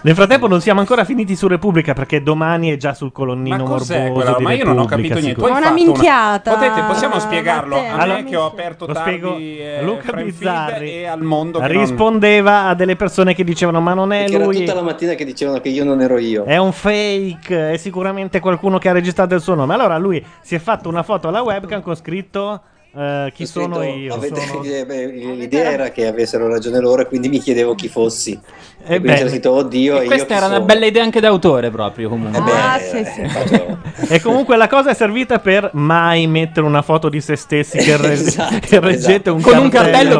Speaker 2: Nel frattempo non siamo ancora finiti su Repubblica perché domani è già sul
Speaker 4: Ma
Speaker 2: colonnino
Speaker 4: cos'è
Speaker 2: morboso
Speaker 4: quella roba?
Speaker 2: di
Speaker 4: Ma io non ho
Speaker 2: Repubblica,
Speaker 4: capito niente.
Speaker 2: sicuro.
Speaker 4: Tu hai fatto
Speaker 6: minchiata,
Speaker 4: Potete, possiamo spiegarlo a me
Speaker 2: Allora,
Speaker 4: che ho aperto
Speaker 2: lo
Speaker 4: tardi
Speaker 2: spiego
Speaker 4: eh,
Speaker 2: a Luca
Speaker 4: Frame Feed
Speaker 2: Bizzarri. Eh.
Speaker 4: e al mondo che non-
Speaker 2: rispondeva a delle persone che dicevano ma non è
Speaker 14: Perché era
Speaker 2: lui Eh,
Speaker 14: tutta la mattina che dicevano che io non ero io.
Speaker 2: è un fake è sicuramente qualcuno che ha registrato il suo nome allora lui si è fatto una foto alla webcam con scritto eh, chi
Speaker 14: Ho
Speaker 2: sono
Speaker 14: detto,
Speaker 2: io
Speaker 14: avete-
Speaker 2: sono-
Speaker 14: eh, beh, l'idea era che avessero ragione loro, quindi mi chiedevo chi fossi. E,
Speaker 2: beh.
Speaker 14: quindi ho detto, oddio, e [laughs] io
Speaker 8: Questa
Speaker 14: chi
Speaker 8: era una
Speaker 14: sono?" Eh
Speaker 8: bella idea anche d'autore, proprio comunque.
Speaker 6: ah, sì, sì.
Speaker 2: [laughs] e comunque la cosa è servita per mai mettere una foto di se
Speaker 14: [laughs]
Speaker 2: stessi che, re-
Speaker 8: Esatto,
Speaker 2: che reggete un
Speaker 8: Con un cartello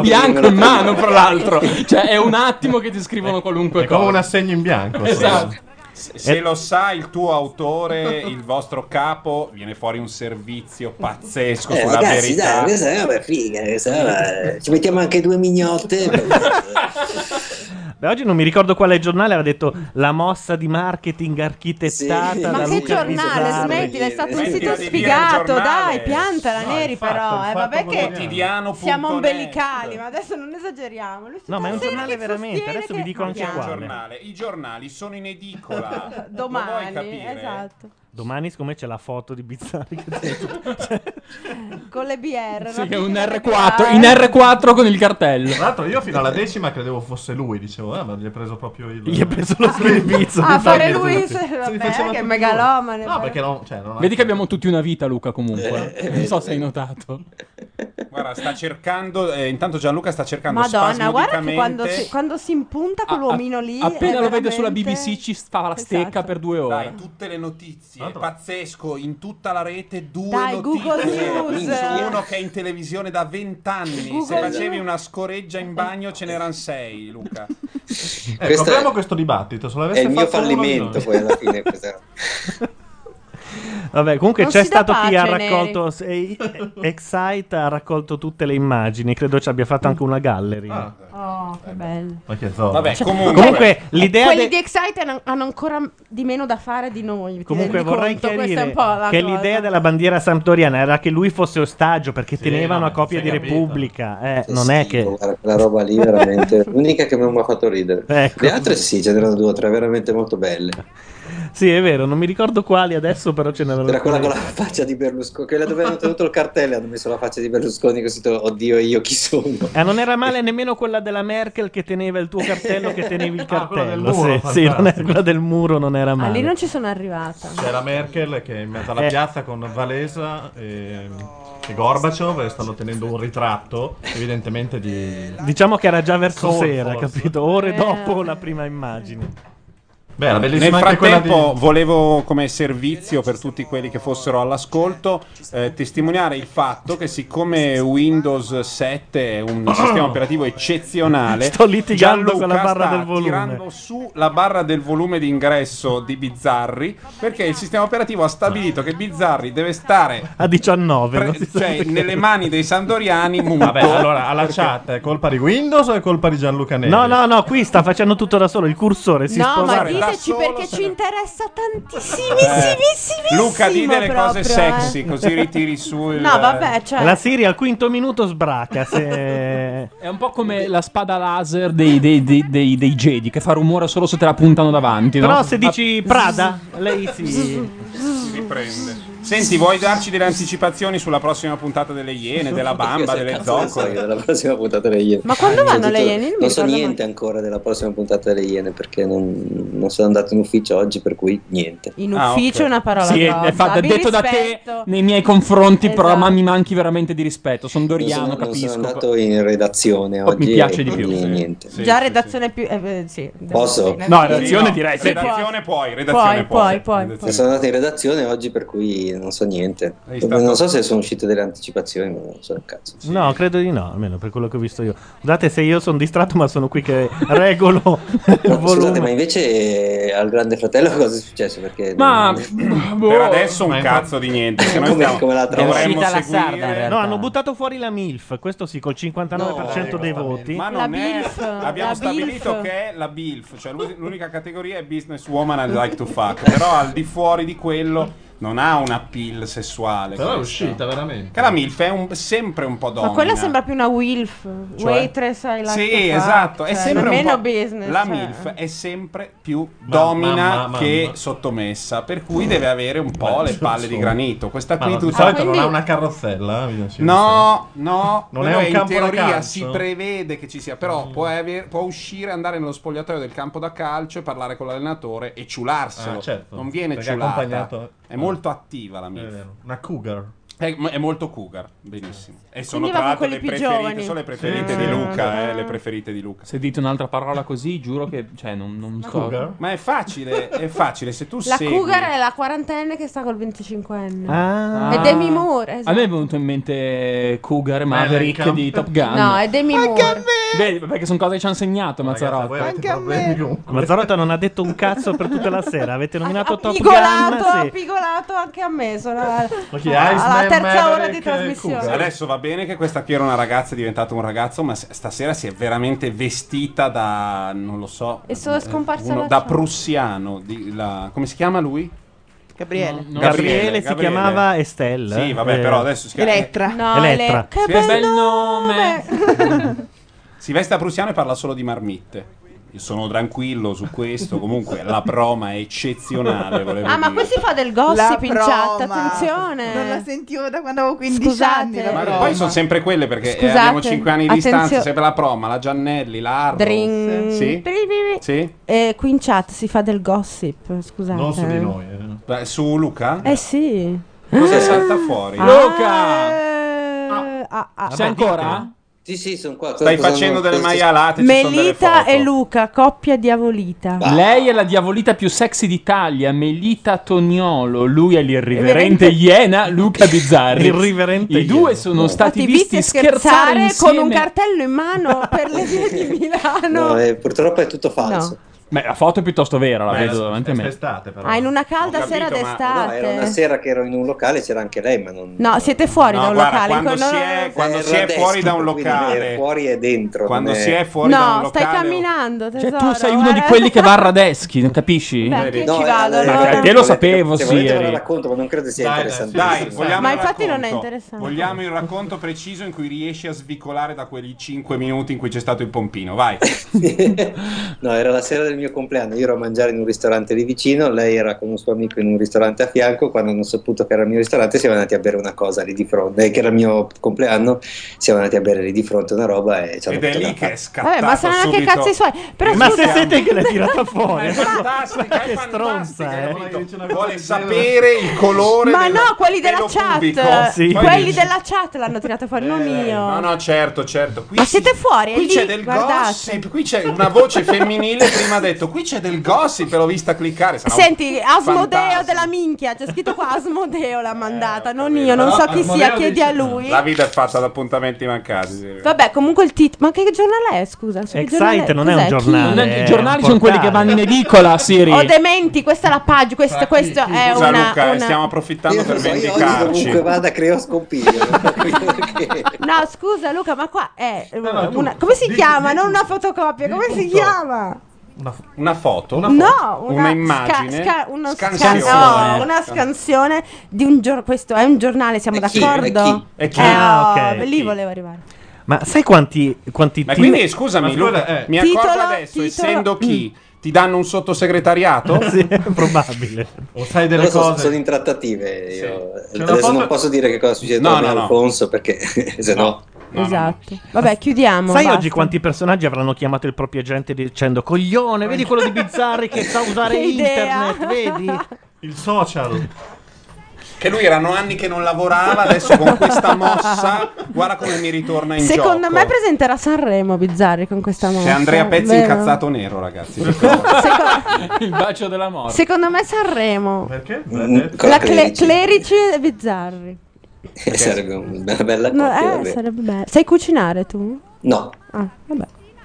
Speaker 2: cartello
Speaker 8: bianco in mano, fra l'altro. Cioè, è un attimo che ti scrivono qualunque cosa. È come
Speaker 3: un assegno in bianco. Eh.
Speaker 8: Esatto.
Speaker 4: Eh, Se, se lo sa il tuo
Speaker 3: [laughs]
Speaker 4: autore, il vostro capo, viene fuori un servizio pazzesco
Speaker 14: Eh,
Speaker 4: sulla
Speaker 14: ragazzi,
Speaker 4: verità.
Speaker 14: dai, questa è una figa. questa è
Speaker 2: Eh,
Speaker 14: una- Ci mettiamo anche
Speaker 6: [laughs]
Speaker 14: due mignotte.
Speaker 2: Beh, oggi non mi ricordo quale giornale aveva detto la mossa di marketing architettata
Speaker 6: Sì.
Speaker 2: da
Speaker 6: Ma che
Speaker 2: Luca
Speaker 6: giornale,
Speaker 2: Bizzarri.
Speaker 6: smettila, è stato un
Speaker 4: Smettila
Speaker 6: sito
Speaker 4: di dire
Speaker 6: sfigato,
Speaker 4: giornale.
Speaker 6: dai, piantala
Speaker 4: No,
Speaker 6: neri
Speaker 4: infatti,
Speaker 6: però, eh,
Speaker 4: infatti,
Speaker 6: vabbè che
Speaker 4: quotidiano.net.
Speaker 6: siamo ombelicali, ma adesso non esageriamo. Lui si
Speaker 2: No, ma è un
Speaker 6: sostiene
Speaker 2: giornale
Speaker 6: che
Speaker 2: veramente,
Speaker 6: sostiene
Speaker 2: adesso vi
Speaker 6: che-
Speaker 2: dico anche
Speaker 4: Perché è un
Speaker 2: quale.
Speaker 4: giornale. I giornali sono in
Speaker 6: [laughs]
Speaker 4: edicola. Lo vuoi
Speaker 6: Domani,
Speaker 4: capire?
Speaker 6: esatto.
Speaker 2: Domani, siccome c'è la foto di Bizzarri che Cioè,
Speaker 6: Con le BR.
Speaker 8: Sì,
Speaker 6: no?
Speaker 8: che è un R4. In R4 con il cartello.
Speaker 3: Tra l'altro io fino alla decima credevo fosse lui, dicevo, eh, ma gli ha preso proprio il...
Speaker 2: Gli ha preso lo servizio.
Speaker 6: Ah, fare lui,
Speaker 3: Se li
Speaker 6: vabbè,
Speaker 3: faceva
Speaker 6: che è
Speaker 3: tutti
Speaker 6: megalomane.
Speaker 3: No, perché non... Cioè, non ha-
Speaker 8: Vedi che abbiamo tutti una vita, Luca, comunque.
Speaker 4: Eh, eh,
Speaker 8: Non so se hai notato.
Speaker 4: Guarda, sta cercando. eh, intanto Gianluca sta cercando
Speaker 6: Madonna, guarda che quando
Speaker 4: spasmodicamente-
Speaker 6: si, quando si impunta quell'uomino lì...
Speaker 8: Appena
Speaker 6: è
Speaker 8: lo vede sulla
Speaker 6: veramente- Esatto.
Speaker 8: BBC ci fa la stecca per due ore.
Speaker 4: Dai, tutte le notizie, pazzesco, in tutta la rete due
Speaker 6: Dai,
Speaker 4: notizie.
Speaker 6: Google News.
Speaker 4: Su Uno che è in televisione da vent'anni, se
Speaker 6: Google
Speaker 4: facevi
Speaker 6: News.
Speaker 4: una scoreggia in bagno ce n'erano sei,
Speaker 6: [laughs]
Speaker 4: Luca.
Speaker 3: Eh,
Speaker 14: Questo
Speaker 3: proviamo
Speaker 14: è-
Speaker 3: questo dibattito. Se
Speaker 14: È
Speaker 3: l'avesse
Speaker 14: il mio
Speaker 3: fatto uno di
Speaker 14: fallimento
Speaker 3: noi.
Speaker 14: poi alla
Speaker 3: [laughs]
Speaker 14: fine. questa-
Speaker 2: Vabbè, comunque
Speaker 14: Non
Speaker 2: c'è
Speaker 14: si dà
Speaker 2: stato chi
Speaker 14: pace,
Speaker 2: ha
Speaker 14: Neri.
Speaker 2: raccolto. se- eh, Excite ha raccolto tutte le immagini. Credo ci abbia fatto anche una gallery.
Speaker 6: Oh, che bello. Cioè,
Speaker 3: Ma che zona.
Speaker 4: Ah. Vabbè, comunque,
Speaker 2: Comunque, l'idea
Speaker 6: Quelli
Speaker 2: de-
Speaker 6: di Excite hanno- hanno ancora di meno da fare di noi. ti
Speaker 2: Comunque
Speaker 6: rendi
Speaker 2: vorrei
Speaker 6: conto? Questa è
Speaker 2: chiarire
Speaker 6: un po' la
Speaker 2: che
Speaker 6: cosa.
Speaker 2: l'idea della bandiera Sampdoriana era che lui fosse ostaggio perché teneva
Speaker 14: no,
Speaker 2: una copia
Speaker 14: si
Speaker 2: di
Speaker 14: è capito.
Speaker 2: Repubblica. Eh, non è che.
Speaker 14: Guarda, quella roba lì veramente l'unica che non mi ha fatto ridere. Le altre sì, ce n'erano due o tre veramente molto belle.
Speaker 2: Sì, è vero, non mi ricordo quali adesso, però ce n'erano.
Speaker 14: Era quella con la
Speaker 2: alcune.
Speaker 14: faccia di Berlusconi, quella dove hanno tenuto il cartello e hanno messo la faccia di Berlusconi così, oddio io chi sono.
Speaker 2: Eh, non era male nemmeno quella della Merkel che teneva il tuo cartello, che tenevi il
Speaker 3: Ah, quella del
Speaker 2: cartello.
Speaker 3: muro,
Speaker 2: sì, sì, non era-
Speaker 3: fantastico.
Speaker 2: quella del muro non era
Speaker 6: Ah, lì
Speaker 2: male.
Speaker 6: non ci sono arrivata.
Speaker 3: C'è la Merkel che è in mezzo alla
Speaker 2: Eh.
Speaker 3: piazza con Valesa e, e Gorbaciov e stanno tenendo un ritratto evidentemente di...
Speaker 2: Diciamo che era già verso
Speaker 3: Sol,
Speaker 2: sera,
Speaker 3: forse.
Speaker 2: capito? Ore
Speaker 3: Eh.
Speaker 2: dopo la prima immagine.
Speaker 3: Beh, era
Speaker 4: Nel
Speaker 3: bellissima anche quella di...
Speaker 4: frattempo volevo come servizio per tutti quelli che fossero all'ascolto eh, testimoniare il fatto che siccome Windows 7 è un sistema operativo eccezionale,
Speaker 2: Sto litigando con la
Speaker 4: Gianluca
Speaker 2: barra
Speaker 4: sta
Speaker 2: del volume.
Speaker 4: tirando su la barra del volume di ingresso di Bizzarri perché il sistema operativo ha stabilito che Bizzarri deve stare
Speaker 2: A 19.
Speaker 4: pre-
Speaker 2: non si sa
Speaker 4: cioè,
Speaker 2: perché.
Speaker 4: nelle mani dei
Speaker 3: [laughs]
Speaker 4: sandoriani muto.
Speaker 3: Vabbè, allora, alla chat è colpa di Windows o è colpa di Gianluca Neri?
Speaker 2: No, no, no, qui sta facendo tutto da solo. Il cursore si
Speaker 4: Eh,
Speaker 6: no,
Speaker 2: sposta.
Speaker 6: ma dite Scriveteci
Speaker 4: solo
Speaker 6: perché
Speaker 4: se
Speaker 6: ci
Speaker 4: ne-
Speaker 6: interessa tantissimo.
Speaker 4: Luca, di delle cose
Speaker 6: proprio, eh.
Speaker 4: sexy, così ritiri su il...
Speaker 6: No, vabbè, cioè-
Speaker 2: La Siri al quinto minuto sbraca. Se...
Speaker 6: [laughs]
Speaker 8: È un po' come la spada laser dei, dei- dei- dei- dei Jedi che fa rumore solo se te la puntano davanti. no?
Speaker 2: Però se dici
Speaker 8: Ah,
Speaker 2: Prada, lei si.
Speaker 4: Si riprende. Senti, vuoi darci delle anticipazioni sulla prossima puntata delle Iene,
Speaker 14: [laughs]
Speaker 4: della Bamba, delle Zoccole?
Speaker 14: Della prossima puntata delle Iene.
Speaker 6: Ma quando vanno
Speaker 14: Innanzitutto,
Speaker 6: le Iene? Non mi
Speaker 14: Non so
Speaker 6: ricordo
Speaker 14: niente ancora della prossima puntata delle Iene perché non, non sono andato in ufficio oggi, per cui niente.
Speaker 6: In ufficio è una parola
Speaker 8: Ah, Sì,
Speaker 6: grossa.
Speaker 8: è fatto- è
Speaker 6: Abbi
Speaker 8: detto da te
Speaker 6: rispetto.
Speaker 8: nei miei confronti, però
Speaker 6: Esatto.
Speaker 8: ma mi manchi veramente di rispetto. Sono Doriano,
Speaker 14: non sono, non
Speaker 8: capisco.
Speaker 14: sono andato in redazione oggi.
Speaker 8: mi piace
Speaker 14: e
Speaker 8: di più.
Speaker 14: quindi Niente.
Speaker 6: Già redazione più... eh, eh, sì.
Speaker 14: Posso?
Speaker 8: No, redazione Sì, no. direi, sì.
Speaker 4: Redazione puoi,
Speaker 6: Puoi,
Speaker 4: redazione
Speaker 6: puoi,
Speaker 4: puoi.
Speaker 6: puoi.
Speaker 4: Redazione.
Speaker 14: Sono andato in redazione oggi, per cui non so niente.
Speaker 2: Hai stato-
Speaker 14: Non so se sono uscite delle anticipazioni, ma non so un cazzo.
Speaker 2: No, credo di no, almeno per quello che ho visto io. Scusate se io sono distratto, ma sono qui che regolo
Speaker 6: [laughs]
Speaker 2: il
Speaker 14: Ma Scusate,
Speaker 2: volume.
Speaker 14: ma invece eh, al Grande Fratello [laughs] cosa è successo? Perché
Speaker 2: Ma- boh,
Speaker 4: Per mm, adesso un cazzo di niente. Che noi
Speaker 14: Come-
Speaker 4: stiamo,
Speaker 14: come l'altra volta.
Speaker 4: dovremmo
Speaker 14: È uscita Ecco, la
Speaker 4: seguire-
Speaker 14: sarda, in
Speaker 2: No, hanno buttato fuori la MILF, questo sì, col 59% dei
Speaker 4: ecco,
Speaker 2: voti.
Speaker 4: Ma non è. Abbiamo stabilito che è la BILF, cioè l'u- l'unica categoria è business woman and like to fuck. Però al di fuori di quello non ha un appeal sessuale.
Speaker 3: Però è
Speaker 4: questa.
Speaker 3: uscita, veramente.
Speaker 4: Che la MILF è un- sempre un po'
Speaker 6: Ma
Speaker 4: donna.
Speaker 6: quella sembra più una wilf.
Speaker 4: Cioè?
Speaker 6: Waitress, I like
Speaker 4: Sì,
Speaker 6: to fuck,
Speaker 4: esatto, è
Speaker 6: cioè,
Speaker 4: sempre un
Speaker 6: meno
Speaker 4: po'
Speaker 6: business.
Speaker 4: la
Speaker 6: cioè.
Speaker 4: MILF è sempre più domina
Speaker 3: ma- ma- ma-
Speaker 4: che
Speaker 3: ma-
Speaker 4: sottomessa, per cui deve avere un po'
Speaker 3: Beh,
Speaker 4: le palle
Speaker 3: insomma.
Speaker 4: di granito. Questa
Speaker 3: Ma
Speaker 4: qui
Speaker 3: non-
Speaker 4: tu
Speaker 3: di
Speaker 4: sai-
Speaker 3: solito non ha una carrozzella. eh, Vino Cinese.
Speaker 4: Ah, No, no,
Speaker 3: Non
Speaker 4: quello
Speaker 3: è un
Speaker 4: in
Speaker 3: campo da
Speaker 4: teoria
Speaker 3: calcio? Mm.
Speaker 4: si prevede che ci sia, però può, aver- può uscire, andare nello spogliatoio del campo da calcio e parlare con l'allenatore e ciularselo.
Speaker 3: Ah, certo.
Speaker 4: Non viene
Speaker 3: Perché è
Speaker 4: ciulata.
Speaker 3: accompagnato-
Speaker 4: È molto attiva la MILF.
Speaker 3: Una cougar.
Speaker 8: Eh,
Speaker 4: È, è molto cougar, benissimo. E sono
Speaker 6: Quindi
Speaker 4: tra
Speaker 6: va
Speaker 4: l'altro
Speaker 6: con
Speaker 4: le
Speaker 6: quelli più
Speaker 4: preferite,
Speaker 6: giovani.
Speaker 4: sono le preferite
Speaker 8: Sì,
Speaker 4: di
Speaker 8: sì.
Speaker 4: Luca, eh,
Speaker 6: Ah.
Speaker 4: le preferite di Luca.
Speaker 8: Se dite un'altra parola così, giuro che cioè, non, non so.
Speaker 4: cougar? Ma è facile, è facile. Se tu
Speaker 6: La
Speaker 8: segui-
Speaker 6: cougar è la quarantenne che sta col 25enne.
Speaker 8: Ah.
Speaker 6: È Demi Moore.
Speaker 8: A
Speaker 6: esatto.
Speaker 8: me è venuto in mente Cougar
Speaker 6: Ma è
Speaker 8: Maverick
Speaker 6: la-
Speaker 8: di Top Gun.
Speaker 6: No, eh. è Demi
Speaker 4: Ah.
Speaker 6: Moore.
Speaker 8: Vedi, perché sono cose che ci hanno insegnato Mazzarotta.
Speaker 6: Anche a me.
Speaker 2: Mazzarotta non ha detto un cazzo per tutta la sera. Avete nominato Top Gun.
Speaker 6: Pigolato,
Speaker 2: sì.
Speaker 6: pigolato anche a me. Sono alla,
Speaker 4: chi è?
Speaker 6: alla
Speaker 4: Iceman,
Speaker 6: terza ora
Speaker 4: Maverick
Speaker 6: di
Speaker 4: e
Speaker 6: trasmissione.
Speaker 4: Adesso va bene che questa qui era una ragazza, è diventata un ragazzo, ma s- stasera si è veramente vestita da, non lo so, eh,
Speaker 6: E sono scomparsa
Speaker 4: uno-
Speaker 6: la
Speaker 4: da
Speaker 6: ciao.
Speaker 4: prussiano. di- la- come si chiama lui?
Speaker 10: Gabriele.
Speaker 2: no. Gabriele si chiamava Estelle.
Speaker 4: Sì, vabbè,
Speaker 2: Eh.
Speaker 4: però adesso si chiama... Eh,
Speaker 10: Elettra.
Speaker 6: No,
Speaker 2: Elettra.
Speaker 6: le- Che
Speaker 4: Sì, è
Speaker 6: bel
Speaker 4: bel
Speaker 6: nome.
Speaker 4: Si veste a prussiano e parla solo di marmitte. Io sono tranquillo su questo, comunque la proma è eccezionale. volevo
Speaker 6: Ah, ma
Speaker 4: dire.
Speaker 6: qui si fa del gossip
Speaker 10: La
Speaker 6: in chat,
Speaker 10: Proma.
Speaker 6: attenzione.
Speaker 10: Non la sentivo da quando avevo 15
Speaker 6: Scusate.
Speaker 10: anni. la
Speaker 4: Ma
Speaker 10: Proma.
Speaker 4: poi sono sempre quelle perché eh,
Speaker 10: Scusate,
Speaker 4: abbiamo 5 anni di distanza,
Speaker 6: attenzio-
Speaker 4: sempre la Proma, la Giannelli, la Arro.
Speaker 6: Dring.
Speaker 4: Sì?
Speaker 6: Dring, dring, dring.
Speaker 4: Sì?
Speaker 6: Eh, qui in chat si fa del gossip, scusate.
Speaker 4: Beh, su Luca?
Speaker 6: Eh sì.
Speaker 4: Cosa salta fuori?
Speaker 11: Eh,
Speaker 6: Ah, ah, ah.
Speaker 4: Sei ancora?
Speaker 14: Sì, sì, sono qua.
Speaker 4: Stai
Speaker 14: Cosa
Speaker 4: facendo
Speaker 14: non-
Speaker 4: delle
Speaker 14: cosa-
Speaker 4: maialate, Ah, ci sono delle
Speaker 6: Melita
Speaker 4: foto.
Speaker 6: e Luca, coppia diavolita.
Speaker 8: Lei è la diavolita più sexy d'Italia, Melita Toniolo. Lui è l'irriverente
Speaker 6: Irriverente-
Speaker 8: Iena, Luca Bizzarri.
Speaker 2: Irriverente
Speaker 8: I due sono stati
Speaker 6: Ti
Speaker 8: visti,
Speaker 6: visti
Speaker 8: scherzare
Speaker 6: scherzare con un
Speaker 8: insieme.
Speaker 6: cartello in mano per le vie di Milano.
Speaker 14: No, eh, purtroppo è tutto falso.
Speaker 8: Beh, la foto è piuttosto vera, la
Speaker 14: Beh,
Speaker 8: vedo
Speaker 14: è-
Speaker 8: davanti a me.
Speaker 6: Ah, in una calda
Speaker 14: Ho capito,
Speaker 6: sera
Speaker 14: ma- No, era
Speaker 6: d'estate.
Speaker 14: una sera che ero in un locale, c'era anche lei, ma non...
Speaker 6: No, siete fuori
Speaker 4: No,
Speaker 6: da un
Speaker 4: guarda,
Speaker 6: locale.
Speaker 4: quando
Speaker 6: con-
Speaker 4: si è- quando
Speaker 14: Era
Speaker 4: si è
Speaker 14: desktop,
Speaker 4: fuori da un
Speaker 14: quindi
Speaker 4: locale.
Speaker 14: è Fuori e dentro.
Speaker 4: Quando
Speaker 14: non
Speaker 4: si è fuori da un
Speaker 6: No,
Speaker 4: locale.
Speaker 6: stai camminando,
Speaker 8: Cioè,
Speaker 6: tesoro.
Speaker 8: tu sei uno di
Speaker 6: guarda.
Speaker 8: quelli che va a Radeschi, non capisci?
Speaker 6: Beh, anch'io No, ci eh, vado, eh,
Speaker 8: Ma
Speaker 6: allora.
Speaker 8: che- te lo sapevo,
Speaker 14: Se
Speaker 8: sì.
Speaker 14: volete ve lo
Speaker 8: eri-
Speaker 14: racconto, ma non credo sia interessante.
Speaker 4: Dai, vogliamo
Speaker 6: Ma
Speaker 4: il
Speaker 6: infatti non è
Speaker 4: racconto.
Speaker 6: interessante.
Speaker 4: Vogliamo il racconto preciso in cui riesci a svicolare da quei 5 minuti in cui c'è stato il pompino. Vai.
Speaker 14: No, era la sera del mio compleanno, io ero a mangiare in un ristorante lì vicino, lei era con un suo amico in un ristorante a fianco, quando hanno saputo che era il mio ristorante siamo andati a bere una cosa lì di fronte, eh, che era il mio compleanno, siamo andati a bere lì di fronte una roba e ci hanno
Speaker 4: Ed è
Speaker 14: fatto
Speaker 4: lì
Speaker 14: una-
Speaker 4: che è scattato
Speaker 6: Vabbè, ma saranno anche
Speaker 4: subito.
Speaker 6: cazzi i suoi. Però
Speaker 2: Ma
Speaker 6: scusa,
Speaker 2: se siete che
Speaker 6: [laughs]
Speaker 2: l'ha tirata fuori.
Speaker 4: È fantastica, è
Speaker 2: stronza, eh.
Speaker 4: Vuole sapere il colore
Speaker 6: ma
Speaker 4: del
Speaker 6: no, quelli della
Speaker 4: pelo
Speaker 6: chat,
Speaker 4: pubico. oh, Sì.
Speaker 6: quelli
Speaker 4: Poi-
Speaker 6: della chat l'hanno tirata fuori, non io.
Speaker 4: No, no, certo, certo. Qui,
Speaker 6: ma siete fuori? è
Speaker 4: qui
Speaker 6: lì,
Speaker 4: c'è del
Speaker 6: guardate.
Speaker 4: gossip, qui c'è una voce femminile prima ha detto, qui c'è del gossip, e l'ho vista cliccare. sarà un
Speaker 6: Senti, Asmodeo
Speaker 4: fantasma. Eh,
Speaker 6: della minchia, c'è scritto qua Asmodeo l'ha mandata, non io, non so
Speaker 4: Però
Speaker 6: chi
Speaker 4: Asmodeo
Speaker 6: sia, chiedi
Speaker 4: dice-
Speaker 6: a lui.
Speaker 4: La vita è fatta da appuntamenti mancati. sì.
Speaker 6: Vabbè, comunque il titolo. Ma che giornale è? Scusa, su che
Speaker 2: Excite
Speaker 6: giornale
Speaker 2: non è un
Speaker 6: cos'è?
Speaker 2: giornale,
Speaker 6: Chi?
Speaker 2: Non è-
Speaker 8: I
Speaker 2: Eh,
Speaker 8: giornali
Speaker 2: un
Speaker 8: sono quelli che
Speaker 2: portale.
Speaker 8: vanno in edicola, Siri.
Speaker 6: Oh, dementi, questa è la pagina. Questa, questa è
Speaker 4: Scusa
Speaker 6: una.
Speaker 4: Luca, eh,
Speaker 6: una-
Speaker 4: stiamo approfittando per
Speaker 14: Io
Speaker 4: vendicarci.
Speaker 14: comunque vada creo scompiglio.
Speaker 6: [laughs] No, scusa Luca, ma qua è
Speaker 14: no, tu-
Speaker 6: una... come si
Speaker 14: dici-
Speaker 6: chiama? Non una fotocopia, come si chiama?
Speaker 4: Una, foto?
Speaker 6: No, una,
Speaker 4: una immagine.
Speaker 6: sca- sca- uno
Speaker 4: Scansione.
Speaker 6: scan- no, una scansione di un giornale. Questo è un giornale, siamo
Speaker 4: E chi?
Speaker 6: d'accordo?
Speaker 4: E chi? E chi?
Speaker 6: Eh, oh,
Speaker 2: Ah, ok,
Speaker 6: lì
Speaker 2: chi?
Speaker 6: volevo arrivare.
Speaker 2: Ma sai quanti. quanti
Speaker 4: Ma
Speaker 2: ti-
Speaker 4: quindi scusami,
Speaker 2: Ma
Speaker 4: Luca,
Speaker 2: scusa, eh.
Speaker 4: mi accorgo
Speaker 6: Titolo,
Speaker 4: adesso,
Speaker 6: titolo. Mm.
Speaker 4: essendo chi ti danno un sottosegretariato?
Speaker 2: sì, è probabile.
Speaker 4: O sai
Speaker 14: Non lo so, sono in trattative. Io.
Speaker 4: C'è una
Speaker 14: Adesso
Speaker 4: foto-
Speaker 14: non posso dire che cosa succede
Speaker 4: No,
Speaker 14: a me
Speaker 4: no, no.
Speaker 14: Alfonso perché [laughs] se no.
Speaker 6: esatto. Vabbè, chiudiamo.
Speaker 2: Sai
Speaker 6: basta.
Speaker 2: oggi quanti personaggi avranno chiamato il proprio agente dicendo coglione, vedi quello di Bizzarri che sa usare
Speaker 6: Che idea.
Speaker 2: internet, vedi?
Speaker 3: Il social.
Speaker 4: [laughs] Che lui erano anni che non lavorava, adesso con questa mossa, guarda come mi ritorna in
Speaker 6: Secondo
Speaker 4: gioco.
Speaker 6: me presenterà Sanremo Bizzarri con questa mossa.
Speaker 4: C'è Andrea Pezzi
Speaker 6: vero?
Speaker 4: incazzato nero, ragazzi.
Speaker 6: [laughs]
Speaker 8: Il bacio della morte.
Speaker 6: Secondo me Sanremo.
Speaker 3: Perché?
Speaker 6: La cle- Clerici e Bizzarri.
Speaker 14: [laughs] Sarebbe una bella
Speaker 6: No,
Speaker 14: coppia.
Speaker 6: eh,
Speaker 14: vabbè.
Speaker 6: sarebbe bello. Sai cucinare tu?
Speaker 14: No.
Speaker 6: Ah, vabbè.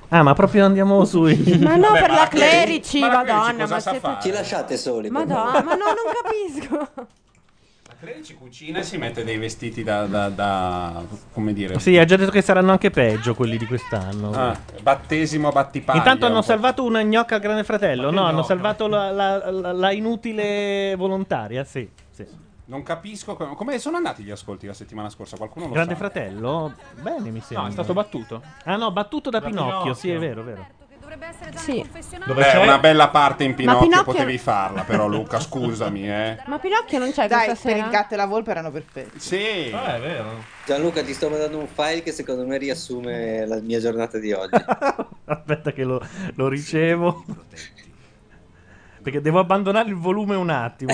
Speaker 2: Ah, ma proprio andiamo sui.
Speaker 6: [laughs] Ma no,
Speaker 14: Vabbè,
Speaker 6: per
Speaker 14: ma
Speaker 6: la
Speaker 14: la Clerici-
Speaker 6: Clerici,
Speaker 14: ma la Clerici
Speaker 6: madonna,
Speaker 14: cosa
Speaker 6: ma
Speaker 14: sa
Speaker 6: siete...
Speaker 14: fare? Ci lasciate soli. per
Speaker 6: Madonna, ma no, non capisco.
Speaker 4: cucina e si mette dei vestiti da, da- da- come dire,
Speaker 2: Sì, ha già detto che saranno anche peggio quelli di quest'anno.
Speaker 4: ah, battesimo a battipaglia.
Speaker 2: Intanto hanno
Speaker 4: un po'.
Speaker 2: salvato una gnocca al Grande Fratello, no? Hanno
Speaker 4: gnocca?
Speaker 2: salvato la, la- la- la inutile volontaria, sì. sì.
Speaker 4: Non capisco come, come sono andati gli ascolti la settimana scorsa, qualcuno lo
Speaker 2: Grande
Speaker 4: sa.
Speaker 2: Fratello? Bene, mi sembra.
Speaker 4: è stato
Speaker 2: battuto. Ah no, battuto da,
Speaker 4: Da
Speaker 2: Pinocchio, sì, è vero,
Speaker 4: Pinocchio.
Speaker 2: è vero.
Speaker 6: Sì.
Speaker 4: Dove
Speaker 2: Eh,
Speaker 4: Beh,
Speaker 6: c'è?
Speaker 4: una bella parte in Pinocchio,
Speaker 6: Pinocchio-
Speaker 4: potevi farla però Luca, scusami, eh.
Speaker 6: Ma Pinocchio non c'è
Speaker 10: Dai,
Speaker 6: questa
Speaker 10: per
Speaker 6: sera?
Speaker 10: il gatto e la volpe erano perfetti.
Speaker 4: Sì.
Speaker 3: Ah, è vero.
Speaker 14: Gianluca, ti sto mandando un file che secondo me riassume la mia giornata di oggi.
Speaker 3: Oh,
Speaker 2: Aspetta che lo, lo ricevo. Perché devo abbandonare il volume
Speaker 4: [laughs]
Speaker 2: un attimo.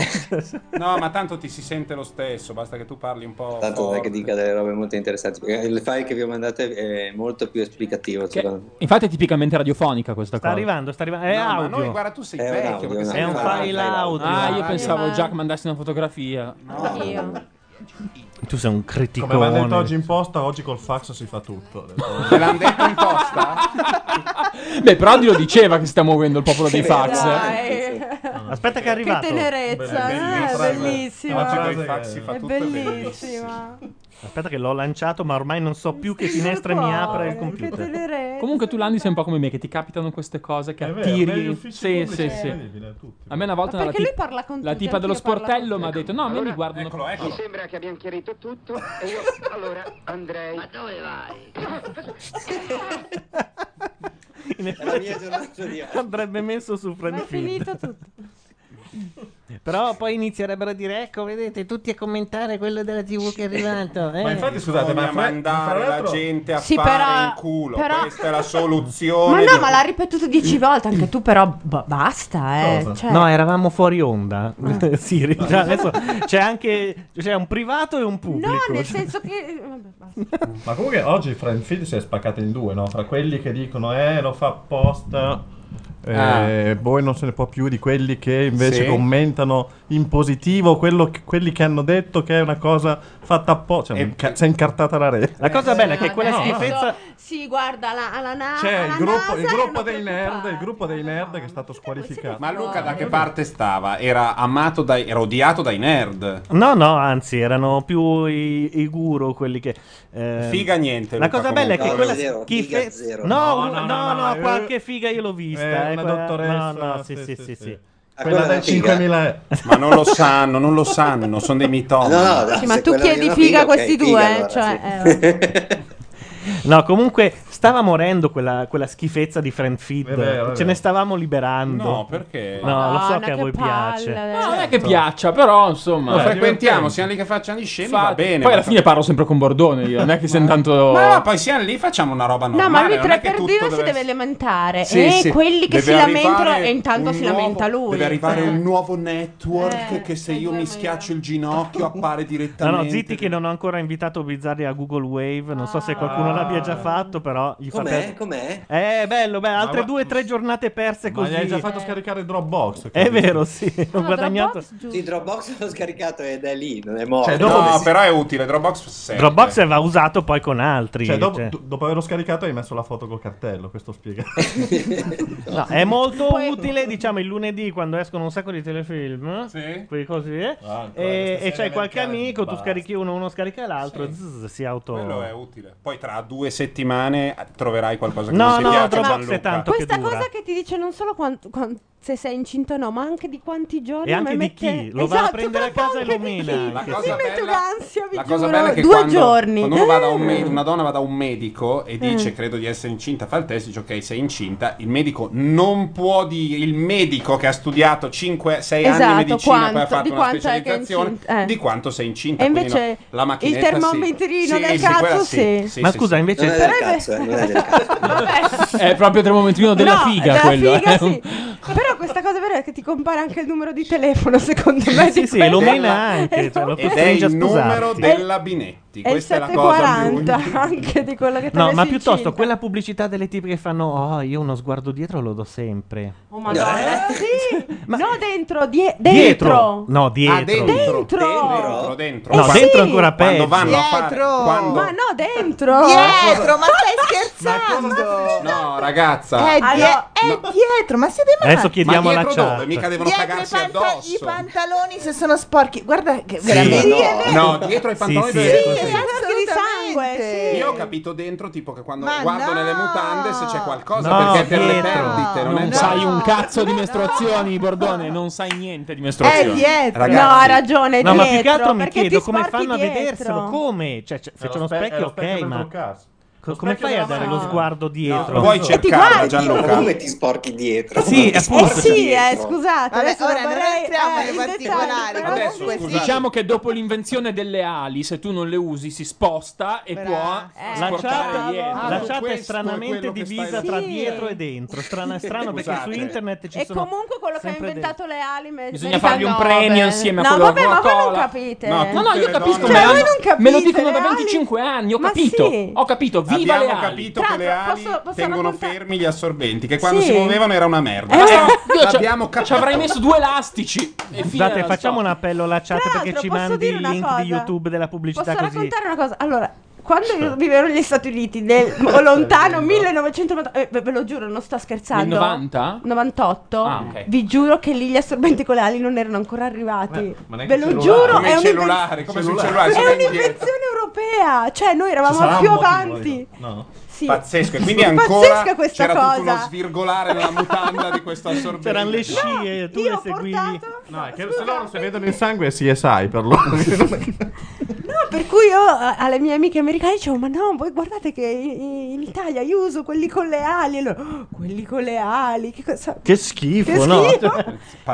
Speaker 4: No, ma tanto ti si sente lo stesso, basta che tu parli un po'.
Speaker 14: Tanto non è che dica delle robe molto interessanti. perché Il file che vi ho mandato è molto più esplicativo. secondo me.
Speaker 8: Infatti è tipicamente radiofonica questa
Speaker 2: sta
Speaker 8: cosa.
Speaker 2: arrivando, sta arrivando. È
Speaker 4: No, ma
Speaker 2: audio.
Speaker 4: noi, guarda, tu sei È un vecchio, audio, perché
Speaker 8: un
Speaker 2: È un
Speaker 8: audio.
Speaker 2: file audio.
Speaker 8: Ah, io pensavo
Speaker 2: già
Speaker 8: già che mandassi una fotografia.
Speaker 6: Io.
Speaker 2: Tu sei un criticone.
Speaker 3: Come mi hanno detto oggi in posta, oggi col fax si fa tutto.
Speaker 4: Te l'hanno detto in posta?
Speaker 8: Beh, però Dio diceva che si sta muovendo il popolo dei fax. eh.
Speaker 6: Dai.
Speaker 2: Aspetta che è arrivato.
Speaker 6: Che tenerezza,
Speaker 2: Bellissima.
Speaker 6: eh, è bellissima.
Speaker 2: Oggi coi fax si fa
Speaker 6: È
Speaker 2: tutto, è
Speaker 6: bellissima.
Speaker 2: Aspetta che l'ho lanciato, ma ormai non so più che finestre mi apre
Speaker 6: eh,
Speaker 2: il computer.
Speaker 8: Comunque tu Landi sei un po' come me che ti capitano queste cose che
Speaker 3: vero, negli
Speaker 8: attiri.
Speaker 3: uffici
Speaker 8: Sì,
Speaker 3: pubblici
Speaker 8: sì,
Speaker 3: è
Speaker 8: sì.
Speaker 3: incredibile, a tutti.
Speaker 8: A me una volta
Speaker 6: Ma
Speaker 8: la,
Speaker 6: perché lui
Speaker 8: tip-
Speaker 6: parla con
Speaker 8: la
Speaker 6: tutti,
Speaker 8: tipa dello
Speaker 6: anch'io parlo con
Speaker 8: sportello mi ha detto "No, a me mi guardano".
Speaker 11: Mi sembra che abbiamo chiarito tutto e io allora andrei. Ma dove vai?
Speaker 4: Cioè,
Speaker 2: In
Speaker 11: la mia
Speaker 2: effetti,
Speaker 11: giornata di oggi.
Speaker 2: Andrebbe messo su
Speaker 6: Ma
Speaker 2: Friend
Speaker 6: è finito tutto.
Speaker 2: Però poi inizierebbero a dire: Ecco, vedete tutti a commentare quello della TV che è arrivato. eh."
Speaker 3: Ma infatti, scusate, ma
Speaker 4: Bisogna
Speaker 3: fra-
Speaker 4: mandare
Speaker 3: fra l'altro-
Speaker 4: la gente a
Speaker 6: Sì,
Speaker 4: fare
Speaker 6: però-
Speaker 4: in culo.
Speaker 6: però-
Speaker 4: Questa è
Speaker 6: [laughs]
Speaker 4: la
Speaker 6: Ma
Speaker 4: soluzione.
Speaker 6: no,
Speaker 4: di-
Speaker 6: ma l'ha ripetuto dieci volte anche tu, però b- basta, eh.
Speaker 2: Cosa?
Speaker 6: Cioè,
Speaker 2: No, eravamo fuori onda.
Speaker 4: Ah.
Speaker 2: [laughs] sì, ri- cioè, adesso c'è anche c'è un privato e un pubblico.
Speaker 6: no, nel
Speaker 2: Cioè-
Speaker 6: senso che... eh, vabbè, basta.
Speaker 3: Ma comunque oggi Friend Feed si è spaccato in due, no? Tra quelli che dicono eh lo fa apposta e poi non se ne può più di quelli che
Speaker 4: Sì.
Speaker 3: invece commentano in positivo quello che- quelli che hanno detto che è una cosa fatta apposta, cioè, inca- si è incartata la rete.
Speaker 2: La cosa bella è che quella
Speaker 3: no,
Speaker 2: schifezza
Speaker 6: Sì, guarda, la, alla na-
Speaker 3: C'è
Speaker 6: Ah, alla
Speaker 3: il gruppo, il
Speaker 6: NASA
Speaker 3: gruppo
Speaker 6: erano
Speaker 3: dei nerd, il gruppo dei nerd che è stato squalificato.
Speaker 4: Ma Luca da che parte stava? Era amato dai. era odiato dai nerd.
Speaker 2: No, no, anzi, erano più i, i guru quelli che. eh,
Speaker 4: Figa niente,
Speaker 2: La
Speaker 4: Luca,
Speaker 2: cosa bella è che
Speaker 4: comunque.
Speaker 2: quella.
Speaker 4: No, zero,
Speaker 2: chi
Speaker 4: figa
Speaker 2: fe-
Speaker 4: zero.
Speaker 2: No,
Speaker 4: No,
Speaker 2: no,
Speaker 4: no,
Speaker 2: no,
Speaker 4: no,
Speaker 2: no,
Speaker 4: no,
Speaker 2: qualche figa io l'ho vista.
Speaker 4: eh,
Speaker 2: eh,
Speaker 4: una
Speaker 2: quella-
Speaker 4: dottoressa,
Speaker 2: No, no, sì,
Speaker 4: sì,
Speaker 2: sì,
Speaker 4: sì,
Speaker 2: sì.
Speaker 4: sì.
Speaker 2: Ah,
Speaker 3: Quella da
Speaker 2: quella è
Speaker 6: eh.
Speaker 2: figa.
Speaker 3: 5.000 euro.
Speaker 4: Ma non lo [laughs] sanno, non lo sanno, sono dei mitomani.
Speaker 6: No, no, Sì, ma se tu quella chiedi non è una figa a figa, ok, questi figa, due, eh, allora, cioè, sì.
Speaker 2: No, comunque stava morendo quella, quella schifezza di Friend Feed.
Speaker 4: È vero, è
Speaker 2: Ce
Speaker 4: vero.
Speaker 2: ne stavamo liberando.
Speaker 4: No, perché?
Speaker 2: No, lo so
Speaker 8: Madonna,
Speaker 2: che a
Speaker 8: che
Speaker 2: voi
Speaker 8: palle,
Speaker 2: piace.
Speaker 8: No, non è che piaccia, però insomma.
Speaker 4: Lo frequentiamo, siamo lì che facciano gli scemi, va
Speaker 8: Infatti,
Speaker 4: bene.
Speaker 8: Poi
Speaker 4: ma-
Speaker 8: alla fine parlo sempre con Bordone io, non è che siamo tanto
Speaker 4: Ma no, poi siamo lì, facciamo una roba normale.
Speaker 6: No, ma lui
Speaker 4: non
Speaker 6: tre
Speaker 4: è che
Speaker 6: per
Speaker 4: tutto
Speaker 6: due si
Speaker 4: deve
Speaker 6: deve elementare.
Speaker 4: Sì,
Speaker 6: e
Speaker 4: sì.
Speaker 6: quelli che
Speaker 4: Deve
Speaker 6: si lamentano,
Speaker 4: arrivare
Speaker 6: e intanto
Speaker 4: un
Speaker 6: si
Speaker 4: nuovo-
Speaker 6: lamenta lui.
Speaker 4: Deve arrivare
Speaker 6: Eh.
Speaker 4: un nuovo network che se io mi schiaccio il ginocchio appare
Speaker 2: No,
Speaker 4: direttamente.
Speaker 2: Ah, no, zitti che Ah. non ho ancora invitato Bizzarri a Google Wave. Non so se qualcuno l'abbia già fatto, però gli fa
Speaker 14: Com'è?
Speaker 2: perdere.
Speaker 14: Com'è?
Speaker 2: Eh, bello, beh, altre
Speaker 3: Ma-
Speaker 2: due o tre giornate perse
Speaker 3: Ma
Speaker 2: così.
Speaker 3: gli hai già fatto scaricare Dropbox?
Speaker 2: [laughs] È vero, sì. Ho guadagnato.
Speaker 14: Sì, Dropbox l'ho scaricato ed è lì, non è morto.
Speaker 3: Cioè, dopo che si-
Speaker 4: però è utile, Dropbox Cioè, serve.
Speaker 2: Dropbox va usato poi con altri.
Speaker 3: Cioè, dopo,
Speaker 2: cioè.
Speaker 3: do- dopo averlo scaricato hai messo la foto col cartello, questo spiega.
Speaker 2: [laughs] No, è molto [laughs] utile, diciamo, il lunedì quando escono un sacco di telefilm. Quelle cose.
Speaker 3: Ah,
Speaker 2: e e c'hai qualche amico, tu
Speaker 4: basta.
Speaker 2: scarichi uno, uno scarica l'altro, zzz, si auto.
Speaker 4: Quello è utile. Poi tra due settimane troverai qualcosa che
Speaker 2: No,
Speaker 4: non ti
Speaker 2: no,
Speaker 4: piace
Speaker 2: però-
Speaker 4: Gianluca.
Speaker 2: è tanto
Speaker 6: Questa cosa che ti dice non solo quant- quan- se sei incinta o no, ma anche di quanti giorni
Speaker 2: E anche
Speaker 6: mi
Speaker 2: di
Speaker 6: mette-
Speaker 2: chi? Lo va
Speaker 6: esatto,
Speaker 2: a prendere a casa e lo mena.
Speaker 4: La
Speaker 2: anche.
Speaker 4: cosa
Speaker 6: mi mette un'ansia, vi
Speaker 4: La
Speaker 6: giuro.
Speaker 4: cosa bella è che
Speaker 6: Due
Speaker 4: quando,
Speaker 6: giorni.
Speaker 4: quando uno va da un
Speaker 6: Eh.
Speaker 4: me- una donna va da un medico e dice
Speaker 6: Mm.
Speaker 4: credo di essere incinta, fa il test, dice ok sei incinta, il medico non può dire, il medico che ha studiato 5-6
Speaker 6: Esatto,
Speaker 4: anni di medicina e poi ha
Speaker 6: quanto-
Speaker 4: fatto
Speaker 6: di
Speaker 4: una
Speaker 6: quanto è che è
Speaker 4: specializzazione
Speaker 6: incinta, eh.
Speaker 4: di quanto sei incinta.
Speaker 6: E
Speaker 4: quindi no,
Speaker 6: invece
Speaker 4: la macchinetta
Speaker 6: il termometrino
Speaker 4: sì.
Speaker 6: del
Speaker 4: sì, quella
Speaker 6: cazzo,
Speaker 4: sì.
Speaker 6: sì.
Speaker 4: Sì,
Speaker 2: Ma
Speaker 4: sì, Eh,
Speaker 2: scusa,
Speaker 4: sì.
Speaker 2: invece
Speaker 6: Non è del cazzo,
Speaker 14: non è
Speaker 6: [laughs]
Speaker 8: È proprio il momentino della
Speaker 6: No,
Speaker 8: figa
Speaker 6: della
Speaker 8: quello.
Speaker 6: figa,
Speaker 8: eh.
Speaker 6: sì. Però questa cosa vera è che ti compare anche il numero di telefono, secondo me.
Speaker 2: Sì,
Speaker 6: di
Speaker 2: sì, e lo
Speaker 6: quella-
Speaker 2: mena
Speaker 6: [laughs]
Speaker 2: anche. Cioè, lo
Speaker 4: Ed è
Speaker 2: costringe a
Speaker 4: il numero
Speaker 2: sposarsi.
Speaker 4: della Binetti.
Speaker 6: Esatto. È il
Speaker 4: Questa è la cosa più
Speaker 2: [laughs]
Speaker 6: 740 anche di quello che te
Speaker 2: No,
Speaker 6: ne
Speaker 2: ma
Speaker 6: si
Speaker 2: piuttosto
Speaker 6: incinta.
Speaker 2: quella pubblicità delle tipi che fanno Oh, io uno sguardo dietro lo do sempre.
Speaker 6: Oh
Speaker 3: Eh?
Speaker 6: madonna, sì. No, dentro, die-
Speaker 2: Dietro.
Speaker 6: dentro.
Speaker 2: No, dietro. Ah, dentro.
Speaker 6: Dentro.
Speaker 4: dentro.
Speaker 2: No,
Speaker 4: Quando-
Speaker 2: dentro è ancora
Speaker 4: quando
Speaker 2: peggio.
Speaker 4: vanno a fare-
Speaker 6: Dietro.
Speaker 4: quando-
Speaker 6: Ma no, dentro.
Speaker 10: Dietro, ma stai scherzando?
Speaker 4: No, ragazza.
Speaker 10: È, die- è dietro, ma siete matti?
Speaker 2: Adesso chiediamo
Speaker 4: Ma
Speaker 2: alla
Speaker 4: dietro
Speaker 2: chat.
Speaker 4: dove? Mica devono
Speaker 10: Dietro
Speaker 4: cagarsi
Speaker 10: i, panta-
Speaker 4: addosso.
Speaker 10: i pantaloni se sono sporchi, guarda che
Speaker 4: Sì,
Speaker 10: veramente.
Speaker 4: no,
Speaker 10: è vero.
Speaker 4: no, dietro ai pantaloni
Speaker 2: Sì,
Speaker 4: dove
Speaker 2: sì,
Speaker 4: è
Speaker 2: sì, esatto.
Speaker 4: così.
Speaker 10: Di sangue, sì.
Speaker 4: Io ho capito dentro tipo che quando
Speaker 10: Ma
Speaker 4: guardo
Speaker 10: no!
Speaker 4: nelle mutande se c'è qualcosa
Speaker 8: No,
Speaker 4: perché per le
Speaker 8: dietro.
Speaker 4: perdite non,
Speaker 8: non
Speaker 4: è
Speaker 8: sai un cazzo di mestruazioni, Bordone, non sai niente di mestruazioni.
Speaker 4: È dietro.
Speaker 6: No, ha ragione,
Speaker 2: No, ma più che
Speaker 6: dietro,
Speaker 2: altro mi
Speaker 6: perché
Speaker 2: chiedo
Speaker 6: ti
Speaker 2: come
Speaker 6: sporchi
Speaker 2: fanno a
Speaker 6: dietro.
Speaker 2: vederselo. Come? Cioè, cioè, se c'è uno
Speaker 3: spe- è
Speaker 2: specchio,
Speaker 3: lo specchio
Speaker 2: ok,
Speaker 3: per
Speaker 2: ma.
Speaker 3: truccarsi.
Speaker 2: Co- come fai a dare lo sguardo dietro?
Speaker 4: puoi E ti cercarlo, guardi. Gianluca.
Speaker 14: Come ti sporchi dietro?
Speaker 2: Sì,
Speaker 14: Ti
Speaker 2: appunto.
Speaker 14: sporchi
Speaker 6: Eh sì, eh,
Speaker 14: dietro.
Speaker 6: scusate,
Speaker 10: Vabbè,
Speaker 6: adesso
Speaker 10: ora non
Speaker 6: vorrei,
Speaker 10: entriamo
Speaker 6: eh,
Speaker 10: nei
Speaker 6: in dettagli,
Speaker 10: particolari,
Speaker 6: però
Speaker 10: adesso,
Speaker 6: comunque sì.
Speaker 8: Diciamo che dopo l'invenzione delle ali, se tu non le usi, si sposta e può
Speaker 2: Eh, la
Speaker 8: sportare
Speaker 2: chat,
Speaker 8: dietro.
Speaker 2: la chat è
Speaker 8: è
Speaker 2: stranamente
Speaker 8: quello che
Speaker 2: divisa
Speaker 8: stai-
Speaker 2: tra
Speaker 8: Sì.
Speaker 2: dietro e dentro. Strana, strano perché su
Speaker 8: Scusate.
Speaker 2: internet ci
Speaker 6: E
Speaker 2: sono.
Speaker 6: comunque [laughs] quello che ha
Speaker 2: sempre
Speaker 6: inventato le ali me-
Speaker 2: Bisogna
Speaker 6: merita
Speaker 2: fargli un
Speaker 6: Nobel.
Speaker 2: premio insieme a
Speaker 6: no,
Speaker 2: quello
Speaker 6: vabbè,
Speaker 2: della
Speaker 6: ma voi non
Speaker 2: Coca-Cola.
Speaker 6: capite.
Speaker 2: No,
Speaker 8: No, no, io
Speaker 4: Tutte le
Speaker 8: capisco,
Speaker 4: donne-
Speaker 8: ma
Speaker 4: Cioè, voi
Speaker 6: non capite
Speaker 8: me lo dicono da
Speaker 6: le ali?
Speaker 8: 25 anni, ho
Speaker 6: Ma
Speaker 8: capito.
Speaker 6: sì.
Speaker 8: Ho capito, viva
Speaker 4: Abbiamo
Speaker 8: le ali.
Speaker 4: capito che le ali
Speaker 6: posso- posso
Speaker 4: tengono
Speaker 6: raccontare-
Speaker 4: fermi gli assorbenti, che quando
Speaker 6: Sì.
Speaker 4: si muovevano era una merda.
Speaker 6: Eh,
Speaker 4: Però
Speaker 8: Io ci-
Speaker 4: l'abbiamo
Speaker 8: ci avrei messo due elastici. E fine
Speaker 2: Scusate,
Speaker 8: era
Speaker 2: facciamo
Speaker 8: sto-
Speaker 2: un appello alla chat
Speaker 6: Tra
Speaker 2: perché
Speaker 6: l'altro,
Speaker 2: ci
Speaker 6: posso
Speaker 2: mandi
Speaker 6: dire
Speaker 2: il
Speaker 6: una
Speaker 2: link
Speaker 6: cosa?
Speaker 2: di YouTube della pubblicità
Speaker 6: Posso
Speaker 2: così.
Speaker 6: raccontare una cosa? Allora, quando io vivevo negli Stati Uniti,
Speaker 2: [laughs]
Speaker 6: nel lontano 1990, eh, ve ve lo giuro, non sto scherzando.
Speaker 8: Nel 90?
Speaker 6: 98,
Speaker 8: Ah, ok.
Speaker 6: vi giuro che lì gli assorbenti con le ali non erano ancora arrivati.
Speaker 8: ma neanche
Speaker 6: ve lo
Speaker 8: i cellulari.
Speaker 6: giuro,
Speaker 4: come
Speaker 6: è
Speaker 4: i
Speaker 6: un'invenzione
Speaker 4: cellulari, come sui cellulari.
Speaker 6: è
Speaker 4: si vede indietro.
Speaker 6: un'invenzione europea. Cioè, noi eravamo
Speaker 4: sarà
Speaker 6: più
Speaker 4: un motivo,
Speaker 6: avanti.
Speaker 3: No.
Speaker 6: Sì.
Speaker 4: Pazzesco, e quindi
Speaker 6: È
Speaker 4: ancora
Speaker 6: pazzesca questa
Speaker 4: c'era tutto uno
Speaker 6: cosa.
Speaker 4: svirgolare nella mutanda di
Speaker 2: [laughs]
Speaker 4: questo assorbente.
Speaker 2: C'erano le scie, tu le seguivi.
Speaker 3: No, è che se loro se vedono il sangue si è sai per loro.
Speaker 6: No, per cui io a- alle mie amiche americane dicevo: Ma no, voi guardate che i- in Italia io uso quelli con le ali. E loro, "Oh, quelli con le ali, che cosa.
Speaker 2: Che schifo,
Speaker 6: Che
Speaker 2: no?
Speaker 6: schifo. No,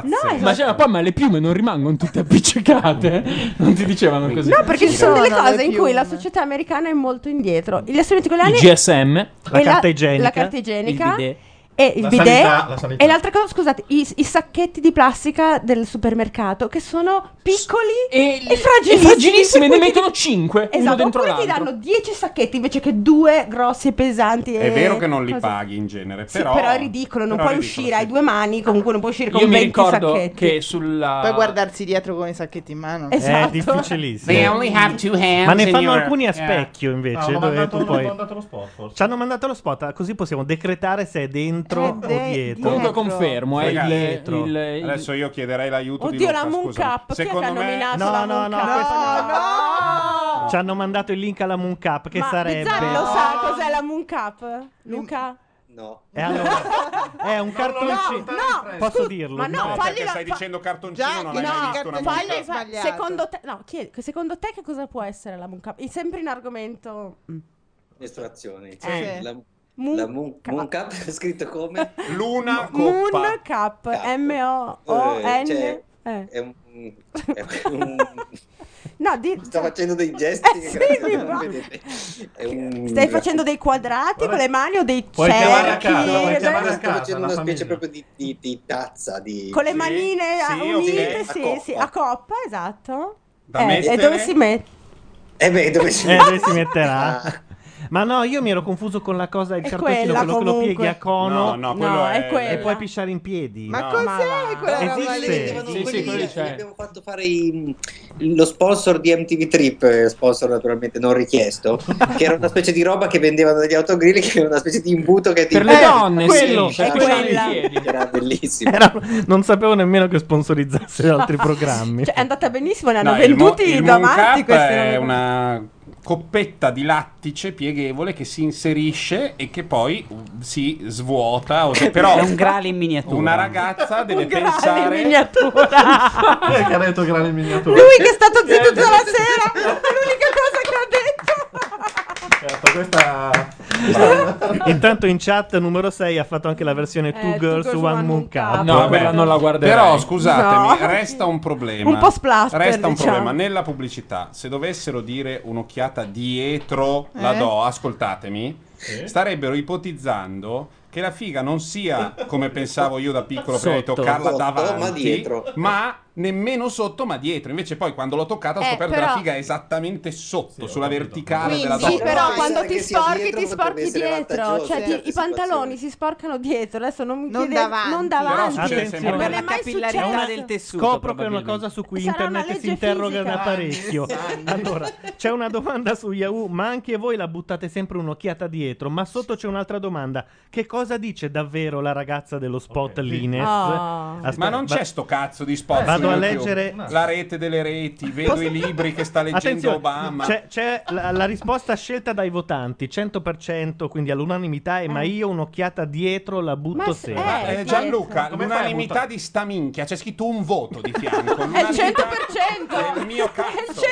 Speaker 6: esatto. è-
Speaker 8: ma, cioè, ma poi ma le piume non rimangono tutte appiccicate? [laughs] Non ti dicevano così?
Speaker 6: No, perché ci sono delle cose in cui la
Speaker 10: piume.
Speaker 6: società americana è molto indietro. Gli assorbenti con le ali.
Speaker 8: Il GSM, la
Speaker 6: e
Speaker 8: carta igienica,
Speaker 6: la carta igienica,
Speaker 8: il bidet.
Speaker 6: E il
Speaker 8: La
Speaker 6: bidet.
Speaker 8: sanità, la sanità.
Speaker 6: E l'altra cosa, scusate, i, i sacchetti di plastica del supermercato che sono piccoli e,
Speaker 8: E
Speaker 6: fragilissimi.
Speaker 8: fragilissime, ne mettono 5 uno
Speaker 6: Esatto,
Speaker 8: dentro
Speaker 6: oppure
Speaker 8: l'altro.
Speaker 6: ti danno 10 sacchetti invece che due grossi e pesanti.
Speaker 4: È
Speaker 6: e-
Speaker 4: vero che non li
Speaker 6: cose.
Speaker 4: paghi in genere,
Speaker 6: Sì,
Speaker 4: però...
Speaker 6: è ridicolo, non
Speaker 4: però è
Speaker 6: puoi
Speaker 4: ridicolo,
Speaker 6: uscire, hai due mani, comunque non puoi uscire con
Speaker 8: Io mi
Speaker 6: 20
Speaker 8: ricordo
Speaker 6: sacchetti.
Speaker 8: che uh, sulla
Speaker 10: Poi guardarsi dietro con i sacchetti in mano.
Speaker 6: Esatto.
Speaker 2: È difficilissimo. Ma ne fanno alcuni a specchio invece.
Speaker 3: No,
Speaker 2: dove
Speaker 3: mandato,
Speaker 2: tu
Speaker 3: ho
Speaker 2: poi...
Speaker 3: mandato lo
Speaker 2: [laughs]
Speaker 3: spot forse.
Speaker 2: Ci hanno mandato lo spot, così possiamo decretare se è dentro
Speaker 4: Eh,
Speaker 2: o
Speaker 4: de-
Speaker 2: dietro.
Speaker 4: Comunque
Speaker 8: confermo,
Speaker 4: eh, il-
Speaker 2: dietro.
Speaker 8: il- il-
Speaker 4: Adesso io chiederei l'aiuto di
Speaker 6: Oddio,
Speaker 4: Luca,
Speaker 6: la Moon
Speaker 4: scusami.
Speaker 6: Cup. Chi è che
Speaker 4: Secondo
Speaker 6: ha
Speaker 4: me-
Speaker 6: nominato
Speaker 2: No,
Speaker 6: la
Speaker 2: no,
Speaker 6: Moon
Speaker 2: no,
Speaker 6: Cup?
Speaker 2: questa-
Speaker 6: no,
Speaker 2: Ci hanno mandato il link alla Moon Cup, che
Speaker 6: Ma
Speaker 14: Eh,
Speaker 2: sarebbe...
Speaker 6: Bizzarro sa cos'è la Moon Cup? Luca?
Speaker 14: No.
Speaker 2: E allora- è un cartoncino.
Speaker 6: no,
Speaker 2: Posso
Speaker 6: scusa,
Speaker 2: dirlo?
Speaker 6: ma no,
Speaker 4: No,
Speaker 6: fagli
Speaker 4: perché
Speaker 6: la-
Speaker 4: stai
Speaker 6: fa-
Speaker 4: dicendo cartoncino, non hai mai visto una
Speaker 6: fallo-
Speaker 4: musica.
Speaker 6: fa- secondo te, no, chiedi, secondo te che cosa può essere la Moon Cup? È sempre in argomento
Speaker 14: Mestruazioni.
Speaker 6: Sì. Eh.
Speaker 14: La,
Speaker 6: Moon
Speaker 14: la Moon, Moon Cup è [laughs] scritto come?
Speaker 4: Luna
Speaker 6: Moon Cup,
Speaker 14: Eh,
Speaker 6: M-O-O-N.
Speaker 14: cioè,
Speaker 6: eh.
Speaker 14: È un... è un-
Speaker 6: No, di-
Speaker 14: sto facendo dei gesti
Speaker 6: Eh,
Speaker 14: che
Speaker 6: sì,
Speaker 14: grazie a
Speaker 6: mi
Speaker 14: Dio non
Speaker 6: fa.
Speaker 14: vedete. È un-
Speaker 6: stai facendo dei quadrati con le mani o dei
Speaker 14: Puoi chiamare a
Speaker 6: cerchi?
Speaker 14: casa, puoi
Speaker 6: dei-
Speaker 14: chiamare a
Speaker 6: Sto
Speaker 14: casa,
Speaker 6: facendo
Speaker 14: una
Speaker 6: una
Speaker 14: specie proprio di, di- di tazza di...
Speaker 6: esatto. Con le
Speaker 14: Sì.
Speaker 6: manine
Speaker 14: Sì,
Speaker 6: ah,
Speaker 14: ok.
Speaker 6: unite,
Speaker 14: A
Speaker 6: sì,
Speaker 14: coppa.
Speaker 6: sì, a coppa, esatto.
Speaker 14: Da
Speaker 6: Eh,
Speaker 14: mettere?
Speaker 6: e dove si mette?
Speaker 14: Eh beh, dove si
Speaker 2: Eh, dove si
Speaker 14: [laughs]
Speaker 2: metterà? Ma no, io mi ero confuso con la cosa, il
Speaker 6: È
Speaker 2: cartoncino,
Speaker 6: quella,
Speaker 2: quello che lo
Speaker 6: comunque.
Speaker 2: pieghi a cono
Speaker 4: No, no, quello No, è- è quella.
Speaker 2: e puoi pisciare in piedi.
Speaker 4: Ma No.
Speaker 10: cos'è quella roba lì?
Speaker 2: Esiste?
Speaker 14: Sì, sì, quello lì c'è.
Speaker 2: Abbiamo
Speaker 14: fatto fare i- lo sponsor di MTV Trip, eh, sponsor naturalmente non [laughs] richiesto, che era una specie di roba che vendevano degli autogrill, che era una specie di imbuto che ti...
Speaker 8: Per le donne,
Speaker 2: quello,
Speaker 8: sì,
Speaker 14: cioè,
Speaker 2: è
Speaker 8: per pisciare
Speaker 2: quella.
Speaker 8: i piedi.
Speaker 14: Era bellissimo.
Speaker 2: Era- non sapevo nemmeno
Speaker 6: [laughs]
Speaker 2: che sponsorizzasse altri programmi.
Speaker 6: Cioè, è andata benissimo, ne hanno
Speaker 4: No, il Mo-
Speaker 6: venduti
Speaker 4: il
Speaker 6: da
Speaker 4: Moon
Speaker 6: matti
Speaker 4: Cup
Speaker 6: questi.
Speaker 4: è
Speaker 6: non-
Speaker 4: una coppetta di lattice pieghevole che si inserisce e che poi uh, si svuota. o- Però
Speaker 19: È un grale in miniatura.
Speaker 4: Una
Speaker 11: [laughs]
Speaker 4: ragazza deve
Speaker 19: grale in
Speaker 4: pensare.
Speaker 3: Chi è che ha detto grande
Speaker 4: [laughs]
Speaker 3: miniatura?
Speaker 12: Lui che è stato
Speaker 4: Eh,
Speaker 12: zitto tutta la sera. È l'unica cosa che ha detto.
Speaker 3: Certo, questa...
Speaker 4: Certo,
Speaker 2: Intanto in chat numero 6 ha fatto anche la versione Two Girls, One, Moon Cup.
Speaker 4: No, Vabbè. quella non la guarderei. Però, scusatemi,
Speaker 2: No.
Speaker 4: resta un problema.
Speaker 2: Un po' splatter,
Speaker 4: Resta un
Speaker 2: diciamo.
Speaker 4: problema nella pubblicità. Se dovessero dire un'occhiata dietro la
Speaker 2: Eh?
Speaker 4: do, ascoltatemi, starebbero ipotizzando che la figa non sia come pensavo io da piccolo prima di
Speaker 19: Sotto.
Speaker 4: toccarla
Speaker 19: Sotto, ma
Speaker 4: davanti,
Speaker 19: dietro.
Speaker 4: ma nemmeno sotto, ma dietro. Invece poi quando l'ho toccata ho
Speaker 16: Eh,
Speaker 4: scoperto che
Speaker 16: però-
Speaker 4: la figa è esattamente sotto, sulla verticale della
Speaker 16: Quindi,
Speaker 4: toppa.
Speaker 16: però,
Speaker 4: No,
Speaker 16: quando
Speaker 4: pensare
Speaker 16: ti
Speaker 4: che sia
Speaker 16: sporchi,
Speaker 4: dietro
Speaker 16: ti
Speaker 4: potrebbe
Speaker 16: sporchi
Speaker 4: essere
Speaker 16: dietro.
Speaker 4: vantaggioso.
Speaker 16: Cioè, ti-
Speaker 4: Certo,
Speaker 16: i pantaloni si sporcano dietro. Adesso non mi chiede,
Speaker 12: davanti.
Speaker 16: non
Speaker 4: Però
Speaker 16: davanti.
Speaker 4: succede sempre
Speaker 16: non è
Speaker 4: quello.
Speaker 16: mai
Speaker 19: capillarità
Speaker 16: successo.
Speaker 19: del tessuto,
Speaker 2: Scopro che è una
Speaker 19: probabilmente.
Speaker 2: cosa su cui
Speaker 16: Sarà una
Speaker 2: internet si
Speaker 16: legge
Speaker 2: interroga
Speaker 16: fisica.
Speaker 2: da parecchio. allora, c'è una domanda su Yahoo, ma anche voi la buttate sempre un'occhiata dietro. Ma sotto c'è un'altra domanda: che cosa dice davvero la ragazza dello spot Lines?
Speaker 16: Oh.
Speaker 4: Ah. Ma non c'è sto cazzo di spot. su
Speaker 2: Vado a
Speaker 4: YouTube.
Speaker 2: leggere.
Speaker 4: la rete delle reti, vedo
Speaker 2: Posso-
Speaker 4: i libri che sta leggendo
Speaker 2: Attenzione,
Speaker 4: Obama.
Speaker 2: C'è, c'è la, la risposta scelta dai votanti, 100%, quindi all'unanimità, è ma io un'occhiata dietro la butto sempre.
Speaker 4: Ma, eh, Gianluca,
Speaker 2: Come fai a
Speaker 4: l'unanimità
Speaker 2: buttare?
Speaker 4: di sta minchia, Cioè, c'è scritto un voto di fianco.
Speaker 16: [laughs] È il
Speaker 4: l'unanimità-
Speaker 16: 100%!
Speaker 4: È il mio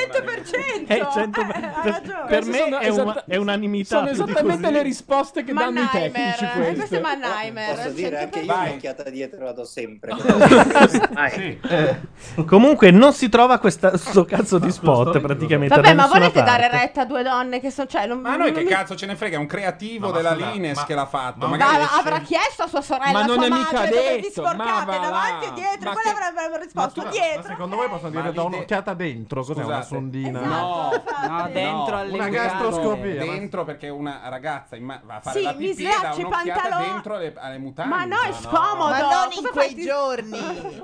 Speaker 16: È
Speaker 2: È
Speaker 16: il 100%!
Speaker 2: 100
Speaker 11: Cioè,
Speaker 2: per,
Speaker 16: Queste
Speaker 2: me
Speaker 16: sono
Speaker 2: è, una-
Speaker 16: esatta-
Speaker 2: è unanimità.
Speaker 16: sono
Speaker 2: più di
Speaker 16: esattamente
Speaker 2: così.
Speaker 16: le
Speaker 8: risposte che
Speaker 16: danno i tecnici
Speaker 8: Mannheimer,
Speaker 16: eh, questo è Mannheimer.
Speaker 14: Posso dire anche io un'occhiata dietro la do sempre. [laughs] Vai.
Speaker 2: Eh, Comunque non si trova questa, sto cazzo di spot praticamente.
Speaker 16: Vabbè,
Speaker 2: da
Speaker 16: ma
Speaker 2: nessuna
Speaker 16: volete dare
Speaker 2: parte.
Speaker 16: retta a due donne che sono. Cioè, non,
Speaker 4: Ma a noi
Speaker 16: non
Speaker 4: che
Speaker 16: mi-
Speaker 4: cazzo ce ne frega, è un creativo
Speaker 2: No, ma
Speaker 4: della
Speaker 2: scusa,
Speaker 4: Lines
Speaker 2: ma-
Speaker 4: che l'ha fatto.
Speaker 2: ma-
Speaker 4: Magari
Speaker 16: Ma avrà chiesto a sua sorella,
Speaker 4: Ma
Speaker 16: a
Speaker 4: non
Speaker 16: sua
Speaker 4: è
Speaker 16: madre,
Speaker 4: mica
Speaker 16: dove vi
Speaker 4: detto,
Speaker 16: sporcate
Speaker 4: ma va
Speaker 16: davanti
Speaker 4: là.
Speaker 16: e dietro.
Speaker 4: Ma
Speaker 16: Quella avrebbe risposto
Speaker 3: Ma
Speaker 16: dietro.
Speaker 3: secondo voi possono dire da un'occhiata dentro? Cos'è una sondina?
Speaker 4: Esatto, No,
Speaker 3: dentro alle
Speaker 4: una
Speaker 3: mutande.
Speaker 4: gastroscopia.
Speaker 3: Ma-
Speaker 4: Dentro perché una ragazza imma- va a fare
Speaker 16: Sì,
Speaker 4: la
Speaker 16: mi
Speaker 4: pipì e dà
Speaker 16: schiacci i
Speaker 4: un'occhiata
Speaker 16: pantaloni.
Speaker 4: dentro alle, alle mutande.
Speaker 16: Ma no, è scomodo.
Speaker 9: Ma non
Speaker 16: Cosa
Speaker 9: in quei
Speaker 10: [laughs]
Speaker 16: fai?
Speaker 9: giorni.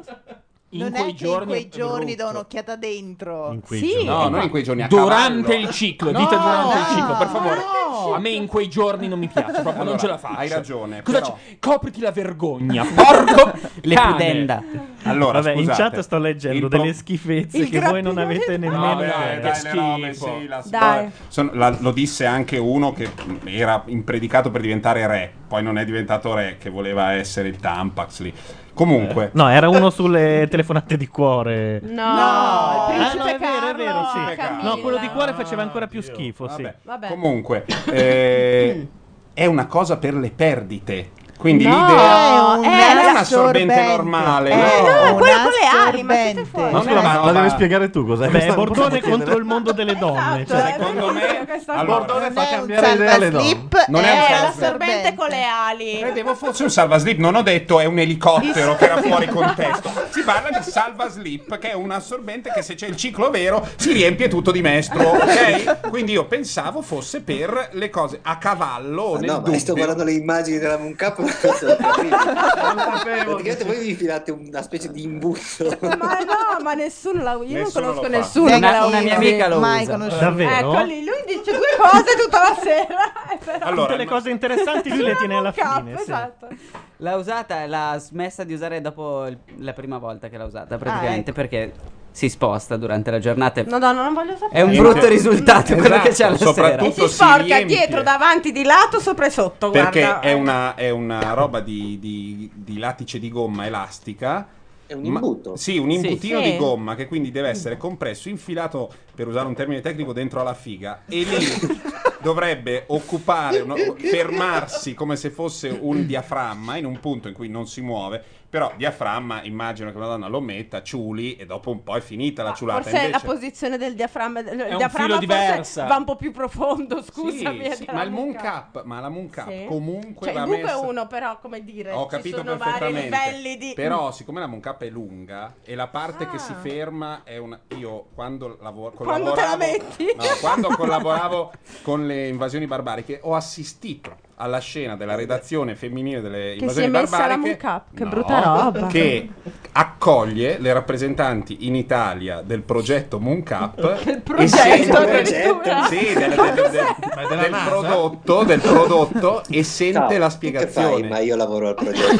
Speaker 16: In
Speaker 9: non
Speaker 16: quei
Speaker 9: è che in
Speaker 16: giorni
Speaker 9: quei
Speaker 16: è
Speaker 9: giorni do
Speaker 16: brutto.
Speaker 9: un'occhiata dentro.
Speaker 4: quei
Speaker 8: Sì, giorni.
Speaker 4: No, non in quei giorni. A
Speaker 8: Durante
Speaker 4: cavallo.
Speaker 8: il ciclo,
Speaker 4: No,
Speaker 8: dite durante il
Speaker 4: no,
Speaker 8: ciclo, per favore.
Speaker 4: no.
Speaker 8: A me in quei giorni non mi piace, proprio non
Speaker 4: Allora,
Speaker 8: ce la faccio.
Speaker 4: hai ragione,
Speaker 8: Cosa
Speaker 4: però-
Speaker 8: c'è? Copriti
Speaker 4: [laughs]
Speaker 8: la vergogna, porco
Speaker 2: Le
Speaker 8: cane.
Speaker 2: pudenda.
Speaker 4: Allora,
Speaker 2: Ah, Vabbè, in
Speaker 4: scusate,
Speaker 2: chat sto leggendo
Speaker 4: il pro-
Speaker 2: delle schifezze
Speaker 4: Il
Speaker 2: che voi non
Speaker 4: grappino
Speaker 2: avete
Speaker 4: del-
Speaker 2: nemmeno
Speaker 4: No, dai,
Speaker 2: idea.
Speaker 4: dai, le robe, sì, la
Speaker 2: [laughs] Dai.
Speaker 4: Sono- la- lo disse anche uno che mh, era impredicato per diventare re, poi non è diventato re, che voleva essere il Tampax lì. Comunque,
Speaker 2: Eh. No, era uno sulle telefonate di cuore.
Speaker 16: No, il principe
Speaker 2: eh, è vero, è vero,
Speaker 6: Ah,
Speaker 2: sì.
Speaker 16: Carlo, Camilla.
Speaker 2: No, quello di cuore faceva ancora più schifo, sì.
Speaker 16: Vabbè.
Speaker 4: comunque eh, è una cosa per le perdite. Quindi
Speaker 16: No,
Speaker 4: l'idea
Speaker 16: è un-
Speaker 4: non
Speaker 16: Eh, è
Speaker 4: è
Speaker 16: un
Speaker 4: un assorbente
Speaker 16: assorbente.
Speaker 4: normale,
Speaker 16: Eh,
Speaker 4: no.
Speaker 16: no, è quello con le ali, ma siete fuori. Cioè, eh,
Speaker 4: No, scusa, ma-
Speaker 3: la
Speaker 4: ma-
Speaker 3: devi spiegare tu cos'è.
Speaker 2: Beh,
Speaker 3: questa-
Speaker 2: Bordone
Speaker 3: non posso chiedere.
Speaker 2: contro il mondo delle
Speaker 3: Esatto,
Speaker 2: donne.
Speaker 16: eh,
Speaker 2: cioè.
Speaker 4: Secondo me
Speaker 3: allora, Bordone fa cambiare idea alle donne.
Speaker 9: slip,
Speaker 4: Non è un
Speaker 16: è
Speaker 4: salva-
Speaker 16: l'assorbente con le ali.
Speaker 4: Credevo fosse un salvaslip, non ho detto è un elicottero
Speaker 16: [laughs]
Speaker 4: che era fuori contesto. Si parla di salvaslip, che è un assorbente che se c'è il ciclo vero si riempie tutto di mestro, ok? Quindi io pensavo fosse per le cose a cavallo o
Speaker 14: Ma
Speaker 4: nel
Speaker 14: Ah, no, ma sto
Speaker 4: dubbio.
Speaker 14: guardando le immagini della Moon Cup [laughs] non lo capito. Praticamente voi vi infilate una specie di imbuto.
Speaker 16: Ma no, ma nessuno la Io
Speaker 14: Nessuno
Speaker 16: non conosco
Speaker 14: lo fa.
Speaker 16: nessuno.
Speaker 14: Una-
Speaker 16: che la
Speaker 14: una
Speaker 16: usi.
Speaker 14: mia amica lo Mai usa. conosciuto. Davvero?
Speaker 16: Ecco lì, lui dice due cose tutta la sera. e però-
Speaker 2: Tutte le cose interessanti lui le tiene alla fine. sì.
Speaker 16: Esatto.
Speaker 19: L'ha usata, l'ha smessa di usare dopo il- la prima volta che l'ha
Speaker 16: Ah,
Speaker 19: usata, praticamente, perché si sposta durante la giornata. e-
Speaker 16: No, no, no, non voglio sapere.
Speaker 19: È un brutto
Speaker 11: Esatto.
Speaker 19: risultato quello che c'è alla
Speaker 4: Esatto,
Speaker 19: sera.
Speaker 4: soprattutto
Speaker 16: Si
Speaker 4: si
Speaker 16: sporca
Speaker 4: riempie.
Speaker 16: dietro, davanti, di lato, sopra e sotto.
Speaker 4: Perché
Speaker 16: guarda. eh.
Speaker 4: è una, è una roba di, di- di lattice di gomma elastica. È
Speaker 14: un imbuto.
Speaker 4: sì, un imbutino
Speaker 14: Sì.
Speaker 4: di gomma che quindi deve essere compresso, infilato, per usare un termine tecnico, dentro alla figa. E lì [laughs] dovrebbe occupare, uno- fermarsi come se fosse un diaframma in un punto in cui non si muove. Però diaframma, immagino che una donna lo metta, ciuli e dopo un po' è finita la ciulata.
Speaker 16: Ah, Forse la
Speaker 4: Invece...
Speaker 16: posizione del diaframma. Il
Speaker 4: filo
Speaker 16: diaframma forse
Speaker 4: diversa.
Speaker 16: va un po' più profondo, scusami. eh, ecco.
Speaker 4: sì, ma il moon cup, ma la moon cup comunque
Speaker 16: cioè,
Speaker 4: va
Speaker 16: il buco
Speaker 4: messa-
Speaker 16: è uno, però, come dire,
Speaker 4: Ho
Speaker 16: ci
Speaker 4: capito
Speaker 16: sono vari livelli
Speaker 4: perfettamente.
Speaker 16: di. Ah.
Speaker 4: Però, siccome la moncap è lunga e la parte che si ferma è una. Io quando lavoro.
Speaker 16: Quando te la metti?
Speaker 4: No,
Speaker 16: [laughs]
Speaker 4: quando collaboravo con le invasioni barbariche, ho assistito alla scena della redazione femminile delle
Speaker 16: che si
Speaker 4: invasioni
Speaker 16: è messa la moon
Speaker 4: barbariche.
Speaker 16: cup, che
Speaker 4: No,
Speaker 16: brutta roba.
Speaker 4: Che accoglie le rappresentanti in Italia del progetto Moon Cup
Speaker 16: Del
Speaker 4: e
Speaker 16: progetto,
Speaker 4: sente-
Speaker 16: addirittura?
Speaker 4: sì, del, del- del- del- del
Speaker 16: NASA?
Speaker 4: prodotto, del prodotto e sente
Speaker 14: Ciao,
Speaker 4: la
Speaker 14: tu che fai?
Speaker 4: [laughs] spiegazione.
Speaker 14: Ma io lavoro al progetto.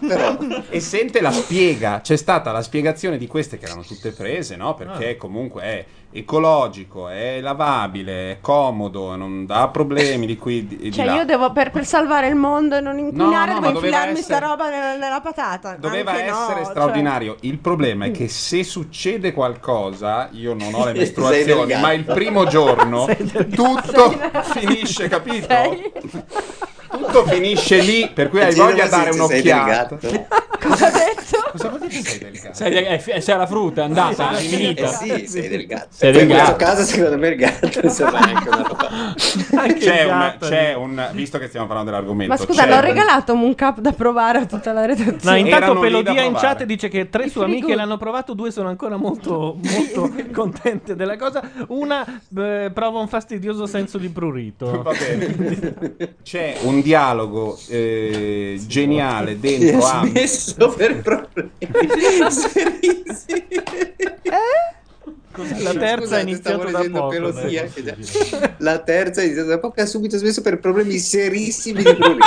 Speaker 4: però e sente la spiega c'è stata la spiegazione di queste che erano tutte prese no perché comunque è ecologico è lavabile è comodo non dà problemi di qui di, di
Speaker 6: Cioè,
Speaker 4: là
Speaker 6: io devo per, per salvare il mondo e non inquinare,
Speaker 4: no, ma
Speaker 6: devo
Speaker 4: doveva
Speaker 6: infilarmi
Speaker 4: essere-
Speaker 6: sta roba nella, nella patata.
Speaker 4: Doveva
Speaker 6: Anche no,
Speaker 4: essere
Speaker 6: cioè- Mm.
Speaker 4: straordinario. Il problema è che se succede qualcosa, io non ho le
Speaker 2: [laughs] Sei
Speaker 4: mestruazioni,
Speaker 2: del
Speaker 4: ma il
Speaker 2: gatto.
Speaker 4: primo giorno
Speaker 2: [laughs] Sei
Speaker 4: tutto finisce, capito? Tutto finisce lì, per cui hai
Speaker 8: Gira
Speaker 4: voglia di
Speaker 8: così,
Speaker 4: dare
Speaker 8: ti sei
Speaker 4: un'occhiata.
Speaker 8: Cosa vuol
Speaker 4: dire sei del gatto?
Speaker 8: Sei, eh, c'è la frutta, è andata, è
Speaker 4: Sì,
Speaker 8: finita.
Speaker 4: eh sì, sei del
Speaker 8: gatto.
Speaker 4: Sei del
Speaker 14: in questo
Speaker 4: gatto.
Speaker 14: caso, secondo me, il gatto insomma, è anche una
Speaker 4: [laughs]
Speaker 14: roba.
Speaker 4: C'è
Speaker 14: il
Speaker 4: un,
Speaker 14: gatto
Speaker 4: c'è un- visto che stiamo parlando dell'argomento,
Speaker 6: Ma scusa,
Speaker 4: c'è-
Speaker 6: l'ho regalato un cap da provare a tutta la redazione.
Speaker 4: No,
Speaker 2: Intanto
Speaker 4: Erano lì da
Speaker 2: Pelodia in
Speaker 4: provare.
Speaker 2: chat dice che tre sue amiche l'hanno provato, due sono ancora
Speaker 6: [laughs]
Speaker 2: molto, molto contente della cosa, una eh, prova un fastidioso senso di
Speaker 4: [laughs]
Speaker 2: prurito.
Speaker 4: Va bene. C'è un dialogo eh, geniale dentro
Speaker 2: Sì,
Speaker 4: a
Speaker 14: smesso
Speaker 4: [laughs]
Speaker 14: per
Speaker 2: La terza
Speaker 14: Scusate,
Speaker 2: è iniziata
Speaker 14: stavo
Speaker 2: da
Speaker 14: leggendo
Speaker 2: poco,
Speaker 14: Pelosia,
Speaker 2: dai,
Speaker 14: che- La terza è iniziata da poco, ha subito smesso per problemi serissimi di prurito.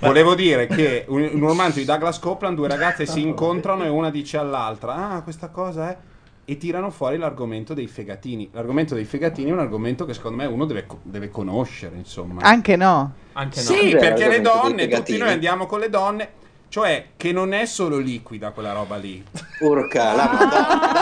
Speaker 4: Volevo dire che un- in un romanzo di Douglas Copeland due ragazze si incontrano e una dice all'altra: Ah, questa cosa è. E tirano fuori l'argomento dei fegatini. L'argomento dei fegatini è un argomento che secondo me uno deve, co- deve conoscere, insomma.
Speaker 10: Anche no.
Speaker 4: Sì,
Speaker 10: Cos'è
Speaker 4: perché le
Speaker 10: l'argomento dei
Speaker 4: donne, tutti
Speaker 10: fegatini?
Speaker 4: noi andiamo con le donne, cioè che non è solo liquida quella roba lì. Ah,
Speaker 14: Urca, la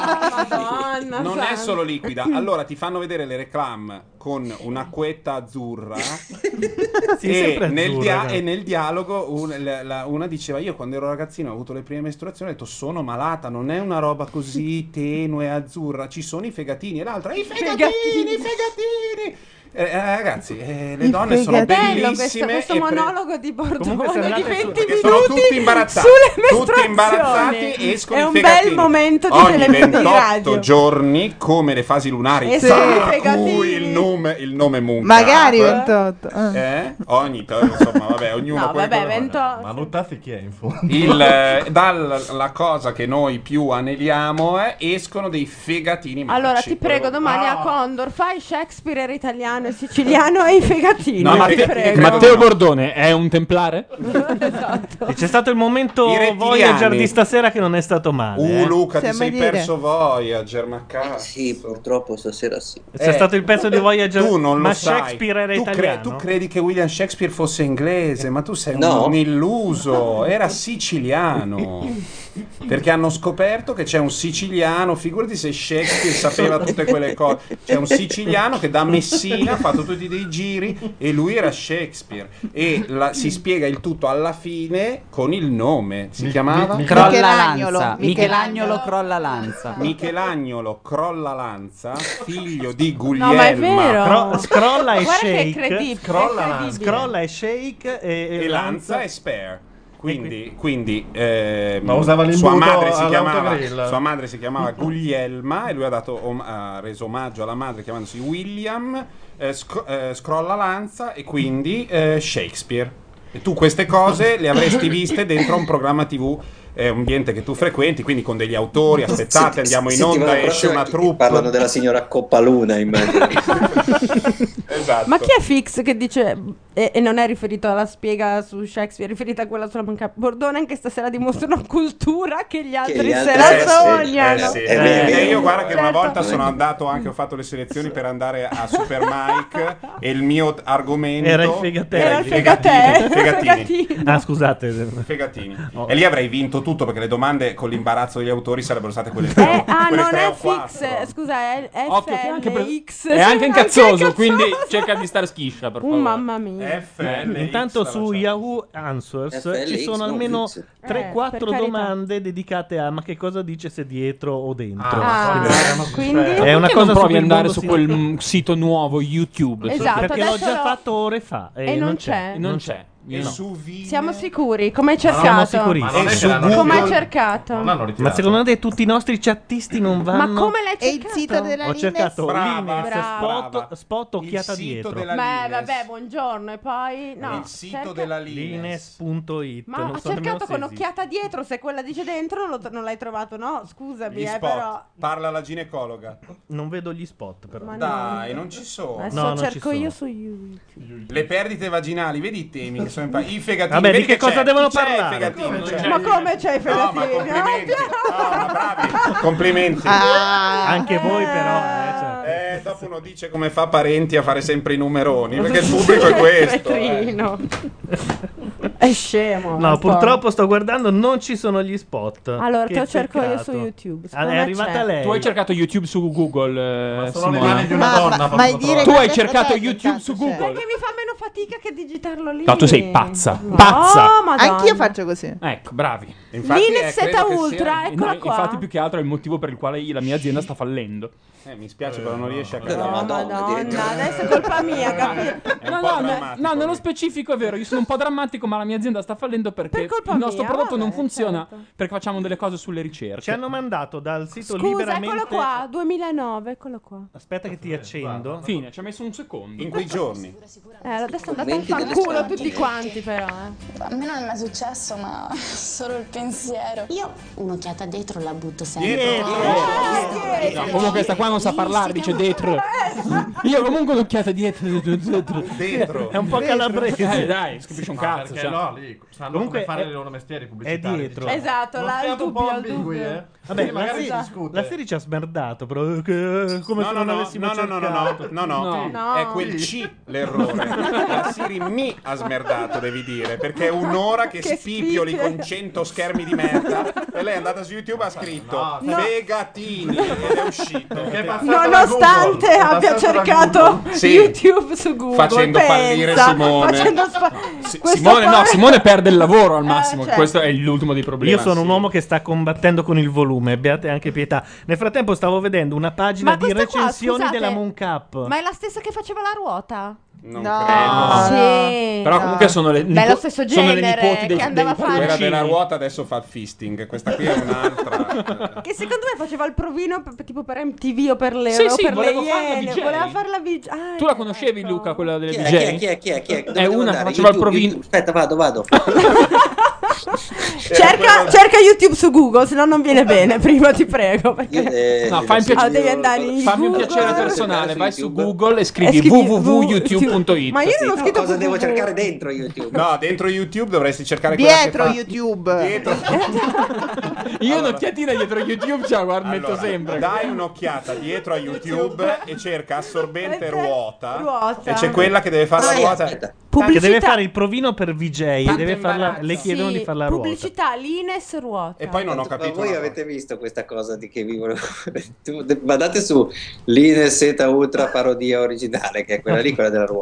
Speaker 6: Madonna,
Speaker 4: non
Speaker 6: santa.
Speaker 4: è solo liquida. Allora ti fanno vedere le reclam con un'acquetta
Speaker 2: [laughs]
Speaker 4: azzurra. e,
Speaker 2: sempre
Speaker 4: nel
Speaker 2: azzurra,
Speaker 4: dia-
Speaker 2: dai.
Speaker 4: e nel dialogo un- la- la- una diceva: Io quando ero ragazzino ho avuto le prime mestruazioni, ho detto sono malata, non è una roba così tenue, azzurra. Ci sono i fegatini. E l'altra, i fegatini, i fegatini. Eh, eh, ragazzi, eh, le donne sono
Speaker 6: Bello
Speaker 4: bellissime.
Speaker 6: questo, questo
Speaker 4: e pre-
Speaker 6: monologo di
Speaker 4: Comunque se
Speaker 6: Bordone di
Speaker 4: andate
Speaker 6: 20
Speaker 4: su-
Speaker 6: minuti
Speaker 4: perché sono tutti imbarazzati,
Speaker 6: sulle
Speaker 4: tutti
Speaker 6: mestruazioni.
Speaker 4: imbarazzati, escono
Speaker 6: È
Speaker 4: i
Speaker 6: un
Speaker 4: fegatini.
Speaker 6: bel momento di
Speaker 4: Ogni
Speaker 6: telefono di radio.
Speaker 4: 28 giorni, come le fasi lunari,
Speaker 6: Eh sì,
Speaker 4: tra
Speaker 6: fegatini.
Speaker 4: cui il nome, il nome Munca.
Speaker 10: Magari Ah.
Speaker 4: Eh?
Speaker 10: 28.
Speaker 4: Eh? Ogni, insomma, vabbè, ognuno
Speaker 6: No,
Speaker 4: quello
Speaker 6: vabbè,
Speaker 4: che-
Speaker 6: 28.
Speaker 3: Ma notati chi è in fondo? [laughs]
Speaker 4: Il, eh, dal- la cosa che noi più aneliamo è escono dei fegatini magici. Ah,
Speaker 6: Allora ti prego,
Speaker 4: Quello-
Speaker 6: domani a Condor fai Shakespeare era italiano e siciliano e i fegatini.
Speaker 8: No, ma
Speaker 6: ti
Speaker 14: [laughs]
Speaker 8: te-
Speaker 6: prego.
Speaker 8: Matteo Bordone è un
Speaker 6: [laughs]
Speaker 8: templare?
Speaker 6: Esatto.
Speaker 2: E c'è stato il momento
Speaker 4: rettiliani.
Speaker 2: Voyager di stasera che non è stato male.
Speaker 4: Uh,
Speaker 2: eh.
Speaker 4: Luca, ti
Speaker 10: Sembra
Speaker 4: sei
Speaker 10: dire.
Speaker 4: perso Voyager, ma cazzo.
Speaker 14: Sì, purtroppo stasera sì.
Speaker 2: C'è stato il pezzo di Voyager,
Speaker 4: Eh, Tu non lo
Speaker 2: ma
Speaker 4: sai.
Speaker 2: Shakespeare era
Speaker 4: tu, cre-
Speaker 2: italiano.
Speaker 4: tu credi che William Shakespeare fosse inglese, ma tu sei
Speaker 14: No.
Speaker 4: un illuso. Era siciliano. Perché hanno scoperto che c'è un siciliano, figurati se Shakespeare sapeva tutte quelle cose. C'è un siciliano che da Messina ha fatto tutti dei giri e lui era Shakespeare. E la- si spiega il tutto alla fine con il nome. Si chiamava
Speaker 11: mi- Crolla Michelagnolo, lanza. Michelagnolo crolla lanza.
Speaker 4: [laughs] Michelagnolo crolla lanza, figlio di
Speaker 6: [laughs] No, ma è
Speaker 4: Guglielmo.
Speaker 6: vero.
Speaker 2: Cro- scrolla e
Speaker 6: Guarda che è
Speaker 2: shake.
Speaker 6: credibile,
Speaker 4: è
Speaker 2: Scrolla,
Speaker 4: credibile.
Speaker 2: scrolla e shake. E,
Speaker 4: e lanza e spare. Quindi, quindi ehm,
Speaker 3: Ma usava
Speaker 4: sua,
Speaker 3: l'imbuto
Speaker 4: madre si
Speaker 3: all'autogrill.
Speaker 4: chiamava, sua madre si
Speaker 3: [laughs]
Speaker 4: chiamava Guglielma e lui ha, dato om- ha reso omaggio alla madre chiamandosi William, eh, sc- eh, scrolla lanza e quindi eh, Shakespeare. E tu queste cose le avresti viste dentro un programma TV, eh, un ambiente che tu frequenti, quindi con degli
Speaker 14: [laughs]
Speaker 4: autori, aspettate, andiamo in
Speaker 14: Settimana
Speaker 4: onda, esce
Speaker 14: prossima
Speaker 4: una
Speaker 14: chi-
Speaker 4: truppa.
Speaker 14: Parlano della signora Coppaluna, immagino.
Speaker 4: [laughs] esatto.
Speaker 6: Ma chi è Fix che dice e, e non è riferito alla spiega su Shakespeare, è riferita a quella sulla manca Bordone anche stasera dimostra una cultura che gli altri
Speaker 4: gli
Speaker 6: se
Speaker 4: altri-
Speaker 6: la
Speaker 4: eh sì,
Speaker 6: sognano.
Speaker 4: eh sì.
Speaker 14: È vero,
Speaker 4: Eh,
Speaker 14: è vero.
Speaker 4: io guarda che una
Speaker 14: Certo.
Speaker 4: volta sono andato anche ho fatto le selezioni per andare [laughs] a Super Mike e il mio argomento
Speaker 2: Era il fegatello.
Speaker 4: era il [laughs]
Speaker 6: [laughs]
Speaker 2: Fegatini,
Speaker 4: fegatini.
Speaker 2: Ah, scusate.
Speaker 4: Fegatini. E lì avrei vinto tutto perché le domande con l'imbarazzo degli autori sarebbero state
Speaker 2: Eh,
Speaker 4: quelle tre. o-
Speaker 6: Ah,
Speaker 4: quelle
Speaker 6: non
Speaker 4: tre
Speaker 6: è
Speaker 4: o quattro.
Speaker 6: Fix, eh, scusa, è
Speaker 8: Occhio che è anche pre-
Speaker 6: FLX.
Speaker 4: Eh,
Speaker 8: È anche
Speaker 2: Cioè,
Speaker 8: incazzoso,
Speaker 6: cazzoso
Speaker 8: quindi cerca di stare schiscia, per
Speaker 6: Oh,
Speaker 8: favore.
Speaker 6: mamma mia.
Speaker 4: FLX,
Speaker 2: Intanto
Speaker 8: la
Speaker 2: su Yahoo Answers
Speaker 8: FLX,
Speaker 2: ci sono
Speaker 8: non
Speaker 2: almeno
Speaker 8: Fix.
Speaker 6: Eh,
Speaker 2: 3-4
Speaker 6: per carità.
Speaker 2: domande dedicate a ma che cosa dice se dietro o dentro.
Speaker 6: Ah, ma Ah, sì, quindi? cioè-
Speaker 2: È una
Speaker 8: Perché non
Speaker 2: cosa
Speaker 8: provi
Speaker 2: cui
Speaker 8: ad andare
Speaker 2: il
Speaker 8: su
Speaker 2: mondo si-
Speaker 8: quel mm, sito nuovo YouTube.
Speaker 6: Esatto,
Speaker 2: perché l'ho
Speaker 6: adesso
Speaker 2: già
Speaker 6: lo-
Speaker 2: fatto ore fa e,
Speaker 6: E non c'è.
Speaker 2: Non
Speaker 6: Non
Speaker 2: c'è.
Speaker 8: E su
Speaker 6: Siamo sicuri? Come hai
Speaker 2: Ma no,
Speaker 6: cercato?
Speaker 2: siamo sicurissimi. Ma non è che l'hanno
Speaker 6: Come hai
Speaker 2: ritirato.
Speaker 6: cercato?
Speaker 2: Ma secondo te tutti i nostri chattisti non
Speaker 6: Ma
Speaker 2: vanno?
Speaker 6: come l'hai cercato?
Speaker 10: il sito della
Speaker 2: Ho cercato
Speaker 4: Brava,
Speaker 2: Linux,
Speaker 4: brava.
Speaker 2: spot, spot occhiata
Speaker 4: Il sito
Speaker 2: dietro.
Speaker 4: della
Speaker 6: Beh,
Speaker 4: Lines.
Speaker 6: vabbè, buongiorno. E poi, no,
Speaker 4: il sito
Speaker 6: cerca-
Speaker 4: della Lines.
Speaker 2: Lines.it.
Speaker 6: Ma
Speaker 2: non
Speaker 6: ho
Speaker 2: so nemmeno
Speaker 6: cercato
Speaker 2: se
Speaker 6: con
Speaker 2: esiste.
Speaker 6: occhiata dietro, se quella dice dentro lo- non l'hai trovato, no? Scusami,
Speaker 4: Gli
Speaker 6: eh,
Speaker 4: spot.
Speaker 6: però...
Speaker 4: Parla la ginecologa.
Speaker 2: Non vedo gli spot però.
Speaker 6: Ma no.
Speaker 4: Dai, non ci sono.
Speaker 6: Adesso cerco io su YouTube.
Speaker 4: Le perdite vaginali, vedi i temi che sono in pa- I fegatini.
Speaker 2: Vabbè,
Speaker 4: vedi
Speaker 2: di che cosa
Speaker 4: c'è?
Speaker 2: devono
Speaker 4: Chi c'è il
Speaker 2: parlare?
Speaker 4: fegatino? C'è
Speaker 6: Ma
Speaker 4: il-
Speaker 6: come c'è Eh, i
Speaker 4: No, ma
Speaker 6: fegatini?
Speaker 4: complimenti. Complimenti.
Speaker 6: Ah.
Speaker 2: Anche voi però.
Speaker 4: Eh, dopo uno dice come fa parenti a fare sempre i numeroni, perché
Speaker 6: [laughs]
Speaker 4: il pubblico è questo. eh.
Speaker 6: Petrino. È scemo.
Speaker 2: No,
Speaker 6: un po'.
Speaker 2: purtroppo sto guardando, non ci sono gli spot.
Speaker 6: Allora,
Speaker 2: Che
Speaker 6: te lo cerco io
Speaker 2: peccato.
Speaker 6: su YouTube.
Speaker 2: Ah,
Speaker 6: Secondo
Speaker 2: è
Speaker 6: me
Speaker 2: arrivata
Speaker 6: c'è.
Speaker 2: lei.
Speaker 8: Tu hai cercato YouTube su Google, eh,
Speaker 3: sono le
Speaker 8: Simona?
Speaker 3: mani di una Ma- donna, ma-
Speaker 6: ma dire
Speaker 8: tu
Speaker 6: che
Speaker 8: hai
Speaker 6: adesso
Speaker 8: cercato
Speaker 6: te che
Speaker 8: YouTube su Google.
Speaker 6: Perché mi fa meno fatica che digitarlo lì.
Speaker 8: No, tu sei pazza. Pazza.
Speaker 10: Oh,
Speaker 6: No, madonna.
Speaker 10: Anch'io faccio così.
Speaker 8: Ecco, bravi.
Speaker 6: Infatti, Linus eh, credo Zeta che sia- Ultra, eccola qua.
Speaker 8: Infatti, più che altro è il motivo per il quale la mia azienda sta fallendo.
Speaker 4: Eh, mi spiace, però non riesce a
Speaker 6: No, Madonna, adesso è colpa mia, capito?
Speaker 8: No, no, no, no, nello specifico è vero, io sono un po' drammatico, ma la mia azienda sta fallendo perché il nostro
Speaker 6: mia,
Speaker 8: prodotto
Speaker 6: vabbè,
Speaker 8: non
Speaker 6: certo.
Speaker 8: funziona perché facciamo delle cose sulle ricerche.
Speaker 2: Ci hanno mandato dal sito
Speaker 6: Scusa,
Speaker 2: liberamente.
Speaker 6: eccolo qua, 2009, eccolo qua.
Speaker 2: Aspetta che ti accendo.
Speaker 8: Fine, ci ha messo un secondo.
Speaker 4: In quei giorni.
Speaker 6: Eh, adesso andate a
Speaker 4: Commenti
Speaker 6: far
Speaker 4: delle
Speaker 6: culo
Speaker 4: strade.
Speaker 6: tutti quanti però, eh.
Speaker 11: A me non è mai successo, ma [laughs] solo il pensiero. Io un'occhiata dietro la butto sempre. Ah,
Speaker 8: No, comunque questa qua non sa parlare, dice dentro. Io comunque l'occhiata dietro. Dentro.
Speaker 2: È un po' calabrese.
Speaker 8: Eh, dai, non si capisce un
Speaker 3: Ma
Speaker 8: cazzo.
Speaker 3: Perché
Speaker 8: cioè.
Speaker 3: no, lì sanno
Speaker 2: Comunque
Speaker 3: come fare
Speaker 2: è-
Speaker 3: i loro mestieri
Speaker 2: È
Speaker 3: pubblicitari.
Speaker 2: dietro.
Speaker 3: diciamo.
Speaker 12: Esatto,
Speaker 3: Non siamo un po' ambigui, eh.
Speaker 2: Vabbè,
Speaker 3: Sì,
Speaker 2: la,
Speaker 3: magari si
Speaker 2: serie,
Speaker 3: discute.
Speaker 2: la serie ci ha smerdato, però. eh, che- Come
Speaker 4: No, no,
Speaker 2: se non
Speaker 4: no,
Speaker 2: avessimo
Speaker 4: no, no, no, no,
Speaker 2: cercato.
Speaker 4: no, no,
Speaker 6: No. Eh,
Speaker 4: è quel C l'errore. La Siri mi ha smerdato, devi dire, perché è un'ora che,
Speaker 6: [laughs] Che
Speaker 4: spipioli
Speaker 6: spicchia.
Speaker 4: con 100 schermi di merda e lei è andata su YouTube e ha scritto
Speaker 6: No.
Speaker 4: Fegatini ed è uscito.
Speaker 6: Nonostante abbia cercato
Speaker 4: Sì.
Speaker 6: YouTube su Google,
Speaker 4: Facendo
Speaker 6: pensa,
Speaker 4: fallire Simone.
Speaker 6: facendo spa- questo
Speaker 8: Simone, no,
Speaker 6: povero-
Speaker 8: Simone perde il lavoro al massimo.
Speaker 6: certo.
Speaker 8: Questo è l'ultimo dei problemi.
Speaker 2: Io sono un uomo che sta combattendo con il volume, abbiate anche pietà. Nel frattempo stavo vedendo una pagina
Speaker 6: Ma
Speaker 2: di
Speaker 6: questa qua,
Speaker 2: recensioni
Speaker 6: scusate,
Speaker 2: della Moon Cup.
Speaker 6: Ma è la stessa che faceva la ruota?
Speaker 4: Non
Speaker 6: credo. Eh, Sì.
Speaker 8: Però
Speaker 6: No.
Speaker 8: comunque sono le,
Speaker 6: Beh, è lo
Speaker 8: nipo-
Speaker 6: stesso
Speaker 8: sono le
Speaker 6: genere
Speaker 8: nipoti dei,
Speaker 6: che andava
Speaker 8: dei
Speaker 6: a fare.
Speaker 4: Quella
Speaker 8: Puccini.
Speaker 4: della ruota adesso fa il fisting, questa qui è un'altra.
Speaker 6: Che secondo me faceva il provino per- tipo per MTV o per le,
Speaker 8: Sì,
Speaker 6: o
Speaker 8: sì,
Speaker 6: per le
Speaker 8: voleva farla
Speaker 6: Iene.
Speaker 8: DJ.
Speaker 6: Voleva farla VJ. Ah,
Speaker 8: Tu la conoscevi, Luca, quella delle
Speaker 6: Chi
Speaker 8: DJ?
Speaker 6: è, chi è, chi è, chi è, chi è? Dove
Speaker 8: è
Speaker 6: devo
Speaker 8: una che
Speaker 6: andare?
Speaker 8: faceva il
Speaker 6: YouTube,
Speaker 8: provino.
Speaker 14: Aspetta, vado, vado.
Speaker 6: cerca, cerca YouTube su Google, se no non viene bene. [laughs] Prima ti prego. Perché...
Speaker 8: No, fai un
Speaker 6: Ah,
Speaker 8: piacere,
Speaker 6: devi andare in
Speaker 8: fammi un
Speaker 6: Google.
Speaker 8: piacere personale. Vai su Google e
Speaker 6: E
Speaker 8: scrivi,
Speaker 6: Eh, scrivi
Speaker 8: www.youtube.it.
Speaker 6: Ma io non ho scritto
Speaker 14: cosa devo
Speaker 6: www.
Speaker 14: cercare dentro YouTube?
Speaker 4: No, dentro YouTube dovresti cercare quella
Speaker 10: Dietro
Speaker 4: che fa...
Speaker 10: YouTube.
Speaker 8: Io un'occhiatina dietro YouTube ce la guardo, metto
Speaker 4: Allora,
Speaker 8: sempre.
Speaker 4: Dai un'occhiata dietro a YouTube e cerca
Speaker 6: [laughs]
Speaker 4: assorbente ruota,
Speaker 6: ruota.
Speaker 4: E c'è quella
Speaker 6: [laughs]
Speaker 4: che deve fare
Speaker 6: Ah,
Speaker 4: la ruota.
Speaker 2: Che
Speaker 6: Pubblicità.
Speaker 2: deve fare il provino per VJ e deve farla, le chiedono
Speaker 6: Sì,
Speaker 2: di farla ruota.
Speaker 6: Pubblicità, Lines, ruota.
Speaker 14: Ma voi avete visto questa cosa di che vi volevo [laughs] tu- de- Guardate su Line Seta Ultra parodia originale, che è quella lì, quella della ruota.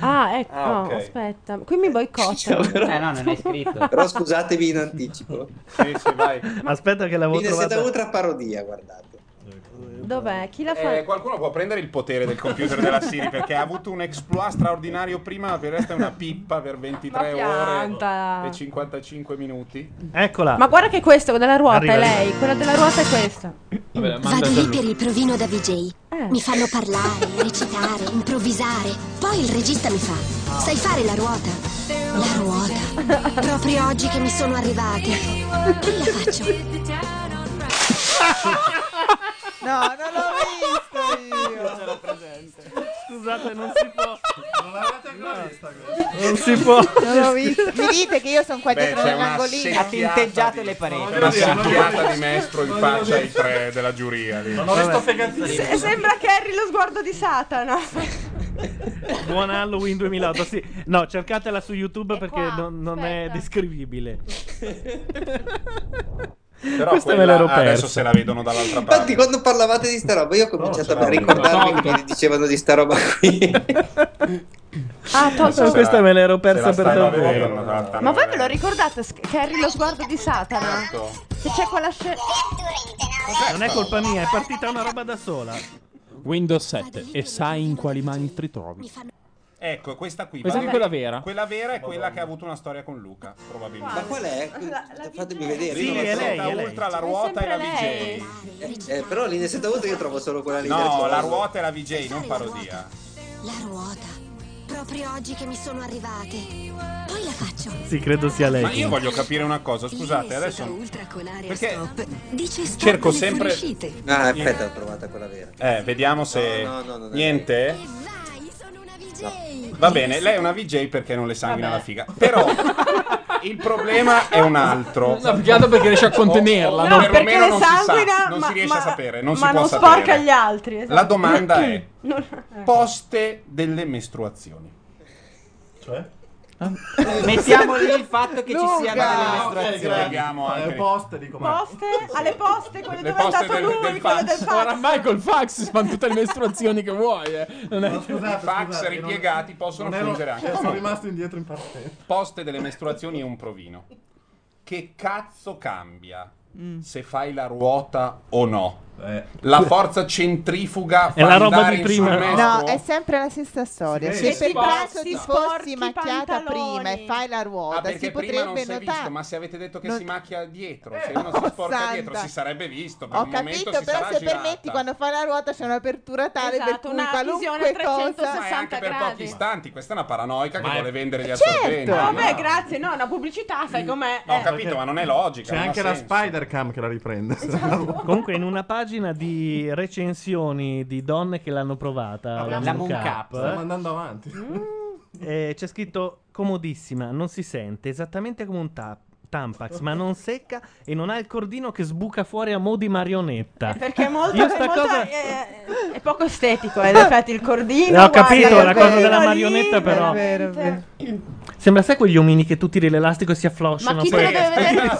Speaker 6: Ah, ecco,
Speaker 14: Ah, ok.
Speaker 6: aspetta. Qui mi boicotta.
Speaker 14: Eh,
Speaker 30: no, non hai
Speaker 6: [laughs]
Speaker 30: scritto.
Speaker 14: Però scusatevi in anticipo.
Speaker 2: Aspetta che l'avevo
Speaker 14: Line Seta
Speaker 2: trovata.
Speaker 14: Ultra parodia, guardate.
Speaker 6: Dov'è? Chi la fa?
Speaker 4: Eh, qualcuno può prendere il potere del computer della Siri perché ha avuto un exploit straordinario prima, per il resto è una pippa per 23
Speaker 6: Ma pianta.
Speaker 4: ore e 55 minuti.
Speaker 2: Eccola.
Speaker 6: Ma guarda che questo della ruota
Speaker 4: Arriva
Speaker 6: è
Speaker 4: lì.
Speaker 6: lei, quella della ruota è questa.
Speaker 8: manda
Speaker 11: Vado lì
Speaker 8: Gianluca.
Speaker 11: per il provino da VJ. Mi fanno parlare, recitare, improvvisare. Poi il regista mi fa: Sai fare la ruota? La ruota. Proprio oggi che mi sono arrivate. Che la faccio?
Speaker 10: [laughs] No, non l'ho visto io. Non c'era presente.
Speaker 2: Scusate, non si può.
Speaker 3: Non l'avete ancora vista questa?
Speaker 2: Non si può.
Speaker 10: [laughs] Non l'ho visto. Mi dite che io sono qua
Speaker 4: Beh,
Speaker 10: dietro
Speaker 4: c'è una
Speaker 10: nell'angolino.
Speaker 4: secchiata tinteggiato
Speaker 10: le
Speaker 4: C'è una sacchiata di maestro in faccia ai tre della giuria. lì.
Speaker 3: Non ho visto
Speaker 6: Se-
Speaker 3: fegazzini.
Speaker 6: sembra Carrie lo sguardo di Satana.
Speaker 2: Buon Halloween 2008. Sì. No, cercatela su YouTube perché
Speaker 6: qua,
Speaker 2: non, non è
Speaker 6: [laughs]
Speaker 2: descrivibile.
Speaker 4: Però
Speaker 2: Questa me
Speaker 4: quella
Speaker 2: l'ero
Speaker 4: adesso
Speaker 2: persa.
Speaker 4: se la vedono dall'altra parte.
Speaker 14: Infatti, quando parlavate di sta roba, io ho cominciato a ricordarmi che mi dicevano di sta roba qui.
Speaker 6: Ah, tolto.
Speaker 2: Questa me l'ero persa
Speaker 4: Se la
Speaker 2: per
Speaker 4: stanno
Speaker 2: davvero.
Speaker 4: vedendo, se
Speaker 14: Ah,
Speaker 4: la stanno
Speaker 6: Ma voi ve lo ricordate Sc- Carrie lo sguardo di Satana?
Speaker 8: Ecco.
Speaker 6: Che c'è quella scena
Speaker 2: Non è colpa mia, è partita una roba da sola.
Speaker 8: Windows 7 e sai in quali mani ti ritrovi.
Speaker 4: Ecco, questa qui.
Speaker 8: Questa è
Speaker 4: Vale-
Speaker 8: quella vera.
Speaker 4: Quella vera è quella che ha avuto una storia con Luca, probabilmente.
Speaker 14: Ma qual è? Fatemi vedere.
Speaker 4: Sì,
Speaker 14: Io non
Speaker 4: è
Speaker 14: so.
Speaker 4: lei, è lei. Ultra, la ruota e la VJ.
Speaker 14: Eh, però Line Seta Ultra io trovo solo quella lì.
Speaker 4: No,
Speaker 14: del-
Speaker 4: la ruota e la VJ, non parodia.
Speaker 11: La ruota. Proprio oggi che mi sono arrivate. Poi la faccio.
Speaker 2: Sì, credo sia lei.
Speaker 4: Ma io voglio capire una cosa, scusate,
Speaker 11: Seta
Speaker 4: adesso
Speaker 11: Ultra con l'area
Speaker 4: Perché
Speaker 11: stop. Dice stop
Speaker 4: cerco
Speaker 11: alle
Speaker 4: sempre-
Speaker 11: fuoriuscite.
Speaker 14: Ah, aspetta, ho trovata quella vera.
Speaker 4: eh, vediamo se
Speaker 14: No, no, no, no, no.
Speaker 4: niente. Va bene, lei è una VJ perché non le sanguina la figa. Però il problema è un altro. Oh,
Speaker 8: No, più che altro perché riesce a contenerla.
Speaker 4: O- o
Speaker 8: no?
Speaker 4: perlomeno
Speaker 12: perché
Speaker 4: non si sa,
Speaker 12: sanguina,
Speaker 4: non
Speaker 12: ma-
Speaker 4: si riesce a
Speaker 12: ma-
Speaker 4: sapere, non
Speaker 12: ma
Speaker 4: si può
Speaker 12: non
Speaker 4: sapere.
Speaker 12: sporca gli altri. esatto.
Speaker 4: La domanda è:
Speaker 12: Non-
Speaker 4: poste delle mestruazioni.
Speaker 3: Cioè?
Speaker 19: Mettiamo lì il fatto che ci siano
Speaker 12: Luca!
Speaker 19: delle
Speaker 4: Ah, ok,
Speaker 19: mestruazioni.
Speaker 4: grazie. Abbiamo anche-
Speaker 3: Le poste di com'è?
Speaker 12: Poste? Alle poste, quelle
Speaker 3: Le
Speaker 12: dove è
Speaker 3: poste
Speaker 12: andato
Speaker 3: del-
Speaker 12: lui,
Speaker 3: del
Speaker 12: quelle del
Speaker 3: fax.
Speaker 12: fax.
Speaker 8: Oramai col fax fanno tutte le mestruazioni che vuoi. Eh. Non è...
Speaker 4: I fax ripiegati possono
Speaker 3: non ero-
Speaker 4: fungere anche.
Speaker 3: cioè, sono
Speaker 4: Come?
Speaker 3: rimasto indietro in partenza.
Speaker 4: Poste delle mestruazioni e un provino. Che cazzo cambia
Speaker 18: Mm.
Speaker 4: se fai la ruota o no?
Speaker 3: Eh.
Speaker 4: La forza centrifuga
Speaker 2: È la roba
Speaker 4: andare
Speaker 2: di
Speaker 4: in
Speaker 2: prima.
Speaker 4: sommerso?
Speaker 18: No, è sempre la stessa storia.
Speaker 4: Sì,
Speaker 18: Se
Speaker 4: si
Speaker 18: per
Speaker 4: sposta.
Speaker 18: caso ti
Speaker 4: Si
Speaker 18: fossi
Speaker 4: sporchi
Speaker 18: macchiata prima e fai la
Speaker 4: Ah,
Speaker 18: ruota, eh si
Speaker 4: perché prima non
Speaker 18: potrebbe
Speaker 4: si è visto,
Speaker 18: notare.
Speaker 4: ma se avete detto che
Speaker 18: Non-
Speaker 4: si macchia dietro, se uno si sporca
Speaker 18: santa.
Speaker 4: dietro, si sarebbe visto. Per
Speaker 18: Ho
Speaker 4: un momento
Speaker 18: capito,
Speaker 4: si
Speaker 18: però
Speaker 4: sarà
Speaker 18: se
Speaker 4: girata.
Speaker 18: permetti quando fai la ruota c'è un'apertura tale per
Speaker 5: Esatto,
Speaker 18: cui
Speaker 5: una visione a
Speaker 18: qualunque
Speaker 4: Ma è
Speaker 18: cosa
Speaker 4: anche per pochi istanti, questa è una paranoica che vuole vendere gli assorbenti.
Speaker 12: Certo, vabbè,
Speaker 4: no?
Speaker 12: grazie, no, una pubblicità, sai com'è?
Speaker 4: No, ho
Speaker 12: eh.
Speaker 4: capito, ma non è logica.
Speaker 3: C'è
Speaker 4: non ha
Speaker 3: anche la
Speaker 4: senso.
Speaker 3: Spider Cam che la riprende.
Speaker 6: Esatto.
Speaker 3: [laughs]
Speaker 2: Comunque, in una pagina di recensioni di donne che l'hanno provata, la, Moon Cup,
Speaker 3: Stiamo andando avanti.
Speaker 12: Mm.
Speaker 2: eh, c'è scritto comodissima, non si sente, esattamente come un ta- Tampax, ma non secca e non ha il cordino che sbuca fuori a mo' di
Speaker 12: [laughs]
Speaker 2: marionetta.
Speaker 12: Perché è molto,
Speaker 2: Io
Speaker 12: è,
Speaker 2: sta
Speaker 12: molto-
Speaker 2: cosa-
Speaker 12: è- è poco estetico, eh, in effetti il cordino.
Speaker 2: No, ho
Speaker 12: guarda,
Speaker 2: capito,
Speaker 12: il
Speaker 2: la cosa della
Speaker 12: cordino lì,
Speaker 2: marionetta, però.
Speaker 12: veramente.
Speaker 2: Sembra, sai, quegli omini che tu tiri l'elastico e si afflosciano.
Speaker 12: Ma chi te
Speaker 2: poi-
Speaker 12: lo deve
Speaker 2: [laughs]
Speaker 12: vedere?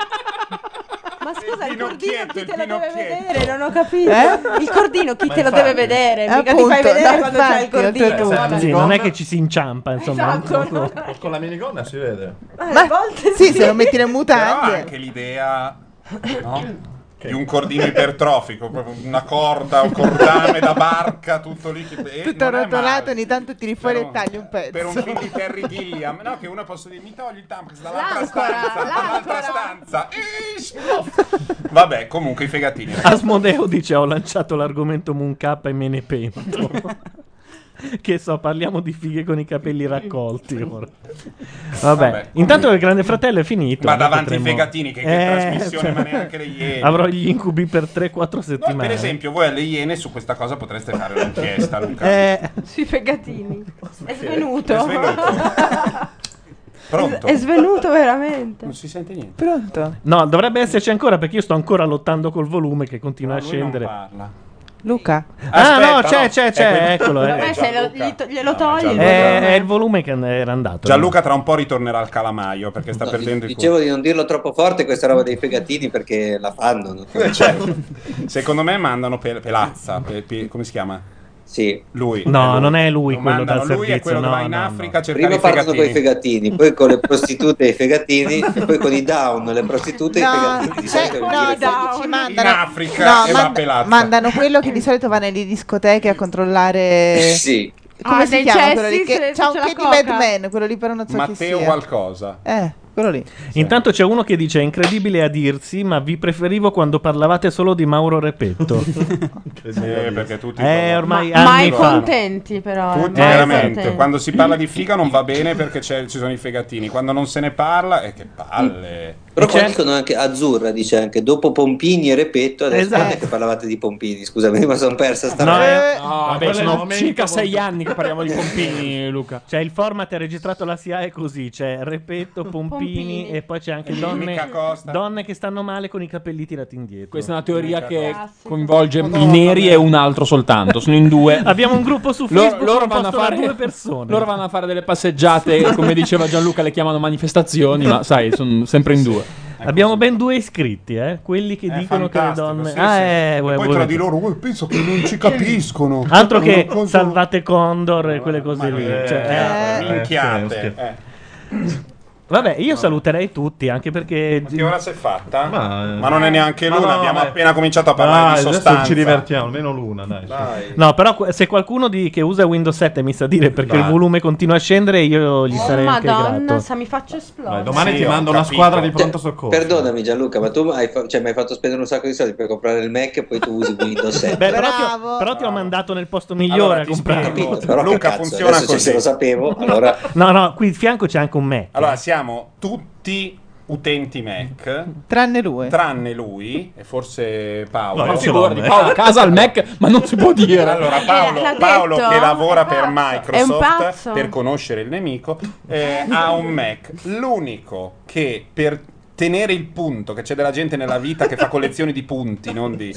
Speaker 4: Eh,
Speaker 12: Ma scusa, il cordino chi te lo deve vedere? Non ho capito.
Speaker 18: Eh?
Speaker 12: Il cordino chi
Speaker 2: Ma
Speaker 12: te lo
Speaker 2: infatti.
Speaker 12: deve
Speaker 2: Eh,
Speaker 12: vedere? Mica ti
Speaker 18: Appunto,
Speaker 12: fai vedere
Speaker 18: no,
Speaker 12: quando c'è
Speaker 18: infatti,
Speaker 12: il
Speaker 18: ho
Speaker 12: cordino.
Speaker 3: detto.
Speaker 2: Sì, non è che ci si inciampa, insomma.
Speaker 12: Esatto,
Speaker 2: non-
Speaker 3: Con la minigonna si vede.
Speaker 18: Ma- sì, se lo metti le
Speaker 4: Però
Speaker 18: mutande.
Speaker 4: anche l'idea no? di un cordino ipertrofico, proprio una corda, un cordame da barca, tutto lì. Che, eh,
Speaker 18: Tutto
Speaker 4: non è male.
Speaker 18: rotolato, ogni tanto tiri fuori
Speaker 4: Però-
Speaker 18: e tagli un pezzo.
Speaker 4: Per un film di Terry
Speaker 18: [laughs]
Speaker 4: Gilliam, no? Che uno posso dire, mi togli il Tampax dall'altra
Speaker 18: L'ancora,
Speaker 4: stanza, dall'altra stanza. Ish, no. Vabbè, comunque i fegatini. ragazzi.
Speaker 2: Asmodeo dice: Ho lanciato l'argomento Moon K e me ne
Speaker 12: [laughs]
Speaker 2: pento. che so, parliamo di fighe con i capelli raccolti. Ora. Vabbè,
Speaker 4: Vabbè,
Speaker 2: intanto il Grande Fratello è finito.
Speaker 4: Ma
Speaker 2: Noi
Speaker 4: davanti ai
Speaker 2: potremmo- Eh,
Speaker 4: fegatini, che- che trasmissione, ma
Speaker 2: [laughs]
Speaker 4: neanche le iene.
Speaker 2: Avrò gli incubi per 3-4
Speaker 4: Voi,
Speaker 2: settimane.
Speaker 4: per esempio, voi alle Iene su questa cosa potreste fare un'inchiesta, Luca.
Speaker 2: Eh,
Speaker 12: Sui fegatini. È svenuto.
Speaker 4: È
Speaker 11: [laughs]
Speaker 4: svenuto. Pronto?
Speaker 12: [laughs] È svenuto veramente. Ah,
Speaker 4: Non si sente niente.
Speaker 18: Pronto?
Speaker 2: no, dovrebbe esserci ancora perché io sto ancora lottando col volume che continua a scendere.
Speaker 18: Luca.
Speaker 2: ah, no,
Speaker 4: Aspetta,
Speaker 2: c'è,
Speaker 4: no.
Speaker 2: c'è,
Speaker 4: Eh,
Speaker 2: c'è.
Speaker 4: quel-
Speaker 2: Eccolo. eh.
Speaker 4: Vabbè, se lo-
Speaker 12: gli to- glielo togli.
Speaker 4: Gianluca.
Speaker 2: Eh, è il volume che era andato.
Speaker 4: Gianluca tra un po' ritornerà al calamaio perché sta perdendo il
Speaker 14: Dicevo di diciamo non dirlo troppo forte questa roba dei fegatini perché la fanno. no?
Speaker 4: culo. Cioè, [laughs] secondo me mandano Pel- Pelazza, Pe- Pe- come si chiama?
Speaker 14: Sì.
Speaker 4: Lui.
Speaker 2: No, non è lui
Speaker 4: Lo
Speaker 2: quello dal
Speaker 4: mandano, eh, lui è
Speaker 2: servizio.
Speaker 4: quello
Speaker 2: no,
Speaker 4: che va in
Speaker 2: no, no.
Speaker 4: Africa a cercare
Speaker 14: Prima
Speaker 4: i
Speaker 14: partono con
Speaker 4: fegatini.
Speaker 14: i fegatini, poi con le prostitute e i fegatini, poi con i down, le prostitute e i fegatini. Di
Speaker 18: cioè,
Speaker 14: solito
Speaker 18: no,
Speaker 14: è un giro
Speaker 18: sai chi ci mandano
Speaker 4: In Africa e va
Speaker 18: mand-
Speaker 4: pelazza.
Speaker 18: mandano quello che di solito va nelle discoteche
Speaker 4: [laughs]
Speaker 18: a controllare
Speaker 4: Sì.
Speaker 18: come
Speaker 5: Ah,
Speaker 18: si
Speaker 5: dei
Speaker 18: chiama
Speaker 5: cessi,
Speaker 18: quello lì
Speaker 5: se-
Speaker 18: che
Speaker 5: se
Speaker 18: c'ha un
Speaker 5: c'è la
Speaker 18: che di
Speaker 5: coca.
Speaker 18: Batman quello lì però non so
Speaker 4: Matteo
Speaker 18: chi sia
Speaker 4: qualcosa.
Speaker 18: eh quello lì
Speaker 2: Intanto c'è uno che dice: È incredibile a dirsi, ma vi preferivo quando parlavate solo di
Speaker 4: [laughs]
Speaker 2: Mauro Repetto.
Speaker 4: Eh, perché tutti
Speaker 2: eh, ormai
Speaker 4: Ma-
Speaker 2: anni
Speaker 4: mai
Speaker 2: fa.
Speaker 16: contenti, però. eh,
Speaker 4: Tutti
Speaker 16: mai
Speaker 4: veramente,
Speaker 3: esatto.
Speaker 16: contenti.
Speaker 4: quando si parla
Speaker 3: [clears throat]
Speaker 4: di figa non va bene perché c'è- ci sono i fegatini, quando non se ne parla, eh, che palle.
Speaker 14: Però qua
Speaker 2: Certo.
Speaker 14: dicono anche Azzurra dice anche dopo Pompini e Repetto, adesso
Speaker 4: Esatto.
Speaker 14: quando è che parlavate di Pompini, scusami, ma sono persa sta
Speaker 2: No,
Speaker 14: roba.
Speaker 2: eh, no,
Speaker 8: vabbè, sono circa sei
Speaker 2: anni che parliamo di
Speaker 6: [laughs]
Speaker 8: [laughs]
Speaker 2: Pompini, Luca. Cioè, il format è registrato alla SIAE così: c'è Repetto, Pompini,
Speaker 8: Pompini.
Speaker 2: e poi c'è anche
Speaker 8: Mica
Speaker 2: donne,
Speaker 8: Costa.
Speaker 2: donne che stanno male con i capelli tirati indietro.
Speaker 8: Questa è una teoria che
Speaker 2: Classico.
Speaker 8: coinvolge
Speaker 2: Madonna,
Speaker 8: i neri
Speaker 2: vabbè.
Speaker 8: e un altro soltanto. Sono in due.
Speaker 2: Abbiamo un gruppo su
Speaker 8: Loro-
Speaker 2: Facebook
Speaker 8: loro vanno
Speaker 2: composto
Speaker 8: a
Speaker 2: da
Speaker 8: fare-
Speaker 2: due persone.
Speaker 8: Loro vanno a fare delle passeggiate, come diceva Gianluca, le chiamano manifestazioni, ma sai, sono sempre in due.
Speaker 2: Ecco, Abbiamo ben due iscritti, eh? quelli che dicono che le
Speaker 4: fantastico,
Speaker 2: donne.
Speaker 4: sì,
Speaker 2: ah,
Speaker 4: sì.
Speaker 2: eh,
Speaker 4: E
Speaker 2: voi-
Speaker 4: poi
Speaker 2: voi-
Speaker 4: tra di loro, "Oh, penso che non
Speaker 2: [clears throat]
Speaker 4: ci capiscono. Cioè,
Speaker 2: Altro che
Speaker 4: Una cosa-
Speaker 2: salvate Condor e quelle cose lì.
Speaker 4: eh,
Speaker 2: Cioè, eh.
Speaker 4: minchiate.
Speaker 2: Eh.
Speaker 4: Eh.
Speaker 2: Vabbè, io saluterei tutti, anche perché.
Speaker 4: Che ora si è fatta? Ma,
Speaker 3: eh.
Speaker 4: non è neanche
Speaker 3: Ma
Speaker 4: l'una,
Speaker 3: no,
Speaker 4: abbiamo
Speaker 3: dai.
Speaker 4: appena cominciato a parlare
Speaker 3: Dai,
Speaker 4: di
Speaker 3: adesso
Speaker 4: sostanza.
Speaker 3: ci divertiamo, almeno l'una, dai.
Speaker 2: No, però que- se qualcuno di- che usa Windows 7 mi sa dire perché
Speaker 3: Dai.
Speaker 2: il volume continua a scendere, io
Speaker 14: Oh,
Speaker 12: Oh,
Speaker 2: gli sarei anche
Speaker 16: Madonna,
Speaker 2: grato.
Speaker 16: sa mi faccio esplodere.
Speaker 3: domani ti mando una squadra di pronto soccorso.
Speaker 14: Perdonami Gianluca, ma tu hai fa- cioè, mi hai fatto spendere un sacco di soldi per comprare il Mac e poi tu usi Windows 7.
Speaker 2: Beh, però, ti ho, però ti ho mandato nel posto
Speaker 4: Allora,
Speaker 2: migliore
Speaker 4: ti
Speaker 2: a comprare.
Speaker 4: spiego.
Speaker 14: Però che
Speaker 4: Luca
Speaker 14: cazzo,
Speaker 4: funziona
Speaker 14: adesso se
Speaker 4: così.
Speaker 14: lo sapevo, allora
Speaker 2: No, no, qui di fianco c'è anche un me.
Speaker 4: Allora, siamo tutti utenti Mac.
Speaker 18: Tranne lui.
Speaker 4: Tranne lui e forse Paolo.
Speaker 8: No, non si può dire.
Speaker 2: eh.
Speaker 8: Paolo, casa al Mac, ma non si può dire.
Speaker 4: Allora
Speaker 8: Eh, l'ha
Speaker 4: Paolo,
Speaker 8: detto?
Speaker 4: Paolo che lavora per
Speaker 8: È un pazzo.
Speaker 4: Microsoft per conoscere il nemico eh, ha un Mac. L'unico che per tenere il punto che c'è della gente nella vita che fa collezioni di punti, non di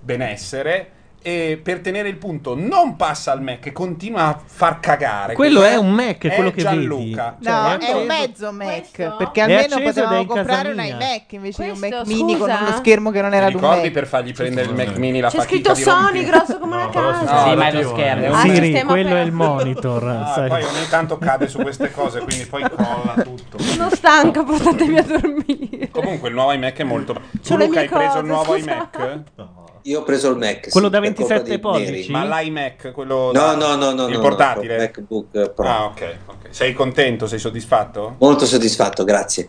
Speaker 4: benessere e per tenere il punto non passa al Mac e continua a far cagare.
Speaker 2: Quello è un Mac, è quello che
Speaker 4: Gianluca.
Speaker 2: vedi. Cioè,
Speaker 18: No,
Speaker 2: è
Speaker 18: è un
Speaker 2: acceso-
Speaker 18: mezzo Mac, perché
Speaker 2: È
Speaker 18: almeno
Speaker 2: acceso ed è
Speaker 18: potevamo
Speaker 2: in
Speaker 18: comprare un
Speaker 2: casa mia.
Speaker 18: iMac invece di un Mac
Speaker 12: Questo,
Speaker 18: mini con
Speaker 12: scusa?
Speaker 18: uno schermo che non era
Speaker 4: Ti
Speaker 18: di un Mac.
Speaker 4: ricordi per fargli prendere il Mac mini la
Speaker 12: C'è
Speaker 4: fatica
Speaker 12: scritto
Speaker 4: di rompere-
Speaker 12: Sony grosso come una casa.
Speaker 4: No,
Speaker 2: Sì, ma è
Speaker 4: attenzione.
Speaker 2: lo schermo.
Speaker 4: È un
Speaker 2: Siri,
Speaker 4: sistema
Speaker 2: quello
Speaker 4: per-
Speaker 2: è il monitor,
Speaker 4: Ah,
Speaker 2: sai.
Speaker 4: poi ogni tanto cade su queste cose, quindi poi crolla tutto.
Speaker 12: Sono stanca, portatemi a dormire.
Speaker 4: Comunque il nuovo iMac è molto Tu
Speaker 12: Sono le
Speaker 4: Luca hai
Speaker 12: mie
Speaker 4: preso
Speaker 12: cose,
Speaker 4: il nuovo
Speaker 12: scusa.
Speaker 4: iMac?
Speaker 14: Io ho preso il Mac.
Speaker 4: Quello da
Speaker 14: per colpa
Speaker 4: 27
Speaker 14: dei
Speaker 4: pollici?
Speaker 14: neri.
Speaker 4: Ma l'iMac, quello
Speaker 14: No,
Speaker 4: da-
Speaker 14: no, no, no.
Speaker 4: il
Speaker 14: no,
Speaker 4: portatile?
Speaker 14: no, MacBook Pro.
Speaker 4: Ah, ok, ok. Sei contento, sei soddisfatto?
Speaker 14: Molto soddisfatto, grazie.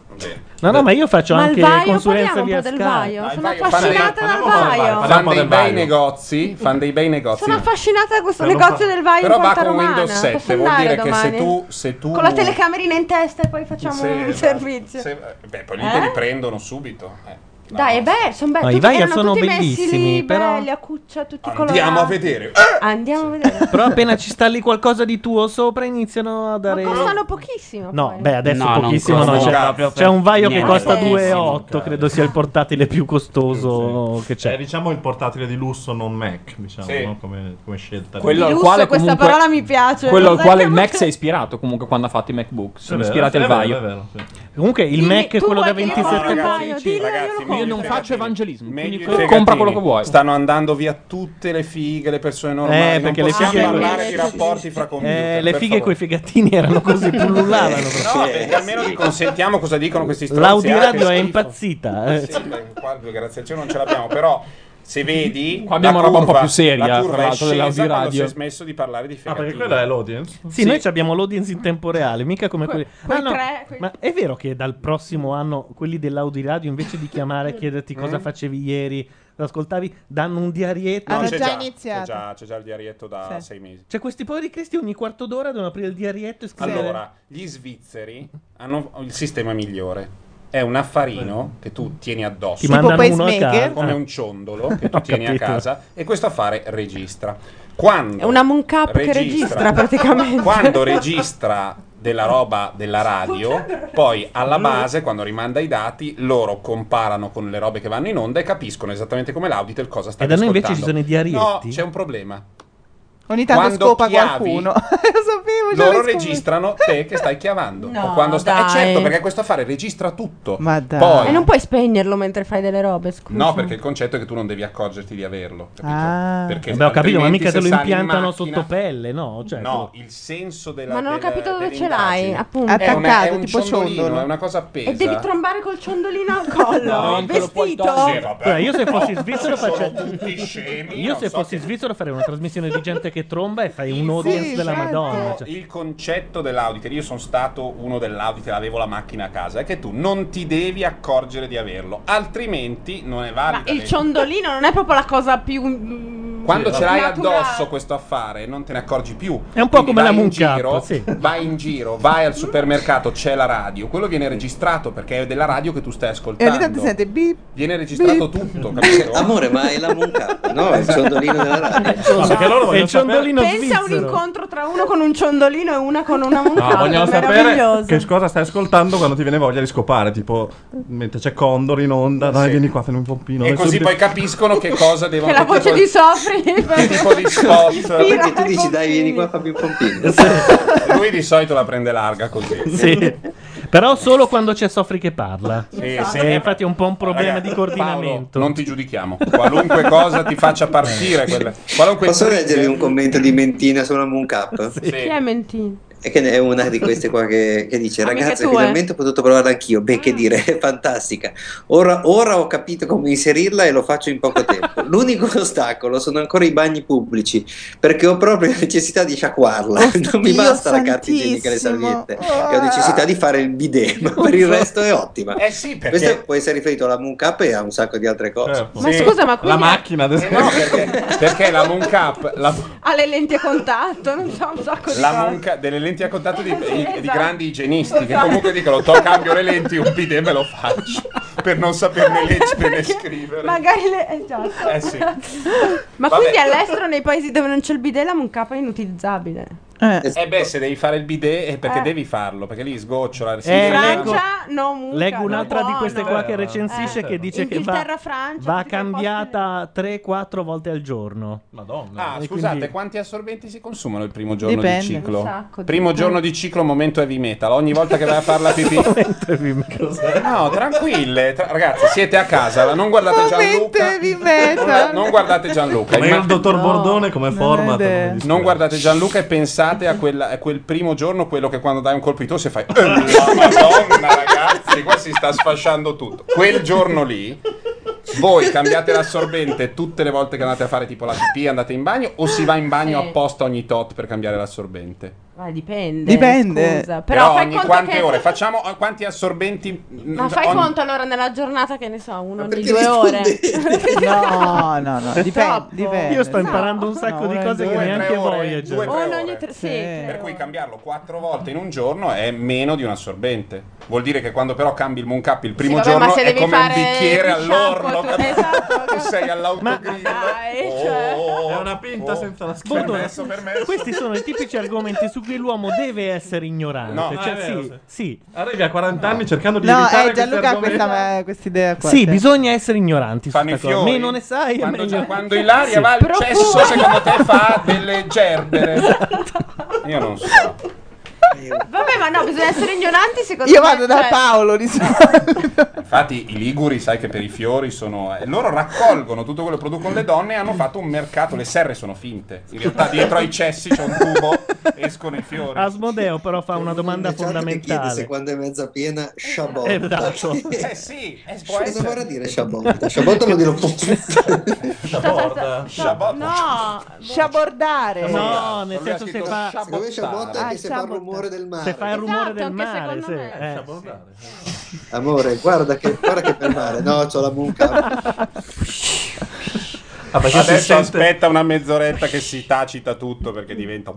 Speaker 2: No, no, ma io faccio
Speaker 14: Ma il
Speaker 2: anche
Speaker 14: vaio,
Speaker 2: consulenza
Speaker 12: parliamo un
Speaker 2: via
Speaker 12: po' del vaio.
Speaker 2: Skype.
Speaker 12: Sono affascinata dal vaio.
Speaker 4: Fan
Speaker 3: Parliamo
Speaker 4: dei
Speaker 3: del
Speaker 4: bei
Speaker 3: Vaio.
Speaker 4: negozi, fan dei bei negozi.
Speaker 12: Sono affascinata da questo
Speaker 4: Però non
Speaker 12: negozio
Speaker 4: fa-
Speaker 12: del Vaio
Speaker 4: Però
Speaker 12: in
Speaker 4: va
Speaker 12: Porta
Speaker 4: con
Speaker 12: Romana.
Speaker 4: Windows
Speaker 12: Posso
Speaker 4: 7, vuol
Speaker 12: andare
Speaker 4: dire
Speaker 12: domani?
Speaker 4: che se tu se tu esatto.
Speaker 12: Con la telecamerina in testa e poi facciamo
Speaker 4: se-
Speaker 12: un servizio.
Speaker 4: se- beh, poi lì te li
Speaker 12: Eh?
Speaker 4: prendono subito. eh.
Speaker 12: Dai, beh, sono
Speaker 2: No,
Speaker 12: belli.
Speaker 2: i
Speaker 12: tutti-
Speaker 2: Vaia
Speaker 12: erano
Speaker 2: sono
Speaker 12: tutti messi
Speaker 2: bellissimi,
Speaker 12: lì,
Speaker 2: però-
Speaker 12: belli, a cuccia, tutti colorati.
Speaker 4: Andiamo a vedere.
Speaker 12: Andiamo a vedere.
Speaker 2: Però appena ci sta lì qualcosa di tuo sopra iniziano a dare...
Speaker 12: Costano pochissimo.
Speaker 2: No,
Speaker 12: poi.
Speaker 2: beh, adesso
Speaker 8: No, non
Speaker 2: pochissimo no,
Speaker 8: costano
Speaker 2: c'è,
Speaker 8: proprio
Speaker 2: c'è un vaio che
Speaker 8: niente.
Speaker 2: costa
Speaker 8: Pochissimo,
Speaker 2: 2,8, credo sia il portatile più costoso che c'è.
Speaker 3: È diciamo il portatile di lusso non Mac, diciamo,
Speaker 2: Sì.
Speaker 3: no? come, come scelta.
Speaker 8: Quello
Speaker 12: Di
Speaker 8: al
Speaker 12: lusso,
Speaker 8: quale
Speaker 12: questa
Speaker 8: comunque-
Speaker 12: parola mi
Speaker 3: Cioè,
Speaker 12: piace.
Speaker 8: Quello al
Speaker 12: Lo
Speaker 8: quale il
Speaker 12: sai che
Speaker 8: Mac
Speaker 12: molto-
Speaker 8: si è ispirato comunque quando ha fatto i MacBook.
Speaker 3: È
Speaker 8: Sono
Speaker 3: vero,
Speaker 8: ispirati
Speaker 3: è
Speaker 8: al
Speaker 3: vero,
Speaker 8: vaio.
Speaker 3: è vero,
Speaker 2: Comunque il Mac è quello da 27
Speaker 4: ragazzi, ragazzi,
Speaker 8: io
Speaker 4: meglio
Speaker 8: non
Speaker 4: i
Speaker 8: faccio
Speaker 4: fregatini.
Speaker 8: evangelismo.
Speaker 4: Meglio
Speaker 8: Quindi
Speaker 4: i
Speaker 8: quello-
Speaker 4: fregatini.
Speaker 8: compra quello che vuoi.
Speaker 4: Stanno andando via tutte le fighe, le persone normali.
Speaker 2: Eh, perché
Speaker 4: non
Speaker 2: le
Speaker 4: possiamo
Speaker 2: fighe-
Speaker 4: parlare
Speaker 2: Sì,
Speaker 4: di
Speaker 2: sì, sì.
Speaker 4: rapporti fra computer.
Speaker 2: Eh, le
Speaker 4: per
Speaker 2: fighe
Speaker 4: favore.
Speaker 2: coi
Speaker 4: Eh,
Speaker 2: fegattini erano così, pullulavano.
Speaker 4: No, perché almeno vi consentiamo cosa dicono questi stronzi.
Speaker 2: L'audiradio
Speaker 4: anche
Speaker 2: è
Speaker 4: schifo.
Speaker 2: impazzita. eh.
Speaker 4: Sì, beh, qua grazie al cielo non ce l'abbiamo, però se vedi
Speaker 2: Qua abbiamo
Speaker 4: la
Speaker 2: roba un
Speaker 4: curva-
Speaker 2: po' più seria,
Speaker 4: la curva
Speaker 2: tra
Speaker 4: è
Speaker 2: l'altro,
Speaker 4: scesa
Speaker 2: dell'Audi
Speaker 4: quando
Speaker 2: Radio.
Speaker 4: si è smesso di parlare di
Speaker 3: Ah,
Speaker 4: fegatini.
Speaker 3: perché quella è l'audience?
Speaker 2: Sì, noi abbiamo l'audience in tempo reale, mica come quelli.
Speaker 3: quei
Speaker 2: Ah, no,
Speaker 3: tre, quei-
Speaker 2: Ma è vero che dal prossimo anno quelli dell'Audiradio invece di chiamare e chiederti cosa
Speaker 4: Mm?
Speaker 2: facevi ieri, lo ascoltavi, danno un diarietto.
Speaker 4: No, c'è C'è già, c'è già il diarietto da
Speaker 2: Sì.
Speaker 4: sei mesi.
Speaker 2: Cioè, questi poveri cristi ogni quarto d'ora devono aprire il diarietto e scrivere.
Speaker 4: Allora, gli svizzeri hanno il sistema migliore. È un affarino che tu tieni addosso,
Speaker 2: Ti Tipo mandano uno a pacemaker? casa. Ah.
Speaker 4: come un ciondolo
Speaker 2: [laughs]
Speaker 4: che tu
Speaker 2: Ho
Speaker 4: tieni
Speaker 2: capito.
Speaker 4: a casa e questo affare registra. Quando
Speaker 12: È una monk up che registra, praticamente.
Speaker 4: Quando registra della roba della radio, poi alla base quando rimanda i dati loro comparano con le robe che vanno in onda e capiscono esattamente come l'auditel cosa sta
Speaker 2: E da noi
Speaker 4: ascoltando.
Speaker 2: invece ci sono i diarietti.
Speaker 4: No, c'è un problema.
Speaker 18: Ogni tanto
Speaker 4: Quando
Speaker 18: scopa
Speaker 4: chiavi-
Speaker 18: qualcuno. [laughs] Lo sapevo, già
Speaker 4: Loro
Speaker 18: l'hai scoperto.
Speaker 4: registrano te che stai
Speaker 12: [laughs]
Speaker 4: chiamando.
Speaker 12: No,
Speaker 4: o quando sta...
Speaker 12: dai.
Speaker 4: Eh certo, perché questo affare registra tutto.
Speaker 18: Ma
Speaker 12: E
Speaker 4: Poi...
Speaker 12: non puoi spegnerlo mentre fai delle robe, scusa.
Speaker 4: No, perché il concetto è che tu non devi accorgerti di averlo. capito?
Speaker 12: Ah.
Speaker 4: Perché
Speaker 2: Vabbè, ho capito, ma
Speaker 4: altrimenti
Speaker 2: mica te lo
Speaker 4: se sali in
Speaker 2: impiantano
Speaker 4: macchina-
Speaker 2: sotto pelle, no? Cioè,
Speaker 4: No,
Speaker 2: tu-
Speaker 4: il senso della.
Speaker 12: Ma non ho
Speaker 4: del-
Speaker 12: capito dove ce
Speaker 4: dell'indagine.
Speaker 12: l'hai, appunto.
Speaker 4: È un- è
Speaker 12: Attaccato,
Speaker 4: un
Speaker 12: tipo
Speaker 4: ciondolino,
Speaker 12: ciondolo.
Speaker 4: è una cosa appesa.
Speaker 12: E devi trombare col ciondolino al
Speaker 4: [laughs]
Speaker 12: collo.
Speaker 4: No,
Speaker 12: il
Speaker 4: non te lo puoi
Speaker 12: vestito.
Speaker 4: togliere, vabbè.
Speaker 2: Allora, io se fossi svizzero
Speaker 4: Sono
Speaker 2: faccio...
Speaker 4: tutti scemi,
Speaker 2: Io
Speaker 4: non
Speaker 2: se
Speaker 4: so
Speaker 2: fossi svizzero farei una trasmissione di gente che tromba e fai un audience della
Speaker 4: certo.
Speaker 2: Madonna. cioè.
Speaker 4: Il concetto dell'auditor, io sono stato uno dell'auditor, avevo la macchina a casa, è che tu non ti devi accorgere di averlo, altrimenti non è
Speaker 12: Ma
Speaker 4: valido.
Speaker 12: il ciondolino non è proprio la cosa più. mm,
Speaker 4: Quando ce l'hai
Speaker 12: naturale.
Speaker 4: addosso questo affare non te ne accorgi più.
Speaker 2: È un po'
Speaker 4: Quindi
Speaker 2: come la
Speaker 4: vai in
Speaker 2: Moon Cup,
Speaker 4: giro,
Speaker 2: sì.
Speaker 4: Vai in giro, vai al supermercato, c'è la radio, quello viene registrato perché è della radio che tu stai
Speaker 18: E
Speaker 4: ascoltando.
Speaker 18: ogni tanto sente bip.
Speaker 4: Viene registrato tutto, capito?
Speaker 18: Amore, ma è la
Speaker 4: Moon Cup,
Speaker 14: no? È il ciondolino della radio.
Speaker 8: Ah,
Speaker 4: Ma perché loro vogliono
Speaker 2: È il ciondolino
Speaker 12: Pensa a un
Speaker 2: svizzero.
Speaker 12: incontro tra uno con un ciondolino e una con una montagna.
Speaker 3: No, vogliamo sapere
Speaker 12: meraviglioso.
Speaker 3: che cosa stai ascoltando quando ti viene voglia di scopare. Tipo, mentre c'è Condor in onda, dai, vieni qua, fammi un pompino.
Speaker 4: E
Speaker 3: adesso
Speaker 4: così
Speaker 3: ti-
Speaker 4: poi capiscono che cosa devono
Speaker 12: Che la voce di Sofri.
Speaker 4: [laughs] tipo di spot.
Speaker 14: Perché tu dici, dai, vieni qua, fammi un pompino.
Speaker 4: Lui di solito la prende larga così.
Speaker 6: [laughs]
Speaker 2: Sì. Però solo quando c'è Sofri che parla.
Speaker 4: Sì,
Speaker 2: Eh,
Speaker 4: sì.
Speaker 2: infatti è un po' un problema
Speaker 4: Ragazzi,
Speaker 2: di coordinamento.
Speaker 4: Paolo, non ti giudichiamo. Qualunque cosa ti faccia partire. quella- Qualunque
Speaker 14: Posso leggervi un commento di Mentina sulla Moon Cup?
Speaker 12: Chi è Mentino?
Speaker 14: È che è una di queste qua che, che
Speaker 12: [laughs]
Speaker 14: dice:
Speaker 12: Amiche
Speaker 14: Ragazze,
Speaker 12: tue?"
Speaker 14: finalmente ho potuto provarla anch'io. Beh,
Speaker 12: Ah.
Speaker 14: che dire, [laughs] è fantastica. Ora, ora ho capito come inserirla e lo faccio in poco
Speaker 12: [laughs]
Speaker 14: tempo. L'unico ostacolo sono ancora i bagni pubblici perché ho proprio necessità di sciacquarla.
Speaker 12: Oh,
Speaker 14: [laughs] non mi
Speaker 18: Dio
Speaker 14: basta la carta igienica e le
Speaker 18: santissimo.
Speaker 14: salviette.
Speaker 12: Ah.
Speaker 14: E ho necessità di fare il bidet, ma per il resto è ottima.
Speaker 4: Eh sì, perché- Certo.
Speaker 14: Questo può essere riferito alla Moon Cup e a un sacco di altre cose.
Speaker 12: Ma Sì. scusa, ma La quindi-
Speaker 4: macchina adesso. perché, perché la Moon Cup, la,
Speaker 12: Ah, Ha le lenti a contatto, non so, un sacco di
Speaker 4: la
Speaker 12: cose.
Speaker 4: Moon Cup- delle lenti a contatto di,
Speaker 31: Sì,
Speaker 4: i-
Speaker 31: esatto.
Speaker 4: di grandi igienisti che
Speaker 31: Esatto.
Speaker 4: comunque dicono to cambio le lenti un PD me lo faccio per non saperne
Speaker 31: [laughs]
Speaker 4: leggere né scrivere
Speaker 6: Magari le... eh, esatto.
Speaker 4: Eh
Speaker 12: [laughs]
Speaker 4: sì.
Speaker 6: Ma
Speaker 4: Vabbè.
Speaker 6: quindi all'estero, nei paesi dove non c'è il bidet, la mucapa è inutilizzabile.
Speaker 4: eh. beh se devi fare il bidet eh, perché
Speaker 6: Eh.
Speaker 4: devi farlo perché lì ecco. sgocciola si
Speaker 2: Eh,
Speaker 4: gira-
Speaker 2: leggo-
Speaker 6: No, mucca,
Speaker 2: Leggo
Speaker 6: no,
Speaker 2: un'altra di
Speaker 6: buono.
Speaker 2: queste qua che recensisce che dice che va,
Speaker 6: Inghilterra, Francia,
Speaker 2: va
Speaker 6: tutti quei
Speaker 2: cambiata 3-4 volte al giorno.
Speaker 4: Ah,
Speaker 2: E
Speaker 4: scusate,
Speaker 2: quindi-
Speaker 4: quanti assorbenti si consumano il primo giorno
Speaker 2: Dipende.
Speaker 4: di
Speaker 2: Un
Speaker 4: ciclo?
Speaker 2: sacco,
Speaker 4: Primo
Speaker 2: dipende.
Speaker 4: giorno di ciclo, momento heavy metal. Ogni volta che vai a fare la pipì. no, tranquille. tra- ragazzi, siete a casa, non guardate Gianluca.
Speaker 10: di meta.
Speaker 4: Non guardate Gianluca.
Speaker 3: Ma
Speaker 4: imma-
Speaker 3: il dottor Bordone come format?
Speaker 4: Non, guardate Gianluca e pensate a, quella- a quel primo giorno, quello che quando dai un colpo di tosse fai.
Speaker 3: [laughs]
Speaker 4: "Eh, la Madonna, ragazzi, qua si sta sfasciando tutto. Quel giorno lì. Voi cambiate l'assorbente tutte le volte che andate a fare tipo la pipì, andate in bagno o si va in bagno
Speaker 6: Sì.
Speaker 4: apposta ogni tot per cambiare l'assorbente?
Speaker 6: Ma dipende.
Speaker 10: Dipende.
Speaker 6: scusa. Però,
Speaker 4: Però,
Speaker 6: fai
Speaker 4: ogni
Speaker 6: conto
Speaker 4: quante
Speaker 6: che-
Speaker 4: ore? Facciamo eh, quanti assorbenti?
Speaker 6: Ma fai
Speaker 4: ogni- [laughs]
Speaker 6: conto allora nella giornata che ne so, uno ogni
Speaker 10: Mm, perché
Speaker 6: due ore.
Speaker 10: No, no, no, dipende.
Speaker 6: Troppo. Esatto.
Speaker 10: dipende.
Speaker 2: Io sto imparando un sacco
Speaker 10: No,
Speaker 2: di
Speaker 10: una,
Speaker 2: cose
Speaker 10: due,
Speaker 2: che
Speaker 10: tre
Speaker 2: neanche
Speaker 4: ore,
Speaker 2: Voyager.
Speaker 4: due, tre ore.
Speaker 6: sì,
Speaker 4: Per cui cambiarlo quattro volte in un giorno è meno di un assorbente. Vuol dire che quando però cambi il moon cup il primo
Speaker 6: vabbè, ma
Speaker 4: giorno
Speaker 6: se
Speaker 4: è
Speaker 6: devi
Speaker 4: come un
Speaker 6: fare
Speaker 4: bicchiere
Speaker 6: il
Speaker 4: all'orlo.
Speaker 6: shampoo, tu- Esatto,
Speaker 4: capito?
Speaker 14: [laughs]
Speaker 4: tu sei
Speaker 2: Ma
Speaker 4: all'autogrill.
Speaker 3: Eh. È una
Speaker 14: Oh.
Speaker 3: pinta
Speaker 4: Oh.
Speaker 3: senza la schiena.
Speaker 2: Bordone, Questi sono i tipici argomenti su cui l'uomo deve essere ignorante.
Speaker 3: No,
Speaker 2: Cioè,
Speaker 3: è vero,
Speaker 2: sì,
Speaker 3: sì.
Speaker 2: sì.
Speaker 3: Arrivi a 40 anni cercando di
Speaker 10: No,
Speaker 3: evitare
Speaker 10: eh, Gianluca ha
Speaker 3: questi argomenti.
Speaker 10: questa, questa idea qua.
Speaker 18: cioè.
Speaker 2: Sì,
Speaker 10: sì.
Speaker 2: bisogna essere ignoranti. su
Speaker 4: Fanno i
Speaker 2: questa cosa.
Speaker 4: fiori.
Speaker 2: Meno ne sai,
Speaker 4: Quando,
Speaker 2: meglio.
Speaker 4: quando Ilaria va al
Speaker 2: Sì.
Speaker 4: cesso, secondo te
Speaker 6: [laughs]
Speaker 4: fa delle gerbere? Esatto. Io non so.
Speaker 6: Vabbè, ma no, bisogna essere ignoranti secondo
Speaker 10: Io
Speaker 6: me.
Speaker 10: vado da
Speaker 6: cioè-
Speaker 10: Paolo di
Speaker 4: Infatti, i Liguri, sai che per i fiori sono. eh, loro raccolgono tutto quello che producono le donne e hanno fatto un mercato. Le serre sono finte. In realtà, dietro ai cessi c'è un
Speaker 2: [laughs]
Speaker 4: tubo, escono i fiori.
Speaker 2: Asmodeo però fa una domanda
Speaker 14: Chiedi se
Speaker 2: fondamentale.
Speaker 14: quando è mezza piena, sciabotta.
Speaker 2: Esatto.
Speaker 4: Eh sì, eh, può
Speaker 14: Cosa
Speaker 4: essere.
Speaker 14: vorrà dire sciabotta? Sciabotta vuol dire un po'
Speaker 3: Sciabotta.
Speaker 10: No, sciabordare.
Speaker 2: No, nel senso se fa
Speaker 14: Secondo me sciabotta
Speaker 11: Ah,
Speaker 14: è che se fa il rumore del mare.
Speaker 2: se fa il rumore
Speaker 11: Esatto,
Speaker 2: del mare, sì, eh.
Speaker 14: Amore, guarda che, guarda che bel
Speaker 3: Ah,
Speaker 14: mare. No, c'ho la mucca.
Speaker 3: perché si
Speaker 4: Adesso
Speaker 3: sente-
Speaker 4: aspetta una mezz'oretta che si tacita tutto perché diventa.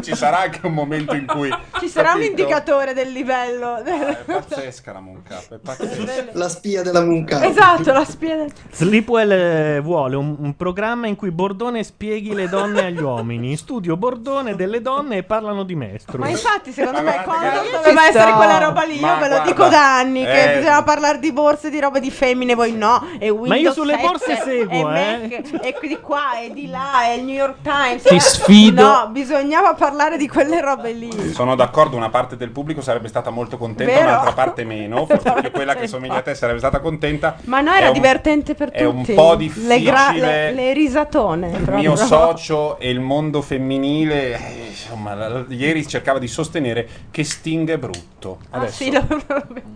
Speaker 4: Ci sarà anche un momento in cui.
Speaker 6: Ci sarà un
Speaker 4: capito?
Speaker 6: indicatore del livello.
Speaker 2: Eh,
Speaker 6: [laughs]
Speaker 4: È pazzesca la monca. È pazzesca.
Speaker 14: La spia della mucca.
Speaker 6: Esatto, la spia del...
Speaker 2: Sleepwell eh, vuole un, un programma in cui Bordone spieghi le donne agli uomini. In studio Bordone delle donne e parlano di mestro.
Speaker 6: Ma infatti, secondo me, Condor
Speaker 10: che-
Speaker 6: doveva
Speaker 10: Ci
Speaker 6: essere
Speaker 10: sto.
Speaker 6: quella roba lì. Io
Speaker 2: Ma
Speaker 6: ve lo
Speaker 2: guarda,
Speaker 6: dico da anni che
Speaker 2: eh.
Speaker 6: bisognava parlare di borse, di robe di femmine, voi no. E Windows
Speaker 2: io sulle
Speaker 6: 7,
Speaker 2: borse seguo,
Speaker 6: e
Speaker 2: eh.
Speaker 6: Mac, e qui di qua e di là, e il New York Times.
Speaker 4: Ti
Speaker 6: Eh,
Speaker 4: sfido.
Speaker 6: No, bisognava parlare di quelle robe lì.
Speaker 4: Sono d'accordo, una parte del pubblico sarebbe stata molto contenta,
Speaker 6: Vero?
Speaker 4: un'altra parte
Speaker 6: [laughs]
Speaker 4: meno. Forse più quella che somiglia a te sarebbe stata contenta.
Speaker 6: Ma no,
Speaker 4: È
Speaker 6: era
Speaker 4: un-
Speaker 6: divertente per
Speaker 4: è un
Speaker 6: tutti.
Speaker 4: po'
Speaker 6: Le,
Speaker 4: difficile.
Speaker 6: le, le risatone.
Speaker 4: Il
Speaker 6: proprio.
Speaker 4: mio socio e il mondo femminile, eh, insomma, la- la- ieri cercava di sostenere che Sting è brutto.
Speaker 6: Ah,
Speaker 4: Adesso,
Speaker 6: sì, lo-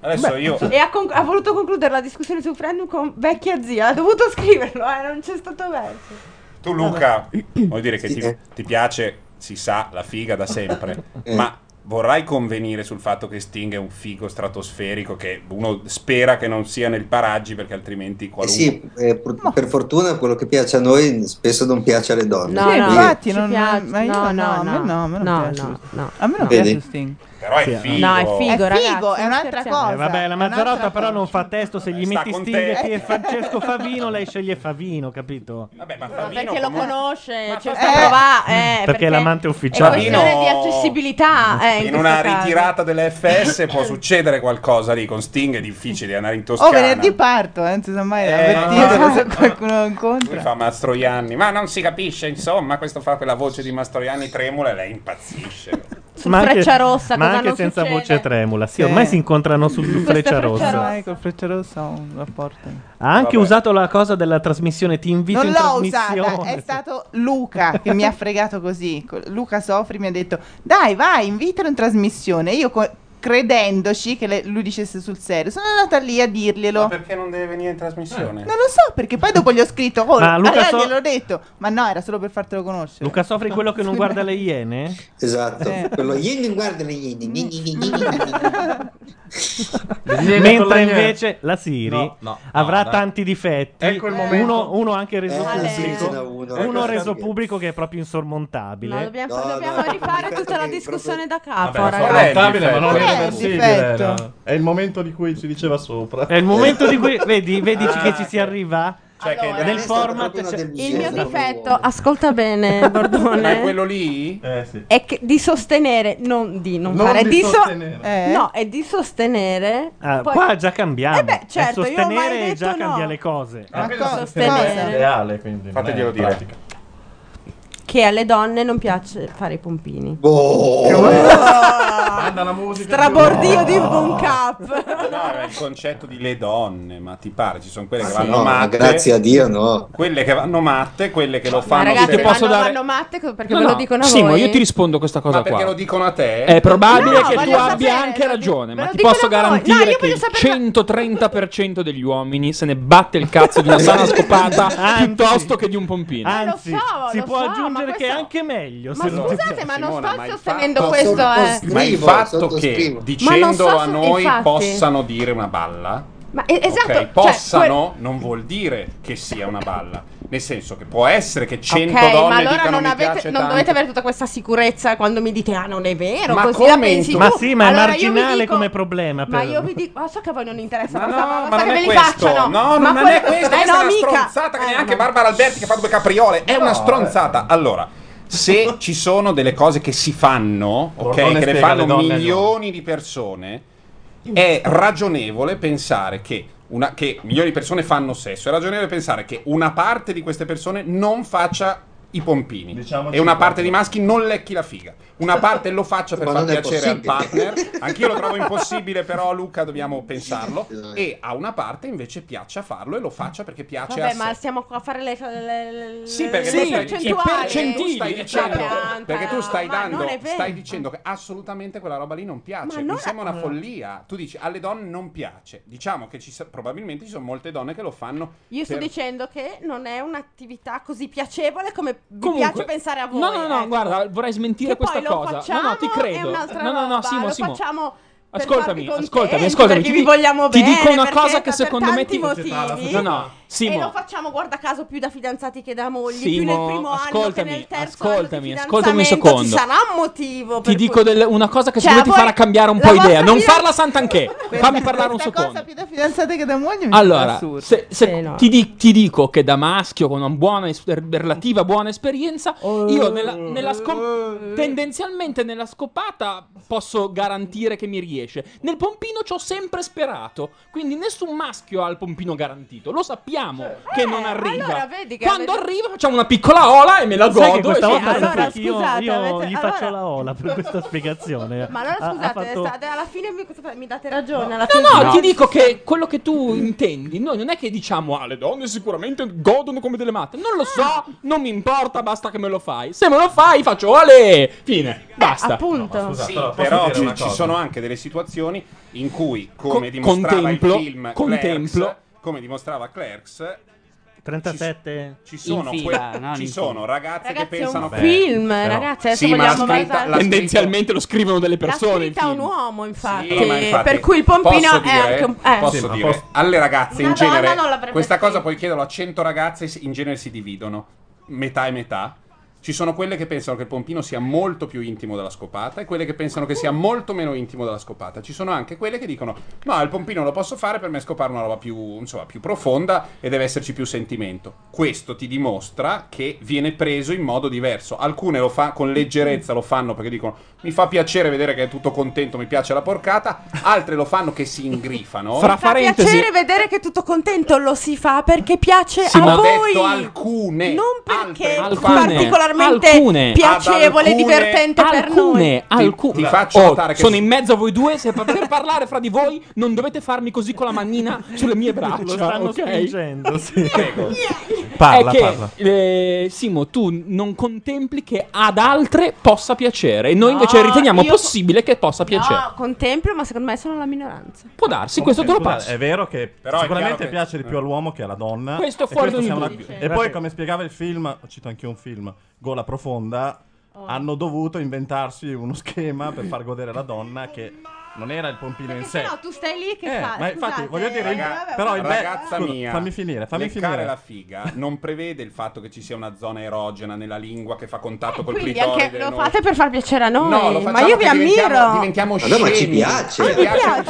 Speaker 4: adesso
Speaker 6: Beh,
Speaker 4: io.
Speaker 6: E ha, conc- ha voluto concludere la discussione su Friend con vecchia zia. Ha dovuto scriverlo, eh, non c'è stato verso.
Speaker 4: Tu, Luca, vuol dire che ti, ti piace, si sa, la figa da sempre,
Speaker 14: Eh.
Speaker 4: ma vorrai convenire sul fatto che Sting è un figo stratosferico che uno spera che non sia nel paraggi perché altrimenti
Speaker 14: Eh
Speaker 4: qualunque.
Speaker 14: sì, eh, pur- per fortuna quello che piace a noi spesso non piace alle donne.
Speaker 10: No,
Speaker 14: Quindi-
Speaker 10: no, infatti, non,
Speaker 6: piace.
Speaker 10: ma io
Speaker 6: No,
Speaker 10: no,
Speaker 6: no,
Speaker 10: a
Speaker 6: no.
Speaker 10: me no, a me non
Speaker 6: No,
Speaker 10: piace.
Speaker 6: no,
Speaker 10: A me non
Speaker 14: Vedi?
Speaker 10: piace Sting.
Speaker 4: Però è figo.
Speaker 10: no, è figo, È ragazzi, figo, è non un'altra scherziamo. cosa,
Speaker 2: Eh, vabbè,
Speaker 10: è
Speaker 2: la
Speaker 10: un'altra
Speaker 2: Mazzarotta però non fa testo. Se gli metti
Speaker 4: con
Speaker 2: Sting
Speaker 4: te.
Speaker 2: e Francesco Favino, lei sceglie Favino, capito?
Speaker 4: Vabbè, ma
Speaker 6: Ma perché lo conosce, c'è
Speaker 10: eh.
Speaker 6: sta prova, eh,
Speaker 2: Perché è l'amante ufficiale.
Speaker 6: È questione di
Speaker 4: Fabino-
Speaker 6: accessibilità, eh, in,
Speaker 4: In
Speaker 11: [laughs]
Speaker 4: una
Speaker 6: questo caso.
Speaker 4: ritirata dell'FS può succedere qualcosa lì con Sting, è difficile andare in
Speaker 10: Oh,
Speaker 4: Toscana.
Speaker 10: venerdì parto, eh, non si sa mai,
Speaker 4: Eh,
Speaker 10: avvertitelo
Speaker 4: no.
Speaker 10: se [laughs] qualcuno lo incontra.
Speaker 4: Lui fa Mastroianni, ma non si capisce, insomma, questo fa quella voce di Mastroianni tremula e lei impazzisce.
Speaker 11: [laughs]
Speaker 6: Sul Freccia Rossa,
Speaker 2: ma
Speaker 6: cosa
Speaker 2: anche
Speaker 6: non
Speaker 2: senza
Speaker 6: succede?
Speaker 2: voce tremula. Sì,
Speaker 10: Sì.
Speaker 2: ormai si incontrano su su Freccia Rossa.
Speaker 10: Ormai col freccia rossa ho un rapporto.
Speaker 3: Ah,
Speaker 2: Ha anche
Speaker 10: Vabbè.
Speaker 2: usato la cosa della trasmissione Ti invito
Speaker 10: Non
Speaker 2: in
Speaker 10: l'ho
Speaker 2: trasmissione.
Speaker 10: usata, è stato Luca che mi ha fregato così. Co- Luca Sofri mi ha detto: Dai, vai, invitalo in trasmissione. Io co- credendoci che le- lui dicesse sul serio, sono andata lì a dirglielo.
Speaker 4: Ma perché non deve venire in trasmissione?
Speaker 10: Non lo so, perché poi dopo gli ho scritto, oh,
Speaker 2: Ma Luca
Speaker 10: allora
Speaker 2: so-
Speaker 10: gliel'ho detto, ma no, era solo per fartelo conoscere.
Speaker 2: Cioè, Luca Sofri, quello che
Speaker 10: [laughs]
Speaker 2: non guarda le iene?
Speaker 14: Esatto,
Speaker 10: Eh.
Speaker 14: quello Yin guarda le Yin.
Speaker 2: Mentre invece la Siri
Speaker 3: No, no,
Speaker 2: avrà
Speaker 3: no, dai.
Speaker 2: tanti difetti.
Speaker 3: Ecco il momento.
Speaker 2: Uno, uno anche reso
Speaker 3: Eh, sì,
Speaker 2: pubblico.
Speaker 3: ce n'è uno.
Speaker 2: Uno
Speaker 3: Ecco
Speaker 2: reso
Speaker 3: perché.
Speaker 2: pubblico che è proprio insormontabile.
Speaker 6: No, dobbiamo, dobbiamo rifare tutta la discussione da capo,
Speaker 3: Vabbè,
Speaker 6: ragazzi.
Speaker 3: sopportabile, ma non
Speaker 6: Qual è il
Speaker 3: irreversibile.
Speaker 6: difetto?
Speaker 3: era. È il momento di cui ci diceva sopra.
Speaker 2: È il momento di cui vedi, vedi che ci si arriva
Speaker 3: Cioè che
Speaker 2: nel format. cioè-
Speaker 6: Il mio difetto, ascolta bene
Speaker 4: Ma è
Speaker 6: Bordone,
Speaker 4: quello lì?
Speaker 3: Eh sì.
Speaker 6: è che di sostenere, non di non,
Speaker 4: Non
Speaker 6: fare,
Speaker 4: di
Speaker 6: di so-
Speaker 4: sostenere.
Speaker 10: Eh?
Speaker 6: No, è di sostenere.
Speaker 2: Ah,
Speaker 6: poi-
Speaker 2: qua già cambiamo.
Speaker 6: Eh beh, certo,
Speaker 2: e
Speaker 6: io ho mai
Speaker 2: sostenere
Speaker 6: detto
Speaker 2: già
Speaker 6: no.
Speaker 2: cambia le cose.
Speaker 6: Ma
Speaker 11: Ecco,
Speaker 2: Eh.
Speaker 6: cosa?
Speaker 3: È
Speaker 6: Sostenere
Speaker 3: ideale, quindi.
Speaker 4: Fateglielo dire.
Speaker 6: che alle donne non piace fare i pompini.
Speaker 4: Oh!
Speaker 3: Manda la musica.
Speaker 6: Strabordio
Speaker 4: No.
Speaker 6: di un cap.
Speaker 4: No, era il concetto di le donne, ma ti pare? Ci sono quelle che
Speaker 14: Ah, Sì.
Speaker 4: vanno
Speaker 14: No,
Speaker 4: matte.
Speaker 14: grazie a Dio, no.
Speaker 4: Quelle che vanno matte, quelle che lo
Speaker 11: Ma
Speaker 4: fanno.
Speaker 11: ragazzi,
Speaker 4: per-
Speaker 11: vanno, vanno matte co- perché ve lo dicono a
Speaker 8: Simo,
Speaker 11: voi.
Speaker 8: io ti rispondo questa cosa
Speaker 4: Ma perché
Speaker 8: qua.
Speaker 4: lo dicono a te?
Speaker 8: È probabile
Speaker 11: No,
Speaker 8: che tu
Speaker 11: voglio
Speaker 8: abbia
Speaker 11: sapere,
Speaker 8: anche ragione,
Speaker 11: ve
Speaker 8: ma
Speaker 11: lo
Speaker 8: ti
Speaker 11: dicono
Speaker 8: posso
Speaker 11: a voi.
Speaker 8: garantire
Speaker 11: No, io
Speaker 8: che
Speaker 11: voglio
Speaker 8: il 130% degli uomini se ne batte il cazzo
Speaker 2: [laughs]
Speaker 8: di una
Speaker 2: Sì.
Speaker 8: sana scopata
Speaker 2: Anzi.
Speaker 8: piuttosto che di un pompino.
Speaker 2: Anzi,
Speaker 11: Eh, lo so,
Speaker 2: si
Speaker 11: lo
Speaker 2: può
Speaker 11: so, ma
Speaker 2: aggiungere che è
Speaker 11: questo-
Speaker 2: anche meglio.
Speaker 11: Ma
Speaker 2: se non ti
Speaker 11: scusate,
Speaker 2: piace.
Speaker 11: ma non
Speaker 4: Simona,
Speaker 11: sto
Speaker 4: ma il
Speaker 11: sostenendo
Speaker 4: fatto-
Speaker 11: questo, eh.
Speaker 4: Ma il
Speaker 11: Scrivo,
Speaker 4: fatto che
Speaker 11: sottoscrivo. Ma non
Speaker 4: dicendolo
Speaker 11: so
Speaker 4: a
Speaker 11: se-
Speaker 4: noi
Speaker 11: infatti.
Speaker 4: possano dire una balla.
Speaker 11: Ma e- esatto,
Speaker 4: ok?
Speaker 11: cioè,
Speaker 4: possano non vuol dire che sia una balla. Nel senso che può essere che 100
Speaker 11: ok,
Speaker 4: donne
Speaker 11: ma allora
Speaker 4: dicano
Speaker 11: non,
Speaker 4: mi
Speaker 11: avete-
Speaker 4: piace
Speaker 11: non
Speaker 4: tanto.
Speaker 11: dovete avere tutta questa sicurezza quando mi dite ah non è vero,
Speaker 4: Ma
Speaker 11: così la
Speaker 4: come
Speaker 11: pensi
Speaker 4: tu?
Speaker 2: Ma
Speaker 11: tu.
Speaker 2: sì, ma è
Speaker 11: Allora, io vi
Speaker 2: marginale
Speaker 11: dico-
Speaker 2: come problema. Per...
Speaker 11: Ma io vi dico, ma so che a voi non interessa, ma,
Speaker 4: no,
Speaker 11: sta- ma
Speaker 4: ma
Speaker 11: so che
Speaker 4: non
Speaker 11: ve
Speaker 4: è
Speaker 11: li
Speaker 4: questo.
Speaker 11: facciano.
Speaker 4: No,
Speaker 11: ma
Speaker 4: non
Speaker 11: quello-
Speaker 4: è questo.
Speaker 11: Eh,
Speaker 4: Questa
Speaker 11: no,
Speaker 4: è una
Speaker 11: mica.
Speaker 4: stronzata che
Speaker 11: Eh,
Speaker 4: neanche
Speaker 11: no.
Speaker 4: Barbara Alberti che fa due capriole. È una stronzata. Allora,
Speaker 11: [laughs]
Speaker 4: se ci sono delle cose che si fanno, ok,
Speaker 3: Bordone
Speaker 4: che le
Speaker 3: spiega le
Speaker 4: fanno
Speaker 3: donne agli
Speaker 4: milioni di persone, è ragionevole pensare che. Una, che milioni di persone fanno sesso è ragionevole pensare che una parte di queste persone non faccia i pompini e una parte di maschi non lecchi la figa una parte lo
Speaker 11: [laughs]
Speaker 4: faccia per
Speaker 14: Ma
Speaker 4: far
Speaker 14: non è
Speaker 4: piacere al
Speaker 14: possibile.
Speaker 4: partner anch'io lo trovo impossibile però Luca dobbiamo pensarlo e a una parte invece piaccia farlo e lo faccia perché
Speaker 8: Ah,
Speaker 4: piace a
Speaker 6: Vabbè,
Speaker 4: sé
Speaker 6: ma stiamo qua a fare le, le, le-
Speaker 4: sì,
Speaker 6: le-
Speaker 4: perché
Speaker 6: le
Speaker 4: tu stai,
Speaker 6: percentuali.
Speaker 4: tu stai dicendo,
Speaker 6: Ma
Speaker 8: diciamo,
Speaker 6: pianta,
Speaker 4: cioè, perché tu stai
Speaker 6: ma
Speaker 4: dando,
Speaker 6: non è vero.
Speaker 4: stai dicendo che assolutamente quella roba lì non piace.
Speaker 6: Ma
Speaker 4: Mi
Speaker 6: non-
Speaker 4: sembra una follia. Tu dici alle donne non piace. Diciamo che ci sa- probabilmente ci sono molte donne che lo fanno.
Speaker 6: Io sto
Speaker 4: per-
Speaker 6: dicendo che non è un'attività così piacevole come vi
Speaker 8: Comunque-
Speaker 6: piace pensare a voi.
Speaker 8: No, no, no,
Speaker 6: ecco.
Speaker 8: guarda, vorrei smentire
Speaker 6: Che poi
Speaker 8: questa
Speaker 6: lo
Speaker 8: cosa. No,
Speaker 6: facciamo
Speaker 8: no, ti
Speaker 6: È
Speaker 8: credo.
Speaker 6: un'altra
Speaker 8: No, no, no,
Speaker 6: roba,
Speaker 8: Simo,
Speaker 6: lo
Speaker 8: Simo.
Speaker 6: facciamo per farvi
Speaker 8: Ascoltami,
Speaker 6: contenti,
Speaker 8: ascoltami, ascoltami.
Speaker 6: perché
Speaker 8: Ti,
Speaker 6: vi vogliamo
Speaker 8: ti
Speaker 6: bene,
Speaker 8: dico una
Speaker 6: perché
Speaker 8: cosa che
Speaker 6: per
Speaker 8: secondo me
Speaker 6: tanti
Speaker 8: ti
Speaker 6: motivi.
Speaker 8: No, no,
Speaker 6: E lo
Speaker 8: Simo.
Speaker 6: facciamo, guarda caso, più da fidanzati che da mogli, più nel
Speaker 8: Simo,
Speaker 6: primo anno che
Speaker 8: ascoltami,
Speaker 6: nel terzo
Speaker 8: ascoltami,
Speaker 6: anno di
Speaker 8: ascoltami un
Speaker 6: fidanzamento.
Speaker 8: secondo.
Speaker 6: Ci sarà un motivo
Speaker 8: Ti
Speaker 6: per
Speaker 8: dico
Speaker 6: cui-
Speaker 8: del- una cosa che
Speaker 6: Cioè,
Speaker 8: secondo me ti
Speaker 6: voi-
Speaker 8: farà cambiare un
Speaker 6: la
Speaker 8: po'
Speaker 6: vostra
Speaker 8: idea. Non
Speaker 6: fidanz- [laughs]
Speaker 8: farla Sant'Anché. Fammi parlare un
Speaker 10: Questa
Speaker 8: secondo.
Speaker 10: cosa più da fidanzate che da moglie mi
Speaker 8: Allora,
Speaker 10: sembra assurda.
Speaker 8: se- se ti, di- ti dico che da maschio con una buona es- relativa buona esperienza, io nella, nella scom- tendenzialmente nella scopata posso garantire che mi riesce. Nel pompino ci ho sempre sperato, quindi nessun maschio ha il pompino garantito. Lo sappiamo che non arriva.
Speaker 6: Eh, allora, vedi che
Speaker 8: Quando
Speaker 6: avete-
Speaker 8: arriva facciamo una piccola ola e me la
Speaker 2: Sai che
Speaker 8: godo. e
Speaker 2: questa
Speaker 8: sono
Speaker 2: volta
Speaker 8: tranquillo.
Speaker 2: allora, io,
Speaker 6: scusate,
Speaker 2: io
Speaker 6: avete-
Speaker 2: gli
Speaker 6: allora-
Speaker 2: faccio la ola per questa
Speaker 11: [laughs]
Speaker 2: spiegazione.
Speaker 6: Ma allora
Speaker 2: Ha- ha
Speaker 6: scusate,
Speaker 2: fatto-
Speaker 6: state- alla fine mi, mi date ragione. Alla fine
Speaker 8: No, no, ti dico che quello che tu intendi, noi non è che diciamo, ah, le donne sicuramente godono come delle matte. Non lo
Speaker 6: Ah.
Speaker 8: so, non mi importa, basta che me lo fai. Se me lo fai, faccio ole! eh, Fine, basta.
Speaker 6: appunto.
Speaker 4: Sì,
Speaker 3: però posso
Speaker 4: Ah, però
Speaker 3: dire
Speaker 4: ci,
Speaker 3: una
Speaker 4: ci
Speaker 3: cosa?
Speaker 4: sono anche delle situazioni in cui, come
Speaker 8: Co-
Speaker 4: dimostrava
Speaker 8: contemplo-
Speaker 4: il film
Speaker 8: contemplo.
Speaker 4: Clerks, come dimostrava Clerks,
Speaker 2: 37
Speaker 4: ci sono,
Speaker 8: In
Speaker 4: que-
Speaker 8: fila, no,
Speaker 4: ci
Speaker 8: in
Speaker 4: sono ragazze
Speaker 6: Ragazzi,
Speaker 4: che
Speaker 6: è
Speaker 4: pensano
Speaker 6: un film, ragazzi, adesso
Speaker 4: Sì, ma la
Speaker 6: vogliamo
Speaker 4: scritta-
Speaker 6: guardare-
Speaker 4: la scritta-
Speaker 8: Tendenzialmente lo scrivono delle
Speaker 6: L'ha
Speaker 8: persone. il
Speaker 6: scritta un
Speaker 8: film.
Speaker 6: uomo, infatti,
Speaker 4: Sì, ma infatti,
Speaker 6: Esatto. per cui il pompino
Speaker 4: posso
Speaker 6: è
Speaker 4: dire-
Speaker 6: anche un eh.
Speaker 4: posso dire, alle ragazze in
Speaker 6: Una donna
Speaker 4: genere
Speaker 6: non l'avrebbe
Speaker 4: questa cosa puoi chiederlo a 100 ragazze in genere si dividono metà e metà ci sono quelle che pensano che il pompino sia molto più intimo della scopata e quelle che pensano che sia molto meno intimo della scopata. Ci sono anche quelle che dicono: No, il pompino lo posso fare per me scopare una roba più, insomma, più profonda e deve esserci più sentimento. Questo ti dimostra che viene preso in modo diverso. Alcune lo fa con leggerezza, lo fanno perché dicono: Mi fa piacere vedere che è tutto contento, mi piace la porcata. Altre lo fanno che si ingrifano.
Speaker 6: Mi fa piacere vedere che tutto contento lo si fa perché piace
Speaker 4: Sì,
Speaker 6: a
Speaker 4: ma ho
Speaker 6: voi.
Speaker 4: detto alcune.
Speaker 6: Non perché
Speaker 4: altre lo fanno.
Speaker 6: particolarmente
Speaker 12: particolarmente
Speaker 8: Alcune.
Speaker 12: piacevole, divertente per noi.
Speaker 8: alcune, alcune.
Speaker 4: Ti- ti faccio
Speaker 8: Oh,
Speaker 4: notare che-
Speaker 8: sono in mezzo a voi due. Se per parlare fra di voi, non dovete farmi così con la manina sulle mie braccia.
Speaker 2: Lo stanno
Speaker 8: ok? [laughs]
Speaker 2: spingendo, sì. Prego.
Speaker 8: è
Speaker 2: Parla,
Speaker 8: che,
Speaker 2: parla.
Speaker 8: eh, Simo, tu non contempli che ad altre possa piacere. Noi invece
Speaker 12: No,
Speaker 8: riteniamo
Speaker 12: io-
Speaker 8: possibile che possa piacere.
Speaker 12: No, contemplo, ma secondo me sono la minoranza.
Speaker 8: Può darsi, questo te lo
Speaker 3: Eh. Scusa,
Speaker 8: passo.
Speaker 3: È vero che
Speaker 8: Però è
Speaker 3: sicuramente
Speaker 8: chiaro che-
Speaker 3: piace di più all'uomo che alla donna.
Speaker 8: Questo
Speaker 3: e
Speaker 8: fuori
Speaker 3: questo
Speaker 8: ogni
Speaker 3: siamo
Speaker 8: dubbio.
Speaker 3: d'accordo.
Speaker 8: Sì.
Speaker 3: E poi, come spiegava il film, cito anche un film, Gola Profonda,
Speaker 8: Oh.
Speaker 3: hanno dovuto inventarsi uno schema per far godere la donna che non era il pompino in sé.
Speaker 12: No, tu stai lì che
Speaker 3: Eh,
Speaker 12: fa.
Speaker 3: ma infatti,
Speaker 12: Scusate,
Speaker 3: voglio dire, il-
Speaker 12: Eh, vabbè,
Speaker 3: però il
Speaker 12: vabbè.
Speaker 4: ragazza
Speaker 3: scusa,
Speaker 4: mia,
Speaker 3: fammi finire, fammi
Speaker 4: leccare
Speaker 3: finire.
Speaker 4: la figa non prevede il fatto che ci sia una zona erogena nella lingua che fa contatto col
Speaker 12: Eh, Quindi
Speaker 4: clitoride.
Speaker 12: anche lo
Speaker 4: noi.
Speaker 12: fate per far piacere a noi.
Speaker 4: No, lo
Speaker 12: ma
Speaker 4: facciamo
Speaker 12: io vi
Speaker 4: che diventiamo-
Speaker 12: ammiro.
Speaker 4: diventiamo
Speaker 14: Ma no, ma ci
Speaker 4: scemi.
Speaker 14: piace.
Speaker 4: Ah,
Speaker 14: Ah,
Speaker 4: mi
Speaker 14: mi
Speaker 3: [laughs]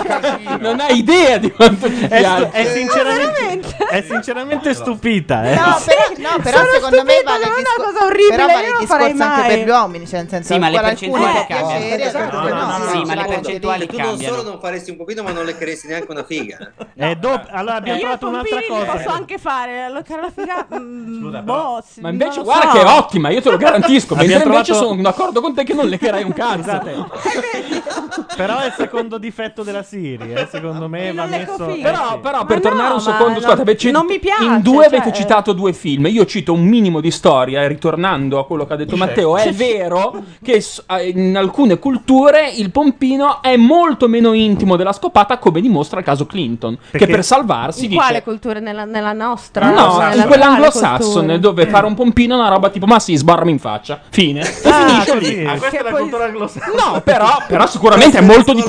Speaker 8: Non hai idea di quanto ci
Speaker 2: È,
Speaker 8: piace.
Speaker 2: stu- è sinceramente, è sinceramente stupita. Eh.
Speaker 18: No, però, no, però
Speaker 12: Sono
Speaker 18: secondo me
Speaker 12: stupita,
Speaker 18: vale
Speaker 12: non
Speaker 18: il
Speaker 12: è una
Speaker 18: discor-
Speaker 12: cosa orribile,
Speaker 18: però vale
Speaker 12: io
Speaker 18: il
Speaker 12: non
Speaker 18: discorso
Speaker 12: farei
Speaker 18: anche
Speaker 12: mai.
Speaker 18: per gli uomini, cioè nel senso
Speaker 19: Sì, ma le
Speaker 18: ancora
Speaker 19: percentuali
Speaker 18: alcuni
Speaker 19: cambiano.
Speaker 18: piacere,
Speaker 19: Esatto,
Speaker 18: alcuni no.
Speaker 19: no, no, Sì, no, ma le
Speaker 14: Secondo me,
Speaker 19: percentuali
Speaker 14: Tu non
Speaker 19: cambiano.
Speaker 14: solo non faresti un pompino, ma non le creeresti neanche una figa.
Speaker 2: Eh, dopo- allora abbiamo
Speaker 12: Io
Speaker 2: trovato
Speaker 12: i
Speaker 2: un'altra
Speaker 12: pompini
Speaker 2: cosa.
Speaker 12: li posso anche fare, allocare la figa. mm, boh, sì,
Speaker 8: Ma invece
Speaker 12: non lo
Speaker 8: guarda
Speaker 12: so.
Speaker 8: che è ottima, io
Speaker 2: [laughs]
Speaker 8: te lo garantisco. Mentre
Speaker 2: Abbiamo
Speaker 8: invece
Speaker 2: trovato-
Speaker 8: sono d'accordo con te che non leccherai un cazzo. [laughs]
Speaker 2: Però è il secondo difetto della Siri. eh, Secondo me va messo. eh,
Speaker 8: Però,
Speaker 2: sì.
Speaker 8: però, per tornare un secondo, scusate, invece
Speaker 12: non mi piace,
Speaker 8: in due avete
Speaker 12: cioè-
Speaker 8: citato due film. Io cito un minimo di storia, e ritornando a quello che ha detto Matteo. È vero che s- eh, in alcune culture il pompino è molto meno intimo della scopata, come dimostra il caso Clinton, che per salvarsi
Speaker 12: In
Speaker 8: dice.
Speaker 12: quale cultura? Nella, nella nostra?
Speaker 8: No,
Speaker 12: Nella
Speaker 8: in
Speaker 12: quale
Speaker 8: quella
Speaker 12: cultura?
Speaker 8: anglosassone dove fare un pompino è una roba tipo ma sì, sbarrami in faccia. Fine. Finisce lì.
Speaker 3: Ah, questa è la cultura anglosassone.
Speaker 8: No, però, però sicuramente è molto di...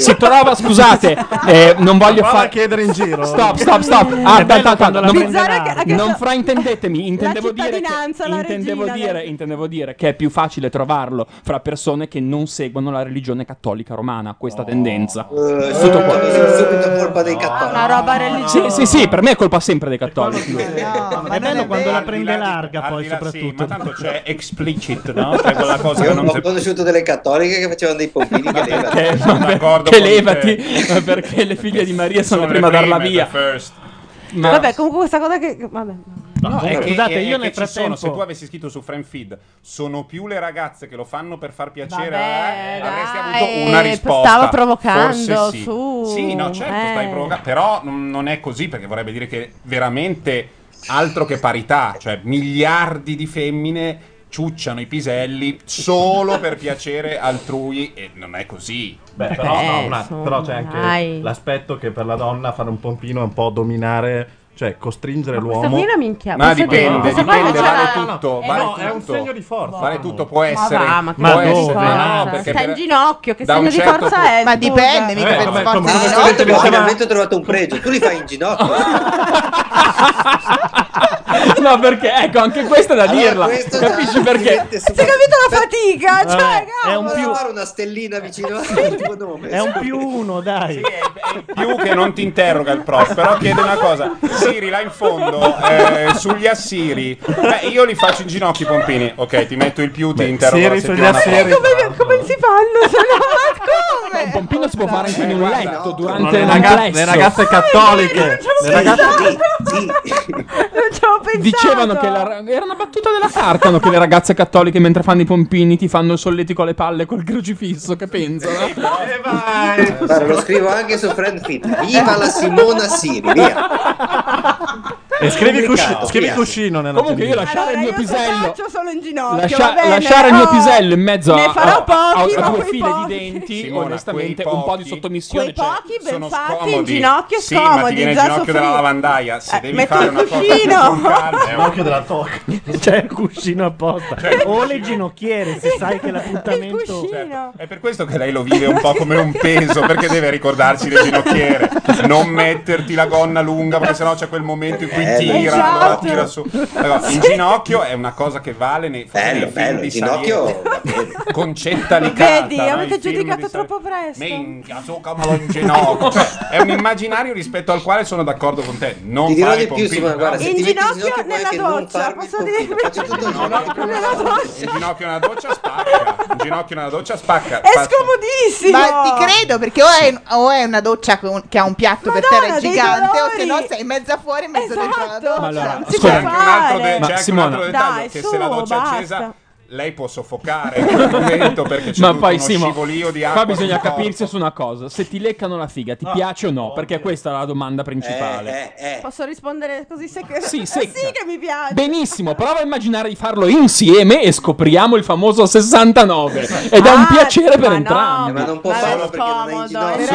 Speaker 8: Si trova, scusate, eh, non voglio
Speaker 3: Prova a
Speaker 8: fare...
Speaker 3: chiedere in giro.
Speaker 8: Stop, stop, stop.
Speaker 3: È
Speaker 8: Ah,
Speaker 3: bello
Speaker 8: ta, ta, ta,
Speaker 3: quando la
Speaker 8: non,
Speaker 3: prenderanno.
Speaker 8: non fraintendetemi. Intendevo dire,
Speaker 12: cittadinanza,
Speaker 8: che,
Speaker 12: la
Speaker 8: intendevo,
Speaker 12: regina,
Speaker 8: dire, intendevo dire che è più facile trovarlo fra persone che non seguono la religione cattolica romana.
Speaker 3: Oh.
Speaker 8: Questa tendenza.
Speaker 14: Eh,
Speaker 8: Tutto qua.
Speaker 14: Subito eh, colpa dei cattolici.
Speaker 12: Una roba religiosa.
Speaker 14: eh.
Speaker 8: Sì, sì, sì, per me è colpa sempre dei [laughs] cattolici.
Speaker 2: è bello quando la prende larga, poi soprattutto. ma tanto [laughs] c'è explicit, no? C'è quella
Speaker 12: [laughs]
Speaker 2: cosa
Speaker 14: Io
Speaker 2: che
Speaker 14: non
Speaker 2: non
Speaker 14: ho
Speaker 2: si
Speaker 14: conosciuto delle cattoliche che facevano dei pompini che levano.
Speaker 8: che levati eh, perché le figlie di Maria sono, le prime a darla via. Ma-
Speaker 12: Vabbè, comunque questa cosa che. Vabbè.
Speaker 4: No,
Speaker 2: eh,
Speaker 4: è che-
Speaker 2: scusate,
Speaker 4: è- è
Speaker 2: io
Speaker 4: che
Speaker 2: nel
Speaker 4: ci sono,
Speaker 2: frattempo-
Speaker 4: se tu avessi scritto su Frame Feed, sono più le ragazze che lo fanno per far piacere,
Speaker 12: Vabbè,
Speaker 4: eh, avresti
Speaker 12: dai,
Speaker 4: avuto una risposta.
Speaker 12: stavo provocando,
Speaker 4: Forse sì.
Speaker 12: su,
Speaker 4: Sì, no, certo,
Speaker 12: eh.
Speaker 4: stai provocando, però non non è così perché vorrebbe dire che veramente altro che parità, cioè miliardi di femmine ciucciano i piselli solo per piacere altrui e non è così.
Speaker 3: Beh, però, no, un attimo, però c'è anche l'aspetto che per la donna fare un pompino è un po' dominare, cioè costringere l'uomo.
Speaker 12: Questa qui è una minchia.
Speaker 4: Ma
Speaker 12: Questa qui-
Speaker 4: dipende,
Speaker 12: questa qua
Speaker 4: dipende,
Speaker 12: c'è la-
Speaker 4: vale tutto,
Speaker 12: Eh,
Speaker 4: vale
Speaker 12: no,
Speaker 4: tutto.
Speaker 12: è un segno
Speaker 3: di forza.
Speaker 4: Vale tutto, può
Speaker 12: Ma
Speaker 4: essere.
Speaker 12: va, ma che
Speaker 4: può
Speaker 12: segno di
Speaker 4: essere,
Speaker 12: forza?
Speaker 4: no, perché
Speaker 12: Sta in
Speaker 4: per-
Speaker 12: ginocchio, che
Speaker 4: da un
Speaker 12: segno di
Speaker 4: certo
Speaker 12: forza
Speaker 4: punto-
Speaker 12: è?
Speaker 18: Ma dipende, mica
Speaker 4: Eh,
Speaker 18: per
Speaker 4: vabbè,
Speaker 18: forza.
Speaker 14: Ah, no, perché finalmente ho trovato un pregio. Tu li fai in ginocchio.
Speaker 8: No, perché ecco, anche questa è da
Speaker 14: Allora,
Speaker 8: dirla.
Speaker 14: questo- esatto,
Speaker 8: Capisci perché?
Speaker 12: Hai capito la fatica? Cioè,
Speaker 2: è un
Speaker 14: Vuole
Speaker 2: più,
Speaker 14: fare una stellina vicino al tuo nome.
Speaker 2: è un più uno, dai.
Speaker 4: più che non ti interroga il prof, però chiede una cosa. Siri, là in
Speaker 8: [laughs]
Speaker 4: fondo, eh, sugli assiri. Beh, io li faccio in ginocchio i pompini. Ok, ti metto il più, ti interrogo
Speaker 3: Siri
Speaker 4: la
Speaker 3: sugli
Speaker 4: settimana
Speaker 3: assiri.
Speaker 4: prossima.
Speaker 12: come, come si fanno? Se no, ma come?
Speaker 8: Un pompino si può fare anche in un letto
Speaker 3: No,
Speaker 8: durante
Speaker 3: le,
Speaker 8: un
Speaker 3: raga-
Speaker 8: plesso.
Speaker 3: le
Speaker 12: Eh,
Speaker 3: ragazze cattoliche. Le ragazze
Speaker 12: Non ci avevo pensato.
Speaker 8: Dicevano che la- era una battuta della [laughs] Carcano che le ragazze cattoliche mentre fanno i pompini ti fanno il solletico alle palle col crocifisso, che pensano?
Speaker 14: Eh, Guarda, lo scrivo anche su Friend Fit. Viva la Simona Siri, via.
Speaker 3: E scrivi, cusci-
Speaker 14: Pubblicato,
Speaker 3: scrivi
Speaker 14: via.
Speaker 3: cuscino nella
Speaker 8: Comunque io
Speaker 3: tendina.
Speaker 8: lasciare il mio pisello.
Speaker 12: Faccio solo in ginocchio.
Speaker 8: Lascia-
Speaker 12: va bene?
Speaker 8: lasciare il mio
Speaker 12: Oh,
Speaker 8: pisello in mezzo
Speaker 12: ne
Speaker 8: a,
Speaker 12: farò
Speaker 8: a-
Speaker 12: pochi,
Speaker 8: a- a
Speaker 12: ma
Speaker 8: due
Speaker 12: quei
Speaker 8: file
Speaker 12: pochi.
Speaker 8: di denti.
Speaker 4: Simona,
Speaker 8: onestamente,
Speaker 4: quei
Speaker 8: un po'
Speaker 4: pochi-
Speaker 8: di sottomissione. cioè,
Speaker 12: Quei pochi ben
Speaker 4: Sono
Speaker 12: fatti in
Speaker 4: scomodi.
Speaker 12: ginocchio
Speaker 4: sì, ma ti
Speaker 12: scomodi,
Speaker 4: viene il
Speaker 12: già
Speaker 4: ginocchio della
Speaker 12: soffrivo.
Speaker 4: lavandaia. Se
Speaker 12: Eh,
Speaker 4: devi
Speaker 12: metto
Speaker 4: fare
Speaker 12: il
Speaker 4: una cosa
Speaker 12: cuscino.
Speaker 4: con calma, è un-
Speaker 3: Occhio della tocca.
Speaker 2: C'è il cuscino apposta. O le ginocchiere, se sai che l'appuntamento. Certo.
Speaker 4: È per questo che lei lo vive un po' come un peso, perché deve ricordarsi le ginocchiere. Non metterti la gonna lunga, perché sennò c'è quel momento in cui
Speaker 14: Bello.
Speaker 4: tira,
Speaker 14: Esatto.
Speaker 4: allora tira su. Allora, in ginocchio è una cosa che vale nei, forse
Speaker 14: Bello,
Speaker 4: nei film
Speaker 14: bello,
Speaker 4: di
Speaker 14: in ginocchio
Speaker 4: Salieri. Concetta Licata.
Speaker 12: Vedi,
Speaker 4: no? I
Speaker 12: avete
Speaker 4: film
Speaker 12: giudicato
Speaker 4: di Salieri.
Speaker 12: troppo presto.
Speaker 4: Minchia, soccamalo in ginocchio. Cioè, è un immaginario rispetto al quale sono d'accordo con te. Non
Speaker 14: Ti dirò
Speaker 4: fare
Speaker 14: di
Speaker 4: i
Speaker 14: più,
Speaker 4: pompini,
Speaker 14: Simona,
Speaker 4: no?
Speaker 14: guarda, se
Speaker 12: In
Speaker 14: ti metti in
Speaker 12: ginocchio
Speaker 14: vuol
Speaker 12: nella
Speaker 14: dire che non
Speaker 12: doccia,
Speaker 14: farmi
Speaker 12: posso
Speaker 14: pompino.
Speaker 12: dirvi?
Speaker 14: Faccio tutto in ginocchio.
Speaker 12: Nella doccia.
Speaker 4: In ginocchio nella doccia spacca. In ginocchio nella doccia spacca.
Speaker 10: Eh,
Speaker 12: È
Speaker 4: Fa-
Speaker 12: scomodissimo.
Speaker 18: Ma ti credo perché o è, o è una doccia con- che ha un piatto per terra
Speaker 12: Madonna, dei
Speaker 18: gigante o
Speaker 12: dolori. Esatto.
Speaker 18: se no sei in mezzo fuori in mezzo
Speaker 4: Ma allora,
Speaker 2: si
Speaker 4: scusa,
Speaker 2: può
Speaker 4: anche un altro, de-
Speaker 2: fare. Ma
Speaker 4: c'è anche un
Speaker 2: Simona-
Speaker 4: altro dettaglio:
Speaker 2: Dai,
Speaker 4: che
Speaker 2: su,
Speaker 4: se la doccia è accesa,
Speaker 2: basta.
Speaker 4: lei può soffocare in quel momento perché c'è
Speaker 8: Ma
Speaker 4: dovuto
Speaker 8: poi
Speaker 4: uno
Speaker 8: Simo,
Speaker 4: scivolio di acqua. Ah,
Speaker 8: qua bisogna
Speaker 4: sul corpo.
Speaker 8: capirsi su una cosa: se ti leccano la figa, ti piace o no? Perché questa è la domanda
Speaker 18: Eh,
Speaker 8: principale.
Speaker 6: Eh,
Speaker 12: Posso rispondere così secca?
Speaker 8: Sì,
Speaker 12: [laughs] sì
Speaker 8: secca.
Speaker 12: che mi piace.
Speaker 8: Benissimo, prova a immaginare di farlo insieme e scopriamo il famoso 69. Ed è un piacere per entrambi.
Speaker 14: Ma non può farlo perché non è in ginocchio.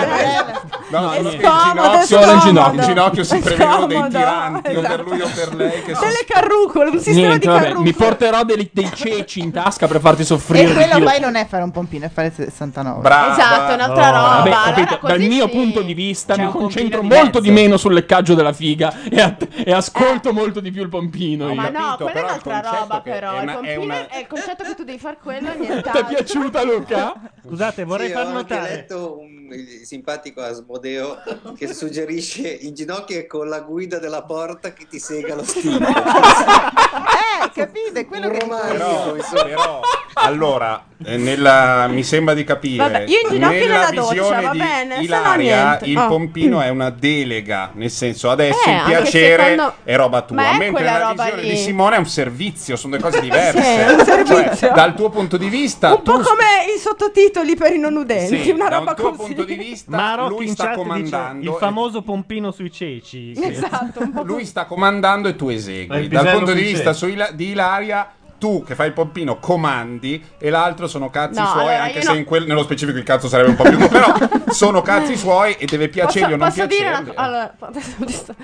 Speaker 4: No,
Speaker 8: No,
Speaker 4: no,
Speaker 8: no.
Speaker 4: in
Speaker 8: Scomodo,
Speaker 4: ginocchio,
Speaker 8: scomodo.
Speaker 4: in ginocchio, in ginocchio si
Speaker 8: È
Speaker 4: prevedono dei
Speaker 8: scomodo,
Speaker 4: tiranti, o per lui o per lei. Che sono...
Speaker 12: Delle carrucole, un sistema
Speaker 8: Niente,
Speaker 12: di
Speaker 8: vabbè,
Speaker 12: carrucole.
Speaker 8: mi porterò dei, dei ceci in tasca per farti soffrire.
Speaker 18: E
Speaker 8: di
Speaker 18: quello
Speaker 8: più.
Speaker 18: poi non è fare un pompino, è fare 69.
Speaker 8: Brava.
Speaker 16: Esatto,
Speaker 8: Vabbè, capito, Dal mio punto di vista, mi concentro molto di meno sul leccaggio della figa e, att- e ascolto molto di più il pompino. io.
Speaker 16: Ma Eh. no, quella è un'altra roba però. Il pompino
Speaker 6: [laughs]
Speaker 16: è il concetto che tu devi far
Speaker 4: [laughs]
Speaker 16: quello e
Speaker 8: Ti è
Speaker 16: nient'altro.
Speaker 8: piaciuta, Luca?
Speaker 2: Scusate, vorrei
Speaker 14: Sì,
Speaker 2: far
Speaker 14: ho anche
Speaker 2: notare.
Speaker 14: letto un il simpatico Asmodeo che suggerisce in ginocchio e con la guida della porta che ti sega lo stile.
Speaker 18: Eh, capite? Quello che
Speaker 4: Però, però, allora, eh, nella- mi sembra di capire.
Speaker 12: Vabbè, io in ginocchio
Speaker 4: nella
Speaker 12: nella doccia,
Speaker 4: visione
Speaker 12: va
Speaker 4: di
Speaker 12: bene, se no
Speaker 4: Ilaria,
Speaker 12: niente.
Speaker 4: il
Speaker 12: Ah.
Speaker 4: pompino è una delega, nel senso adesso
Speaker 16: Eh,
Speaker 4: il
Speaker 16: anche
Speaker 4: piacere
Speaker 16: secondo-
Speaker 4: è roba tua,
Speaker 16: Ma è
Speaker 4: mentre
Speaker 16: quella
Speaker 4: la
Speaker 16: roba
Speaker 4: visione
Speaker 16: lì.
Speaker 4: di Simone è un servizio, sono due cose
Speaker 12: Sì, è
Speaker 4: diverse.
Speaker 12: un
Speaker 4: cioè, dal tuo punto di vista,
Speaker 12: Un po' come i sottotitoli per i non udenti,
Speaker 4: Sì,
Speaker 12: una
Speaker 4: da un
Speaker 12: roba
Speaker 4: tuo
Speaker 12: così.
Speaker 4: punto di vista,
Speaker 2: Ma
Speaker 4: lui
Speaker 2: in
Speaker 4: sta
Speaker 2: chat dice
Speaker 4: comandando
Speaker 2: il
Speaker 4: e-
Speaker 2: famoso pompino sui ceci.
Speaker 16: [laughs]
Speaker 2: che-
Speaker 16: Esatto,
Speaker 4: lui sta comandando e tu
Speaker 2: Ma il
Speaker 4: esegui. Dal
Speaker 2: pisello
Speaker 4: punto di
Speaker 2: sui
Speaker 4: vista
Speaker 2: ceci.
Speaker 4: su Ila- di Ilaria, tu che fai il pompino comandi e l'altro sono cazzi
Speaker 16: No,
Speaker 4: suoi,
Speaker 16: allora
Speaker 4: anche
Speaker 16: io
Speaker 4: se
Speaker 16: no.
Speaker 4: in quel- nello specifico il cazzo sarebbe un po' più [laughs] però sono cazzi suoi e deve piacergli o non
Speaker 16: posso dire
Speaker 4: piacergli.
Speaker 16: una cosa? Allora,
Speaker 12: [laughs]
Speaker 16: po- adesso mi sto-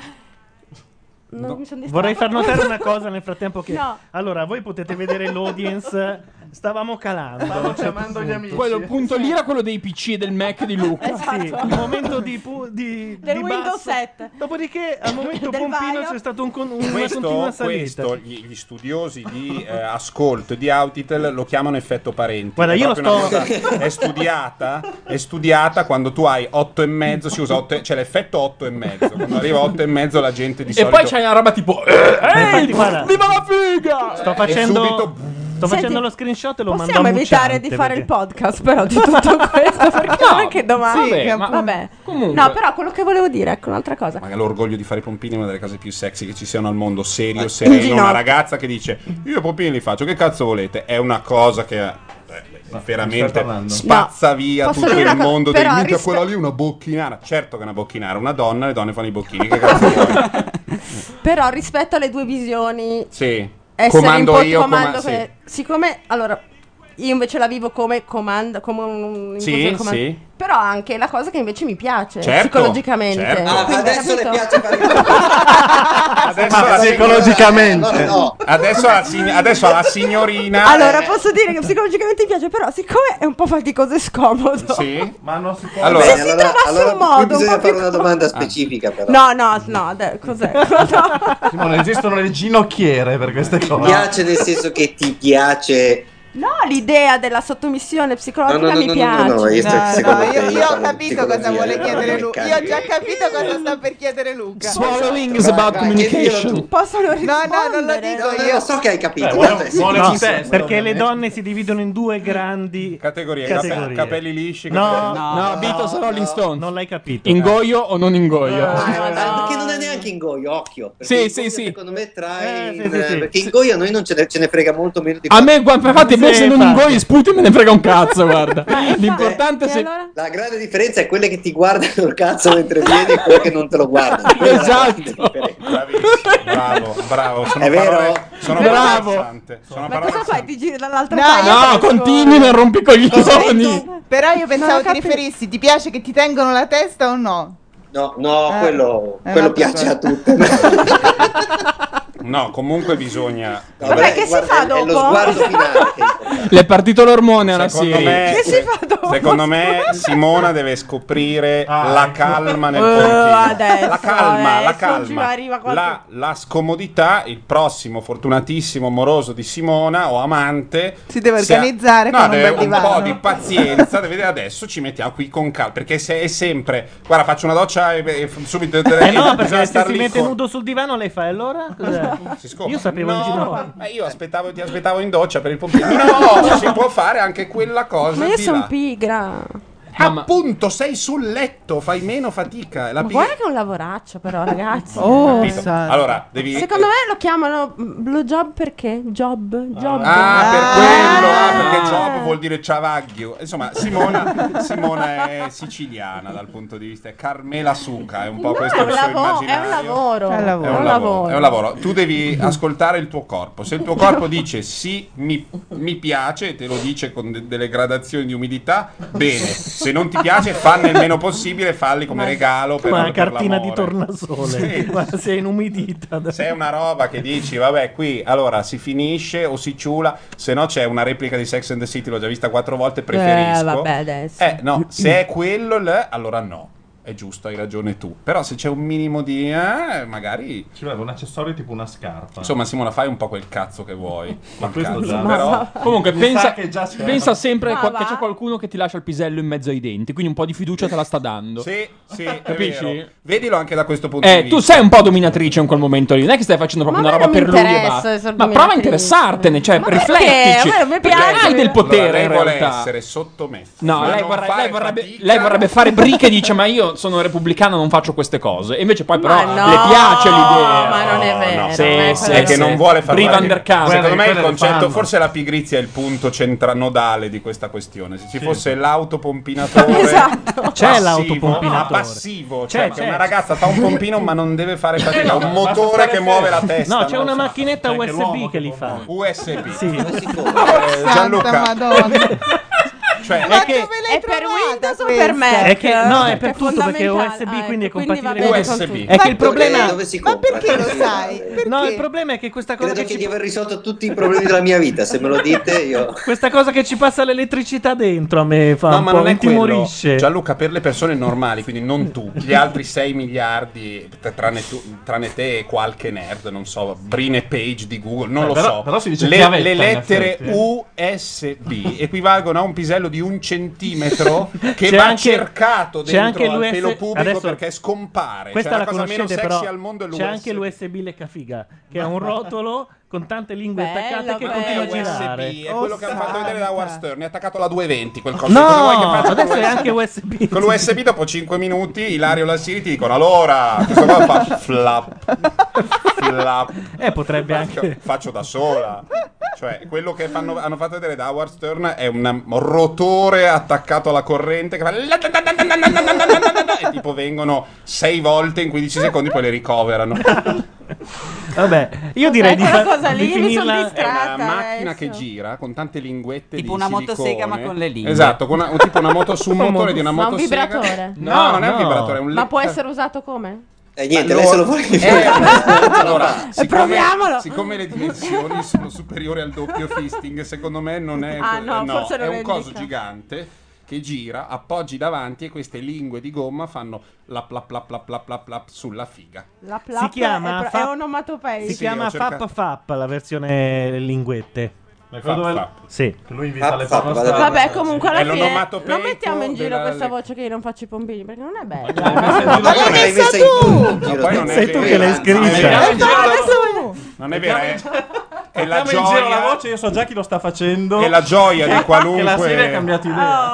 Speaker 16: Non mi sono distratta.
Speaker 2: Vorrei far notare una cosa nel frattempo che...
Speaker 16: No.
Speaker 2: Allora, voi potete vedere l'audience, stavamo calando. Cioè, Stavamo chiamando gli amici.
Speaker 8: Quello punto lì era quello dei PC e del Mac di
Speaker 16: [laughs]
Speaker 8: Luca.
Speaker 2: Eh
Speaker 16: Esatto.
Speaker 2: il momento di, pu- di,
Speaker 16: Del
Speaker 2: di
Speaker 16: Windows
Speaker 2: basso.
Speaker 16: 7.
Speaker 2: Dopodiché, al momento
Speaker 16: [laughs] Del
Speaker 2: pompino
Speaker 16: vaio.
Speaker 2: c'è stato un con- una
Speaker 4: Questo,
Speaker 2: continua salita.
Speaker 4: questo gli, gli studiosi di eh, ascolto e di Autitel lo chiamano effetto parenti.
Speaker 2: Guarda,
Speaker 4: È
Speaker 2: io lo
Speaker 4: proprio una
Speaker 2: sto-
Speaker 4: cosa- è studiata, è studiata quando tu hai 8 e mezzo, si usa otto e- c'è l'effetto 8 e mezzo. Quando arriva 8 e mezzo la gente di
Speaker 8: E
Speaker 4: solito
Speaker 8: poi c'hai una roba tipo. eh,
Speaker 4: infatti,
Speaker 8: Ehi,
Speaker 4: guarda.
Speaker 8: viva la figa!
Speaker 2: Sto facendo,
Speaker 4: subito-
Speaker 2: sto
Speaker 12: Senti,
Speaker 2: facendo lo screenshot e lo mando a
Speaker 12: Possiamo evitare
Speaker 2: Mucciante,
Speaker 12: [laughs] di fare il
Speaker 2: perché-
Speaker 12: podcast però di tutto questo perché anche domani
Speaker 4: sì,
Speaker 12: che
Speaker 4: ma-
Speaker 12: appunto- vabbè.
Speaker 4: comunque-
Speaker 12: No, però quello che volevo dire, ecco un'altra cosa.
Speaker 4: Ma l'orgoglio di fare i pompini è una delle cose più sexy che ci siano al mondo, serio,
Speaker 12: in
Speaker 4: sereno.
Speaker 12: ginocchio.
Speaker 4: Una ragazza che dice: Io i pompini li faccio, che cazzo volete? È una cosa che eh, veramente
Speaker 3: parlando?
Speaker 4: spazza via
Speaker 3: posso
Speaker 4: tutto
Speaker 3: dire
Speaker 4: il
Speaker 3: una cosa?
Speaker 4: mondo dei
Speaker 3: Però
Speaker 4: miti.
Speaker 3: rispe-
Speaker 4: Quella lì è una bocchinara. Certo che è una bocchinara, una donna, le donne fanno i bocchini. Che cazzo vuoi?
Speaker 16: Però rispetto alle due visioni
Speaker 4: Sì.
Speaker 16: essere
Speaker 4: Comando
Speaker 16: un po'
Speaker 4: io,
Speaker 16: comando
Speaker 4: coma-
Speaker 16: que- siccome allora io invece la vivo come comando come un, un-
Speaker 4: Sì,
Speaker 16: un- un comando.
Speaker 4: sì.
Speaker 16: però anche la cosa che invece mi piace
Speaker 4: Certo,
Speaker 16: psicologicamente
Speaker 4: certo. Ah,
Speaker 14: adesso le
Speaker 16: piace
Speaker 4: Adesso
Speaker 6: Ah,
Speaker 14: Ma
Speaker 4: alla
Speaker 14: psicologicamente.
Speaker 4: signora- Adesso alla, sign- adesso alla signorina.
Speaker 12: Allora
Speaker 4: eh,
Speaker 12: posso dire che psicologicamente mi piace, però siccome è un po' faticoso e scomodo.
Speaker 4: Sì.
Speaker 3: Ma non si può.
Speaker 14: Allora,
Speaker 12: si trovasse
Speaker 14: allora
Speaker 12: un modo,
Speaker 14: bisogna
Speaker 12: un po'
Speaker 14: fare
Speaker 12: più-
Speaker 14: una domanda specifica però.
Speaker 12: No, no, no, dai, cos'è? No.
Speaker 3: Simone, esistono le ginocchiere per queste cose.
Speaker 14: Ti piace nel senso che ti piace
Speaker 12: No, l'idea della sottomissione psicologica mi piace.
Speaker 14: io sto- secondo te
Speaker 18: io, io ho
Speaker 14: parlo di
Speaker 18: capito cosa
Speaker 14: psicologia, eh,
Speaker 18: vuole
Speaker 14: io parlo
Speaker 18: chiedere
Speaker 14: di
Speaker 18: Luca. Io
Speaker 14: meccanica.
Speaker 18: ho già capito cosa sta per chiedere Luca.
Speaker 8: Swallowing is about communication.
Speaker 12: Possono
Speaker 18: rispondere? No, no, non lo dico io.
Speaker 14: so che hai capito.
Speaker 2: Eh,
Speaker 14: vabbè, sì,
Speaker 2: vuole-
Speaker 14: ci
Speaker 2: no,
Speaker 14: sono,
Speaker 2: perché
Speaker 14: ovviamente.
Speaker 2: le donne si dividono in due grandi
Speaker 4: Categorie, cape-
Speaker 2: categorie.
Speaker 4: capelli lisci.
Speaker 2: No,
Speaker 4: capelli-
Speaker 8: no, Beatles Rolling Stones.
Speaker 2: Non l'hai capito.
Speaker 8: [laughs]
Speaker 2: Eh,
Speaker 8: Ingoio o non ingoio?
Speaker 16: Eh.
Speaker 14: Ah, perché non è neanche ingoio, occhio. Perché
Speaker 8: Sì,
Speaker 14: ingoio,
Speaker 8: sì, sì.
Speaker 14: Secondo me trae.
Speaker 8: Eh, sì, sì, sì.
Speaker 14: Perché ingoio a noi non ce ne, ce ne frega molto meno di
Speaker 8: A me, guarda, infatti, a me
Speaker 14: Sì,
Speaker 8: se non
Speaker 14: infatti.
Speaker 8: ingoio sputi me ne frega un cazzo,
Speaker 11: [laughs]
Speaker 8: guarda.
Speaker 2: Ah,
Speaker 14: L'importante
Speaker 8: è se-
Speaker 14: La grande differenza è quella che ti guarda il cazzo mentre vieni e quella che non te lo guarda. Quella è la grande differenza.
Speaker 4: Bravo, bravo. Sono
Speaker 14: È vero?
Speaker 4: parole- sono
Speaker 14: Bravo.
Speaker 4: parole interessanti. Sono
Speaker 12: Ma
Speaker 4: parole
Speaker 12: cosa fai? Ti giri dall'altra parte?
Speaker 8: No, no, continui nel rompicoglioni.
Speaker 18: Però io pensavo
Speaker 12: Non ho
Speaker 18: ti riferissi, ti piace che ti tengono la testa o no?
Speaker 14: No, no,
Speaker 18: Eh,
Speaker 14: quello,
Speaker 18: è
Speaker 14: quello
Speaker 18: un'altra
Speaker 14: piace
Speaker 18: cosa.
Speaker 14: a tutti.
Speaker 4: [laughs] No, comunque bisogna.
Speaker 14: Vabbè, che
Speaker 12: si fa dopo?
Speaker 8: Le è partito l'ormone alla
Speaker 4: Secondo
Speaker 8: serie.
Speaker 4: me- Che si
Speaker 12: fa dopo?
Speaker 4: Secondo me Simona deve scoprire
Speaker 8: Ah.
Speaker 4: la calma nel
Speaker 12: Eh,
Speaker 8: Uh,
Speaker 4: pompino.
Speaker 12: adesso,
Speaker 4: la calma,
Speaker 8: eh,
Speaker 12: adesso
Speaker 4: la
Speaker 12: ci
Speaker 4: calma.
Speaker 12: arriva qualche-
Speaker 4: La, la scomodità, il prossimo fortunatissimo moroso di Simona o amante si
Speaker 18: deve organizzare
Speaker 4: no,
Speaker 18: con un
Speaker 4: deve
Speaker 18: bel divano.
Speaker 4: po' di
Speaker 18: [laughs]
Speaker 4: pazienza, deve dire adesso ci mettiamo qui con calma, perché se è sempre guarda, faccio una doccia e, e subito
Speaker 2: Eh no, perché
Speaker 4: bisogna
Speaker 2: se
Speaker 4: star
Speaker 2: si
Speaker 4: lì
Speaker 2: mette
Speaker 4: con-
Speaker 2: nudo sul divano lei fa e allora? Cos'è? Io sapevo il
Speaker 4: No,
Speaker 2: ginocchio.
Speaker 4: ma io aspettavo, ti aspettavo in doccia per il pompino. No, si può fare anche quella cosa.
Speaker 12: Ma io
Speaker 4: di
Speaker 12: sono
Speaker 4: là.
Speaker 12: pigra.
Speaker 4: Appunto, sei sul letto, fai meno fatica. è La
Speaker 16: Ma
Speaker 4: pi-
Speaker 16: guarda che è un
Speaker 4: [laughs]
Speaker 16: lavoraccio, però, ragazzi.
Speaker 4: Capito? Allora, devi.
Speaker 16: Secondo me lo chiamano mm, blowjob perché? Job, job.
Speaker 4: Ah, per quello, ah, perché job vuol dire ciavaglio. Insomma, Simona, Simona è siciliana dal punto di vista. è Carmela Suca è un po'
Speaker 16: No,
Speaker 4: questo
Speaker 16: è
Speaker 4: il
Speaker 16: un
Speaker 4: suo
Speaker 16: lavo- è un
Speaker 4: immaginario.
Speaker 16: lavoro. È un
Speaker 4: È un,
Speaker 16: lavoro.
Speaker 4: lavoro, è un lavoro. Tu devi ascoltare il tuo corpo. Se il tuo corpo dice sì, mi, mi piace, e te lo dice con de- delle gradazioni di umidità, bene. Se non ti piace, fanne il meno possibile, falli come
Speaker 2: Ma-
Speaker 4: regalo. Per,
Speaker 2: Come una
Speaker 4: per
Speaker 2: cartina
Speaker 4: l'amore.
Speaker 2: di tornasole.
Speaker 4: Sì.
Speaker 2: [laughs] Ma sei inumidita.
Speaker 4: Se è una roba che dici, vabbè, qui allora si finisce o si ciula, se no c'è una replica di Sex and the City, l'ho già vista quattro volte, preferisco.
Speaker 16: Eh, vabbè, adesso.
Speaker 4: Eh, no, se è quello, l- allora no. È giusto, hai ragione tu. Però se c'è un minimo di... eh, magari...
Speaker 3: Ci vuole un accessorio tipo una scarpa.
Speaker 4: Insomma, Simona, fai un po' quel cazzo che vuoi. Ma
Speaker 3: questo
Speaker 4: cazzo,
Speaker 3: già-
Speaker 4: però...
Speaker 8: Comunque,
Speaker 3: Mi
Speaker 8: pensa,
Speaker 3: sa che già scherzo.
Speaker 8: pensa sempre
Speaker 3: Ma
Speaker 8: qua-
Speaker 3: va.
Speaker 8: che c'è qualcuno che ti lascia il pisello in mezzo ai denti. Quindi un po' di fiducia te la sta dando.
Speaker 4: Sì, sì, è
Speaker 8: Capisci?
Speaker 4: vero. Vedilo anche da questo punto di
Speaker 8: Eh,
Speaker 4: vista.
Speaker 8: tu sei un po' dominatrice in quel momento lì. Non è che stai facendo proprio
Speaker 4: Ma
Speaker 8: una
Speaker 4: a me
Speaker 8: roba
Speaker 4: non
Speaker 8: per
Speaker 4: mi
Speaker 8: lui e
Speaker 4: interessa
Speaker 8: basta.
Speaker 4: essere
Speaker 8: Ma prova a
Speaker 4: dominatrice.
Speaker 8: interessartene, cioè, riflettici.
Speaker 16: A me- a me
Speaker 8: Perché
Speaker 16: piace.
Speaker 8: hai del
Speaker 4: Allora,
Speaker 8: potere
Speaker 4: lei
Speaker 8: in
Speaker 4: vuole
Speaker 8: realtà.
Speaker 4: essere sottomessa.
Speaker 8: No,
Speaker 4: ma
Speaker 8: lei
Speaker 4: non
Speaker 8: vorrebbe,
Speaker 4: fare
Speaker 8: lei vorrebbe- lei vorrebbe fare briche e dice: Ma io sono repubblicano, non faccio queste cose. E invece poi, [laughs] però,
Speaker 16: no,
Speaker 8: le piace l'idea.
Speaker 16: ma non è vero,
Speaker 8: Sì,
Speaker 16: non è
Speaker 8: sì,
Speaker 4: è che
Speaker 8: sì.
Speaker 4: non vuole far
Speaker 8: Briva
Speaker 4: guardare-
Speaker 8: undercover.
Speaker 4: Secondo me il
Speaker 8: Quelle le
Speaker 4: concetto,
Speaker 8: fanno.
Speaker 4: forse la pigrizia è il punto centranodale di questa questione. Se ci fosse l'autopompinatore,
Speaker 8: [laughs] Esatto.
Speaker 2: C'è
Speaker 4: passivo,
Speaker 2: l'autopompinatore.
Speaker 4: ma passivo,
Speaker 2: C'è,
Speaker 4: cioè
Speaker 2: c'è,
Speaker 4: che una
Speaker 2: c'è.
Speaker 4: ragazza fa un pompino ma non deve fare fatica,
Speaker 2: [laughs] no,
Speaker 4: un
Speaker 2: basta
Speaker 4: motore
Speaker 2: stare
Speaker 4: che
Speaker 2: fermo.
Speaker 4: muove la testa.
Speaker 2: No, c'è
Speaker 4: non
Speaker 2: una
Speaker 4: lo so.
Speaker 2: macchinetta
Speaker 4: C'è anche
Speaker 2: USB che li fa.
Speaker 4: USB.
Speaker 2: Eh, Gianluca.
Speaker 4: Cioè,
Speaker 2: è che
Speaker 16: È per Windows o per Mac?
Speaker 2: È che- no, è per
Speaker 16: Perché
Speaker 2: tutto, perché è
Speaker 16: fondamentale.
Speaker 2: USB,
Speaker 16: Ah,
Speaker 2: quindi è
Speaker 16: ecco,
Speaker 2: compatibile
Speaker 16: va bene
Speaker 2: con
Speaker 16: con
Speaker 2: USB.
Speaker 16: tutto.
Speaker 2: È che
Speaker 16: Ma
Speaker 2: il problema
Speaker 16: dove
Speaker 14: Eh, si
Speaker 2: Ma perché lo
Speaker 18: sai?
Speaker 2: No, il problema è che questa cosa
Speaker 14: Credo
Speaker 2: che
Speaker 14: che
Speaker 2: ci
Speaker 14: di aver risolto tutti i problemi della mia vita, se me lo dite io...
Speaker 2: Questa cosa che ci passa l'elettricità dentro a me fa
Speaker 4: No,
Speaker 2: un
Speaker 4: ma
Speaker 2: po'
Speaker 4: non è quello.
Speaker 2: intimorisce.
Speaker 4: Gianluca, per le persone normali, quindi
Speaker 2: [laughs]
Speaker 4: non tu, gli altri 6 miliardi, t- tranne, tu- tranne te e qualche nerd, non so, Brine Page di Google, non
Speaker 3: Eh,
Speaker 4: lo
Speaker 3: però-
Speaker 4: so.
Speaker 3: però si dice
Speaker 4: le,
Speaker 3: chiavetta,
Speaker 4: le
Speaker 3: in
Speaker 4: lettere
Speaker 3: effetti, eh.
Speaker 4: USB equivalgono a un pisello di un centimetro che
Speaker 2: [laughs] C'è
Speaker 4: va
Speaker 2: anche-
Speaker 4: cercato
Speaker 2: c'è
Speaker 4: dentro
Speaker 2: anche
Speaker 4: al
Speaker 2: l'US
Speaker 4: pelo pubblico
Speaker 2: adesso-
Speaker 4: perché scompare.
Speaker 2: Questa
Speaker 4: cioè,
Speaker 2: la
Speaker 4: la cosa meno
Speaker 2: conoscete
Speaker 4: sexy
Speaker 2: però.
Speaker 4: al mondo è l'USB.
Speaker 2: c'è anche l'USB lecca figa, che è un rotolo con tante lingue attaccate che
Speaker 4: Ma
Speaker 2: continua a
Speaker 4: non è
Speaker 2: girare.
Speaker 4: USB, è quello che hanno fatto vedere da War Stern. È attaccato alla 220 quel coso.
Speaker 2: No,
Speaker 4: Cosa vuoi che faccia con
Speaker 2: adesso è
Speaker 4: l'USB?
Speaker 2: anche USB.
Speaker 4: Con l'USB dopo 5 minuti Ilario e Lassiri ti dicono allora, questo qua fa flap, flap.
Speaker 2: Eh, potrebbe
Speaker 4: faccio,
Speaker 2: anche-
Speaker 4: Faccio da sola. Cioè, quello che fanno- hanno fatto vedere da Howard Stern è un rotore attaccato alla corrente che fa... E tipo vengono 6 volte in 15 secondi poi le ricoverano.
Speaker 2: Vabbè, io direi di,
Speaker 16: quella
Speaker 2: fa-
Speaker 16: cosa lì,
Speaker 2: di
Speaker 16: io mi sono
Speaker 2: finirla
Speaker 4: È una
Speaker 16: Strata,
Speaker 4: macchina
Speaker 16: adesso.
Speaker 4: che gira con tante linguette
Speaker 19: Tipo
Speaker 4: di
Speaker 19: una motosega,
Speaker 4: silicone.
Speaker 19: ma con le lingue.
Speaker 4: Esatto, con una- tipo
Speaker 8: [laughs]
Speaker 4: una moto su un
Speaker 19: Ma un
Speaker 4: motore di una
Speaker 19: mo- ma un
Speaker 4: motosega.
Speaker 19: vibratore?
Speaker 4: No, non è un
Speaker 19: No.
Speaker 4: vibratore, è un
Speaker 16: Ma
Speaker 4: le-
Speaker 16: può essere usato come?
Speaker 4: eh,
Speaker 14: niente, lei se lo vuole
Speaker 4: Eh, allora, siccome,
Speaker 16: eh, proviamolo!
Speaker 4: Siccome le dimensioni sono superiori al doppio fisting, secondo me non è.
Speaker 16: Ah, no,
Speaker 4: eh,
Speaker 16: forse non
Speaker 4: è
Speaker 16: è
Speaker 4: un coso
Speaker 16: indicato.
Speaker 4: gigante che gira, appoggi davanti e queste lingue di gomma fanno la plap plap plap plap plap plap sulla figa.
Speaker 16: La
Speaker 2: Si
Speaker 16: plap
Speaker 2: chiama
Speaker 16: è, pro-
Speaker 2: fa-
Speaker 16: è onomatopeica.
Speaker 2: Si
Speaker 4: Sì,
Speaker 2: chiama
Speaker 4: ho cercato-
Speaker 2: Fap Fap la versione linguette.
Speaker 3: Ma è quello dove-
Speaker 2: Sì.
Speaker 3: Che lui invita le
Speaker 2: Fap,
Speaker 3: porno
Speaker 2: vada-
Speaker 3: star.
Speaker 2: Vabbè,
Speaker 16: Comunque
Speaker 4: Eh,
Speaker 16: alla
Speaker 2: È
Speaker 16: fine
Speaker 2: l'onomatopeico
Speaker 16: non mettiamo in giro
Speaker 2: della-
Speaker 16: questa voce che io non faccio i pompini perché non è bella.
Speaker 4: Ma l'hai messa tu! Ma poi non è
Speaker 2: Sei tu
Speaker 4: vero,
Speaker 2: che l'hai
Speaker 4: anzi,
Speaker 2: scritta.
Speaker 4: non è vero.
Speaker 2: Eh,
Speaker 4: Mettiamo in
Speaker 16: adesso
Speaker 4: giro- Non è vero, eh? è, è la
Speaker 3: Mettiamo in giro la
Speaker 4: gioia.
Speaker 3: voce, io so già chi lo sta facendo.
Speaker 4: È la gioia di
Speaker 3: Che la serie ha
Speaker 4: qualunque.
Speaker 3: cambiato idea.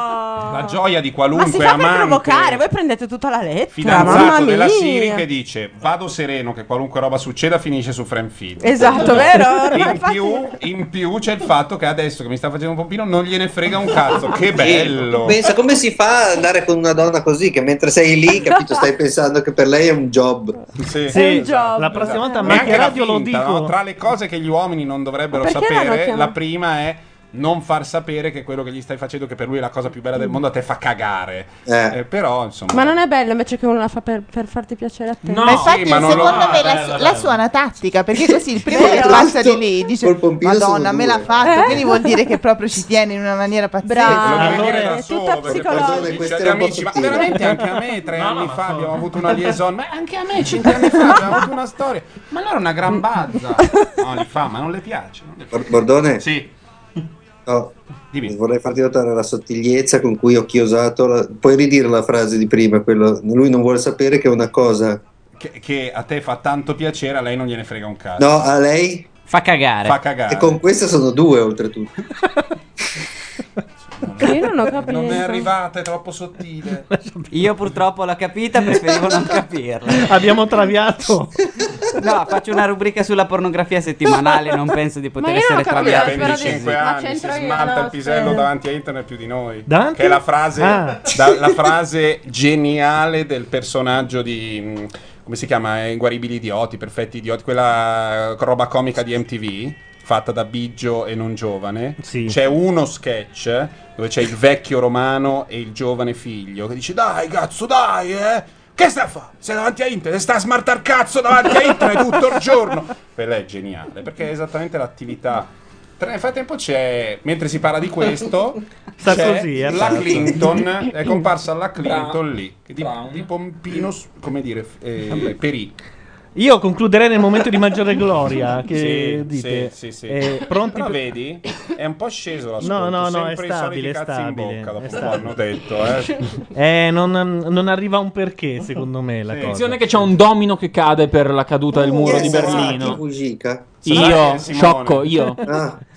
Speaker 4: La gioia di
Speaker 16: Ma si
Speaker 4: qualunque
Speaker 16: fa per
Speaker 4: amante.
Speaker 16: provocare, voi prendete tutta la lettera, mamma
Speaker 4: fidanzato della
Speaker 16: mia.
Speaker 4: Siri che dice vado sereno che qualunque roba succeda finisce su Frame Feed.
Speaker 16: Esatto, vero? Ormai
Speaker 4: In più, in più c'è il fatto che adesso che mi sta facendo un pompino non gliene frega un cazzo. Che
Speaker 14: Sì,
Speaker 4: bello!
Speaker 14: Pensa come si fa ad andare con una donna così che mentre sei lì, capito, stai pensando che per lei è un job.
Speaker 2: Sì, È un job. la prossima volta a
Speaker 4: Neanche
Speaker 2: Macchia
Speaker 4: la
Speaker 2: Radio lo
Speaker 4: finta,
Speaker 2: dico.
Speaker 4: no? Tra le cose che gli uomini non dovrebbero
Speaker 2: Ma perché l'hanno
Speaker 4: sapere,
Speaker 2: chiamato?
Speaker 4: la prima è non far sapere che quello che gli stai facendo, che per lui è la cosa più bella del mondo, a te fa cagare. Eh, però, insomma...
Speaker 16: Ma non è bello invece che uno la fa per, per farti piacere a te?
Speaker 4: No, Ma infatti, sì, ma non lo-
Speaker 18: Secondo me la,
Speaker 4: Bella,
Speaker 18: la
Speaker 4: bella.
Speaker 18: sua è una tattica, perché così il primo che passa di lì dice Madonna, me l'ha fatto,
Speaker 16: Eh?
Speaker 18: quindi vuol dire che proprio ci tiene in una maniera
Speaker 4: Bravo,
Speaker 18: pazzesca.
Speaker 4: allora
Speaker 2: Eh,
Speaker 4: è tutta
Speaker 14: psicologica.
Speaker 4: Dice agli amici, ma veramente anche a me tre anni fa abbiamo avuto una liaison, ma anche a me cinque anni fa abbiamo avuto una storia. Ma allora è una gran bazza. No, li fa, ma non le piace. non le piace.
Speaker 14: Bor- Bordone?
Speaker 4: Sì.
Speaker 14: Vorrei farti notare la sottigliezza con cui ho chiosato. la- Puoi ridire la frase di prima? quello- Lui non vuole sapere che è una cosa.
Speaker 4: Che, che a te fa tanto piacere, a lei non gliene frega un cazzo.
Speaker 14: No, a lei
Speaker 19: Fa cagare.
Speaker 4: Fa cagare.
Speaker 14: E con queste sono due oltretutto.
Speaker 16: Io
Speaker 6: io non ho capito.
Speaker 4: Non è arrivata, è troppo sottile.
Speaker 11: [laughs] Io purtroppo l'ho capita, preferivo [laughs] non capirla.
Speaker 2: Abbiamo traviato.
Speaker 11: [laughs] No, faccio una rubrica sulla pornografia settimanale, non penso di poter
Speaker 4: Ma io
Speaker 11: essere
Speaker 4: non ho capito,
Speaker 11: traviato.
Speaker 4: spero di sì. 25 Ma anni, c'entro si io, smalta no, il pisello
Speaker 11: Eh.
Speaker 4: spero. davanti a internet più di noi.
Speaker 2: Davanti?
Speaker 4: Che è la frase,
Speaker 2: Ah.
Speaker 4: da- la frase geniale del personaggio di. mh, Come si chiama? Eh, Inguaribili idioti, perfetti idioti, quella eh, roba comica di MTV. Fatta da Biggio e non giovane, c'è uno sketch dove c'è il vecchio romano e il giovane figlio che dice: Dai, cazzo, dai, eh! Che sta a fare? Sei davanti a internet, sta a smartar cazzo davanti a internet tutto il giorno. Quella è geniale perché è esattamente l'attività. Tra- Nel frattempo c'è, mentre si parla di questo,
Speaker 2: [laughs] Sta
Speaker 4: c'è
Speaker 2: così, eh,
Speaker 4: la
Speaker 2: certo.
Speaker 4: Clinton, è comparsa la
Speaker 2: Brown.
Speaker 4: Clinton lì, che di, di pompino, s- come dire, f- eh,
Speaker 2: Vabbè.
Speaker 4: perì.
Speaker 2: Io concluderei nel momento di maggiore
Speaker 4: [laughs]
Speaker 2: gloria. Ah, Che
Speaker 4: Sì,
Speaker 2: dite?
Speaker 4: sì, sì, sì.
Speaker 2: Eh, pronti
Speaker 4: Però
Speaker 2: per-
Speaker 4: vedi, è un po' sceso la
Speaker 2: No, no, no, è
Speaker 4: sempre i soliti
Speaker 2: stabile, è
Speaker 4: cazzi
Speaker 2: stabile.
Speaker 4: in bocca, dopo
Speaker 2: è
Speaker 4: un po'
Speaker 2: stabile.
Speaker 4: hanno detto,
Speaker 2: [laughs]
Speaker 4: eh.
Speaker 2: Eh, non, non arriva un perché, secondo me, la cosa.
Speaker 8: Attenzione che c'è un domino che cade per la caduta del muro di Berlino. Io, sciocco, io. [laughs]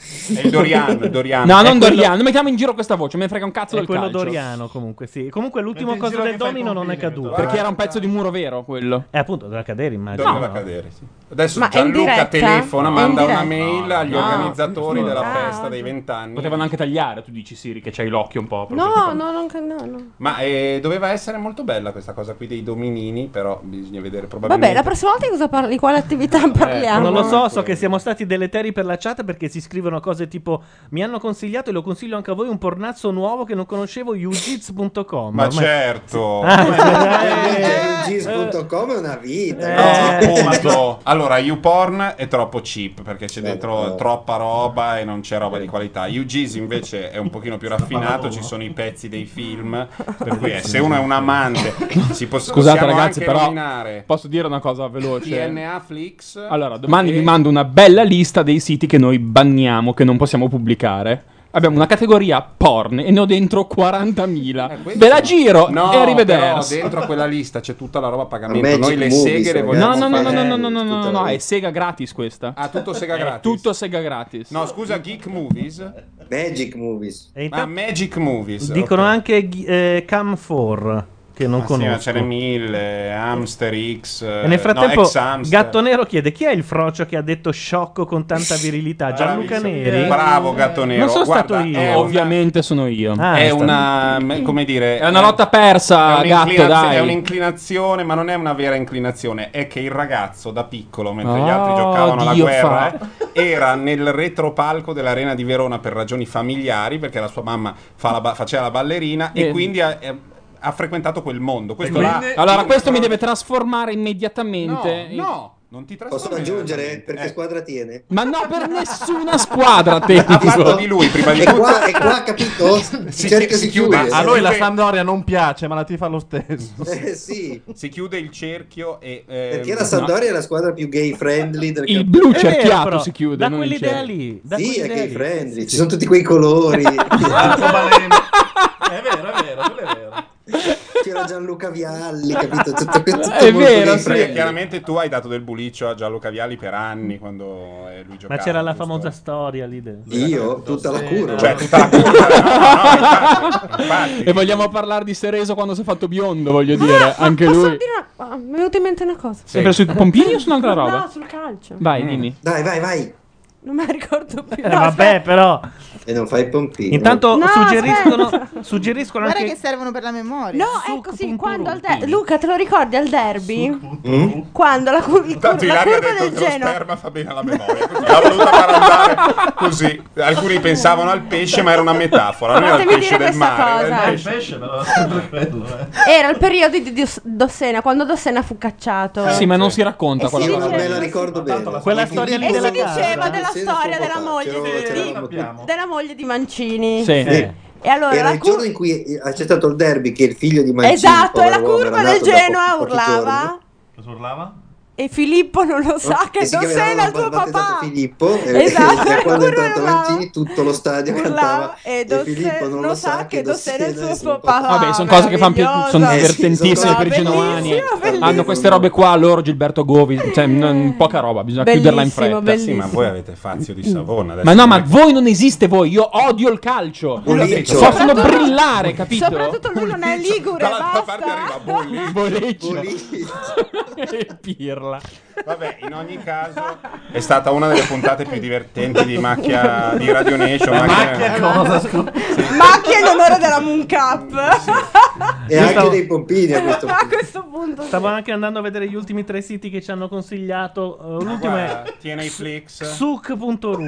Speaker 4: È il Doriano, il Doriano.
Speaker 8: No, non
Speaker 2: È quello-
Speaker 8: Doriano, non mettiamo in giro questa voce, me ne frega un cazzo
Speaker 2: È
Speaker 8: del
Speaker 2: quello
Speaker 8: calcio.
Speaker 2: Doriano, comunque, sì. Comunque l'ultima
Speaker 8: Metti in
Speaker 2: cosa
Speaker 8: giro
Speaker 2: del
Speaker 8: che fai i
Speaker 2: domino non è caduta.
Speaker 8: Perché era un pezzo di muro vero quello.
Speaker 2: Eh, appunto, doveva cadere, immagino.
Speaker 4: Doveva
Speaker 2: no?
Speaker 4: cadere, sì. Adesso
Speaker 2: Ma è in
Speaker 4: Gianluca
Speaker 2: diretta?
Speaker 4: telefona,
Speaker 2: È in
Speaker 4: manda una
Speaker 2: diretta?
Speaker 4: mail agli
Speaker 8: No.
Speaker 4: organizzatori
Speaker 8: No.
Speaker 4: della
Speaker 8: Ah,
Speaker 4: festa dei vent'anni.
Speaker 8: Potevano anche tagliare, tu dici Siri che c'hai l'occhio un po'. proprio.
Speaker 6: No, no, non ca- no, no.
Speaker 4: Ma eh, doveva essere molto bella questa cosa qui dei dominini, però bisogna vedere probabilmente. Eh,
Speaker 6: Vabbè, la prossima volta di cosa parli? Di quale attività parliamo?
Speaker 2: Eh, Non lo so, so che siamo stati deleteri per la chat perché si scrivono cose tipo mi hanno consigliato e lo consiglio anche a voi un pornazzo nuovo che non conoscevo, youjits.com.
Speaker 4: Ma
Speaker 2: Ormai-
Speaker 4: certo.
Speaker 2: [laughs] Ah, Eh.
Speaker 14: Gis.com è una
Speaker 4: No,
Speaker 14: vita.
Speaker 8: Eh.
Speaker 4: [laughs] appunto. Allora, YouPorn è troppo cheap perché
Speaker 8: Certo.
Speaker 4: c'è dentro troppa roba e non c'è roba di qualità. UG's invece è un pochino più raffinato, ci sono i pezzi dei
Speaker 8: [laughs]
Speaker 4: film. Per cui eh, se uno è un amante, si può
Speaker 8: Scusate ragazzi, però
Speaker 4: nominare
Speaker 8: posso dire una cosa veloce.
Speaker 4: DNA Flix.
Speaker 8: Allora, domani vi mando una bella lista dei siti che noi banniamo, che non possiamo pubblicare. Abbiamo una categoria porn e ne ho dentro 40.000. Ve la giro
Speaker 4: Eh, No,
Speaker 8: e arrivederci.
Speaker 4: però dentro quella lista c'è tutta la roba a pagamento.
Speaker 8: Magic
Speaker 4: Noi le
Speaker 8: Movies,
Speaker 4: seghe le
Speaker 8: ragazzi.
Speaker 4: vogliamo
Speaker 8: No, no, no,
Speaker 4: fare. eh,
Speaker 8: no, no, no, no, no, no, no, è sega gratis questa.
Speaker 4: Ah, tutto sega
Speaker 8: È
Speaker 4: gratis.
Speaker 8: Tutto sega gratis.
Speaker 4: No, scusa, Geek Movies.
Speaker 14: Magic Movies.
Speaker 2: E intanto-
Speaker 4: Ah, Magic Movies.
Speaker 2: Dicono
Speaker 4: ok.
Speaker 2: anche ghi- eh, Cam4 che non
Speaker 4: Ma Ah, sì, ma
Speaker 2: conosco.
Speaker 4: ce ne mille, Hamster X.
Speaker 2: e nel frattempo
Speaker 4: Eh, no, ex Hamster.
Speaker 2: Gatto Nero chiede chi è il frocio che ha detto sciocco con tanta virilità? Gianluca Neri.
Speaker 4: eh, Bravo, Gatto Nero.
Speaker 2: Non sono
Speaker 4: Guarda,
Speaker 2: stato io.
Speaker 4: è un-
Speaker 8: Ovviamente sono io.
Speaker 2: Ah,
Speaker 4: è una, me- come dire,
Speaker 8: È una lotta persa,
Speaker 4: è
Speaker 8: gatto,
Speaker 4: un'inclina-
Speaker 8: dai.
Speaker 4: È un'inclinazione, ma non è una vera inclinazione. È che il ragazzo da piccolo, mentre
Speaker 8: Oh,
Speaker 4: gli altri giocavano alla
Speaker 8: Dio
Speaker 4: guerra, eh, era nel retropalco dell'Arena di Verona per ragioni familiari, perché la sua mamma fa la ba- faceva la ballerina e
Speaker 8: Eh.
Speaker 4: quindi ha, eh, ha frequentato quel mondo. Questo l'ha-
Speaker 8: Allora, questo mi deve trasformare immediatamente. in-
Speaker 4: No, non ti trasformi.
Speaker 14: Posso aggiungere
Speaker 3: Eh.
Speaker 14: perché squadra tiene?
Speaker 8: Ma no, per nessuna
Speaker 4: [laughs]
Speaker 8: squadra te.
Speaker 4: Ha fatto di lui prima di
Speaker 14: E
Speaker 4: tutto.
Speaker 14: qua, e qua capito?
Speaker 4: Si
Speaker 14: Cerca
Speaker 4: chi- si chiude.
Speaker 14: di chiudere.
Speaker 4: Ma
Speaker 3: A noi la
Speaker 4: Sì.
Speaker 3: Sampdoria non piace, ma la tifa lo stesso.
Speaker 4: [laughs] Si chiude il cerchio e...
Speaker 14: Eh,
Speaker 4: eh,
Speaker 14: Perché la Sampdoria è la squadra più gay friendly del campionato.
Speaker 8: blu È vero, cerchiato però, si chiude, da non il
Speaker 14: quell'idea
Speaker 8: cerchio.
Speaker 2: lì.
Speaker 14: Da sì, è gay friendly, ci sono tutti quei
Speaker 3: [laughs]
Speaker 14: colori.
Speaker 3: È vero, è vero, quello è vero.
Speaker 14: C'era Gianluca Vialli, capito? [laughs] Tutto,
Speaker 2: [laughs]
Speaker 14: tutto
Speaker 4: È vero,
Speaker 14: molto gay
Speaker 4: sì.
Speaker 14: friendly.
Speaker 4: Perché chiaramente tu hai dato del buliccio a Giallo Caviali per anni quando eh, lui giocava.
Speaker 2: Ma c'era la famosa storia lì. del-
Speaker 14: Io? Tutta la curva.
Speaker 4: Cioè, tutta la [laughs] curva.
Speaker 8: E vogliamo parlare di Sereso quando si è fatto biondo, voglio dire. Anche
Speaker 6: Posso
Speaker 8: lui.
Speaker 6: dire una- ah, mi è venuta in mente una cosa.
Speaker 8: Sempre sui pompini o su un'altra roba?
Speaker 6: No, sul calcio.
Speaker 14: Mm.
Speaker 8: Vai, dimmi.
Speaker 14: Eh. Dai, vai, vai.
Speaker 6: Non me la ricordo più.
Speaker 2: Eh, vabbè, però.
Speaker 14: E non fai pompini.
Speaker 2: Intanto
Speaker 6: No,
Speaker 2: suggeriscono, suggeriscono
Speaker 10: Guarda
Speaker 2: anche
Speaker 10: che servono per la memoria.
Speaker 6: No, ecco sì, quando al der- Luca, te lo ricordi al derby?
Speaker 4: Mm?
Speaker 6: Quando la, cu- il cur-
Speaker 4: Tanto
Speaker 6: la
Speaker 4: Ilaria ha
Speaker 6: curva
Speaker 4: detto
Speaker 6: del
Speaker 4: che lo
Speaker 6: Genoa
Speaker 4: sperma fa bene alla memoria. Così, L'ha voluta far andare così. Alcuni pensavano al pesce, ma era una metafora. Non era il
Speaker 6: Fatemi
Speaker 4: pesce
Speaker 6: dire
Speaker 4: del
Speaker 6: questa
Speaker 4: mare. era il
Speaker 6: cosa.
Speaker 4: pesce.
Speaker 6: era il periodo di Dios- Dossena, quando Dossena fu cacciato.
Speaker 8: Eh, Sì, ma non si racconta
Speaker 14: Sì,
Speaker 8: quella
Speaker 14: ma
Speaker 8: cosa.
Speaker 14: me la ricordo bene.
Speaker 2: Quella storia lì
Speaker 6: E
Speaker 2: della
Speaker 6: si
Speaker 11: Eh,
Speaker 6: diceva
Speaker 2: casa.
Speaker 6: della
Speaker 14: Ah, Sì,
Speaker 6: storia
Speaker 14: suo
Speaker 6: della
Speaker 14: papà,
Speaker 6: moglie,
Speaker 14: c'ero-
Speaker 6: di-
Speaker 14: c'eravamo
Speaker 6: di-
Speaker 14: tutti.
Speaker 6: della moglie di Mancini.
Speaker 14: Sì.
Speaker 6: Eh. E allora
Speaker 14: Era
Speaker 6: la
Speaker 14: il
Speaker 6: curva
Speaker 14: giorno in cui eh, ha accettato il derby che il figlio di Mancini
Speaker 6: Esatto, e la
Speaker 14: povero uomo,
Speaker 6: curva
Speaker 14: era
Speaker 6: del
Speaker 14: nato da
Speaker 6: Genoa
Speaker 14: po- pochi
Speaker 6: urlava.
Speaker 14: giorni. Oh,
Speaker 3: Cosa urlava?
Speaker 12: e Filippo non lo sa che
Speaker 14: si
Speaker 12: non
Speaker 14: chiamava
Speaker 12: sei il tuo
Speaker 14: Barbatesato
Speaker 12: papà.
Speaker 14: Filippo eh, e
Speaker 12: Esatto,
Speaker 14: da quando è entrato
Speaker 12: urlava.
Speaker 14: Mancini tutto lo stadio cantava
Speaker 12: e Dossè
Speaker 14: Filippo non lo sa che Dossè è il suo
Speaker 12: papà
Speaker 8: Vabbè, sono cose che fanno più,
Speaker 11: Eh,
Speaker 8: sono
Speaker 14: meravigliosa.
Speaker 8: divertentissime
Speaker 14: No,
Speaker 8: per i genuani.
Speaker 14: bellissimo.
Speaker 8: Hanno queste robe qua, loro Gilberto Govi, cioè non- poca roba, bisogna chiuderla in fretta.
Speaker 4: Sì, ma voi avete Fazio di Savona. adesso
Speaker 8: Ma no, ma voi non esiste voi, io odio il calcio.
Speaker 4: Un liccio.
Speaker 8: Possono
Speaker 4: Soprattutto-
Speaker 8: brillare, capito?
Speaker 12: Soprattutto lui non è ligure, basta.
Speaker 8: [laughs] Pirla.
Speaker 4: Vabbè, in ogni caso È stata una delle puntate più divertenti di macchia di Radio Nation.
Speaker 2: Eh,
Speaker 12: Macchia cosa, Macchia in onore della Moon Cup.
Speaker 11: [laughs]
Speaker 14: e anche dei pompini
Speaker 16: [laughs]
Speaker 14: a questo punto.
Speaker 12: questo punto.
Speaker 2: Stavo anche andando a vedere gli ultimi tre siti che ci hanno consigliato. Eh, l'ultimo
Speaker 4: Ah, guarda,
Speaker 2: è
Speaker 4: tiene i flix.
Speaker 2: Suk.ru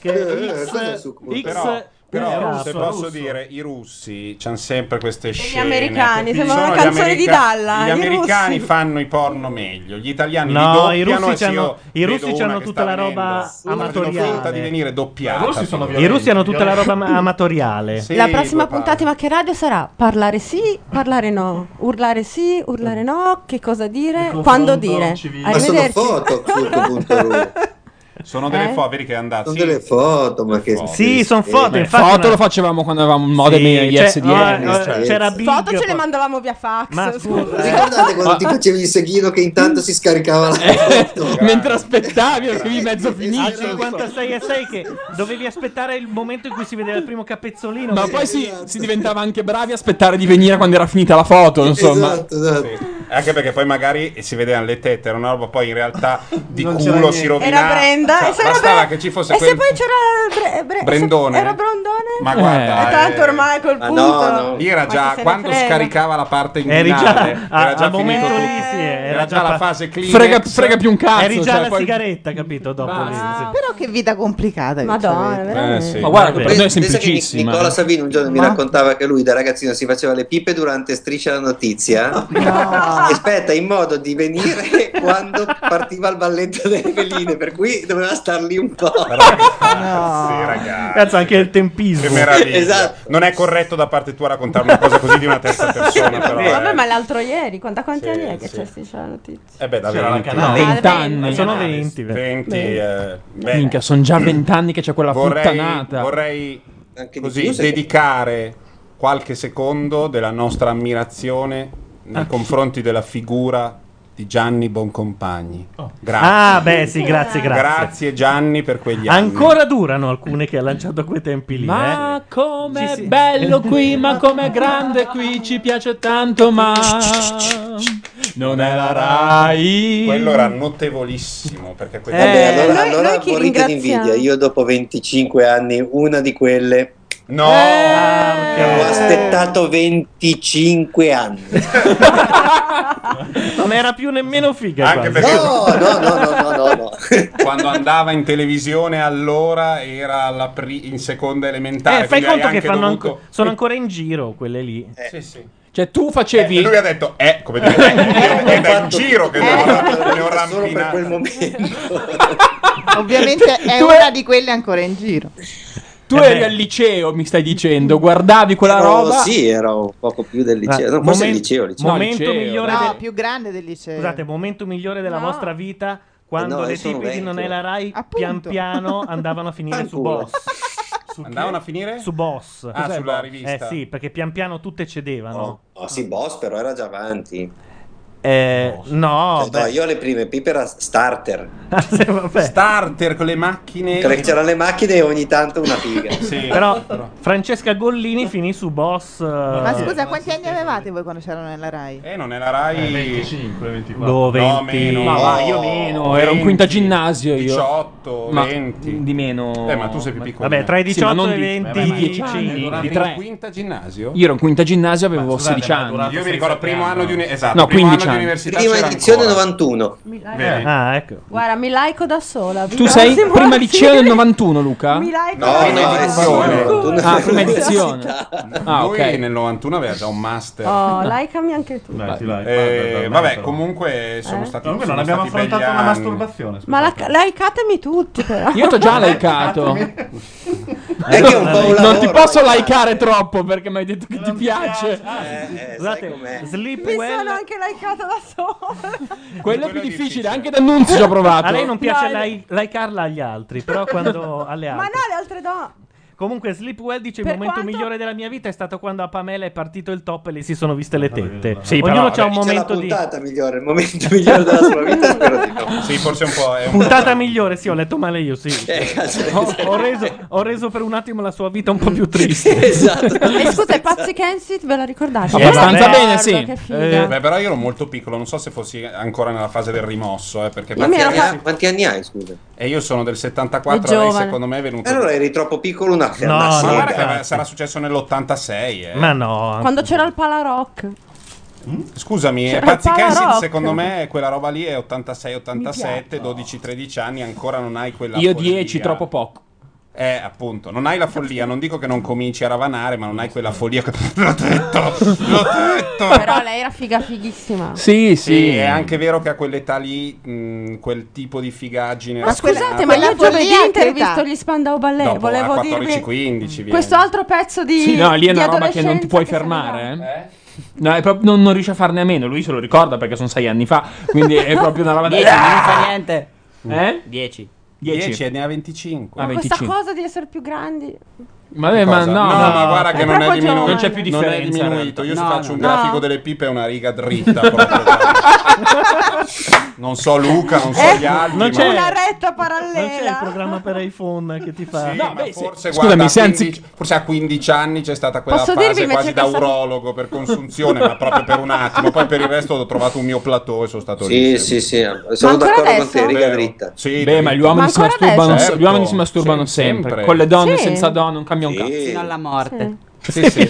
Speaker 2: che
Speaker 4: Eh,
Speaker 2: è
Speaker 4: cos'è
Speaker 2: X,
Speaker 4: Suk.ru?
Speaker 2: X
Speaker 4: Però- però
Speaker 2: X-
Speaker 4: se
Speaker 2: russo,
Speaker 4: posso
Speaker 2: russo.
Speaker 4: dire, i russi c'hanno sempre queste scene.
Speaker 12: americani,
Speaker 4: che
Speaker 12: sembra
Speaker 4: sono
Speaker 12: una
Speaker 4: gli
Speaker 12: canzone di Dalla,
Speaker 4: Gli
Speaker 12: i
Speaker 4: americani
Speaker 12: russi.
Speaker 4: fanno i porno meglio, gli italiani
Speaker 2: No,
Speaker 4: li
Speaker 2: i
Speaker 4: doppiano.
Speaker 2: russi
Speaker 4: e se io
Speaker 2: c'hanno- i
Speaker 4: vedo
Speaker 2: russi
Speaker 4: una
Speaker 2: c'hanno
Speaker 4: che
Speaker 2: tutta
Speaker 4: sta
Speaker 2: la roba
Speaker 4: venendo,
Speaker 2: amatoriale.
Speaker 4: Fanno finta di venire doppiata.
Speaker 2: I russi sono
Speaker 4: però.
Speaker 2: I russi hanno tutta la roba am-
Speaker 14: [laughs]
Speaker 2: amatoriale.
Speaker 4: Sì,
Speaker 12: La prossima
Speaker 4: papà.
Speaker 12: puntata di Macchia Radio sarà parlare sì, parlare no, urlare sì, urlare no, che cosa dire, quando dire.
Speaker 14: ma sono
Speaker 12: Arrivederci.
Speaker 14: foto certo
Speaker 12: [laughs]
Speaker 4: sono delle
Speaker 12: Eh?
Speaker 4: foto, vedi che è andato.
Speaker 14: sono delle foto ma che
Speaker 2: Sì, son foto,
Speaker 8: Eh,
Speaker 2: infatti,
Speaker 8: foto
Speaker 2: ma-
Speaker 8: lo facevamo quando avevamo un modem
Speaker 2: Sì,
Speaker 8: gli
Speaker 2: cioè,
Speaker 8: SDN.
Speaker 2: oh, eh,
Speaker 8: cioè.
Speaker 2: c'era Big.
Speaker 12: Foto ce le mandavamo via fax.
Speaker 2: Ma
Speaker 12: scusa.
Speaker 14: Ricordate quando ti facevi il seghino che intanto si scaricava la
Speaker 8: Eh,
Speaker 14: foto?
Speaker 8: Mentre aspettavi, avevi mezzo
Speaker 2: A
Speaker 8: finito.
Speaker 2: 56 e 6 che dovevi aspettare il momento in cui si vedeva il primo capezzolino.
Speaker 8: Ma poi si, si diventava anche bravi a aspettare di venire quando era finita la foto, insomma.
Speaker 2: esatto.
Speaker 4: Sì. Anche perché poi magari si vedevano le tette, era una roba poi in realtà di
Speaker 8: Non c'era
Speaker 4: culo si
Speaker 8: niente.
Speaker 4: rovinava.
Speaker 12: Era Brenda, e se era
Speaker 4: bastava
Speaker 12: Bre-
Speaker 4: che ci fosse
Speaker 12: E
Speaker 4: quel
Speaker 12: se poi c'era Bre- Bre-
Speaker 4: Brendone.
Speaker 12: Era Brondone?
Speaker 4: Ma guarda,
Speaker 12: E tanto
Speaker 4: eh,
Speaker 12: ormai col punto.
Speaker 4: Lì era
Speaker 12: Ma
Speaker 4: già
Speaker 12: chi se ne
Speaker 4: quando
Speaker 12: frega?
Speaker 4: scaricava la parte in
Speaker 2: Eri già-
Speaker 4: finale,
Speaker 2: a-
Speaker 4: era già
Speaker 2: al momento
Speaker 4: finito
Speaker 2: lì,
Speaker 4: tutto.
Speaker 2: sì,
Speaker 4: era,
Speaker 2: era
Speaker 4: già
Speaker 2: già
Speaker 4: la
Speaker 2: fa-
Speaker 4: fase climax.
Speaker 8: Frega- frega più un cazzo,
Speaker 2: Eri già
Speaker 8: cioè,
Speaker 2: la
Speaker 8: poi-
Speaker 2: sigaretta, capito? Dopo lì, sì.
Speaker 18: Però che vita complicata. Madonna,
Speaker 8: Ma guarda, che
Speaker 14: Vabbè.
Speaker 8: per noi è
Speaker 14: Pensa che Nic-
Speaker 8: semplicissima. eh.
Speaker 14: Nicola Savino un giorno mi
Speaker 18: Ma-
Speaker 14: raccontava che lui da ragazzino si faceva le pipe durante Striscia la Notizia e aspetta in modo di venire quando partiva il balletto delle veline, per cui doveva star lì un po'.
Speaker 4: Sì, ragazzi.
Speaker 2: Cazzo, anche il tempismo.
Speaker 4: Che meraviglia.
Speaker 14: Esatto.
Speaker 4: Non è corretto da parte tua raccontare una cosa così di una terza persona, però. eh.
Speaker 12: Vabbè, ma l'altro ieri, quanta quanti anni è che
Speaker 4: sì.
Speaker 12: c'è sti- c'è la notizia?
Speaker 4: Eh beh, da
Speaker 8: C'era la
Speaker 4: 20.
Speaker 8: canale. No, 20 anni.
Speaker 2: Sono 20.
Speaker 4: 20
Speaker 8: Beh.
Speaker 4: eh, beh,
Speaker 8: Minchia, sono già vent'anni che c'è quella
Speaker 4: vorrei,
Speaker 8: puttanata.
Speaker 4: vorrei
Speaker 14: Anche di
Speaker 4: così
Speaker 14: più, se-
Speaker 4: dedicare qualche secondo della nostra ammirazione nei
Speaker 2: Ah.
Speaker 4: confronti della figura di Gianni Boncompagni. Grazie.
Speaker 2: Ah, beh, sì, grazie, grazie.
Speaker 4: Grazie Gianni per quegli anni.
Speaker 2: Ancora durano alcune che ha lanciato a quei tempi lì. eh.
Speaker 8: Ma com'è
Speaker 4: [laughs]
Speaker 8: bello qui, ma com'è grande qui, ci piace tanto, ma non è la Rai.
Speaker 4: Quello era notevolissimo perché
Speaker 2: Eh,
Speaker 4: quel
Speaker 14: Vabbè, allora, allora morite di invidia. Io dopo 25 anni, una di quelle.
Speaker 4: No,
Speaker 14: ho aspettato 25 anni.
Speaker 2: Non era più nemmeno figa.
Speaker 4: Anche
Speaker 2: quasi.
Speaker 4: perché quando andava in televisione allora era alla pri- in seconda elementare.
Speaker 2: Eh, fai
Speaker 4: quindi hai
Speaker 2: conto che
Speaker 4: anche
Speaker 2: fanno
Speaker 4: dovuto-
Speaker 2: anco- sono ancora in giro quelle lì.
Speaker 4: Sì, sì.
Speaker 8: Cioè, tu facevi.
Speaker 4: E lui ha detto, eh, come dire, eh, io- ed è in giro che ne
Speaker 18: Eh.
Speaker 4: ho, ne ho
Speaker 14: Solo per
Speaker 4: rampinato.
Speaker 14: quel
Speaker 8: eh,
Speaker 14: momento.
Speaker 18: [laughs] Ovviamente è
Speaker 8: Tu
Speaker 18: una di quelle ancora in giro.
Speaker 8: Tu
Speaker 14: Eh
Speaker 8: eri
Speaker 14: beh.
Speaker 8: al liceo, mi stai dicendo, guardavi quella
Speaker 14: Ero-
Speaker 8: roba.
Speaker 14: Sì, ero poco più del liceo. No, forse
Speaker 8: Ah,
Speaker 14: il
Speaker 8: momen-
Speaker 14: liceo, il liceo.
Speaker 2: momento migliore
Speaker 18: No,
Speaker 2: del-
Speaker 18: più grande del liceo.
Speaker 2: Scusate, momento migliore della
Speaker 18: No.
Speaker 2: vostra vita quando
Speaker 14: Eh no, io
Speaker 2: le
Speaker 14: sono
Speaker 2: tipi di Non è
Speaker 14: vecchio.
Speaker 2: la Rai
Speaker 18: Appunto.
Speaker 2: pian piano andavano a finire su
Speaker 4: Fanculo.
Speaker 2: Boss. Su chi?
Speaker 4: [laughs] Andavano a finire?
Speaker 2: Su Boss.
Speaker 4: Ah,
Speaker 2: Cos'è
Speaker 4: sulla
Speaker 2: Boss?
Speaker 4: rivista.
Speaker 2: Eh sì, perché pian piano tutte cedevano.
Speaker 14: Oh, sì, boss, però era già avanti.
Speaker 2: Eh, no,
Speaker 14: Cioè, no, io le prime pipe era starter.
Speaker 4: Starter con le macchine.
Speaker 14: Perché c'erano le macchine e ogni tanto una figa.
Speaker 4: Sì.
Speaker 2: Però Francesca Gollini finì su Boss. eh,
Speaker 18: Ma scusa, quanti anni avevate voi quando c'erano nella Rai?
Speaker 4: Eh, non è la Rai.
Speaker 3: 25, 24.
Speaker 2: No, 20.
Speaker 4: meno.
Speaker 8: Ma va, io meno, ero in quinta ginnasio io.
Speaker 4: 18,
Speaker 8: Ma
Speaker 4: 20.
Speaker 8: Di meno.
Speaker 4: Eh, ma tu sei più piccolo.
Speaker 2: Vabbè, tra i
Speaker 8: Sì, ma
Speaker 2: 18
Speaker 8: non
Speaker 2: e i
Speaker 8: di-
Speaker 2: 20,
Speaker 8: Vabbè, ma
Speaker 2: di
Speaker 8: dieci anni,
Speaker 2: 5,
Speaker 8: durante
Speaker 2: di
Speaker 8: il
Speaker 2: 3.
Speaker 4: quinta ginnasio?
Speaker 8: Io ero in quinta ginnasio, avevo 16 anni.
Speaker 4: Io mi ricordo il primo anno di uni- esatto,
Speaker 8: No,
Speaker 4: primo
Speaker 8: 15
Speaker 4: anno di
Speaker 8: anni.
Speaker 4: università
Speaker 14: Prima
Speaker 4: c'era
Speaker 14: edizione
Speaker 4: ancora.
Speaker 14: 91.
Speaker 8: Eh.
Speaker 4: Vedi?
Speaker 2: Ah, ecco.
Speaker 12: Guarda, mi laico da sola.
Speaker 8: Tu
Speaker 12: viva
Speaker 8: sei
Speaker 12: Massimo
Speaker 8: prima
Speaker 12: Rossi.
Speaker 8: liceo del 91, Luca?
Speaker 12: Mi laico
Speaker 4: No,
Speaker 12: da
Speaker 4: prima
Speaker 12: sola.
Speaker 4: edizione.
Speaker 8: Ah, prima
Speaker 12: [laughs]
Speaker 8: edizione. Ah,
Speaker 4: Lui
Speaker 8: ok.
Speaker 4: nel 91 aveva già un master.
Speaker 12: Oh, laicami anche tu.
Speaker 4: Eh,
Speaker 3: guarda,
Speaker 4: vabbè,
Speaker 3: però.
Speaker 4: comunque
Speaker 16: Eh?
Speaker 4: sono stati
Speaker 3: Comunque
Speaker 4: sono
Speaker 3: non abbiamo
Speaker 4: stati
Speaker 3: affrontato
Speaker 4: begli
Speaker 3: la
Speaker 4: anni.
Speaker 3: masturbazione.
Speaker 16: [laughs]
Speaker 12: Ma la- laicatemi tutti, però.
Speaker 8: Io t'ho già laicato. È che è un po' un Non ti posso likeare troppo perché mi hai detto che ti piace. Ah,
Speaker 14: Eh,
Speaker 2: Scusate, Sleep
Speaker 16: Mi
Speaker 2: Well-
Speaker 16: sono anche likeata da sola.
Speaker 8: Quello è più difficile, anche
Speaker 2: [laughs]
Speaker 8: D'Annunzio ci ho provato.
Speaker 2: A lei non piace
Speaker 16: No,
Speaker 2: lai- laicarla agli altri, però quando alle
Speaker 16: Ma
Speaker 2: altre.
Speaker 16: no, le altre no.
Speaker 2: Comunque Sleepwell dice il
Speaker 16: Per
Speaker 2: momento
Speaker 16: quanto-
Speaker 2: migliore della mia vita è stato quando a Pamela è partito il top e le si sono viste le tette.
Speaker 4: Sì, però,
Speaker 2: Ognuno
Speaker 4: vabbè,
Speaker 2: c'ha un
Speaker 4: c'è la
Speaker 2: momento di
Speaker 14: puntata migliore, il momento migliore della sua vita [laughs] spero di no.
Speaker 4: Sì, forse un po'. Eh, È un...
Speaker 2: [laughs] puntata migliore, sì, ho letto male io, sì. ho, ho reso, ho reso per un attimo la sua vita un po' più
Speaker 4: [laughs]
Speaker 2: triste.
Speaker 4: esatto.
Speaker 16: E Eh, scusa, i Pazzi Kensit ve la ricordate?
Speaker 4: Sì, vabbè.
Speaker 16: Ricordo, Che figa.
Speaker 4: Eh, beh, però io ero molto piccolo, non so se fossi ancora nella fase del rimosso. Eh, perché
Speaker 16: Io mi ero fa-
Speaker 4: quanti anni hai, scusa? E io sono del 74,
Speaker 16: È
Speaker 4: lei
Speaker 16: giovane.
Speaker 4: secondo me è venuto.
Speaker 14: Allora eri troppo piccolo una
Speaker 4: No,
Speaker 14: una
Speaker 4: ma
Speaker 14: sera.
Speaker 4: guarda che aveva- sarà successo nell'86. Eh.
Speaker 2: Ma no.
Speaker 16: Quando c'era il Palarock.
Speaker 4: Scusami, eh,
Speaker 16: C'era
Speaker 4: Pazzi
Speaker 16: il Pala
Speaker 4: Kensit,
Speaker 16: Rock.
Speaker 4: secondo me quella roba lì è 86,
Speaker 16: Mi
Speaker 4: 87, 12, 13 anni, ancora non hai quella
Speaker 8: Io
Speaker 4: follia.
Speaker 8: 10, troppo poco.
Speaker 4: Eh, appunto, non hai la follia, non dico che non cominci a ravanare, ma non hai quella follia che [laughs] l'ho detto.
Speaker 16: Però lei era figa fighissima.
Speaker 4: Sì, eh. è anche vero che a quell'età lì mh, quel tipo di figaggine
Speaker 16: Ma scusate, ma
Speaker 4: la
Speaker 16: io giovedì
Speaker 18: follia a che
Speaker 16: intervisto gli Spandau Ballet.
Speaker 4: Dopo,
Speaker 16: Volevo
Speaker 4: a
Speaker 16: dirvi
Speaker 4: 14-15 viene.
Speaker 16: questo altro pezzo di.
Speaker 8: Sì, no, lì è
Speaker 16: di
Speaker 8: una roba che non ti puoi fermare. eh. No, è proprio- non, non riesce a farne a meno. Lui se lo ricorda perché sono sei anni fa. Quindi è proprio una
Speaker 4: [laughs]
Speaker 8: roba da.
Speaker 19: 10, non fa niente.
Speaker 8: Eh?
Speaker 19: 10.
Speaker 4: 10 e ne ha 25.
Speaker 8: Ah,
Speaker 16: Ma
Speaker 8: 25.
Speaker 16: Questa cosa di essere più grandi.
Speaker 8: Ma, beh, ma
Speaker 4: Cosa?
Speaker 8: no,
Speaker 4: ma guarda che non è diminuito.
Speaker 8: proprio giovane. Non c'è più
Speaker 4: Non è
Speaker 8: differenza. in
Speaker 4: diminuito. Io se
Speaker 8: realtà.
Speaker 4: faccio un
Speaker 8: No, no.
Speaker 4: grafico
Speaker 8: No.
Speaker 4: delle pipe è una riga dritta.
Speaker 8: [laughs]
Speaker 4: proprio. non so Luca, non so
Speaker 16: Eh,
Speaker 4: gli altri.
Speaker 2: non
Speaker 4: ma-
Speaker 2: c'è-
Speaker 16: Una retta
Speaker 2: Non c'è il
Speaker 16: parallela.
Speaker 2: programma per iPhone che ti fa.
Speaker 4: Sì, ma forse,
Speaker 8: Scusami,
Speaker 4: guarda,
Speaker 8: se
Speaker 4: a
Speaker 8: anziché-
Speaker 4: 15 forse a 15 anni c'è stata quella
Speaker 16: Posso dirvi
Speaker 4: fase
Speaker 16: invece
Speaker 4: quasi da
Speaker 16: cosa-
Speaker 4: urologo per consunzione, ma proprio per un attimo. Poi per il resto ho trovato un mio plateau e sono stato
Speaker 14: Sì,
Speaker 4: lì.
Speaker 14: sì, sì,
Speaker 4: sono
Speaker 14: Ma ancora d'accordo
Speaker 16: Esatto.
Speaker 14: con te, adesso? riga
Speaker 4: dritta. Sì,
Speaker 8: Beh, ma gli
Speaker 4: dritta.
Speaker 8: uomini, si masturbano,
Speaker 4: adesso?
Speaker 8: gli uomini si
Speaker 4: Certo,
Speaker 8: masturbano
Speaker 4: sì,
Speaker 8: sempre.
Speaker 4: sempre.
Speaker 8: Con le donne,
Speaker 4: Sì.
Speaker 8: senza donne, non cambia un
Speaker 4: Sì.
Speaker 8: cazzo.
Speaker 19: Fino alla morte.
Speaker 4: Sì, sì.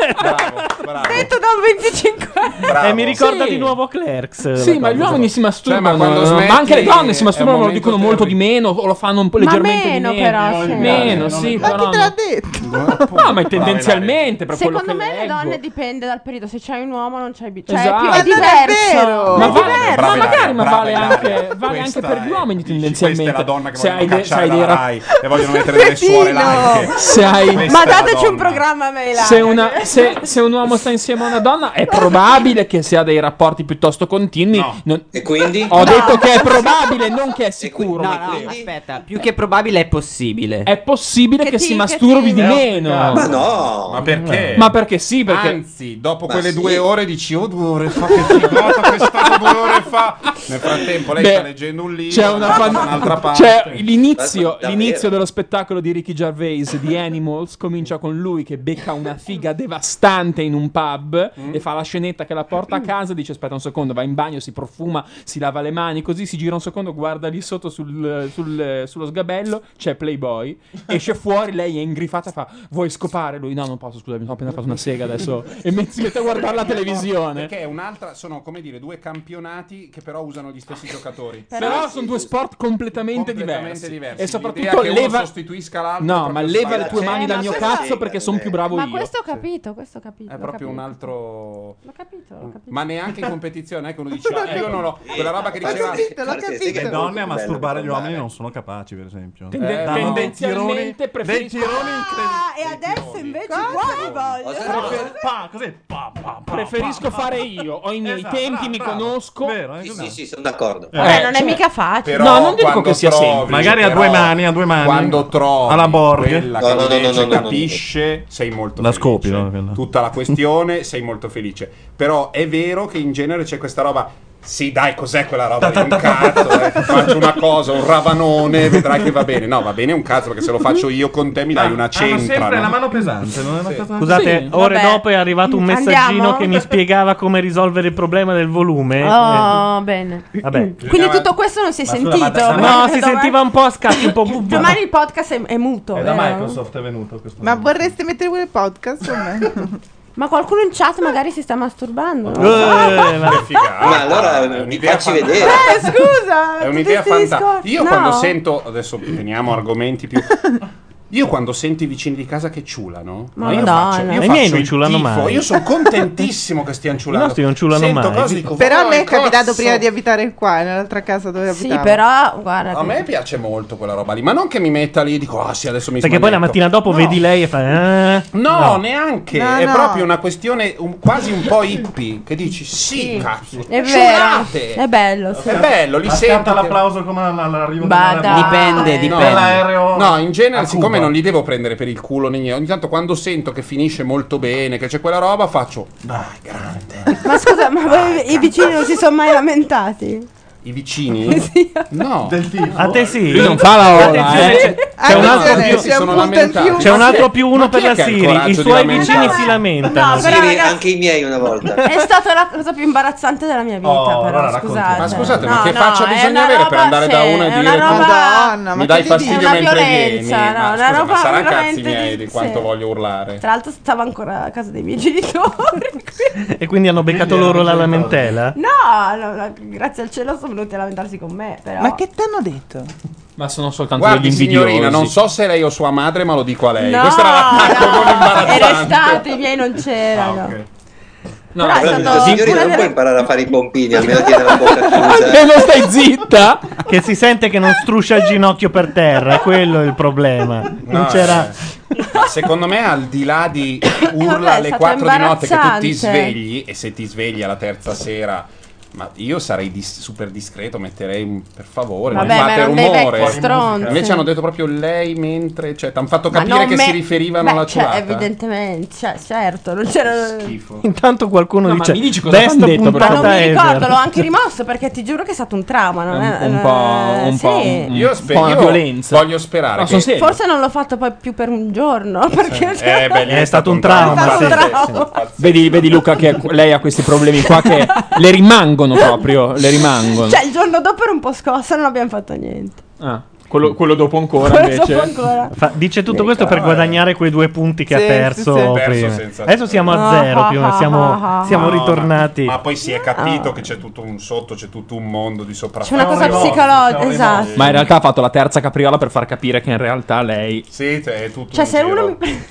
Speaker 16: Detto da un 25
Speaker 2: E Eh, mi ricorda
Speaker 8: Sì.
Speaker 2: di nuovo Clerks.
Speaker 8: Sì, ma gli uomini si masturbano,
Speaker 4: Cioè, ma quando
Speaker 8: no? ma,
Speaker 4: smetti
Speaker 8: anche le donne si
Speaker 4: è
Speaker 8: masturbano,
Speaker 4: un
Speaker 8: lo dicono
Speaker 4: momento
Speaker 8: molto di meno, o lo fanno un po'
Speaker 16: Ma
Speaker 8: leggermente
Speaker 16: meno,
Speaker 8: di meno.
Speaker 16: però, sì.
Speaker 8: Meno, sì,
Speaker 16: Ma chi
Speaker 8: però
Speaker 16: te
Speaker 8: no.
Speaker 16: l'ha detto?
Speaker 8: [laughs] No, ma è tendenzialmente per quello
Speaker 16: Secondo
Speaker 8: che
Speaker 16: me le
Speaker 8: leggo.
Speaker 16: donne dipende dal periodo. Se c'hai un uomo non c'hai bisogno.
Speaker 8: Esatto.
Speaker 16: Cioè,
Speaker 8: Ma
Speaker 16: è, più,
Speaker 8: non
Speaker 16: è
Speaker 8: è
Speaker 16: diverso.
Speaker 8: Ma,
Speaker 16: È
Speaker 8: vale-
Speaker 16: diverso.
Speaker 8: ma magari, ma
Speaker 4: brava
Speaker 8: vale
Speaker 4: Ilaria.
Speaker 8: anche, vale anche
Speaker 4: Questa
Speaker 8: per gli uomini
Speaker 4: Questa è la
Speaker 8: tendenzialmente.
Speaker 4: donna che
Speaker 8: Se
Speaker 4: vogliono
Speaker 8: hai de- se
Speaker 4: cacciare
Speaker 8: hai
Speaker 4: dalla
Speaker 8: dei rap-
Speaker 4: Rai e vogliono mettere
Speaker 8: [laughs]
Speaker 4: delle suore laiche.
Speaker 8: Se hai-
Speaker 4: Questa
Speaker 16: Ma
Speaker 4: è la
Speaker 16: dateci un
Speaker 4: donna.
Speaker 16: programma mail.
Speaker 8: Se,
Speaker 16: [laughs]
Speaker 8: una- se- se un uomo sta insieme a una donna è
Speaker 16: Esatto.
Speaker 8: probabile che sia dei rapporti piuttosto continui.
Speaker 14: E quindi?
Speaker 8: Ho detto che
Speaker 11: [laughs]
Speaker 8: è probabile, non che è sicuro.
Speaker 19: No, no, aspetta, più che probabile è possibile.
Speaker 8: È possibile che,
Speaker 19: Che ti-
Speaker 8: si
Speaker 19: che
Speaker 8: masturbi
Speaker 19: ti-
Speaker 8: di
Speaker 19: Eh,
Speaker 8: meno. Eh.
Speaker 19: ma
Speaker 14: no.
Speaker 4: Ma perché?
Speaker 8: Ma perché sì? Perché
Speaker 4: Anzi, dopo
Speaker 8: Ma
Speaker 4: quelle
Speaker 8: sì.
Speaker 4: due ore dici, oh, due ore fa [laughs] che figata che è stato due ore fa. Nel frattempo lei
Speaker 8: Beh,
Speaker 4: sta leggendo un libro,
Speaker 8: c'è una
Speaker 4: da
Speaker 8: fan-
Speaker 4: un'altra parte.
Speaker 8: C'è l'inizio,
Speaker 4: Davvero?
Speaker 8: l'inizio dello spettacolo di Ricky Gervais di Animals comincia con lui che becca una figa devastante in un pub
Speaker 4: Mm.
Speaker 8: e fa la scenetta che la porta a casa, dice aspetta un secondo, va in bagno, si profuma, si lava le mani, così si gira un secondo, guarda lì sotto sul- sul- sullo sgabello, c'è Playboy, esce fuori, lei è ingrifata, fa vuoi scopare? Lui no, non posso, scusa, mi sono appena fatto una sega adesso [laughs] e mi si mette a guardare la televisione.
Speaker 4: Perché è un'altra, sono come dire due campionati che però usano gli stessi giocatori.
Speaker 8: Però sono due sport completamente,
Speaker 4: Completamente diversi. L'idea
Speaker 8: E soprattutto
Speaker 4: che uno
Speaker 8: leva.
Speaker 4: sostituisca l'altro è
Speaker 8: No,
Speaker 4: proprio
Speaker 8: ma leva le tue
Speaker 4: sbagliato.
Speaker 8: mani
Speaker 4: Eh,
Speaker 8: dal
Speaker 4: ma
Speaker 8: mio
Speaker 4: questa
Speaker 8: cazzo
Speaker 4: sì,
Speaker 8: perché sono più bravo
Speaker 16: Ma
Speaker 8: io.
Speaker 16: questo ho capito, questo ho capito.
Speaker 4: È
Speaker 16: l'ho
Speaker 4: proprio
Speaker 16: capito.
Speaker 4: un altro. Mm.
Speaker 16: L'ho capito, l'ho capito.
Speaker 4: Ma neanche in competizione, è che uno dice, "Ah, io non ho quella roba che
Speaker 16: L'ho
Speaker 4: diceva.
Speaker 16: capito, l'ho capito.
Speaker 4: Che
Speaker 3: Le donne a masturbare gli uomini non sono capaci, per esempio. Eh,
Speaker 4: Tende-
Speaker 3: Danno dei
Speaker 4: tendenzialmente
Speaker 3: tironi- dei
Speaker 4: preferiscono-
Speaker 3: tironi incredibili.
Speaker 16: Ah, e adesso invece guarda, voglio.
Speaker 3: Proprio pa, così, pa, pa, pa, pa,
Speaker 8: Preferisco fare io. Ho i miei
Speaker 3: Esatto,
Speaker 8: tempi,
Speaker 3: bravo,
Speaker 8: mi
Speaker 3: bravo.
Speaker 8: conosco.
Speaker 14: Sì, sì, sì, sono d'accordo.
Speaker 16: Vabbè, non è mica facile.
Speaker 4: Però
Speaker 8: No, non dico
Speaker 4: quando
Speaker 8: che sia
Speaker 4: trovi-
Speaker 8: semplice.
Speaker 3: Magari a
Speaker 4: però
Speaker 3: due mani, a due mani.
Speaker 4: Quando trovi
Speaker 3: Alla Borg.
Speaker 4: quella
Speaker 3: No,
Speaker 4: che
Speaker 3: no, no,
Speaker 4: invece
Speaker 3: no, no, no, no.
Speaker 4: capisce, sei molto
Speaker 3: La
Speaker 4: felice.
Speaker 3: scopi, no, quella.
Speaker 4: Tutta la questione, sei molto felice. Però è vero che in genere c'è questa roba. Sì, dai, cos'è quella roba? lì? Un cazzo, eh, faccio una cosa, un ravanone, vedrai che va bene. No, va bene un cazzo, perché se lo faccio io con te mi dai una
Speaker 3: Hanno
Speaker 4: centra.
Speaker 3: sempre
Speaker 4: no?
Speaker 3: la mano pesante, non è una cosa...
Speaker 2: Scusate, ore
Speaker 16: Vabbè.
Speaker 2: dopo è arrivato un
Speaker 16: Andiamo?
Speaker 2: messaggino che mi spiegava come risolvere il problema del volume.
Speaker 16: Oh, bene.
Speaker 2: Eh, Vabbè.
Speaker 16: Quindi tutto questo non si è
Speaker 2: Ma scusa,
Speaker 16: sentito.
Speaker 2: ma da-
Speaker 16: ma-
Speaker 2: No, si
Speaker 16: domani-
Speaker 2: sentiva un po' a scatti, un po'
Speaker 16: Domani il podcast è, è muto.
Speaker 3: È da
Speaker 16: vero?
Speaker 3: Microsoft è venuto questo.
Speaker 18: Ma vorreste mettere pure il podcast o me?
Speaker 16: [laughs] Ma qualcuno in chat magari si sta masturbando. no?
Speaker 4: Eh, Che figata.
Speaker 14: Ma allora,
Speaker 4: È un'idea
Speaker 14: facci
Speaker 4: fantastica.
Speaker 14: vedere.
Speaker 16: Eh, [laughs] scusa.
Speaker 4: È
Speaker 16: tutti
Speaker 4: un'idea
Speaker 16: sti
Speaker 4: fantastica.
Speaker 16: discorsi-
Speaker 4: Io [laughs]
Speaker 16: No.
Speaker 4: quando sento. Adesso teniamo argomenti più. Io quando sento i vicini di casa che ciulano, ma io
Speaker 6: Madonna.
Speaker 4: faccio, io
Speaker 6: I
Speaker 4: faccio
Speaker 6: miei non
Speaker 4: il
Speaker 2: ciulano
Speaker 4: tifo,
Speaker 2: mai.
Speaker 4: Io sono contentissimo che
Speaker 2: [laughs]
Speaker 4: stiano ciulando.
Speaker 2: nostri non ciulano
Speaker 4: Sento
Speaker 2: mai.
Speaker 4: Cose, "Oh, dico,
Speaker 10: Però a me
Speaker 4: "Vai,
Speaker 10: è capitato
Speaker 4: cazzo".
Speaker 10: prima di abitare qua, nell'altra casa dove
Speaker 6: Sì,
Speaker 10: abitavo.
Speaker 6: però, guarda.
Speaker 4: A me piace molto quella roba lì, ma non che mi metta lì e dico, ah sì, adesso mi
Speaker 2: Perché poi la mattina dopo vedi lei e fa. "Eh".
Speaker 4: No, neanche.
Speaker 2: No,
Speaker 4: è
Speaker 2: no.
Speaker 4: proprio una questione un- quasi un po' hippie. Che dici, sì, cazzo.
Speaker 6: È vero.
Speaker 4: ciulate!"
Speaker 6: È bello, sì.
Speaker 4: È bello, li
Speaker 3: Scatta
Speaker 4: sento. che-
Speaker 3: l'applauso come alla- all'arrivo
Speaker 6: Bah,
Speaker 3: della-
Speaker 6: dai. Dipende, dipende.
Speaker 4: No,
Speaker 3: Dell'aereo
Speaker 4: no, in
Speaker 3: a
Speaker 4: genere, siccome
Speaker 3: Cuba.
Speaker 4: non li devo prendere per il culo, né niente, ogni tanto quando sento che finisce molto bene, che c'è quella roba, faccio. Dai,
Speaker 6: Ma scusa, ma voi, i vicini non si sono mai lamentati?
Speaker 4: i
Speaker 6: [laughs]
Speaker 4: vicini? No.
Speaker 2: A te sì.
Speaker 4: Lui non fa la ola,
Speaker 2: Attenzione,
Speaker 4: eh.
Speaker 2: c'è- C'è un
Speaker 4: Attenzione, si
Speaker 2: altro più,
Speaker 4: sono lamentati.
Speaker 2: c'è un altro
Speaker 4: Ma
Speaker 2: più uno
Speaker 4: chi
Speaker 2: per
Speaker 4: è
Speaker 2: la
Speaker 4: che ha il
Speaker 2: Siri. I
Speaker 4: coraggio di
Speaker 2: suoi
Speaker 4: lamentarsi?
Speaker 2: vicini si lamentano. Eh,
Speaker 6: No, però,
Speaker 14: Siri,
Speaker 6: ragazzi-
Speaker 14: anche i miei una volta.
Speaker 4: Eh,
Speaker 6: È stata la cosa più imbarazzante della mia vita,
Speaker 14: Oh,
Speaker 6: però,
Speaker 14: allora racconti.
Speaker 6: scusate.
Speaker 4: Ma scusate, ma
Speaker 6: No,
Speaker 4: che
Speaker 6: no,
Speaker 4: faccia
Speaker 6: è
Speaker 4: bisogna
Speaker 6: una
Speaker 4: avere per
Speaker 6: roba-
Speaker 4: andare da
Speaker 6: sì,
Speaker 4: uno e
Speaker 6: è
Speaker 4: dire
Speaker 6: una roba-
Speaker 10: Madonna,
Speaker 4: mi
Speaker 10: ma
Speaker 4: dai
Speaker 10: che ti dico?
Speaker 4: fastidio
Speaker 6: È una
Speaker 4: mentre vieni?
Speaker 6: violenza, no,
Speaker 4: ma
Speaker 6: una
Speaker 4: scusa,
Speaker 6: roba
Speaker 4: ma sarà cazzi
Speaker 6: veramente
Speaker 4: miei
Speaker 6: di-
Speaker 4: di quanto
Speaker 6: sì.
Speaker 4: voglio urlare.
Speaker 6: Tra l'altro stavo ancora a casa dei miei genitori.
Speaker 4: [laughs]
Speaker 2: E quindi hanno beccato loro la lamentela.
Speaker 6: No, no, no, grazie al cielo sono venuti a lamentarsi con me, però. [laughs]
Speaker 10: Ma che ti hanno detto?
Speaker 8: Ma sono soltanto
Speaker 4: Guardi
Speaker 8: degli invidiosi.
Speaker 4: signorina, non so se lei o sua madre, ma lo dico a lei.
Speaker 6: No,
Speaker 4: Questa era l'attacco
Speaker 6: no,
Speaker 4: con
Speaker 6: era
Speaker 4: imbarazzante. Ah,
Speaker 6: stato, i miei non c'erano.
Speaker 4: No,
Speaker 6: Però è
Speaker 14: Però
Speaker 6: stato-
Speaker 14: signorina, non puoi imparare a fare i pompini,
Speaker 2: [laughs]
Speaker 14: almeno tieni la bocca chiusa.
Speaker 2: stai zitta! Che si sente che non struscia il ginocchio per terra, quello è il problema. Non
Speaker 4: No, eh,
Speaker 2: c'era.
Speaker 4: Ma secondo me, al di là di
Speaker 6: [laughs] Vabbè,
Speaker 4: urla
Speaker 6: è
Speaker 4: alle
Speaker 6: stato
Speaker 4: 4 di notte che tu ti
Speaker 6: imbarazzante.
Speaker 4: svegli, e se ti svegli alla terza sera. Ma io sarei dis- super discreto, metterei un per favore,
Speaker 6: Vabbè,
Speaker 4: non
Speaker 6: ma
Speaker 4: fate
Speaker 6: erano dei
Speaker 4: rumore.
Speaker 6: vecchi stronzi.
Speaker 4: Invece hanno detto proprio lei mentre, cioè, ti hanno fatto
Speaker 6: Ma
Speaker 4: capire
Speaker 6: non
Speaker 4: che
Speaker 6: me-
Speaker 4: si riferivano
Speaker 6: Beh,
Speaker 4: alla
Speaker 6: cioè,
Speaker 4: ciulata.
Speaker 6: evidentemente, cioè, certo, non c'era...
Speaker 2: Intanto qualcuno
Speaker 8: No, ma
Speaker 2: dice:
Speaker 8: mi dici cosa
Speaker 2: "Destra
Speaker 8: t'han detto, per
Speaker 6: Ma
Speaker 2: puntata
Speaker 6: non mi ricordo,
Speaker 2: ever".
Speaker 6: l'ho anche rimosso perché ti giuro che è stato un trauma. Non è,
Speaker 8: Un po', un po',
Speaker 6: Eh, sì.
Speaker 8: un,
Speaker 4: Io
Speaker 8: un
Speaker 4: spe-
Speaker 8: po' una
Speaker 4: io
Speaker 8: violenza.
Speaker 4: voglio sperare
Speaker 8: No,
Speaker 4: che-
Speaker 8: sono serio.
Speaker 6: Forse non l'ho fatto poi più per un giorno. Perché cioè,
Speaker 4: Eh, beh, lì
Speaker 2: È stato un
Speaker 6: È
Speaker 2: trauma.
Speaker 6: stato un
Speaker 2: sì.
Speaker 8: Vedi, vedi Luca che lei ha questi problemi qua che le rimangono proprio, le rimangono.
Speaker 6: Cioè, il giorno dopo ero un po' scossa, non abbiamo fatto niente.
Speaker 8: Ah, quello, quello dopo ancora
Speaker 6: Quello
Speaker 8: invece.
Speaker 6: dopo ancora.
Speaker 2: Fa- dice tutto questo per guadagnare quei due punti che
Speaker 6: Sì,
Speaker 2: ha
Speaker 6: sì,
Speaker 2: perso.
Speaker 6: sì. Perso
Speaker 2: prima.
Speaker 4: senza-
Speaker 2: Adesso siamo a zero. Più o meno, siamo, siamo
Speaker 4: No, ma-
Speaker 2: ritornati.
Speaker 4: Ma, poi si è capito che c'è tutto un sotto, c'è tutto un mondo di sopra.
Speaker 6: Ah. C'è una cosa psicologica, esatto.
Speaker 8: Ma in realtà ha fatto la terza capriola per far capire che in realtà lei.
Speaker 4: Sì, è tutto.
Speaker 6: Cioè, se uno mi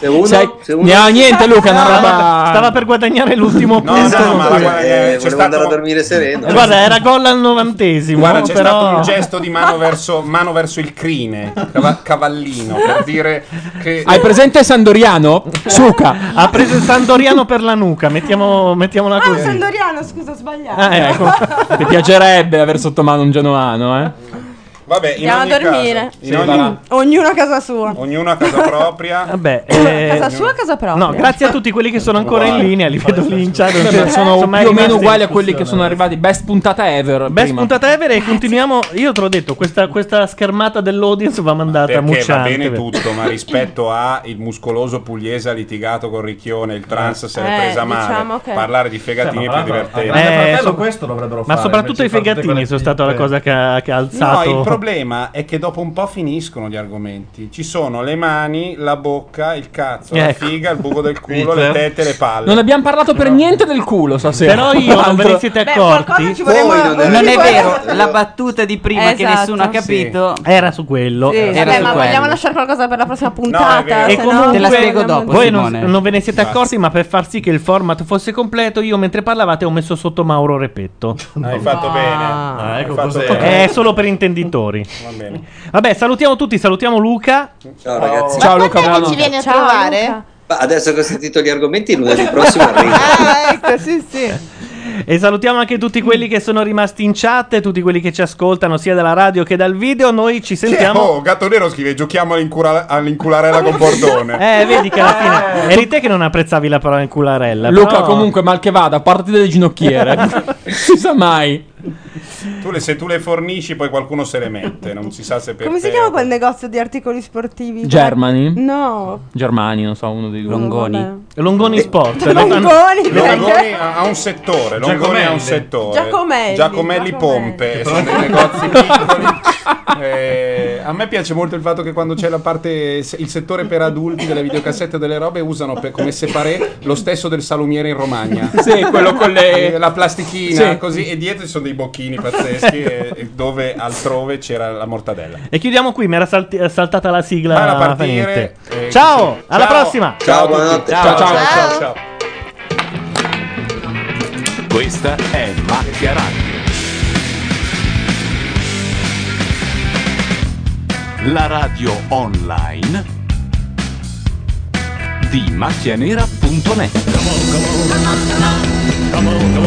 Speaker 14: Se uno,
Speaker 8: Sai-
Speaker 14: se uno-
Speaker 8: No, niente, Luca, è una roba-
Speaker 2: Stava, stava per guadagnare l'ultimo
Speaker 4: No,
Speaker 2: punto.
Speaker 4: no, ma la guarda- eh,
Speaker 14: eh,
Speaker 4: c'è
Speaker 14: volevo
Speaker 4: stato-
Speaker 14: andare a dormire sereno.
Speaker 2: Eh, Guarda, era gol al novantesimo.
Speaker 4: Guarda, c'è
Speaker 2: però...
Speaker 4: stato un gesto di
Speaker 3: [laughs]
Speaker 4: mano verso, mano verso il crine, cava- cavallino,
Speaker 3: [laughs]
Speaker 4: per dire che.
Speaker 8: Hai presente Sandoriano? Suca!
Speaker 2: Ha preso il Sandoriano per la nuca. Mettiamo, mettiamola
Speaker 6: Ah,
Speaker 2: così.
Speaker 6: Sandoriano, scusa, ho sbagliato.
Speaker 2: eh.
Speaker 8: Ah, ecco. Ti piacerebbe aver sotto mano un genuano, eh?
Speaker 4: Vabbè, in
Speaker 6: Andiamo a
Speaker 4: ogni
Speaker 6: dormire.
Speaker 4: caso- in ogni-
Speaker 6: Ognuno a casa sua.
Speaker 4: ognuno a casa propria.
Speaker 2: Vabbè, eh,
Speaker 6: [laughs] casa sua, a casa propria.
Speaker 2: No, grazie a tutti quelli che sono ancora in linea, li vedo lì in chat. non
Speaker 8: Beh,
Speaker 2: so-
Speaker 8: ma sono
Speaker 2: ormai
Speaker 8: più o meno
Speaker 2: rimasti-
Speaker 8: uguali a quelli che sono arrivati. Best puntata ever.
Speaker 2: Best
Speaker 8: prima.
Speaker 2: puntata ever e continuiamo. Io te l'ho detto, questa, questa schermata dell'audience va mandata a
Speaker 4: Perché va
Speaker 2: mucciante.
Speaker 4: bene tutto,
Speaker 3: [laughs]
Speaker 4: ma rispetto a il muscoloso pugliese ha litigato con Ricchione, il trans se l'è
Speaker 6: Eh,
Speaker 4: presa male.
Speaker 6: diciamo che-
Speaker 4: Parlare di fegatini
Speaker 3: Cioè,
Speaker 4: è
Speaker 3: ma
Speaker 4: più
Speaker 3: tra l'altro,
Speaker 4: divertente.
Speaker 3: al Grande Fratello
Speaker 2: so-
Speaker 3: questo dovrebbero
Speaker 2: Eh, Ma
Speaker 3: fare,
Speaker 2: soprattutto
Speaker 3: invece
Speaker 2: i
Speaker 3: di fare tutte
Speaker 2: fegatini
Speaker 3: quelle
Speaker 2: sono stata la
Speaker 3: pippe.
Speaker 2: cosa che ha, che ha alzato.
Speaker 4: No, il problema è che dopo un po' finiscono gli argomenti. Ci sono le mani, la bocca, il cazzo, la
Speaker 2: Ecco.
Speaker 4: figa, il buco
Speaker 2: [laughs]
Speaker 4: del culo, le tette, le palle.
Speaker 8: Non abbiamo parlato per niente del culo stasera.
Speaker 2: Però io non ve ne siete
Speaker 6: Beh, qualcosa
Speaker 2: accorti.
Speaker 6: ci vorremmo
Speaker 4: Voi non
Speaker 6: voi
Speaker 11: Non
Speaker 6: ci
Speaker 11: è
Speaker 6: vorremmo-
Speaker 11: vero, [laughs] la battuta di prima che
Speaker 6: Esatto.
Speaker 11: nessuno ha capito.
Speaker 2: Era su quello.
Speaker 11: Sì,
Speaker 2: Era
Speaker 6: Vabbè,
Speaker 2: su
Speaker 6: ma
Speaker 2: quello.
Speaker 6: vogliamo lasciare qualcosa per la prossima puntata?
Speaker 2: E
Speaker 6: se no-
Speaker 2: comunque
Speaker 11: Te la spiego dopo,
Speaker 2: Voi non,
Speaker 11: Simone.
Speaker 2: non ve ne siete accorti, ma per far sì che il format fosse completo, io mentre parlavate ho messo sotto Mauro Repetto.
Speaker 4: Hai fatto
Speaker 6: Ah.
Speaker 4: bene. Hai
Speaker 3: ecco
Speaker 4: fatto
Speaker 3: cos'è.
Speaker 4: bene.
Speaker 2: Ah, È solo per intenditori.
Speaker 4: Va bene.
Speaker 2: Vabbè, salutiamo tutti, salutiamo Luca.
Speaker 14: Ciao ragazzi.
Speaker 8: Ciao
Speaker 14: Ma
Speaker 8: Luca, buonanotte.
Speaker 10: Ci vieni a
Speaker 6: Ciao,
Speaker 10: trovare?
Speaker 6: Luca.
Speaker 14: Ma adesso che ho sentito gli argomenti, lunedì prossimo arrivo.
Speaker 10: Ah, ecco, sì, sì.
Speaker 2: E salutiamo anche tutti quelli che sono rimasti in chat, tutti quelli che ci ascoltano sia dalla radio che dal video. Noi ci
Speaker 4: Oh,
Speaker 2: sentiamo.
Speaker 4: Gatto Nero scrive: Giochiamo all'incura- all'incularella con Bordone.
Speaker 2: [laughs] Eh, vedi che alla fine eri te che non apprezzavi la parola incularella.
Speaker 8: Luca,
Speaker 2: però-
Speaker 8: comunque, mal che vada, parti dalle ginocchiere.
Speaker 4: [laughs]
Speaker 8: si sa mai.
Speaker 4: Tu le- se tu le fornisci, poi qualcuno se le mette. Non si sa se per
Speaker 6: Come si
Speaker 4: te
Speaker 6: chiama
Speaker 4: o-
Speaker 6: quel negozio di articoli sportivi?
Speaker 8: Germany?
Speaker 6: No.
Speaker 8: Germani, non so, uno dei due.
Speaker 6: Longoni.
Speaker 2: Longoni
Speaker 4: Cioè,
Speaker 6: [laughs]
Speaker 2: Sport.
Speaker 4: Longoni,
Speaker 2: Le-
Speaker 4: Longoni ha ha un settore. Longoni ha un
Speaker 2: Giacomelli.
Speaker 4: settore.
Speaker 2: Giacomelli,
Speaker 4: Giacomelli Pompe. Sono dei negozi piccoli. Eh, a me piace molto il fatto che quando c'è la parte, se- il settore per adulti delle videocassette e delle robe usano per- come separé lo stesso del salumiere in Romagna.
Speaker 8: Sì, quello con le-
Speaker 4: Eh, La plastichina,
Speaker 8: Sì.
Speaker 4: così. E dietro ci sono dei bocchini pazzeschi e- e dove altrove c'era la mortadella.
Speaker 2: E chiudiamo qui, mi era salti- saltata la sigla.
Speaker 4: Falla
Speaker 8: Ah,
Speaker 4: partire,
Speaker 2: Feniente.
Speaker 4: eh,
Speaker 2: ciao,
Speaker 4: sì.
Speaker 2: alla
Speaker 4: Ciao.
Speaker 2: prossima.
Speaker 4: Ciao, buonanotte.
Speaker 2: Ciao, ciao.
Speaker 4: ciao. ciao.
Speaker 25: Questa è Macchia Radio. La radio online di macchianera.net.
Speaker 20: Come on, come